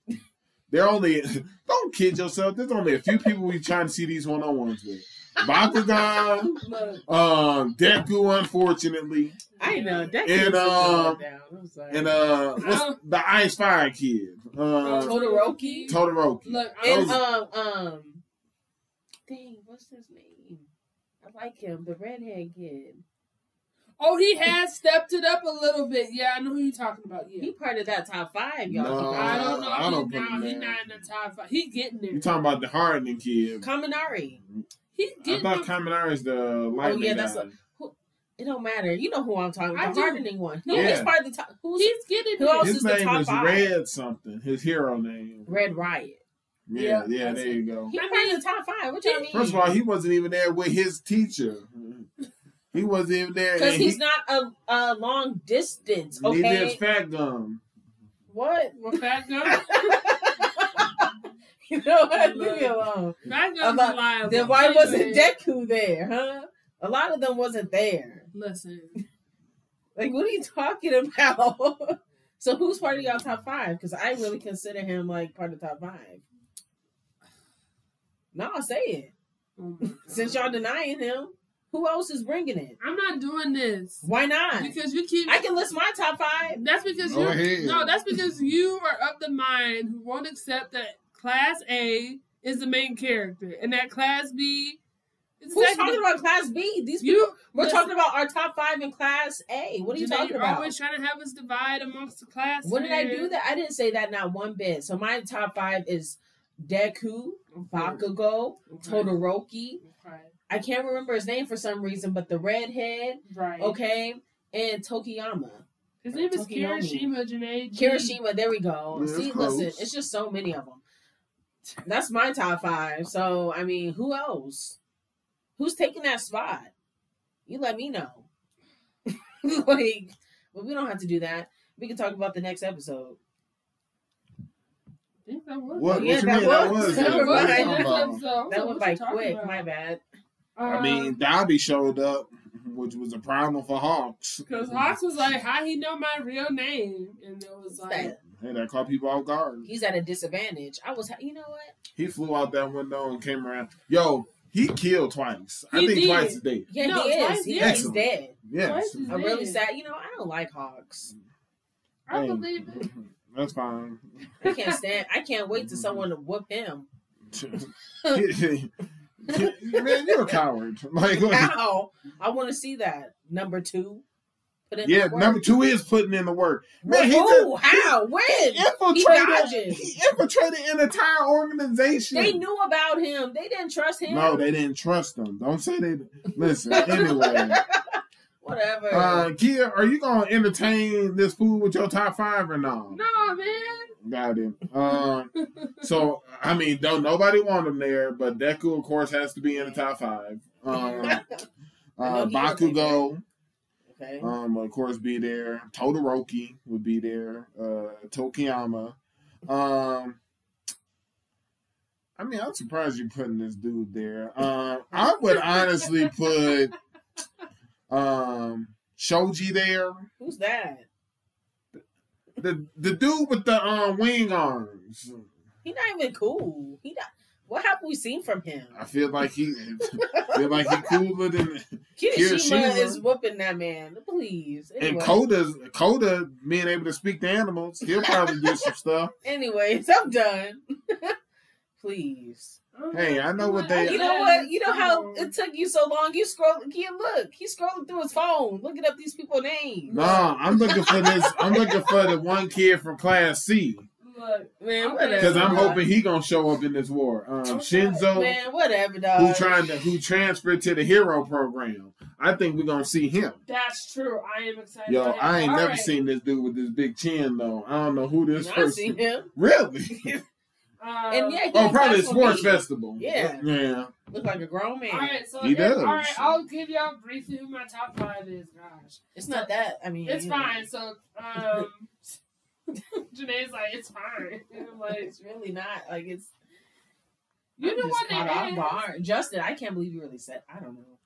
Speaker 1: they're only. Don't kid yourself. There's only a few people we trying to see these one on ones with. Bakugan,
Speaker 3: Look,
Speaker 1: um, Deku, unfortunately,
Speaker 2: I know Deku
Speaker 1: And, um,
Speaker 2: down. I'm sorry.
Speaker 1: and uh, what's the Ice Fire Kid, uh,
Speaker 4: Todoroki.
Speaker 1: Todoroki. Oh.
Speaker 3: look, I
Speaker 4: And
Speaker 1: Those-
Speaker 4: um um, dang, what's his name?
Speaker 2: I like him, the redhead kid.
Speaker 3: Oh, he has stepped it up a little bit. Yeah, I know who you're talking about. Yeah.
Speaker 2: He part of that top five, y'all.
Speaker 1: No.
Speaker 3: I don't know.
Speaker 1: Uh, I
Speaker 3: if
Speaker 1: don't
Speaker 3: he's
Speaker 1: put him
Speaker 3: down. He's
Speaker 1: there.
Speaker 3: not in the top five. He's getting
Speaker 1: You
Speaker 3: there.
Speaker 1: talking about the hardening kid?
Speaker 2: Kaminari.
Speaker 3: He's
Speaker 1: I
Speaker 3: getting
Speaker 1: thought
Speaker 3: there.
Speaker 1: Kaminari is the lightning
Speaker 2: Oh, yeah,
Speaker 1: guy.
Speaker 2: that's It don't matter. You know who I'm talking
Speaker 3: I
Speaker 2: about. The
Speaker 3: do.
Speaker 2: hardening one. No,
Speaker 1: Yeah.
Speaker 2: he's part of the top. Who's
Speaker 3: He's getting
Speaker 2: Who
Speaker 3: there.
Speaker 2: else?
Speaker 1: His
Speaker 2: is the
Speaker 1: name
Speaker 2: top
Speaker 1: is
Speaker 2: five.
Speaker 1: Red something. His hero name.
Speaker 2: Red Riot?
Speaker 1: Yeah,
Speaker 3: Yeah,
Speaker 1: yeah.
Speaker 3: that's
Speaker 1: there
Speaker 3: it.
Speaker 1: you go.
Speaker 2: He's
Speaker 3: I
Speaker 2: part
Speaker 3: mean,
Speaker 2: of the top five. What y'all mean?
Speaker 1: First of all, he wasn't even there with his teacher. He wasn't even there.
Speaker 2: because
Speaker 1: and
Speaker 2: he's
Speaker 1: he,
Speaker 2: not a, a long distance.
Speaker 1: Neither is
Speaker 2: Okay,
Speaker 1: Fat Gum.
Speaker 2: what?
Speaker 3: Well, Fat Gum.
Speaker 2: You know what? Leave me alone.
Speaker 3: Fat Gum's
Speaker 2: About-
Speaker 3: liable.
Speaker 2: Then why wasn't
Speaker 3: Anyway,
Speaker 2: Deku there, huh? A lot of them wasn't there.
Speaker 3: Listen,
Speaker 2: Like, what are you talking about? so, who's part of y'all top five? Because I really consider him like part of top five. No, I'll say it.
Speaker 3: Oh my God.
Speaker 2: Since y'all denying him, who else is bringing it?
Speaker 3: I'm not doing this
Speaker 2: Why not?
Speaker 3: because you keep.
Speaker 2: I can list my top five.
Speaker 3: That's because
Speaker 1: Go
Speaker 3: you.
Speaker 1: ahead.
Speaker 3: No, that's because you are of the mind who won't accept that Class A is the main character and that Class B is the
Speaker 2: Who's
Speaker 3: second-
Speaker 2: talking about Class B? These people.
Speaker 3: you.
Speaker 2: We're
Speaker 3: listen,
Speaker 2: talking about our top five in Class A. What are you
Speaker 3: Janae,
Speaker 2: talking
Speaker 3: you're
Speaker 2: about?
Speaker 3: Always trying to have us divide amongst the classes.
Speaker 2: What did I do that? I didn't say that not one bit. So my top five is Deku, Bakugo,
Speaker 3: Okay.
Speaker 2: Todoroki.
Speaker 3: Okay.
Speaker 2: I can't remember his name for some reason, but the redhead,
Speaker 3: Right.
Speaker 2: okay, and Tokiyama.
Speaker 3: His name is
Speaker 2: Tokinomi.
Speaker 3: Kirishima Janae. G.
Speaker 2: Kirishima, there we go.
Speaker 1: Yeah, that's
Speaker 2: See,
Speaker 1: close.
Speaker 2: listen, it's just so many of them. That's my top five. So, I mean, who else? Who's taking that spot? You let me know. like, but we don't have to do that. We can talk about the next episode.
Speaker 3: I think that was.
Speaker 1: What?
Speaker 2: Yeah,
Speaker 1: what you
Speaker 2: that
Speaker 1: mean? That
Speaker 2: was-
Speaker 1: was.
Speaker 2: that
Speaker 1: it.
Speaker 2: was-
Speaker 1: What you
Speaker 2: I
Speaker 1: talking
Speaker 2: just-
Speaker 1: about?
Speaker 2: That went by quick. My bad.
Speaker 3: Um,
Speaker 1: I mean, Dobby showed up, which was a problem for Hawks.
Speaker 3: because Hawks was like, "How he know my real name?" And it was like,
Speaker 2: That-
Speaker 1: Hey, that caught people off guard.
Speaker 2: He's at a disadvantage. I was, you know what?
Speaker 1: He flew out that window and came around. Yo, he killed twice. I
Speaker 3: He
Speaker 1: think
Speaker 3: did.
Speaker 1: twice a day.
Speaker 2: Yeah,
Speaker 3: No,
Speaker 2: he
Speaker 3: Twice
Speaker 2: is. He-
Speaker 3: did.
Speaker 2: he's dead.
Speaker 1: Yes.
Speaker 3: Twice
Speaker 2: I'm really
Speaker 3: Yeah.
Speaker 2: sad. You know, I don't like Hawks.
Speaker 3: "I
Speaker 1: Hey,
Speaker 3: believe it."
Speaker 1: That's fine.
Speaker 2: I can't stand. I can't wait to someone to whoop him.
Speaker 1: Man, you're a coward. Like,
Speaker 2: Ow! I want to see that number two. Put in
Speaker 1: yeah,
Speaker 2: the work.
Speaker 1: number two is putting in the work.
Speaker 2: Well,
Speaker 1: Man, he
Speaker 2: who?
Speaker 1: did-
Speaker 2: How? When?
Speaker 1: He infiltrated.
Speaker 2: dodging.
Speaker 1: He infiltrated an entire organization.
Speaker 2: They knew about him. They didn't trust him.
Speaker 1: No, they didn't trust him. Don't say they. Listen, anyway.
Speaker 2: Whatever.
Speaker 1: Uh, Kia, are you gonna entertain this food with your top five or no?
Speaker 3: No, man.
Speaker 1: Got it. Um, so I mean, don't nobody want him there, but Deku, of course, has to be in the top five. Um, uh, Bakugo,
Speaker 2: okay.
Speaker 1: um, would, of course, be there. Todoroki would be there. Uh, Tokiyama. Um, I mean, I'm surprised you're putting this dude there. Um, I would honestly put um Shoji there.
Speaker 2: Who's that?
Speaker 1: the the dude with the um wing arms.
Speaker 2: He not even cool. He not. What have we seen from him?
Speaker 1: I feel like he I feel like he cooler than
Speaker 2: Kirishima
Speaker 1: Kirishima.
Speaker 2: is whooping that man. Please.
Speaker 1: and
Speaker 2: Anyway.
Speaker 1: Coda Coda being able to speak to animals. He'll probably do some stuff.
Speaker 2: Anyways, I'm done. Please.
Speaker 1: Hey, I know what they-
Speaker 2: You know what? You know how it took you so long. You scroll. Again, look. He's scrolling through his phone, looking up these people names.
Speaker 1: No, I'm looking for this. I'm looking for the one kid from Class C
Speaker 3: Look,
Speaker 2: Man,
Speaker 3: Okay.
Speaker 2: whatever.
Speaker 1: because I'm
Speaker 2: dog.
Speaker 1: hoping he gonna show up in this war. Um, Shinzo,
Speaker 2: Man, whatever, dog.
Speaker 1: who trying to who transferred to the hero program. I think we're gonna see him.
Speaker 3: that's true. I am excited.
Speaker 1: Yo,
Speaker 3: about it.
Speaker 1: I ain't
Speaker 3: All
Speaker 1: never
Speaker 3: right.
Speaker 1: seen this dude with this big chin though. I don't know who this
Speaker 2: I see
Speaker 1: person.
Speaker 2: him.
Speaker 1: Really?
Speaker 3: Uh,
Speaker 2: And yeah, he
Speaker 1: Oh, probably a
Speaker 2: that's what
Speaker 1: sports
Speaker 2: he-
Speaker 1: festival.
Speaker 2: Yeah.
Speaker 1: Yeah.
Speaker 2: Look like a grown man.
Speaker 3: All right, so
Speaker 1: He
Speaker 3: if-
Speaker 1: does.
Speaker 3: all right, I'll give y'all briefly who my top five is. Gosh,
Speaker 2: It's not that. I mean,
Speaker 3: it's
Speaker 2: you know,
Speaker 3: fine. So, um, Janae's like, it's fine. And I'm like,
Speaker 2: It's really not like it's.
Speaker 3: you
Speaker 2: I'm
Speaker 3: know
Speaker 2: just
Speaker 3: what
Speaker 2: caught off
Speaker 3: it
Speaker 2: guard. Justin, I can't believe you really said. I don't know.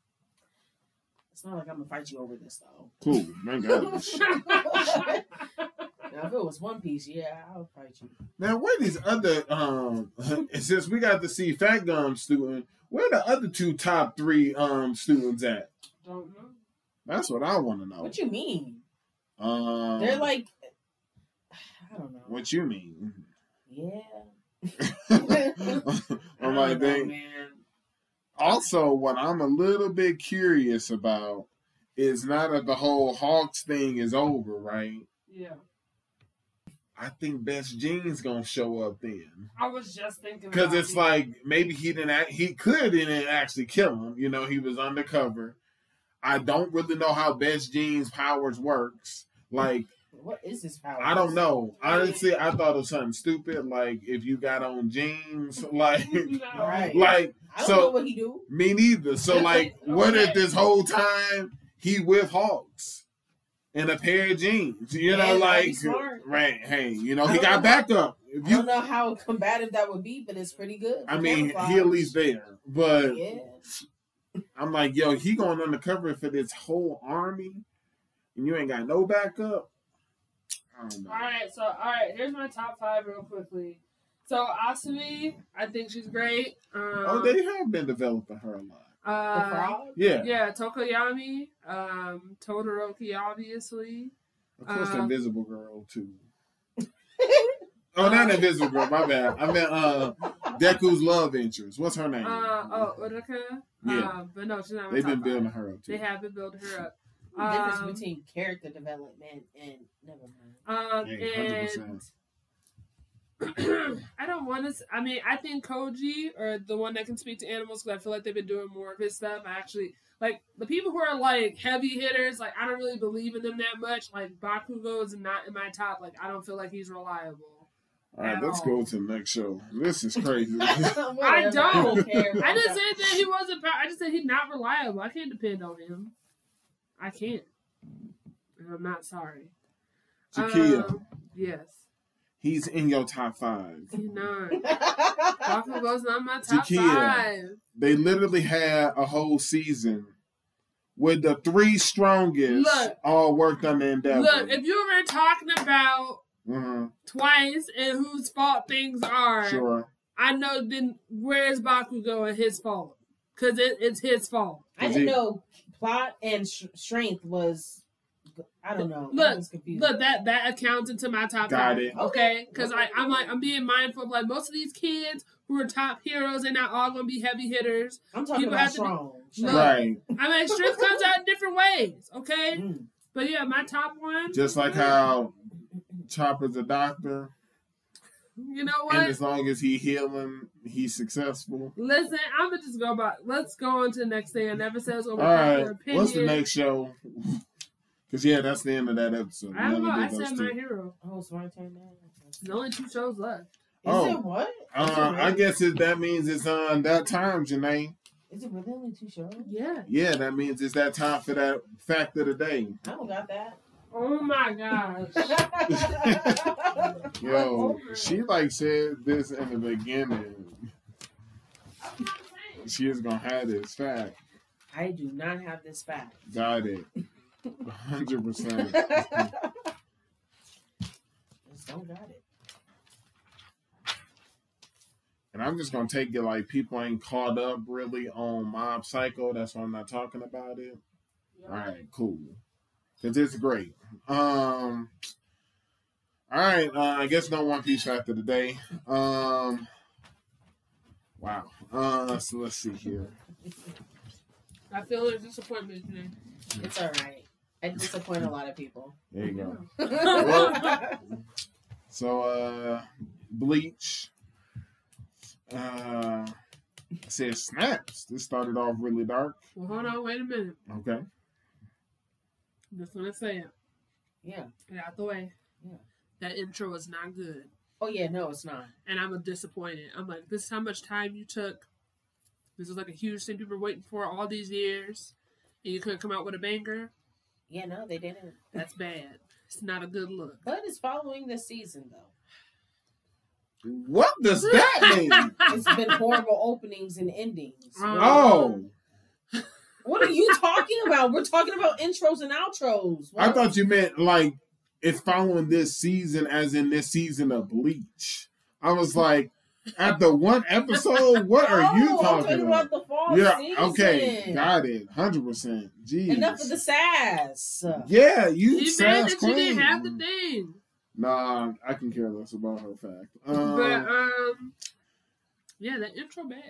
Speaker 2: It's not like I'm gonna fight you over this though.
Speaker 1: Cool. Thank God.
Speaker 3: is.
Speaker 2: Now, if it was One Piece, yeah, I'll fight you.
Speaker 1: now, where these other um? Since we got to see Fat Gum student, where the other two top three um students at?
Speaker 3: Don't know.
Speaker 1: That's what I want to know.
Speaker 2: What you mean?
Speaker 1: Um,
Speaker 2: They're like, I don't know.
Speaker 1: What you mean?
Speaker 2: Yeah.
Speaker 1: I'm
Speaker 2: I don't
Speaker 1: like,
Speaker 2: know,
Speaker 1: they,
Speaker 2: man.
Speaker 1: also, what I'm a little bit curious about is now that the whole Hawks thing is over, right?
Speaker 3: Yeah.
Speaker 1: I think Best Jean's gonna show up then.
Speaker 3: I was just thinking
Speaker 1: Because
Speaker 3: about
Speaker 1: it's
Speaker 3: it.
Speaker 1: like maybe he didn't act, he could didn't actually kill him. You know, he was undercover. I don't really know how Best Jean's powers works. Like
Speaker 4: What is this power?
Speaker 1: I don't know. Honestly, I thought of something stupid. Like if you got on jeans, like
Speaker 3: No.
Speaker 4: Right.
Speaker 1: like
Speaker 4: I don't
Speaker 1: So-
Speaker 4: know what he do.
Speaker 1: me neither. So like, what if
Speaker 3: Okay.
Speaker 1: this whole time he with Hawks in a pair of jeans? You
Speaker 4: Yeah,
Speaker 1: know,
Speaker 4: that'd be
Speaker 1: like
Speaker 4: smart.
Speaker 1: right? Hey, you know
Speaker 4: I
Speaker 1: he
Speaker 4: don't know.
Speaker 1: got backup. If
Speaker 4: I don't
Speaker 1: you,
Speaker 4: know how combative that would be, but it's pretty good.
Speaker 1: I mean,
Speaker 4: Camouflage.
Speaker 1: he at least there, but.
Speaker 4: Yeah.
Speaker 1: I'm like, yo, he going undercover for this whole army, and you ain't got no backup. I don't know.
Speaker 3: All right, so all right, here's my top five real quickly. So Asumi, I think she's great. Um,
Speaker 1: Oh, they have been developing her a lot.
Speaker 4: The
Speaker 3: uh,
Speaker 4: frog?
Speaker 1: Yeah,
Speaker 3: yeah, Tokoyami, um, Todoroki, obviously.
Speaker 1: of course, the
Speaker 3: uh,
Speaker 1: Invisible Girl too. oh,
Speaker 3: um,
Speaker 1: not Invisible Girl. My bad. I meant uh, Deku's love interest. What's her
Speaker 3: Uh,
Speaker 1: name?
Speaker 3: oh, Uruka.
Speaker 1: yeah,
Speaker 3: Um, but no, she's not. in my
Speaker 1: they've
Speaker 3: top
Speaker 1: been
Speaker 3: five.
Speaker 1: building her up
Speaker 3: They
Speaker 1: too.
Speaker 3: have been building her up.
Speaker 4: The difference
Speaker 3: Um,
Speaker 4: between character development and never mind.
Speaker 3: Um,
Speaker 1: Yeah,
Speaker 3: and
Speaker 1: 100%.
Speaker 3: I don't want to. I mean, I think Koji or the one that can speak to animals because I feel like they've been doing more of his stuff. I actually like the people who are like heavy hitters. Like I don't really believe in them that much. Like Bakugo is not in my top. Like I don't feel like he's reliable.
Speaker 1: All right, let's go to the next show. This is crazy.
Speaker 4: Whatever,
Speaker 3: don't.
Speaker 4: care.
Speaker 3: I just said that he wasn't. I just said he's not reliable. I can't depend on him. I can't. And I'm not sorry.
Speaker 1: Zakia,
Speaker 3: Um, yes.
Speaker 1: he's in your top five.
Speaker 3: Nine. Bakugo's not my top
Speaker 1: Zakia.
Speaker 3: five.
Speaker 1: They literally had a whole season with the three strongest
Speaker 3: Look.
Speaker 1: all worked under Endeavor.
Speaker 3: Look, if you were talking about
Speaker 1: Mhm,
Speaker 3: twice and whose fault things are,
Speaker 1: Sure.
Speaker 3: I know then where's Bakugo and his fault? Because it, it's his fault.
Speaker 4: I
Speaker 1: Is
Speaker 4: didn't
Speaker 1: he-
Speaker 4: know plot and sh- strength was. I don't know. I
Speaker 3: Look,
Speaker 4: was confused.
Speaker 3: Look, that that accounts into my top
Speaker 1: Got
Speaker 3: five.
Speaker 1: it.
Speaker 3: Okay, because I I'm like I'm being mindful of like most of these kids who are top heroes, they're not all gonna be heavy hitters.
Speaker 4: I'm talking
Speaker 3: people
Speaker 4: about
Speaker 3: have to be-
Speaker 4: strong.
Speaker 3: Look.
Speaker 1: Right.
Speaker 3: I mean, strength comes out in different ways. Okay,
Speaker 4: Mm.
Speaker 3: but yeah, my top one.
Speaker 1: Just like how Chopper's a doctor,
Speaker 3: you know
Speaker 1: and
Speaker 3: what?
Speaker 1: as long as he healing, he's successful.
Speaker 3: Listen, I'm gonna just go about. Let's go on to the next thing. I never said it's gonna
Speaker 1: All
Speaker 3: be
Speaker 1: right.
Speaker 3: popular opinion.
Speaker 1: What's the next show? Because yeah, that's the end of that episode.
Speaker 3: I don't
Speaker 1: We
Speaker 3: know.
Speaker 1: only
Speaker 3: I
Speaker 1: did those
Speaker 3: said
Speaker 1: two.
Speaker 3: my hero.
Speaker 4: Oh, it's my turn now. Is
Speaker 3: There's only two shows left.
Speaker 1: Oh.
Speaker 4: it what? Is it
Speaker 1: Uh,
Speaker 4: really?
Speaker 1: I guess it, that means it's on that time, Janae.
Speaker 4: Is it really only two shows?
Speaker 3: Yeah.
Speaker 1: Yeah, that means it's that time for that fact of the day.
Speaker 4: I don't got that.
Speaker 3: Oh my gosh.
Speaker 1: Yo, she like said this in the beginning. She is gonna have this fact.
Speaker 4: I do not have this fact.
Speaker 1: Got it. Hundred percent.
Speaker 4: Just don't got it.
Speaker 1: And I'm just gonna take it like people ain't caught up really on Mob Psycho. That's why I'm not talking about it. All right, cool. Cause it's great. Um. All right. Uh, I guess no One Piece after the day. Um. Wow. Uh. So let's see here.
Speaker 3: I feel a disappointment today.
Speaker 4: It's all right. I disappoint a lot of people.
Speaker 1: There you go.
Speaker 4: Well,
Speaker 1: So uh Bleach. Uh I said snaps. This started off really dark.
Speaker 3: Well, hold on. Wait a minute.
Speaker 1: Okay.
Speaker 3: I'm just gonna say it.
Speaker 4: yeah.
Speaker 3: Get out the way.
Speaker 4: Yeah.
Speaker 3: That intro is not good,
Speaker 4: Oh yeah. No, it's not.
Speaker 3: and I'm disappointed. I'm like, this is how much time you took. This is like a huge thing people were waiting for all these years, and you couldn't come out with a banger.
Speaker 4: Yeah. No, they didn't.
Speaker 3: That's bad. It's not a good look.
Speaker 4: But it's following the season though.
Speaker 1: What does that mean?
Speaker 4: It's been horrible openings and endings.
Speaker 1: oh.
Speaker 4: What are you talking about? We're talking about intros and outros.
Speaker 1: I thought you meant like it's following this season as in this season of Bleach. I was like, after one episode, what are you
Speaker 4: No, Oh, I'm
Speaker 1: talking about?
Speaker 4: the fall
Speaker 1: Yeah,
Speaker 4: season.
Speaker 1: okay, got it. Hundred percent. Jeez.
Speaker 4: Enough of the sass.
Speaker 1: yeah, you
Speaker 3: You mad
Speaker 1: sounds
Speaker 3: that you didn't
Speaker 1: clean.
Speaker 3: have the thing.
Speaker 1: Nah, I can care less
Speaker 3: uh,
Speaker 1: about her fact. Um,
Speaker 3: but um, yeah, that intro bad.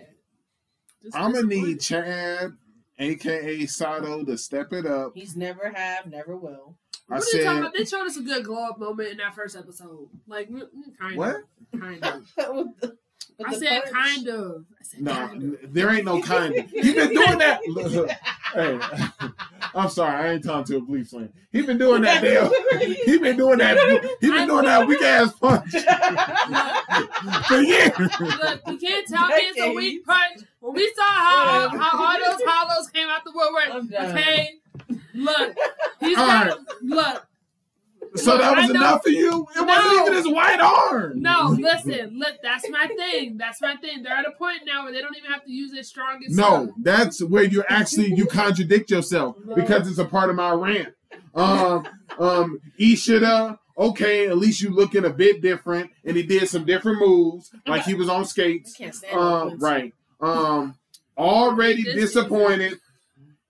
Speaker 3: Just-
Speaker 1: I'm gonna
Speaker 3: just-
Speaker 1: need Chad, aka Sato, to step it up.
Speaker 4: He's never have, never will.
Speaker 1: I
Speaker 3: What are you
Speaker 1: said,
Speaker 3: talking about? They showed us a good glow up moment in that first episode. Like, we- we kind
Speaker 1: What?
Speaker 3: of. Kind of.
Speaker 4: With the- with
Speaker 3: I
Speaker 4: the
Speaker 3: said
Speaker 4: punch.
Speaker 3: kind of. I said
Speaker 1: no,
Speaker 3: kind of.
Speaker 1: n- there ain't no kind. of. He been doing that. Look, hey, I'm sorry, I ain't talking to a bleep slam. He been doing that damn. He been doing that. He been doing that weak ass punch for years.
Speaker 3: Look, you can't tell me it's a weak punch. When we saw how, uh, how all those hollows came out the
Speaker 4: I'm
Speaker 3: woodwork,
Speaker 4: done.
Speaker 3: okay? Look, he's
Speaker 1: All
Speaker 3: got,
Speaker 1: right.
Speaker 3: look,
Speaker 1: So that
Speaker 3: I
Speaker 1: was
Speaker 3: know-
Speaker 1: enough for you. It wasn't
Speaker 3: No.
Speaker 1: even his white arm.
Speaker 3: no, listen, look, that's my thing. That's my thing. They're at a point now where they don't even have to use their strongest.
Speaker 1: No, that's where you actually you contradict yourself
Speaker 3: No.
Speaker 1: because it's a part of my rant. Um, um, Ishida, okay, at least you looking a bit different, and he did some different moves, like he was on
Speaker 4: I
Speaker 1: skates.
Speaker 4: can't stand
Speaker 1: Um,
Speaker 4: it.
Speaker 1: right. Um, already
Speaker 3: This is-
Speaker 1: disappointed.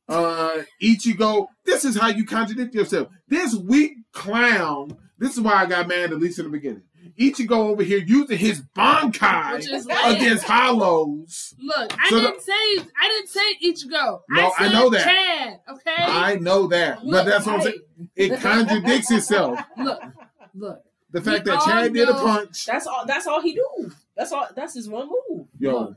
Speaker 1: Uh, Ichigo, this is how you contradict yourself. This weak clown. This is why I got mad at least in the beginning. Ichigo over here using his
Speaker 3: Son, which
Speaker 1: bankai
Speaker 3: is like,
Speaker 1: against Hollows.
Speaker 3: look, I
Speaker 1: So the-
Speaker 3: didn't say I didn't say Ichigo.
Speaker 1: No,
Speaker 3: I,
Speaker 1: I
Speaker 3: said
Speaker 1: know that.
Speaker 3: Chad, okay?
Speaker 1: I know that, but that's what I'm saying. It contradicts itself.
Speaker 3: Look, look.
Speaker 1: The fact
Speaker 3: We
Speaker 1: that
Speaker 3: all
Speaker 1: Chad did a
Speaker 3: know-
Speaker 1: punch,
Speaker 4: That's all. That's all he do. That's all. That's his one move.
Speaker 1: yo,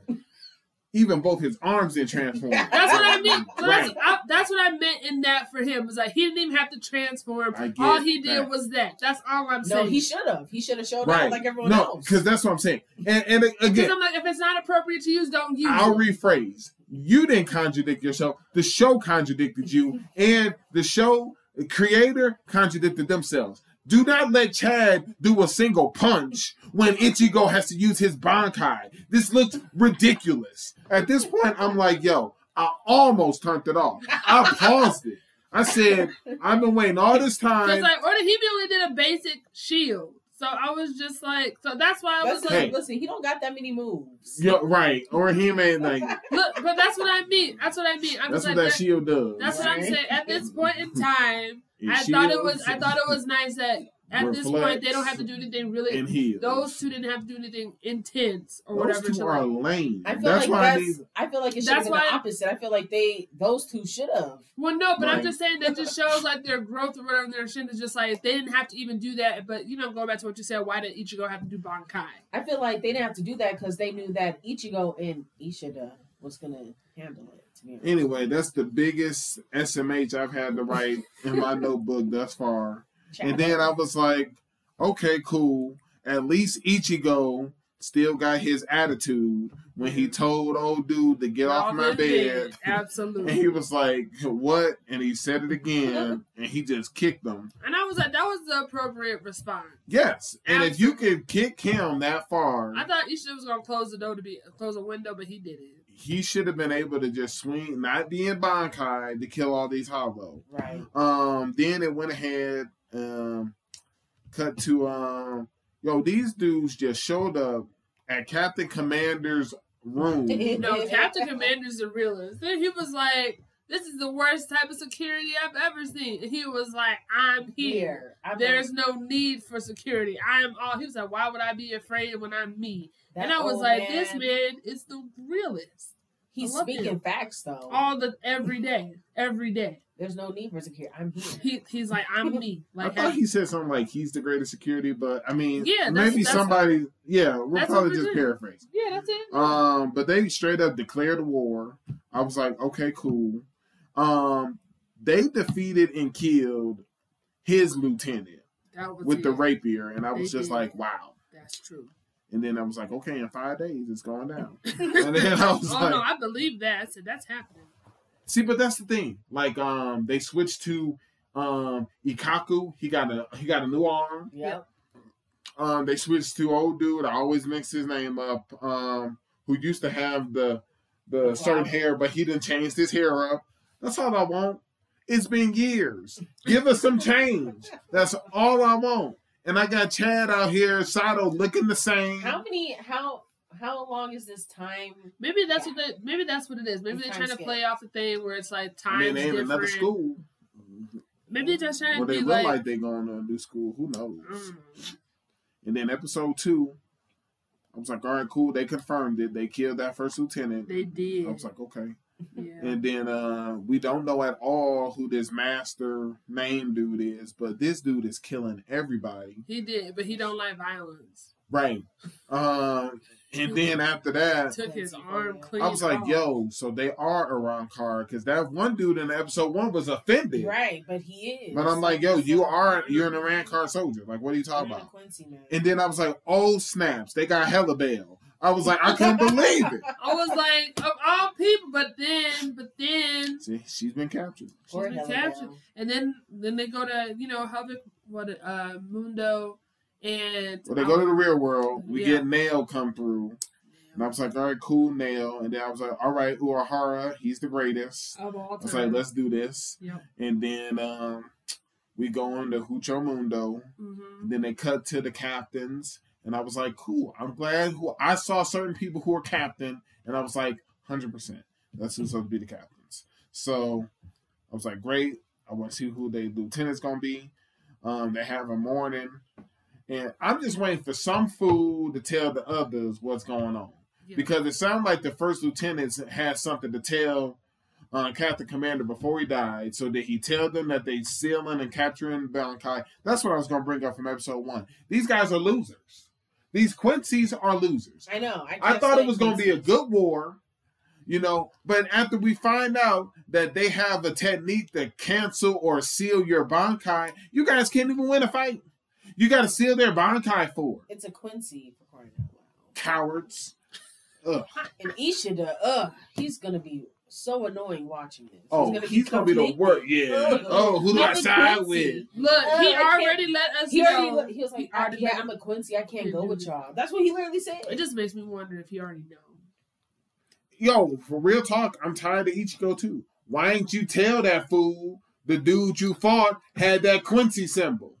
Speaker 1: even both his arms did transform.
Speaker 3: That's what I mean. So that's,
Speaker 1: Right.
Speaker 3: I, that's what I meant in that for him. Was like he didn't even have to transform.
Speaker 1: I get
Speaker 3: All he did
Speaker 1: that.
Speaker 3: was that. That's all I'm
Speaker 4: No,
Speaker 3: saying.
Speaker 4: he should have. He should have showed
Speaker 1: Right.
Speaker 4: up like everyone
Speaker 1: No,
Speaker 4: else.
Speaker 1: because that's what I'm saying. And, and
Speaker 3: Because
Speaker 1: again,
Speaker 3: I'm like, if it's not appropriate to use, don't use.
Speaker 1: I'll
Speaker 3: it.
Speaker 1: rephrase. You didn't contradict yourself. The show contradicted you, and the show creator contradicted themselves. Do not let Chad do a single punch when Ichigo has to use his bankai. This looks ridiculous. At this point, I'm like, yo, I almost turned it off. I paused it. I said, I've been waiting all this
Speaker 3: Just
Speaker 1: time.
Speaker 3: like, or he only did a basic shield. So I was just like, so that's why I was
Speaker 4: That's
Speaker 3: like,
Speaker 4: not-
Speaker 1: Hey.
Speaker 4: Listen, he don't got that many moves.
Speaker 1: Yo, right. Or him ain't like,
Speaker 3: look, but that's what I mean. That's what I mean. I'm
Speaker 1: that's what
Speaker 3: just like,
Speaker 1: that
Speaker 3: that,
Speaker 1: shield does.
Speaker 3: that's what I'm
Speaker 4: Right.
Speaker 3: saying. At this point in time,
Speaker 1: It
Speaker 3: I thought it
Speaker 1: shields
Speaker 3: was, I thought it was nice that at this point they don't have to do anything really.
Speaker 1: and heals.
Speaker 3: those two didn't have to do anything intense or
Speaker 1: Those
Speaker 3: whatever.
Speaker 1: two
Speaker 3: so,
Speaker 1: are
Speaker 3: like-
Speaker 1: lame.
Speaker 4: I feel
Speaker 1: That's
Speaker 4: like
Speaker 1: why I
Speaker 4: that's.
Speaker 1: need.
Speaker 4: I feel like it should have
Speaker 3: That's
Speaker 4: been
Speaker 3: why-
Speaker 4: the opposite. I feel like they those two should have.
Speaker 3: Well, no, but I'm
Speaker 1: Right.
Speaker 3: just saying that just shows like their growth or whatever. Their shit is just like they didn't have to even do that. But you know, going back to what you said, why did Ichigo have to do Bankai?
Speaker 4: I feel like they didn't have to do that because they knew that Ichigo and Ishida was gonna handle it. To be honest.
Speaker 1: Anyway, that's the biggest SMH I've had to write in my notebook thus far. And then I was like, okay, cool. At least Ichigo still got his attitude when he told old dude to get off
Speaker 3: All
Speaker 1: my
Speaker 3: good
Speaker 1: bed.
Speaker 3: men,
Speaker 1: And
Speaker 3: Absolutely.
Speaker 1: he was like, what? And he said it again. And he just kicked him.
Speaker 3: and I was like, that was the appropriate response.
Speaker 1: Yes. And if you could kick him that far,
Speaker 3: I thought Ichigo was gonna close the door to be close a window, but he didn't.
Speaker 1: he should have been able to just swing, not be in Bankai, to kill all these hollow.
Speaker 4: right.
Speaker 1: Um, then it went ahead, um, cut to um, yo, these dudes just showed up at Captain Commander's room.
Speaker 3: No, Captain Commander's the realest. Then he was like, "This is the worst type of security I've ever seen." And he was like, "I'm here.
Speaker 4: Here, I'm
Speaker 3: There's no need for security. I am all." He was like, "Why would I be afraid when I'm me?"
Speaker 4: that
Speaker 3: and I was
Speaker 4: old
Speaker 3: like, "This man is the realest
Speaker 4: He's
Speaker 3: I love
Speaker 4: speaking
Speaker 3: him. Oh.
Speaker 4: facts though.
Speaker 3: all the every day, every day."
Speaker 4: There's no need for security. I'm here.
Speaker 3: He, he's like, "I'm me."
Speaker 1: I
Speaker 3: Like,
Speaker 1: thought he said something like he's the greatest security, but I mean,
Speaker 3: Yeah, that's-
Speaker 1: maybe
Speaker 3: that's-
Speaker 1: somebody, yeah, we'll
Speaker 3: that's what
Speaker 1: probably
Speaker 3: we're
Speaker 1: just
Speaker 3: doing.
Speaker 1: paraphrase.
Speaker 3: yeah, that's it.
Speaker 1: Um, but they straight up declared war. I was like, okay, cool. Um, they defeated and killed his lieutenant
Speaker 3: that was
Speaker 1: with the
Speaker 3: it.
Speaker 1: rapier, and I
Speaker 3: They
Speaker 1: was just
Speaker 3: did.
Speaker 1: like, wow.
Speaker 3: That's true.
Speaker 1: And then I was like, okay, in five days it's going down. and then I was
Speaker 3: oh
Speaker 1: like,
Speaker 3: no, I believe that. I said that's happening.
Speaker 1: see, but that's the thing. Like, um, they switched to um Ikaku. He got a he got a new arm.
Speaker 4: Yep.
Speaker 1: Um, they switched to old dude. I always mix his name up. Um, who used to have the the
Speaker 4: Wow.
Speaker 1: certain hair, but he didn't change his hair up. That's all I want. It's been years. Give us some change. That's all I want. And I got Chad out here, Sato looking the same.
Speaker 4: How many? How how long is this time?
Speaker 3: Maybe that's what they, maybe that's what it is. Maybe
Speaker 4: The
Speaker 3: they're
Speaker 4: time
Speaker 3: trying to
Speaker 4: skip.
Speaker 3: play off the thing where it's like
Speaker 1: I
Speaker 3: time
Speaker 1: mean, they in
Speaker 3: different.
Speaker 1: another school.
Speaker 3: Maybe they're just trying
Speaker 1: Well,
Speaker 3: to
Speaker 1: they
Speaker 3: be
Speaker 1: look
Speaker 3: like,
Speaker 1: like, they going to a new school. Who knows?
Speaker 3: mm.
Speaker 1: And then episode two, I was like, all right, cool. They confirmed it. They killed that first lieutenant.
Speaker 3: They did.
Speaker 1: I was like, okay.
Speaker 3: yeah.
Speaker 1: And then uh, we don't know at all who this master name dude is, but this dude is killing everybody.
Speaker 3: He did, but he don't like violence.
Speaker 1: Right. Uh, and then after that,
Speaker 3: Took his arm clean.
Speaker 1: I was like,
Speaker 3: off.
Speaker 1: yo, so they are Iran card because that one dude in episode one was offended.
Speaker 2: Right, but he is.
Speaker 1: But I'm like, yo, you are you're an Iran card soldier. Like, what are you talking
Speaker 2: You're the
Speaker 1: about?
Speaker 2: Quincy man.
Speaker 1: And then I was like, oh snaps, they got hella bail. I was like, I couldn't believe it.
Speaker 3: I was like, of all people, but then, but then,
Speaker 1: See, she's been captured.
Speaker 3: she's
Speaker 2: Or
Speaker 3: been
Speaker 2: Helen
Speaker 3: captured.
Speaker 2: Bell.
Speaker 3: And then, then they go to you know Havoc, what uh Mundo, and
Speaker 1: Well, they go to the real world. We
Speaker 3: Yeah.
Speaker 1: get Nail come through. And I was like, all right, cool, Nail. And then I was like, all right, Urahara, he's the greatest.
Speaker 3: of all
Speaker 1: I was
Speaker 3: time.
Speaker 1: like, let's do this.
Speaker 3: Yep.
Speaker 1: And then um, we go on to Hucho Mundo.
Speaker 3: Mhm.
Speaker 1: And then they cut to the captains. And I was like, cool. I'm glad who I saw certain people who were captain. And I was like, 100%. That's who's supposed to be the captains. So I was like, great. I want to see who the lieutenant's going to be. Um, they have a morning. And I'm just waiting for some fool to tell the others what's going on.
Speaker 3: Yeah.
Speaker 1: Because it sounded like the first lieutenant had something to tell uh, Captain Commander before he died. So did he tell them that they sealing and capturing Valentine? That's what I was going to bring up from episode one. These guys are losers. These Quincy's are losers.
Speaker 2: I know. I,
Speaker 1: I
Speaker 2: just
Speaker 1: thought it
Speaker 2: like
Speaker 1: was going to be a
Speaker 2: Quincy.
Speaker 1: good war, you know. But after we find out that they have a technique to cancel or seal your Bankai, you guys can't even win a fight. You got to seal their Bankai for it.
Speaker 2: It's a Quincy for crying out loud.
Speaker 1: cowards.
Speaker 2: And Ishida, ugh, he's gonna be so annoying watching this.
Speaker 1: Oh, he's gonna be the
Speaker 2: conflicted.
Speaker 1: worst. Yeah.
Speaker 2: Ugh.
Speaker 1: Oh, who do I
Speaker 2: I'm a
Speaker 1: side
Speaker 2: Quincy.
Speaker 1: with?
Speaker 3: Look,
Speaker 2: Oh, I
Speaker 3: he
Speaker 2: can't-
Speaker 3: already let us
Speaker 2: He already
Speaker 3: know.
Speaker 2: li- he was
Speaker 3: He
Speaker 2: like,
Speaker 3: already
Speaker 2: yeah,
Speaker 3: let-
Speaker 2: I'm a Quincy. I can't
Speaker 3: Can't
Speaker 2: go
Speaker 3: do
Speaker 2: with
Speaker 3: it.
Speaker 2: y'all. That's what he literally said.
Speaker 3: It just makes me wonder if he already know.
Speaker 1: Yo, for real talk, I'm tired of Ichigo too. Why ain't you tell that fool the dude you fought had that Quincy symbol?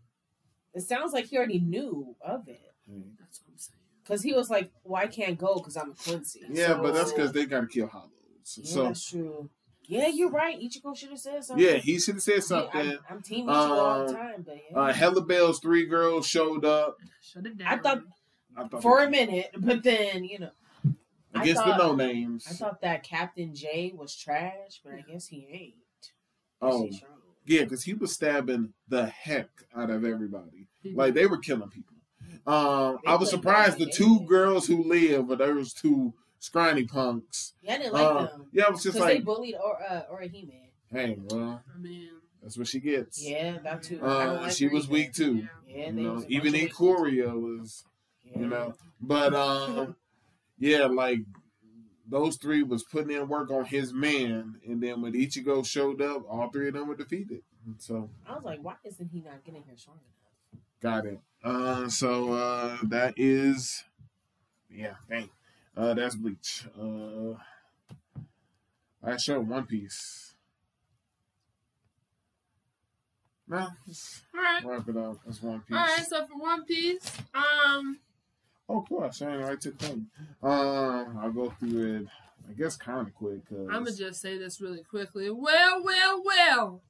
Speaker 2: It sounds like he already knew of it
Speaker 3: That's what I'm saying.
Speaker 2: because he was like, "Well, I can't go because I'm a Quincy."
Speaker 1: Yeah,
Speaker 2: So-
Speaker 1: but that's because they gotta kill Hollows.
Speaker 2: Yeah,
Speaker 1: So
Speaker 2: that's true. Yeah, you're right. Ichigo should have said something.
Speaker 1: yeah, he should have said something.
Speaker 2: I'm, I'm team Ichigo all the
Speaker 1: Um,
Speaker 2: time, but yeah.
Speaker 1: Uh, Hella Bell's three girls showed up.
Speaker 3: Shut it down.
Speaker 2: I thought
Speaker 1: I thought
Speaker 2: for a minute, but then you know, I
Speaker 1: against
Speaker 2: thought-
Speaker 1: the no
Speaker 2: I
Speaker 1: names.
Speaker 2: thought that Captain J was trash, but I guess he ain't.
Speaker 1: Oh
Speaker 2: He's strong.
Speaker 1: yeah, because he was stabbing the heck out of everybody.
Speaker 3: He-
Speaker 1: Like they were killing people. Um,
Speaker 2: They
Speaker 1: I was
Speaker 2: played
Speaker 1: surprised the
Speaker 2: ball,
Speaker 1: two
Speaker 2: yeah.
Speaker 1: girls who live, but there was two scrawny punks.
Speaker 2: Yeah, I didn't like
Speaker 1: Uh,
Speaker 2: them
Speaker 1: yeah, I was
Speaker 2: because
Speaker 1: just
Speaker 2: they
Speaker 1: like,
Speaker 2: bullied or uh, Orihime.
Speaker 1: hey, well,
Speaker 3: I mean,
Speaker 1: that's what she gets.
Speaker 2: Yeah, that too. I don't
Speaker 1: Uh,
Speaker 2: like
Speaker 1: she
Speaker 2: her
Speaker 1: was
Speaker 2: either.
Speaker 1: weak too.
Speaker 3: yeah.
Speaker 2: Yeah,
Speaker 1: You
Speaker 2: they
Speaker 1: know,
Speaker 2: was a
Speaker 1: even
Speaker 2: bunch
Speaker 1: in
Speaker 2: of
Speaker 1: Korea was,
Speaker 2: weak-
Speaker 1: you know, but um, yeah, like those three was putting in work on his man, and then when Ichigo showed up, all three of them were defeated. So
Speaker 2: Yeah. I was like, why isn't he not getting here strong enough?
Speaker 1: Got it. Uh, so uh, that is, yeah, dang, uh, that's Bleach. Uh, I showed One Piece. No, let's
Speaker 3: All right.
Speaker 1: wrap it up. That's One Piece.
Speaker 3: All right, so for One Piece, um,
Speaker 1: Oh, cool. I showed it right to them. Um, I'll go through it. I guess kind of quick. Cause...
Speaker 3: I'm gonna just say this really quickly. Well, well, well.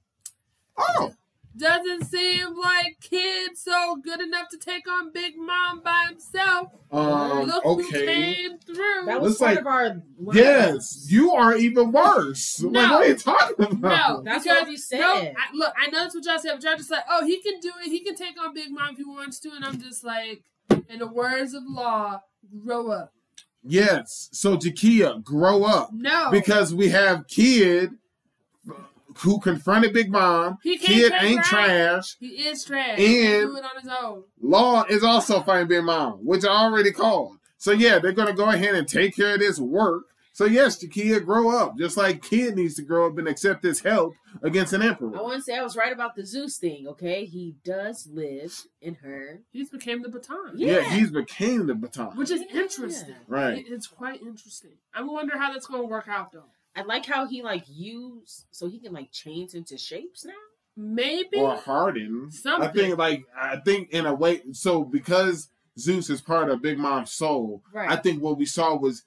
Speaker 1: Oh,
Speaker 3: Doesn't seem like kid so good enough to take on Big Mom by himself.
Speaker 1: um,
Speaker 3: Look who
Speaker 1: okay.
Speaker 3: came through.
Speaker 2: That
Speaker 1: Looks
Speaker 2: was part
Speaker 1: like-
Speaker 2: of our.
Speaker 1: Yes, you are even worse.
Speaker 3: No.
Speaker 1: Like, what are you talking
Speaker 3: No,
Speaker 1: about?
Speaker 2: That's
Speaker 3: because-
Speaker 2: what you said.
Speaker 3: No, I, look, I know that's what y'all said, but y'all just like, oh, he can do it. He can take on Big Mom if he wants to, and I'm just like, in the words of law, grow up.
Speaker 1: Yes. So Jakia, grow up.
Speaker 3: No,
Speaker 1: because we have kid who confronted Big Mom.
Speaker 3: he can't
Speaker 1: Kid
Speaker 3: turn
Speaker 1: ain't
Speaker 3: around.
Speaker 1: trash.
Speaker 3: He is trash. he can
Speaker 1: And-
Speaker 3: do it on his own.
Speaker 1: Law is
Speaker 3: Oh.
Speaker 1: also fighting Big Mom, which I already called. So yeah, they're gonna go ahead and take care of this work. So yes, Jakia, grow up. Just like Kid needs to grow up and accept his help against an
Speaker 2: I
Speaker 3: Oh,
Speaker 1: emperor.
Speaker 2: want to say I was right about the Zeus thing. Okay, he does live in her.
Speaker 3: He's became the baton,
Speaker 1: Yeah,
Speaker 2: Yeah.
Speaker 1: he's became the baton.
Speaker 3: which is
Speaker 2: Yeah.
Speaker 3: interesting.
Speaker 1: Right.
Speaker 3: It- it's quite interesting. I wonder how that's going to work out though.
Speaker 2: I like how he like used so he can like change into shapes now.
Speaker 3: Maybe
Speaker 1: Or Harden. I
Speaker 3: Something.
Speaker 1: think like I think in a way so because Zeus is part of Big Mom's soul,
Speaker 2: Right.
Speaker 1: I think what we saw was,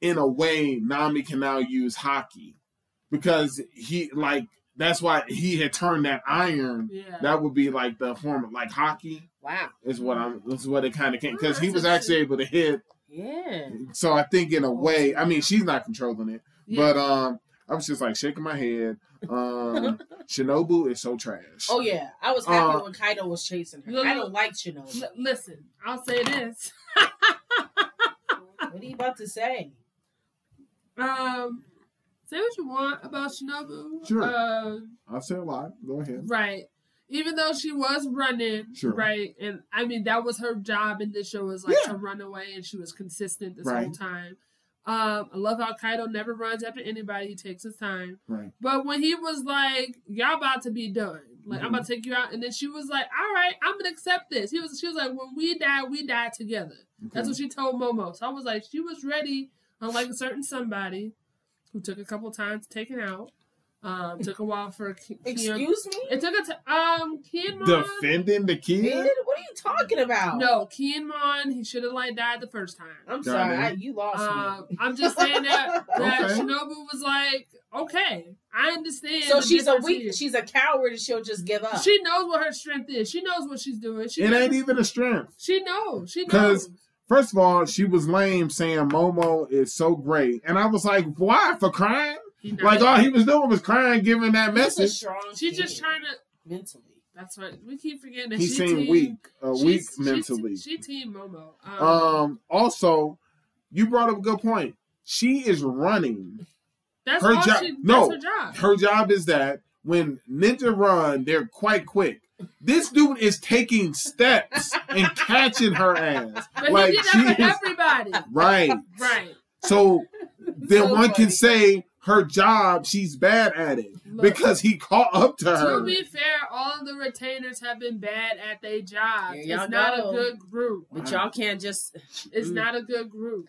Speaker 1: in a way, Nami can now use hockey because he like that's why he had turned that iron.
Speaker 3: Yeah.
Speaker 1: That would be like the form of like hockey
Speaker 2: Wow.
Speaker 1: is what I'm. That's what it kind of came because
Speaker 3: Oh,
Speaker 1: he
Speaker 3: that's
Speaker 1: was
Speaker 3: a
Speaker 1: actually able to hit.
Speaker 2: Yeah.
Speaker 1: So I think in a way, I mean, she's not controlling it,
Speaker 3: yeah.
Speaker 1: but um, I was just like shaking my head. Um, Shinobu is so trash.
Speaker 2: Oh yeah, I was happy
Speaker 1: Uh,
Speaker 2: when Kaido was chasing her.
Speaker 3: look-
Speaker 2: I don't like Shinobu.
Speaker 3: L- listen, I'll say this.
Speaker 4: What are you about to say?
Speaker 3: Um, say what you want about Shinobu.
Speaker 1: Sure.
Speaker 3: Uh,
Speaker 1: I'll say a lot. Go ahead.
Speaker 3: right. Even though she was running,
Speaker 1: Sure.
Speaker 3: right, and I mean that was her job in this show was like
Speaker 1: Yeah.
Speaker 3: to run away, and she was consistent this
Speaker 1: Right.
Speaker 3: whole time. Um, I love how Kaido never runs after anybody; he takes his time.
Speaker 1: Right.
Speaker 3: But when he was like, "Y'all about to be done," like I'm about to take you out, and then she was like, "All right, I'm gonna accept this." He was, she was like, "When we die, we die together." That's
Speaker 1: Okay.
Speaker 3: what she told Momo. So I was like, she was ready, unlike a certain somebody who took a couple times taken out. Um, took a while for Ki- Kian.
Speaker 4: Excuse me?
Speaker 3: It took a t- um Kianmon.
Speaker 1: Defending the
Speaker 4: Kid?
Speaker 1: kid.
Speaker 4: What are you talking about?
Speaker 3: no, Kianmon. He should have like died the first time.
Speaker 4: I'm sorry.
Speaker 1: Darn it.
Speaker 4: I, you lost
Speaker 3: Um,
Speaker 4: me.
Speaker 3: I'm just saying that that
Speaker 1: Okay.
Speaker 3: Shinobu was like, okay, I understand.
Speaker 4: So
Speaker 3: the
Speaker 4: she's a
Speaker 3: difference
Speaker 4: weak.
Speaker 3: here."
Speaker 4: She's a coward, and she'll just give up.
Speaker 3: She knows what her strength is. She knows what she's doing. She
Speaker 1: It
Speaker 3: knows,
Speaker 1: ain't even a strength.
Speaker 3: She knows. She
Speaker 1: 'Cause-
Speaker 3: knows.
Speaker 1: First of all, she was lame saying Momo is so great, and I was like, why for crying?
Speaker 3: He knows.
Speaker 1: Like all he was doing was crying, giving that
Speaker 4: She's a
Speaker 1: message.
Speaker 4: strong.
Speaker 3: she's just
Speaker 4: kid,
Speaker 3: trying to.
Speaker 4: mentally.
Speaker 3: That's right. We keep forgetting that
Speaker 1: He
Speaker 3: she
Speaker 1: seemed
Speaker 3: team,
Speaker 1: weak, uh,
Speaker 3: she's-
Speaker 1: weak
Speaker 3: she's-
Speaker 1: mentally.
Speaker 3: She, team Momo. Um,
Speaker 1: um, also, you brought up a good point. She is running.
Speaker 3: that's
Speaker 1: her
Speaker 3: all
Speaker 1: job-
Speaker 3: She,
Speaker 1: no.
Speaker 3: that's her job.
Speaker 1: Her job is that when ninja run, they're quite quick. This dude is taking steps and catching her ass.
Speaker 3: But
Speaker 1: like,
Speaker 3: he did
Speaker 1: she
Speaker 3: that for
Speaker 1: is-
Speaker 3: everybody.
Speaker 1: Right.
Speaker 3: Right.
Speaker 1: So then
Speaker 4: So
Speaker 1: one can
Speaker 4: funny.
Speaker 1: say her job, she's bad at it
Speaker 3: Look,
Speaker 1: because he caught up to
Speaker 3: To
Speaker 1: her.
Speaker 3: be fair, all of the retainers have been bad at their job.
Speaker 2: Here
Speaker 3: It's
Speaker 2: y'all
Speaker 3: not
Speaker 2: go.
Speaker 3: a good group.
Speaker 2: But y'all can't just
Speaker 3: It's
Speaker 2: Mm.
Speaker 3: not a good group.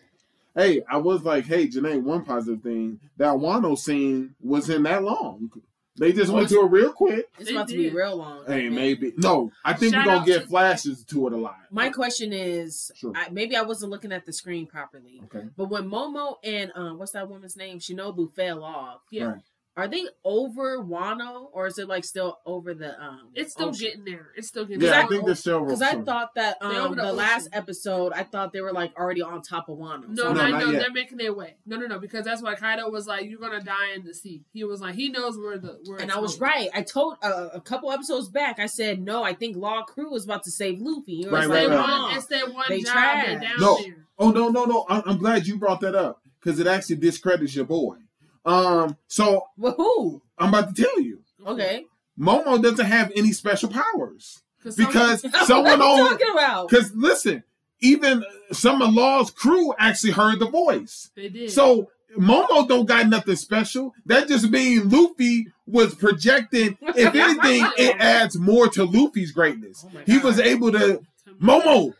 Speaker 1: Hey, I was like, hey, Janae, one positive thing that Wano scene wasn't that long. They just went to it real quick.
Speaker 2: it's
Speaker 3: They
Speaker 2: about to be
Speaker 3: did.
Speaker 2: real long.
Speaker 1: Hey, maybe. No, I think
Speaker 3: Shout
Speaker 1: we're going
Speaker 3: out
Speaker 1: to get
Speaker 3: to-
Speaker 1: flashes to it a lot.
Speaker 2: My question is,
Speaker 1: Sure.
Speaker 2: I, maybe I wasn't looking at the screen properly,
Speaker 1: Okay.
Speaker 2: but when Momo and um, what's that woman's name, Shinobu, fell off,
Speaker 3: Yeah.
Speaker 1: Right.
Speaker 2: are they over Wano or is it like still over the um?
Speaker 3: It's still getting there. It's still getting
Speaker 1: Oh, Yeah,
Speaker 3: there.
Speaker 1: I think this show will.
Speaker 2: Because I thought that
Speaker 3: They over
Speaker 2: um
Speaker 3: the
Speaker 2: the last
Speaker 3: ocean.
Speaker 2: episode, I thought they were like already on top of Wano.
Speaker 1: No,
Speaker 3: No, no,
Speaker 1: not
Speaker 3: no,
Speaker 1: yet.
Speaker 3: they're making their way. No, no, no, because that's why Kaido was like, "You're gonna die in the sea." He was like, he knows where the where.
Speaker 2: And
Speaker 3: it's
Speaker 2: I was
Speaker 3: going.
Speaker 2: right. I told uh, a couple episodes back. I said no. I think Law Crew is about to save Luffy. You
Speaker 1: Right,
Speaker 2: was
Speaker 1: right,
Speaker 3: They
Speaker 2: like,
Speaker 1: right.
Speaker 3: won.
Speaker 2: "Wrong."
Speaker 3: It's their one
Speaker 2: They
Speaker 3: job. They're
Speaker 2: tried.
Speaker 3: down
Speaker 1: No.
Speaker 3: there.
Speaker 1: Oh no, no, no! I- I'm glad you brought that up because it actually discredits your boy. Um, so
Speaker 2: Well, who?
Speaker 1: I'm about to tell you,
Speaker 3: Mm-hmm.
Speaker 2: Okay.
Speaker 1: Momo doesn't have any special powers
Speaker 3: some-
Speaker 1: because
Speaker 2: what
Speaker 1: someone
Speaker 2: are you
Speaker 1: on.
Speaker 2: talking about?
Speaker 1: Because listen, even some of Law's crew actually heard the voice.
Speaker 3: they did.
Speaker 1: So Momo don't got nothing special. That just means Luffy was projecting. If anything, it adds more to Luffy's greatness.
Speaker 2: Oh my
Speaker 1: He
Speaker 2: God.
Speaker 1: was able to
Speaker 3: To-
Speaker 1: Momo,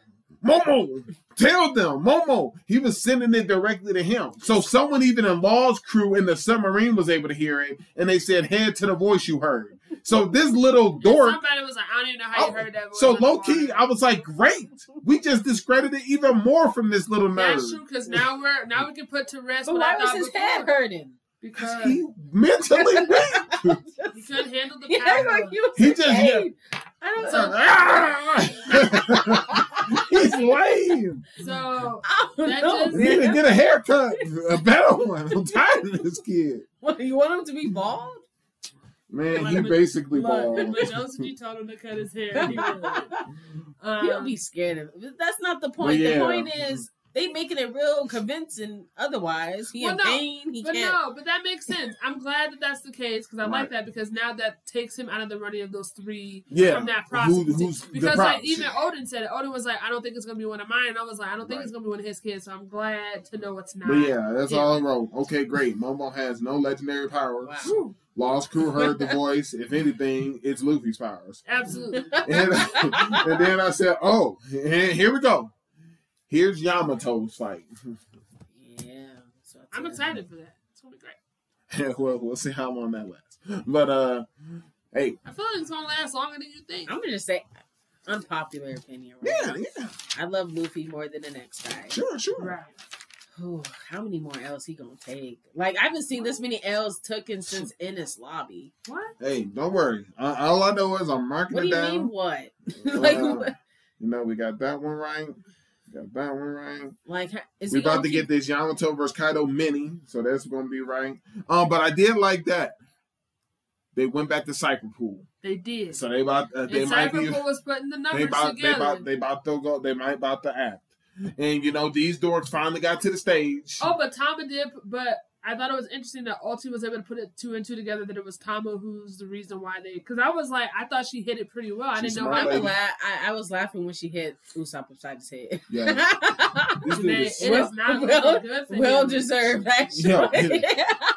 Speaker 1: Momo, tell them, Momo. He was sending it directly to him. So someone even in Law's crew in the submarine was able to hear it, and they said, "Head to the voice you heard." So this little dork
Speaker 3: Somebody was like, "I don't even know how you
Speaker 1: Oh,
Speaker 3: heard that." voice
Speaker 1: so
Speaker 3: on the
Speaker 1: low key,
Speaker 3: water."
Speaker 1: I was like, great. We just discredited even more from this little nerd.
Speaker 3: That's true because now we're now we can put to rest.
Speaker 2: But
Speaker 3: what
Speaker 2: why
Speaker 3: I
Speaker 2: was
Speaker 3: thought
Speaker 2: his
Speaker 3: before,
Speaker 2: head hurting?
Speaker 3: Because
Speaker 1: He mentally weak.
Speaker 3: he couldn't handle the
Speaker 2: Yeah,
Speaker 3: power.
Speaker 2: like you.
Speaker 1: He just-
Speaker 2: I don't
Speaker 3: So-
Speaker 2: know.
Speaker 1: He's lame.
Speaker 3: so
Speaker 2: I don't
Speaker 3: That
Speaker 2: know,
Speaker 3: just-
Speaker 1: He need to
Speaker 2: man.
Speaker 1: get a haircut, a better one. I'm tired of this kid.
Speaker 2: What, you want him to be bald?
Speaker 1: Man, he basically
Speaker 3: look,
Speaker 1: bald.
Speaker 3: when Josie told him to cut his hair, he would. Um,
Speaker 2: He'll be scared of. That's not the point.
Speaker 1: yeah.
Speaker 2: The point is they making it real convincing. Otherwise, he
Speaker 3: Well,
Speaker 2: in
Speaker 3: no,
Speaker 2: pain. He
Speaker 3: But
Speaker 2: can't.
Speaker 3: no, but that makes sense. I'm glad that that's the case because I
Speaker 1: Right.
Speaker 3: like that because now that takes him out of the running of those three
Speaker 1: Yeah.
Speaker 3: from that process.
Speaker 1: Who, who's the
Speaker 3: because like
Speaker 1: props?
Speaker 3: even Odin said it. Odin was like, I don't think it's gonna be one of mine. And I was like, I don't think
Speaker 1: Right.
Speaker 3: it's gonna be one of his kids. So I'm glad to know it's not.
Speaker 1: But yeah, that's
Speaker 3: Yeah.
Speaker 1: all I wrote. Okay, great. Momo has no legendary powers.
Speaker 2: Wow.
Speaker 3: Whew,
Speaker 1: Lost crew heard the voice. If anything, it's Luffy's powers.
Speaker 3: absolutely.
Speaker 1: and, and then I said, "Oh, and here we go. Here's Yamato's fight.
Speaker 2: Yeah. so I
Speaker 3: I'm
Speaker 2: said-
Speaker 3: excited for that. It's gonna be great.
Speaker 1: well, we'll see how long that lasts. But uh, hey,
Speaker 3: I feel like it's gonna last longer than you think.
Speaker 2: I'm gonna just say unpopular opinion. Right?
Speaker 1: yeah, yeah,
Speaker 2: I love Luffy more than the next guy.
Speaker 1: sure, sure.
Speaker 3: Right.
Speaker 2: Ooh, how many more L's he gonna take? Like I haven't seen this many L's taken since Ennis Lobby.
Speaker 3: What?
Speaker 1: Hey, don't worry. Uh, all I know is I'm marking
Speaker 2: What do
Speaker 1: it
Speaker 2: you
Speaker 1: down.
Speaker 2: mean what? like
Speaker 1: Well,
Speaker 2: what?
Speaker 1: you know, we got that one right. We got that one right.
Speaker 2: like how- is
Speaker 1: we
Speaker 2: he
Speaker 1: about
Speaker 2: gonna
Speaker 1: to get this Yamato versus Kaido mini, so that's gonna be right. Um, but I did like that. They went back to Cypher Pool,
Speaker 3: They did.
Speaker 1: so they about uh, they
Speaker 3: and
Speaker 1: might be
Speaker 3: Cyberpool was putting the
Speaker 1: they
Speaker 3: numbers
Speaker 1: about they
Speaker 3: together.
Speaker 1: about they about to go they might about to act. And you know these dorks finally got to the stage.
Speaker 3: Oh, but Tama did. But I thought it was interesting that Alti was able to put it two and two together that it was Tama who's the reason why they. Because I was like, I thought she hit it pretty well. I
Speaker 1: She's
Speaker 3: didn't know
Speaker 1: smart
Speaker 2: I'm
Speaker 1: lady.
Speaker 3: how.
Speaker 2: a la- I, I was laughing when she hit Usopp upside his head.
Speaker 1: Yeah, this dude
Speaker 3: Man, it
Speaker 1: is
Speaker 3: is
Speaker 1: slick.
Speaker 3: not
Speaker 2: Well-
Speaker 3: looking good for
Speaker 2: well
Speaker 3: him.
Speaker 2: deserved, actually.
Speaker 1: Yeah,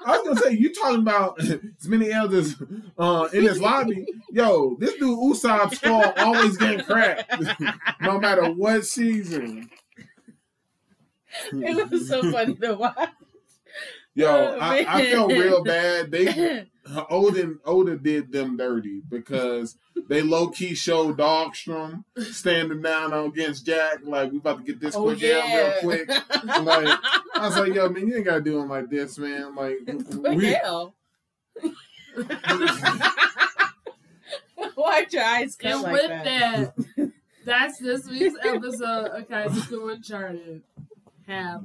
Speaker 1: I was gonna say you talking about as many elders uh, in this lobby. Yo, this dude Usopp skull always getting cracked, no matter what season.
Speaker 2: it was so funny to watch.
Speaker 1: Yo,
Speaker 2: Oh,
Speaker 1: I, I
Speaker 2: man.
Speaker 1: felt real bad. They Odin Oda did them dirty because they low key showed Dogstrom standing down against Jack. Like we about to get this
Speaker 2: Oh,
Speaker 1: quick down real
Speaker 2: yeah.
Speaker 1: quick. Like I was like, yo, man, you ain't gotta do him like this, man. Like
Speaker 2: What the
Speaker 1: we,
Speaker 2: hell? Why'd your eyes cut
Speaker 3: And
Speaker 2: like
Speaker 3: with
Speaker 2: that?
Speaker 3: that, that's this week's episode of Kaiser School Uncharted. Have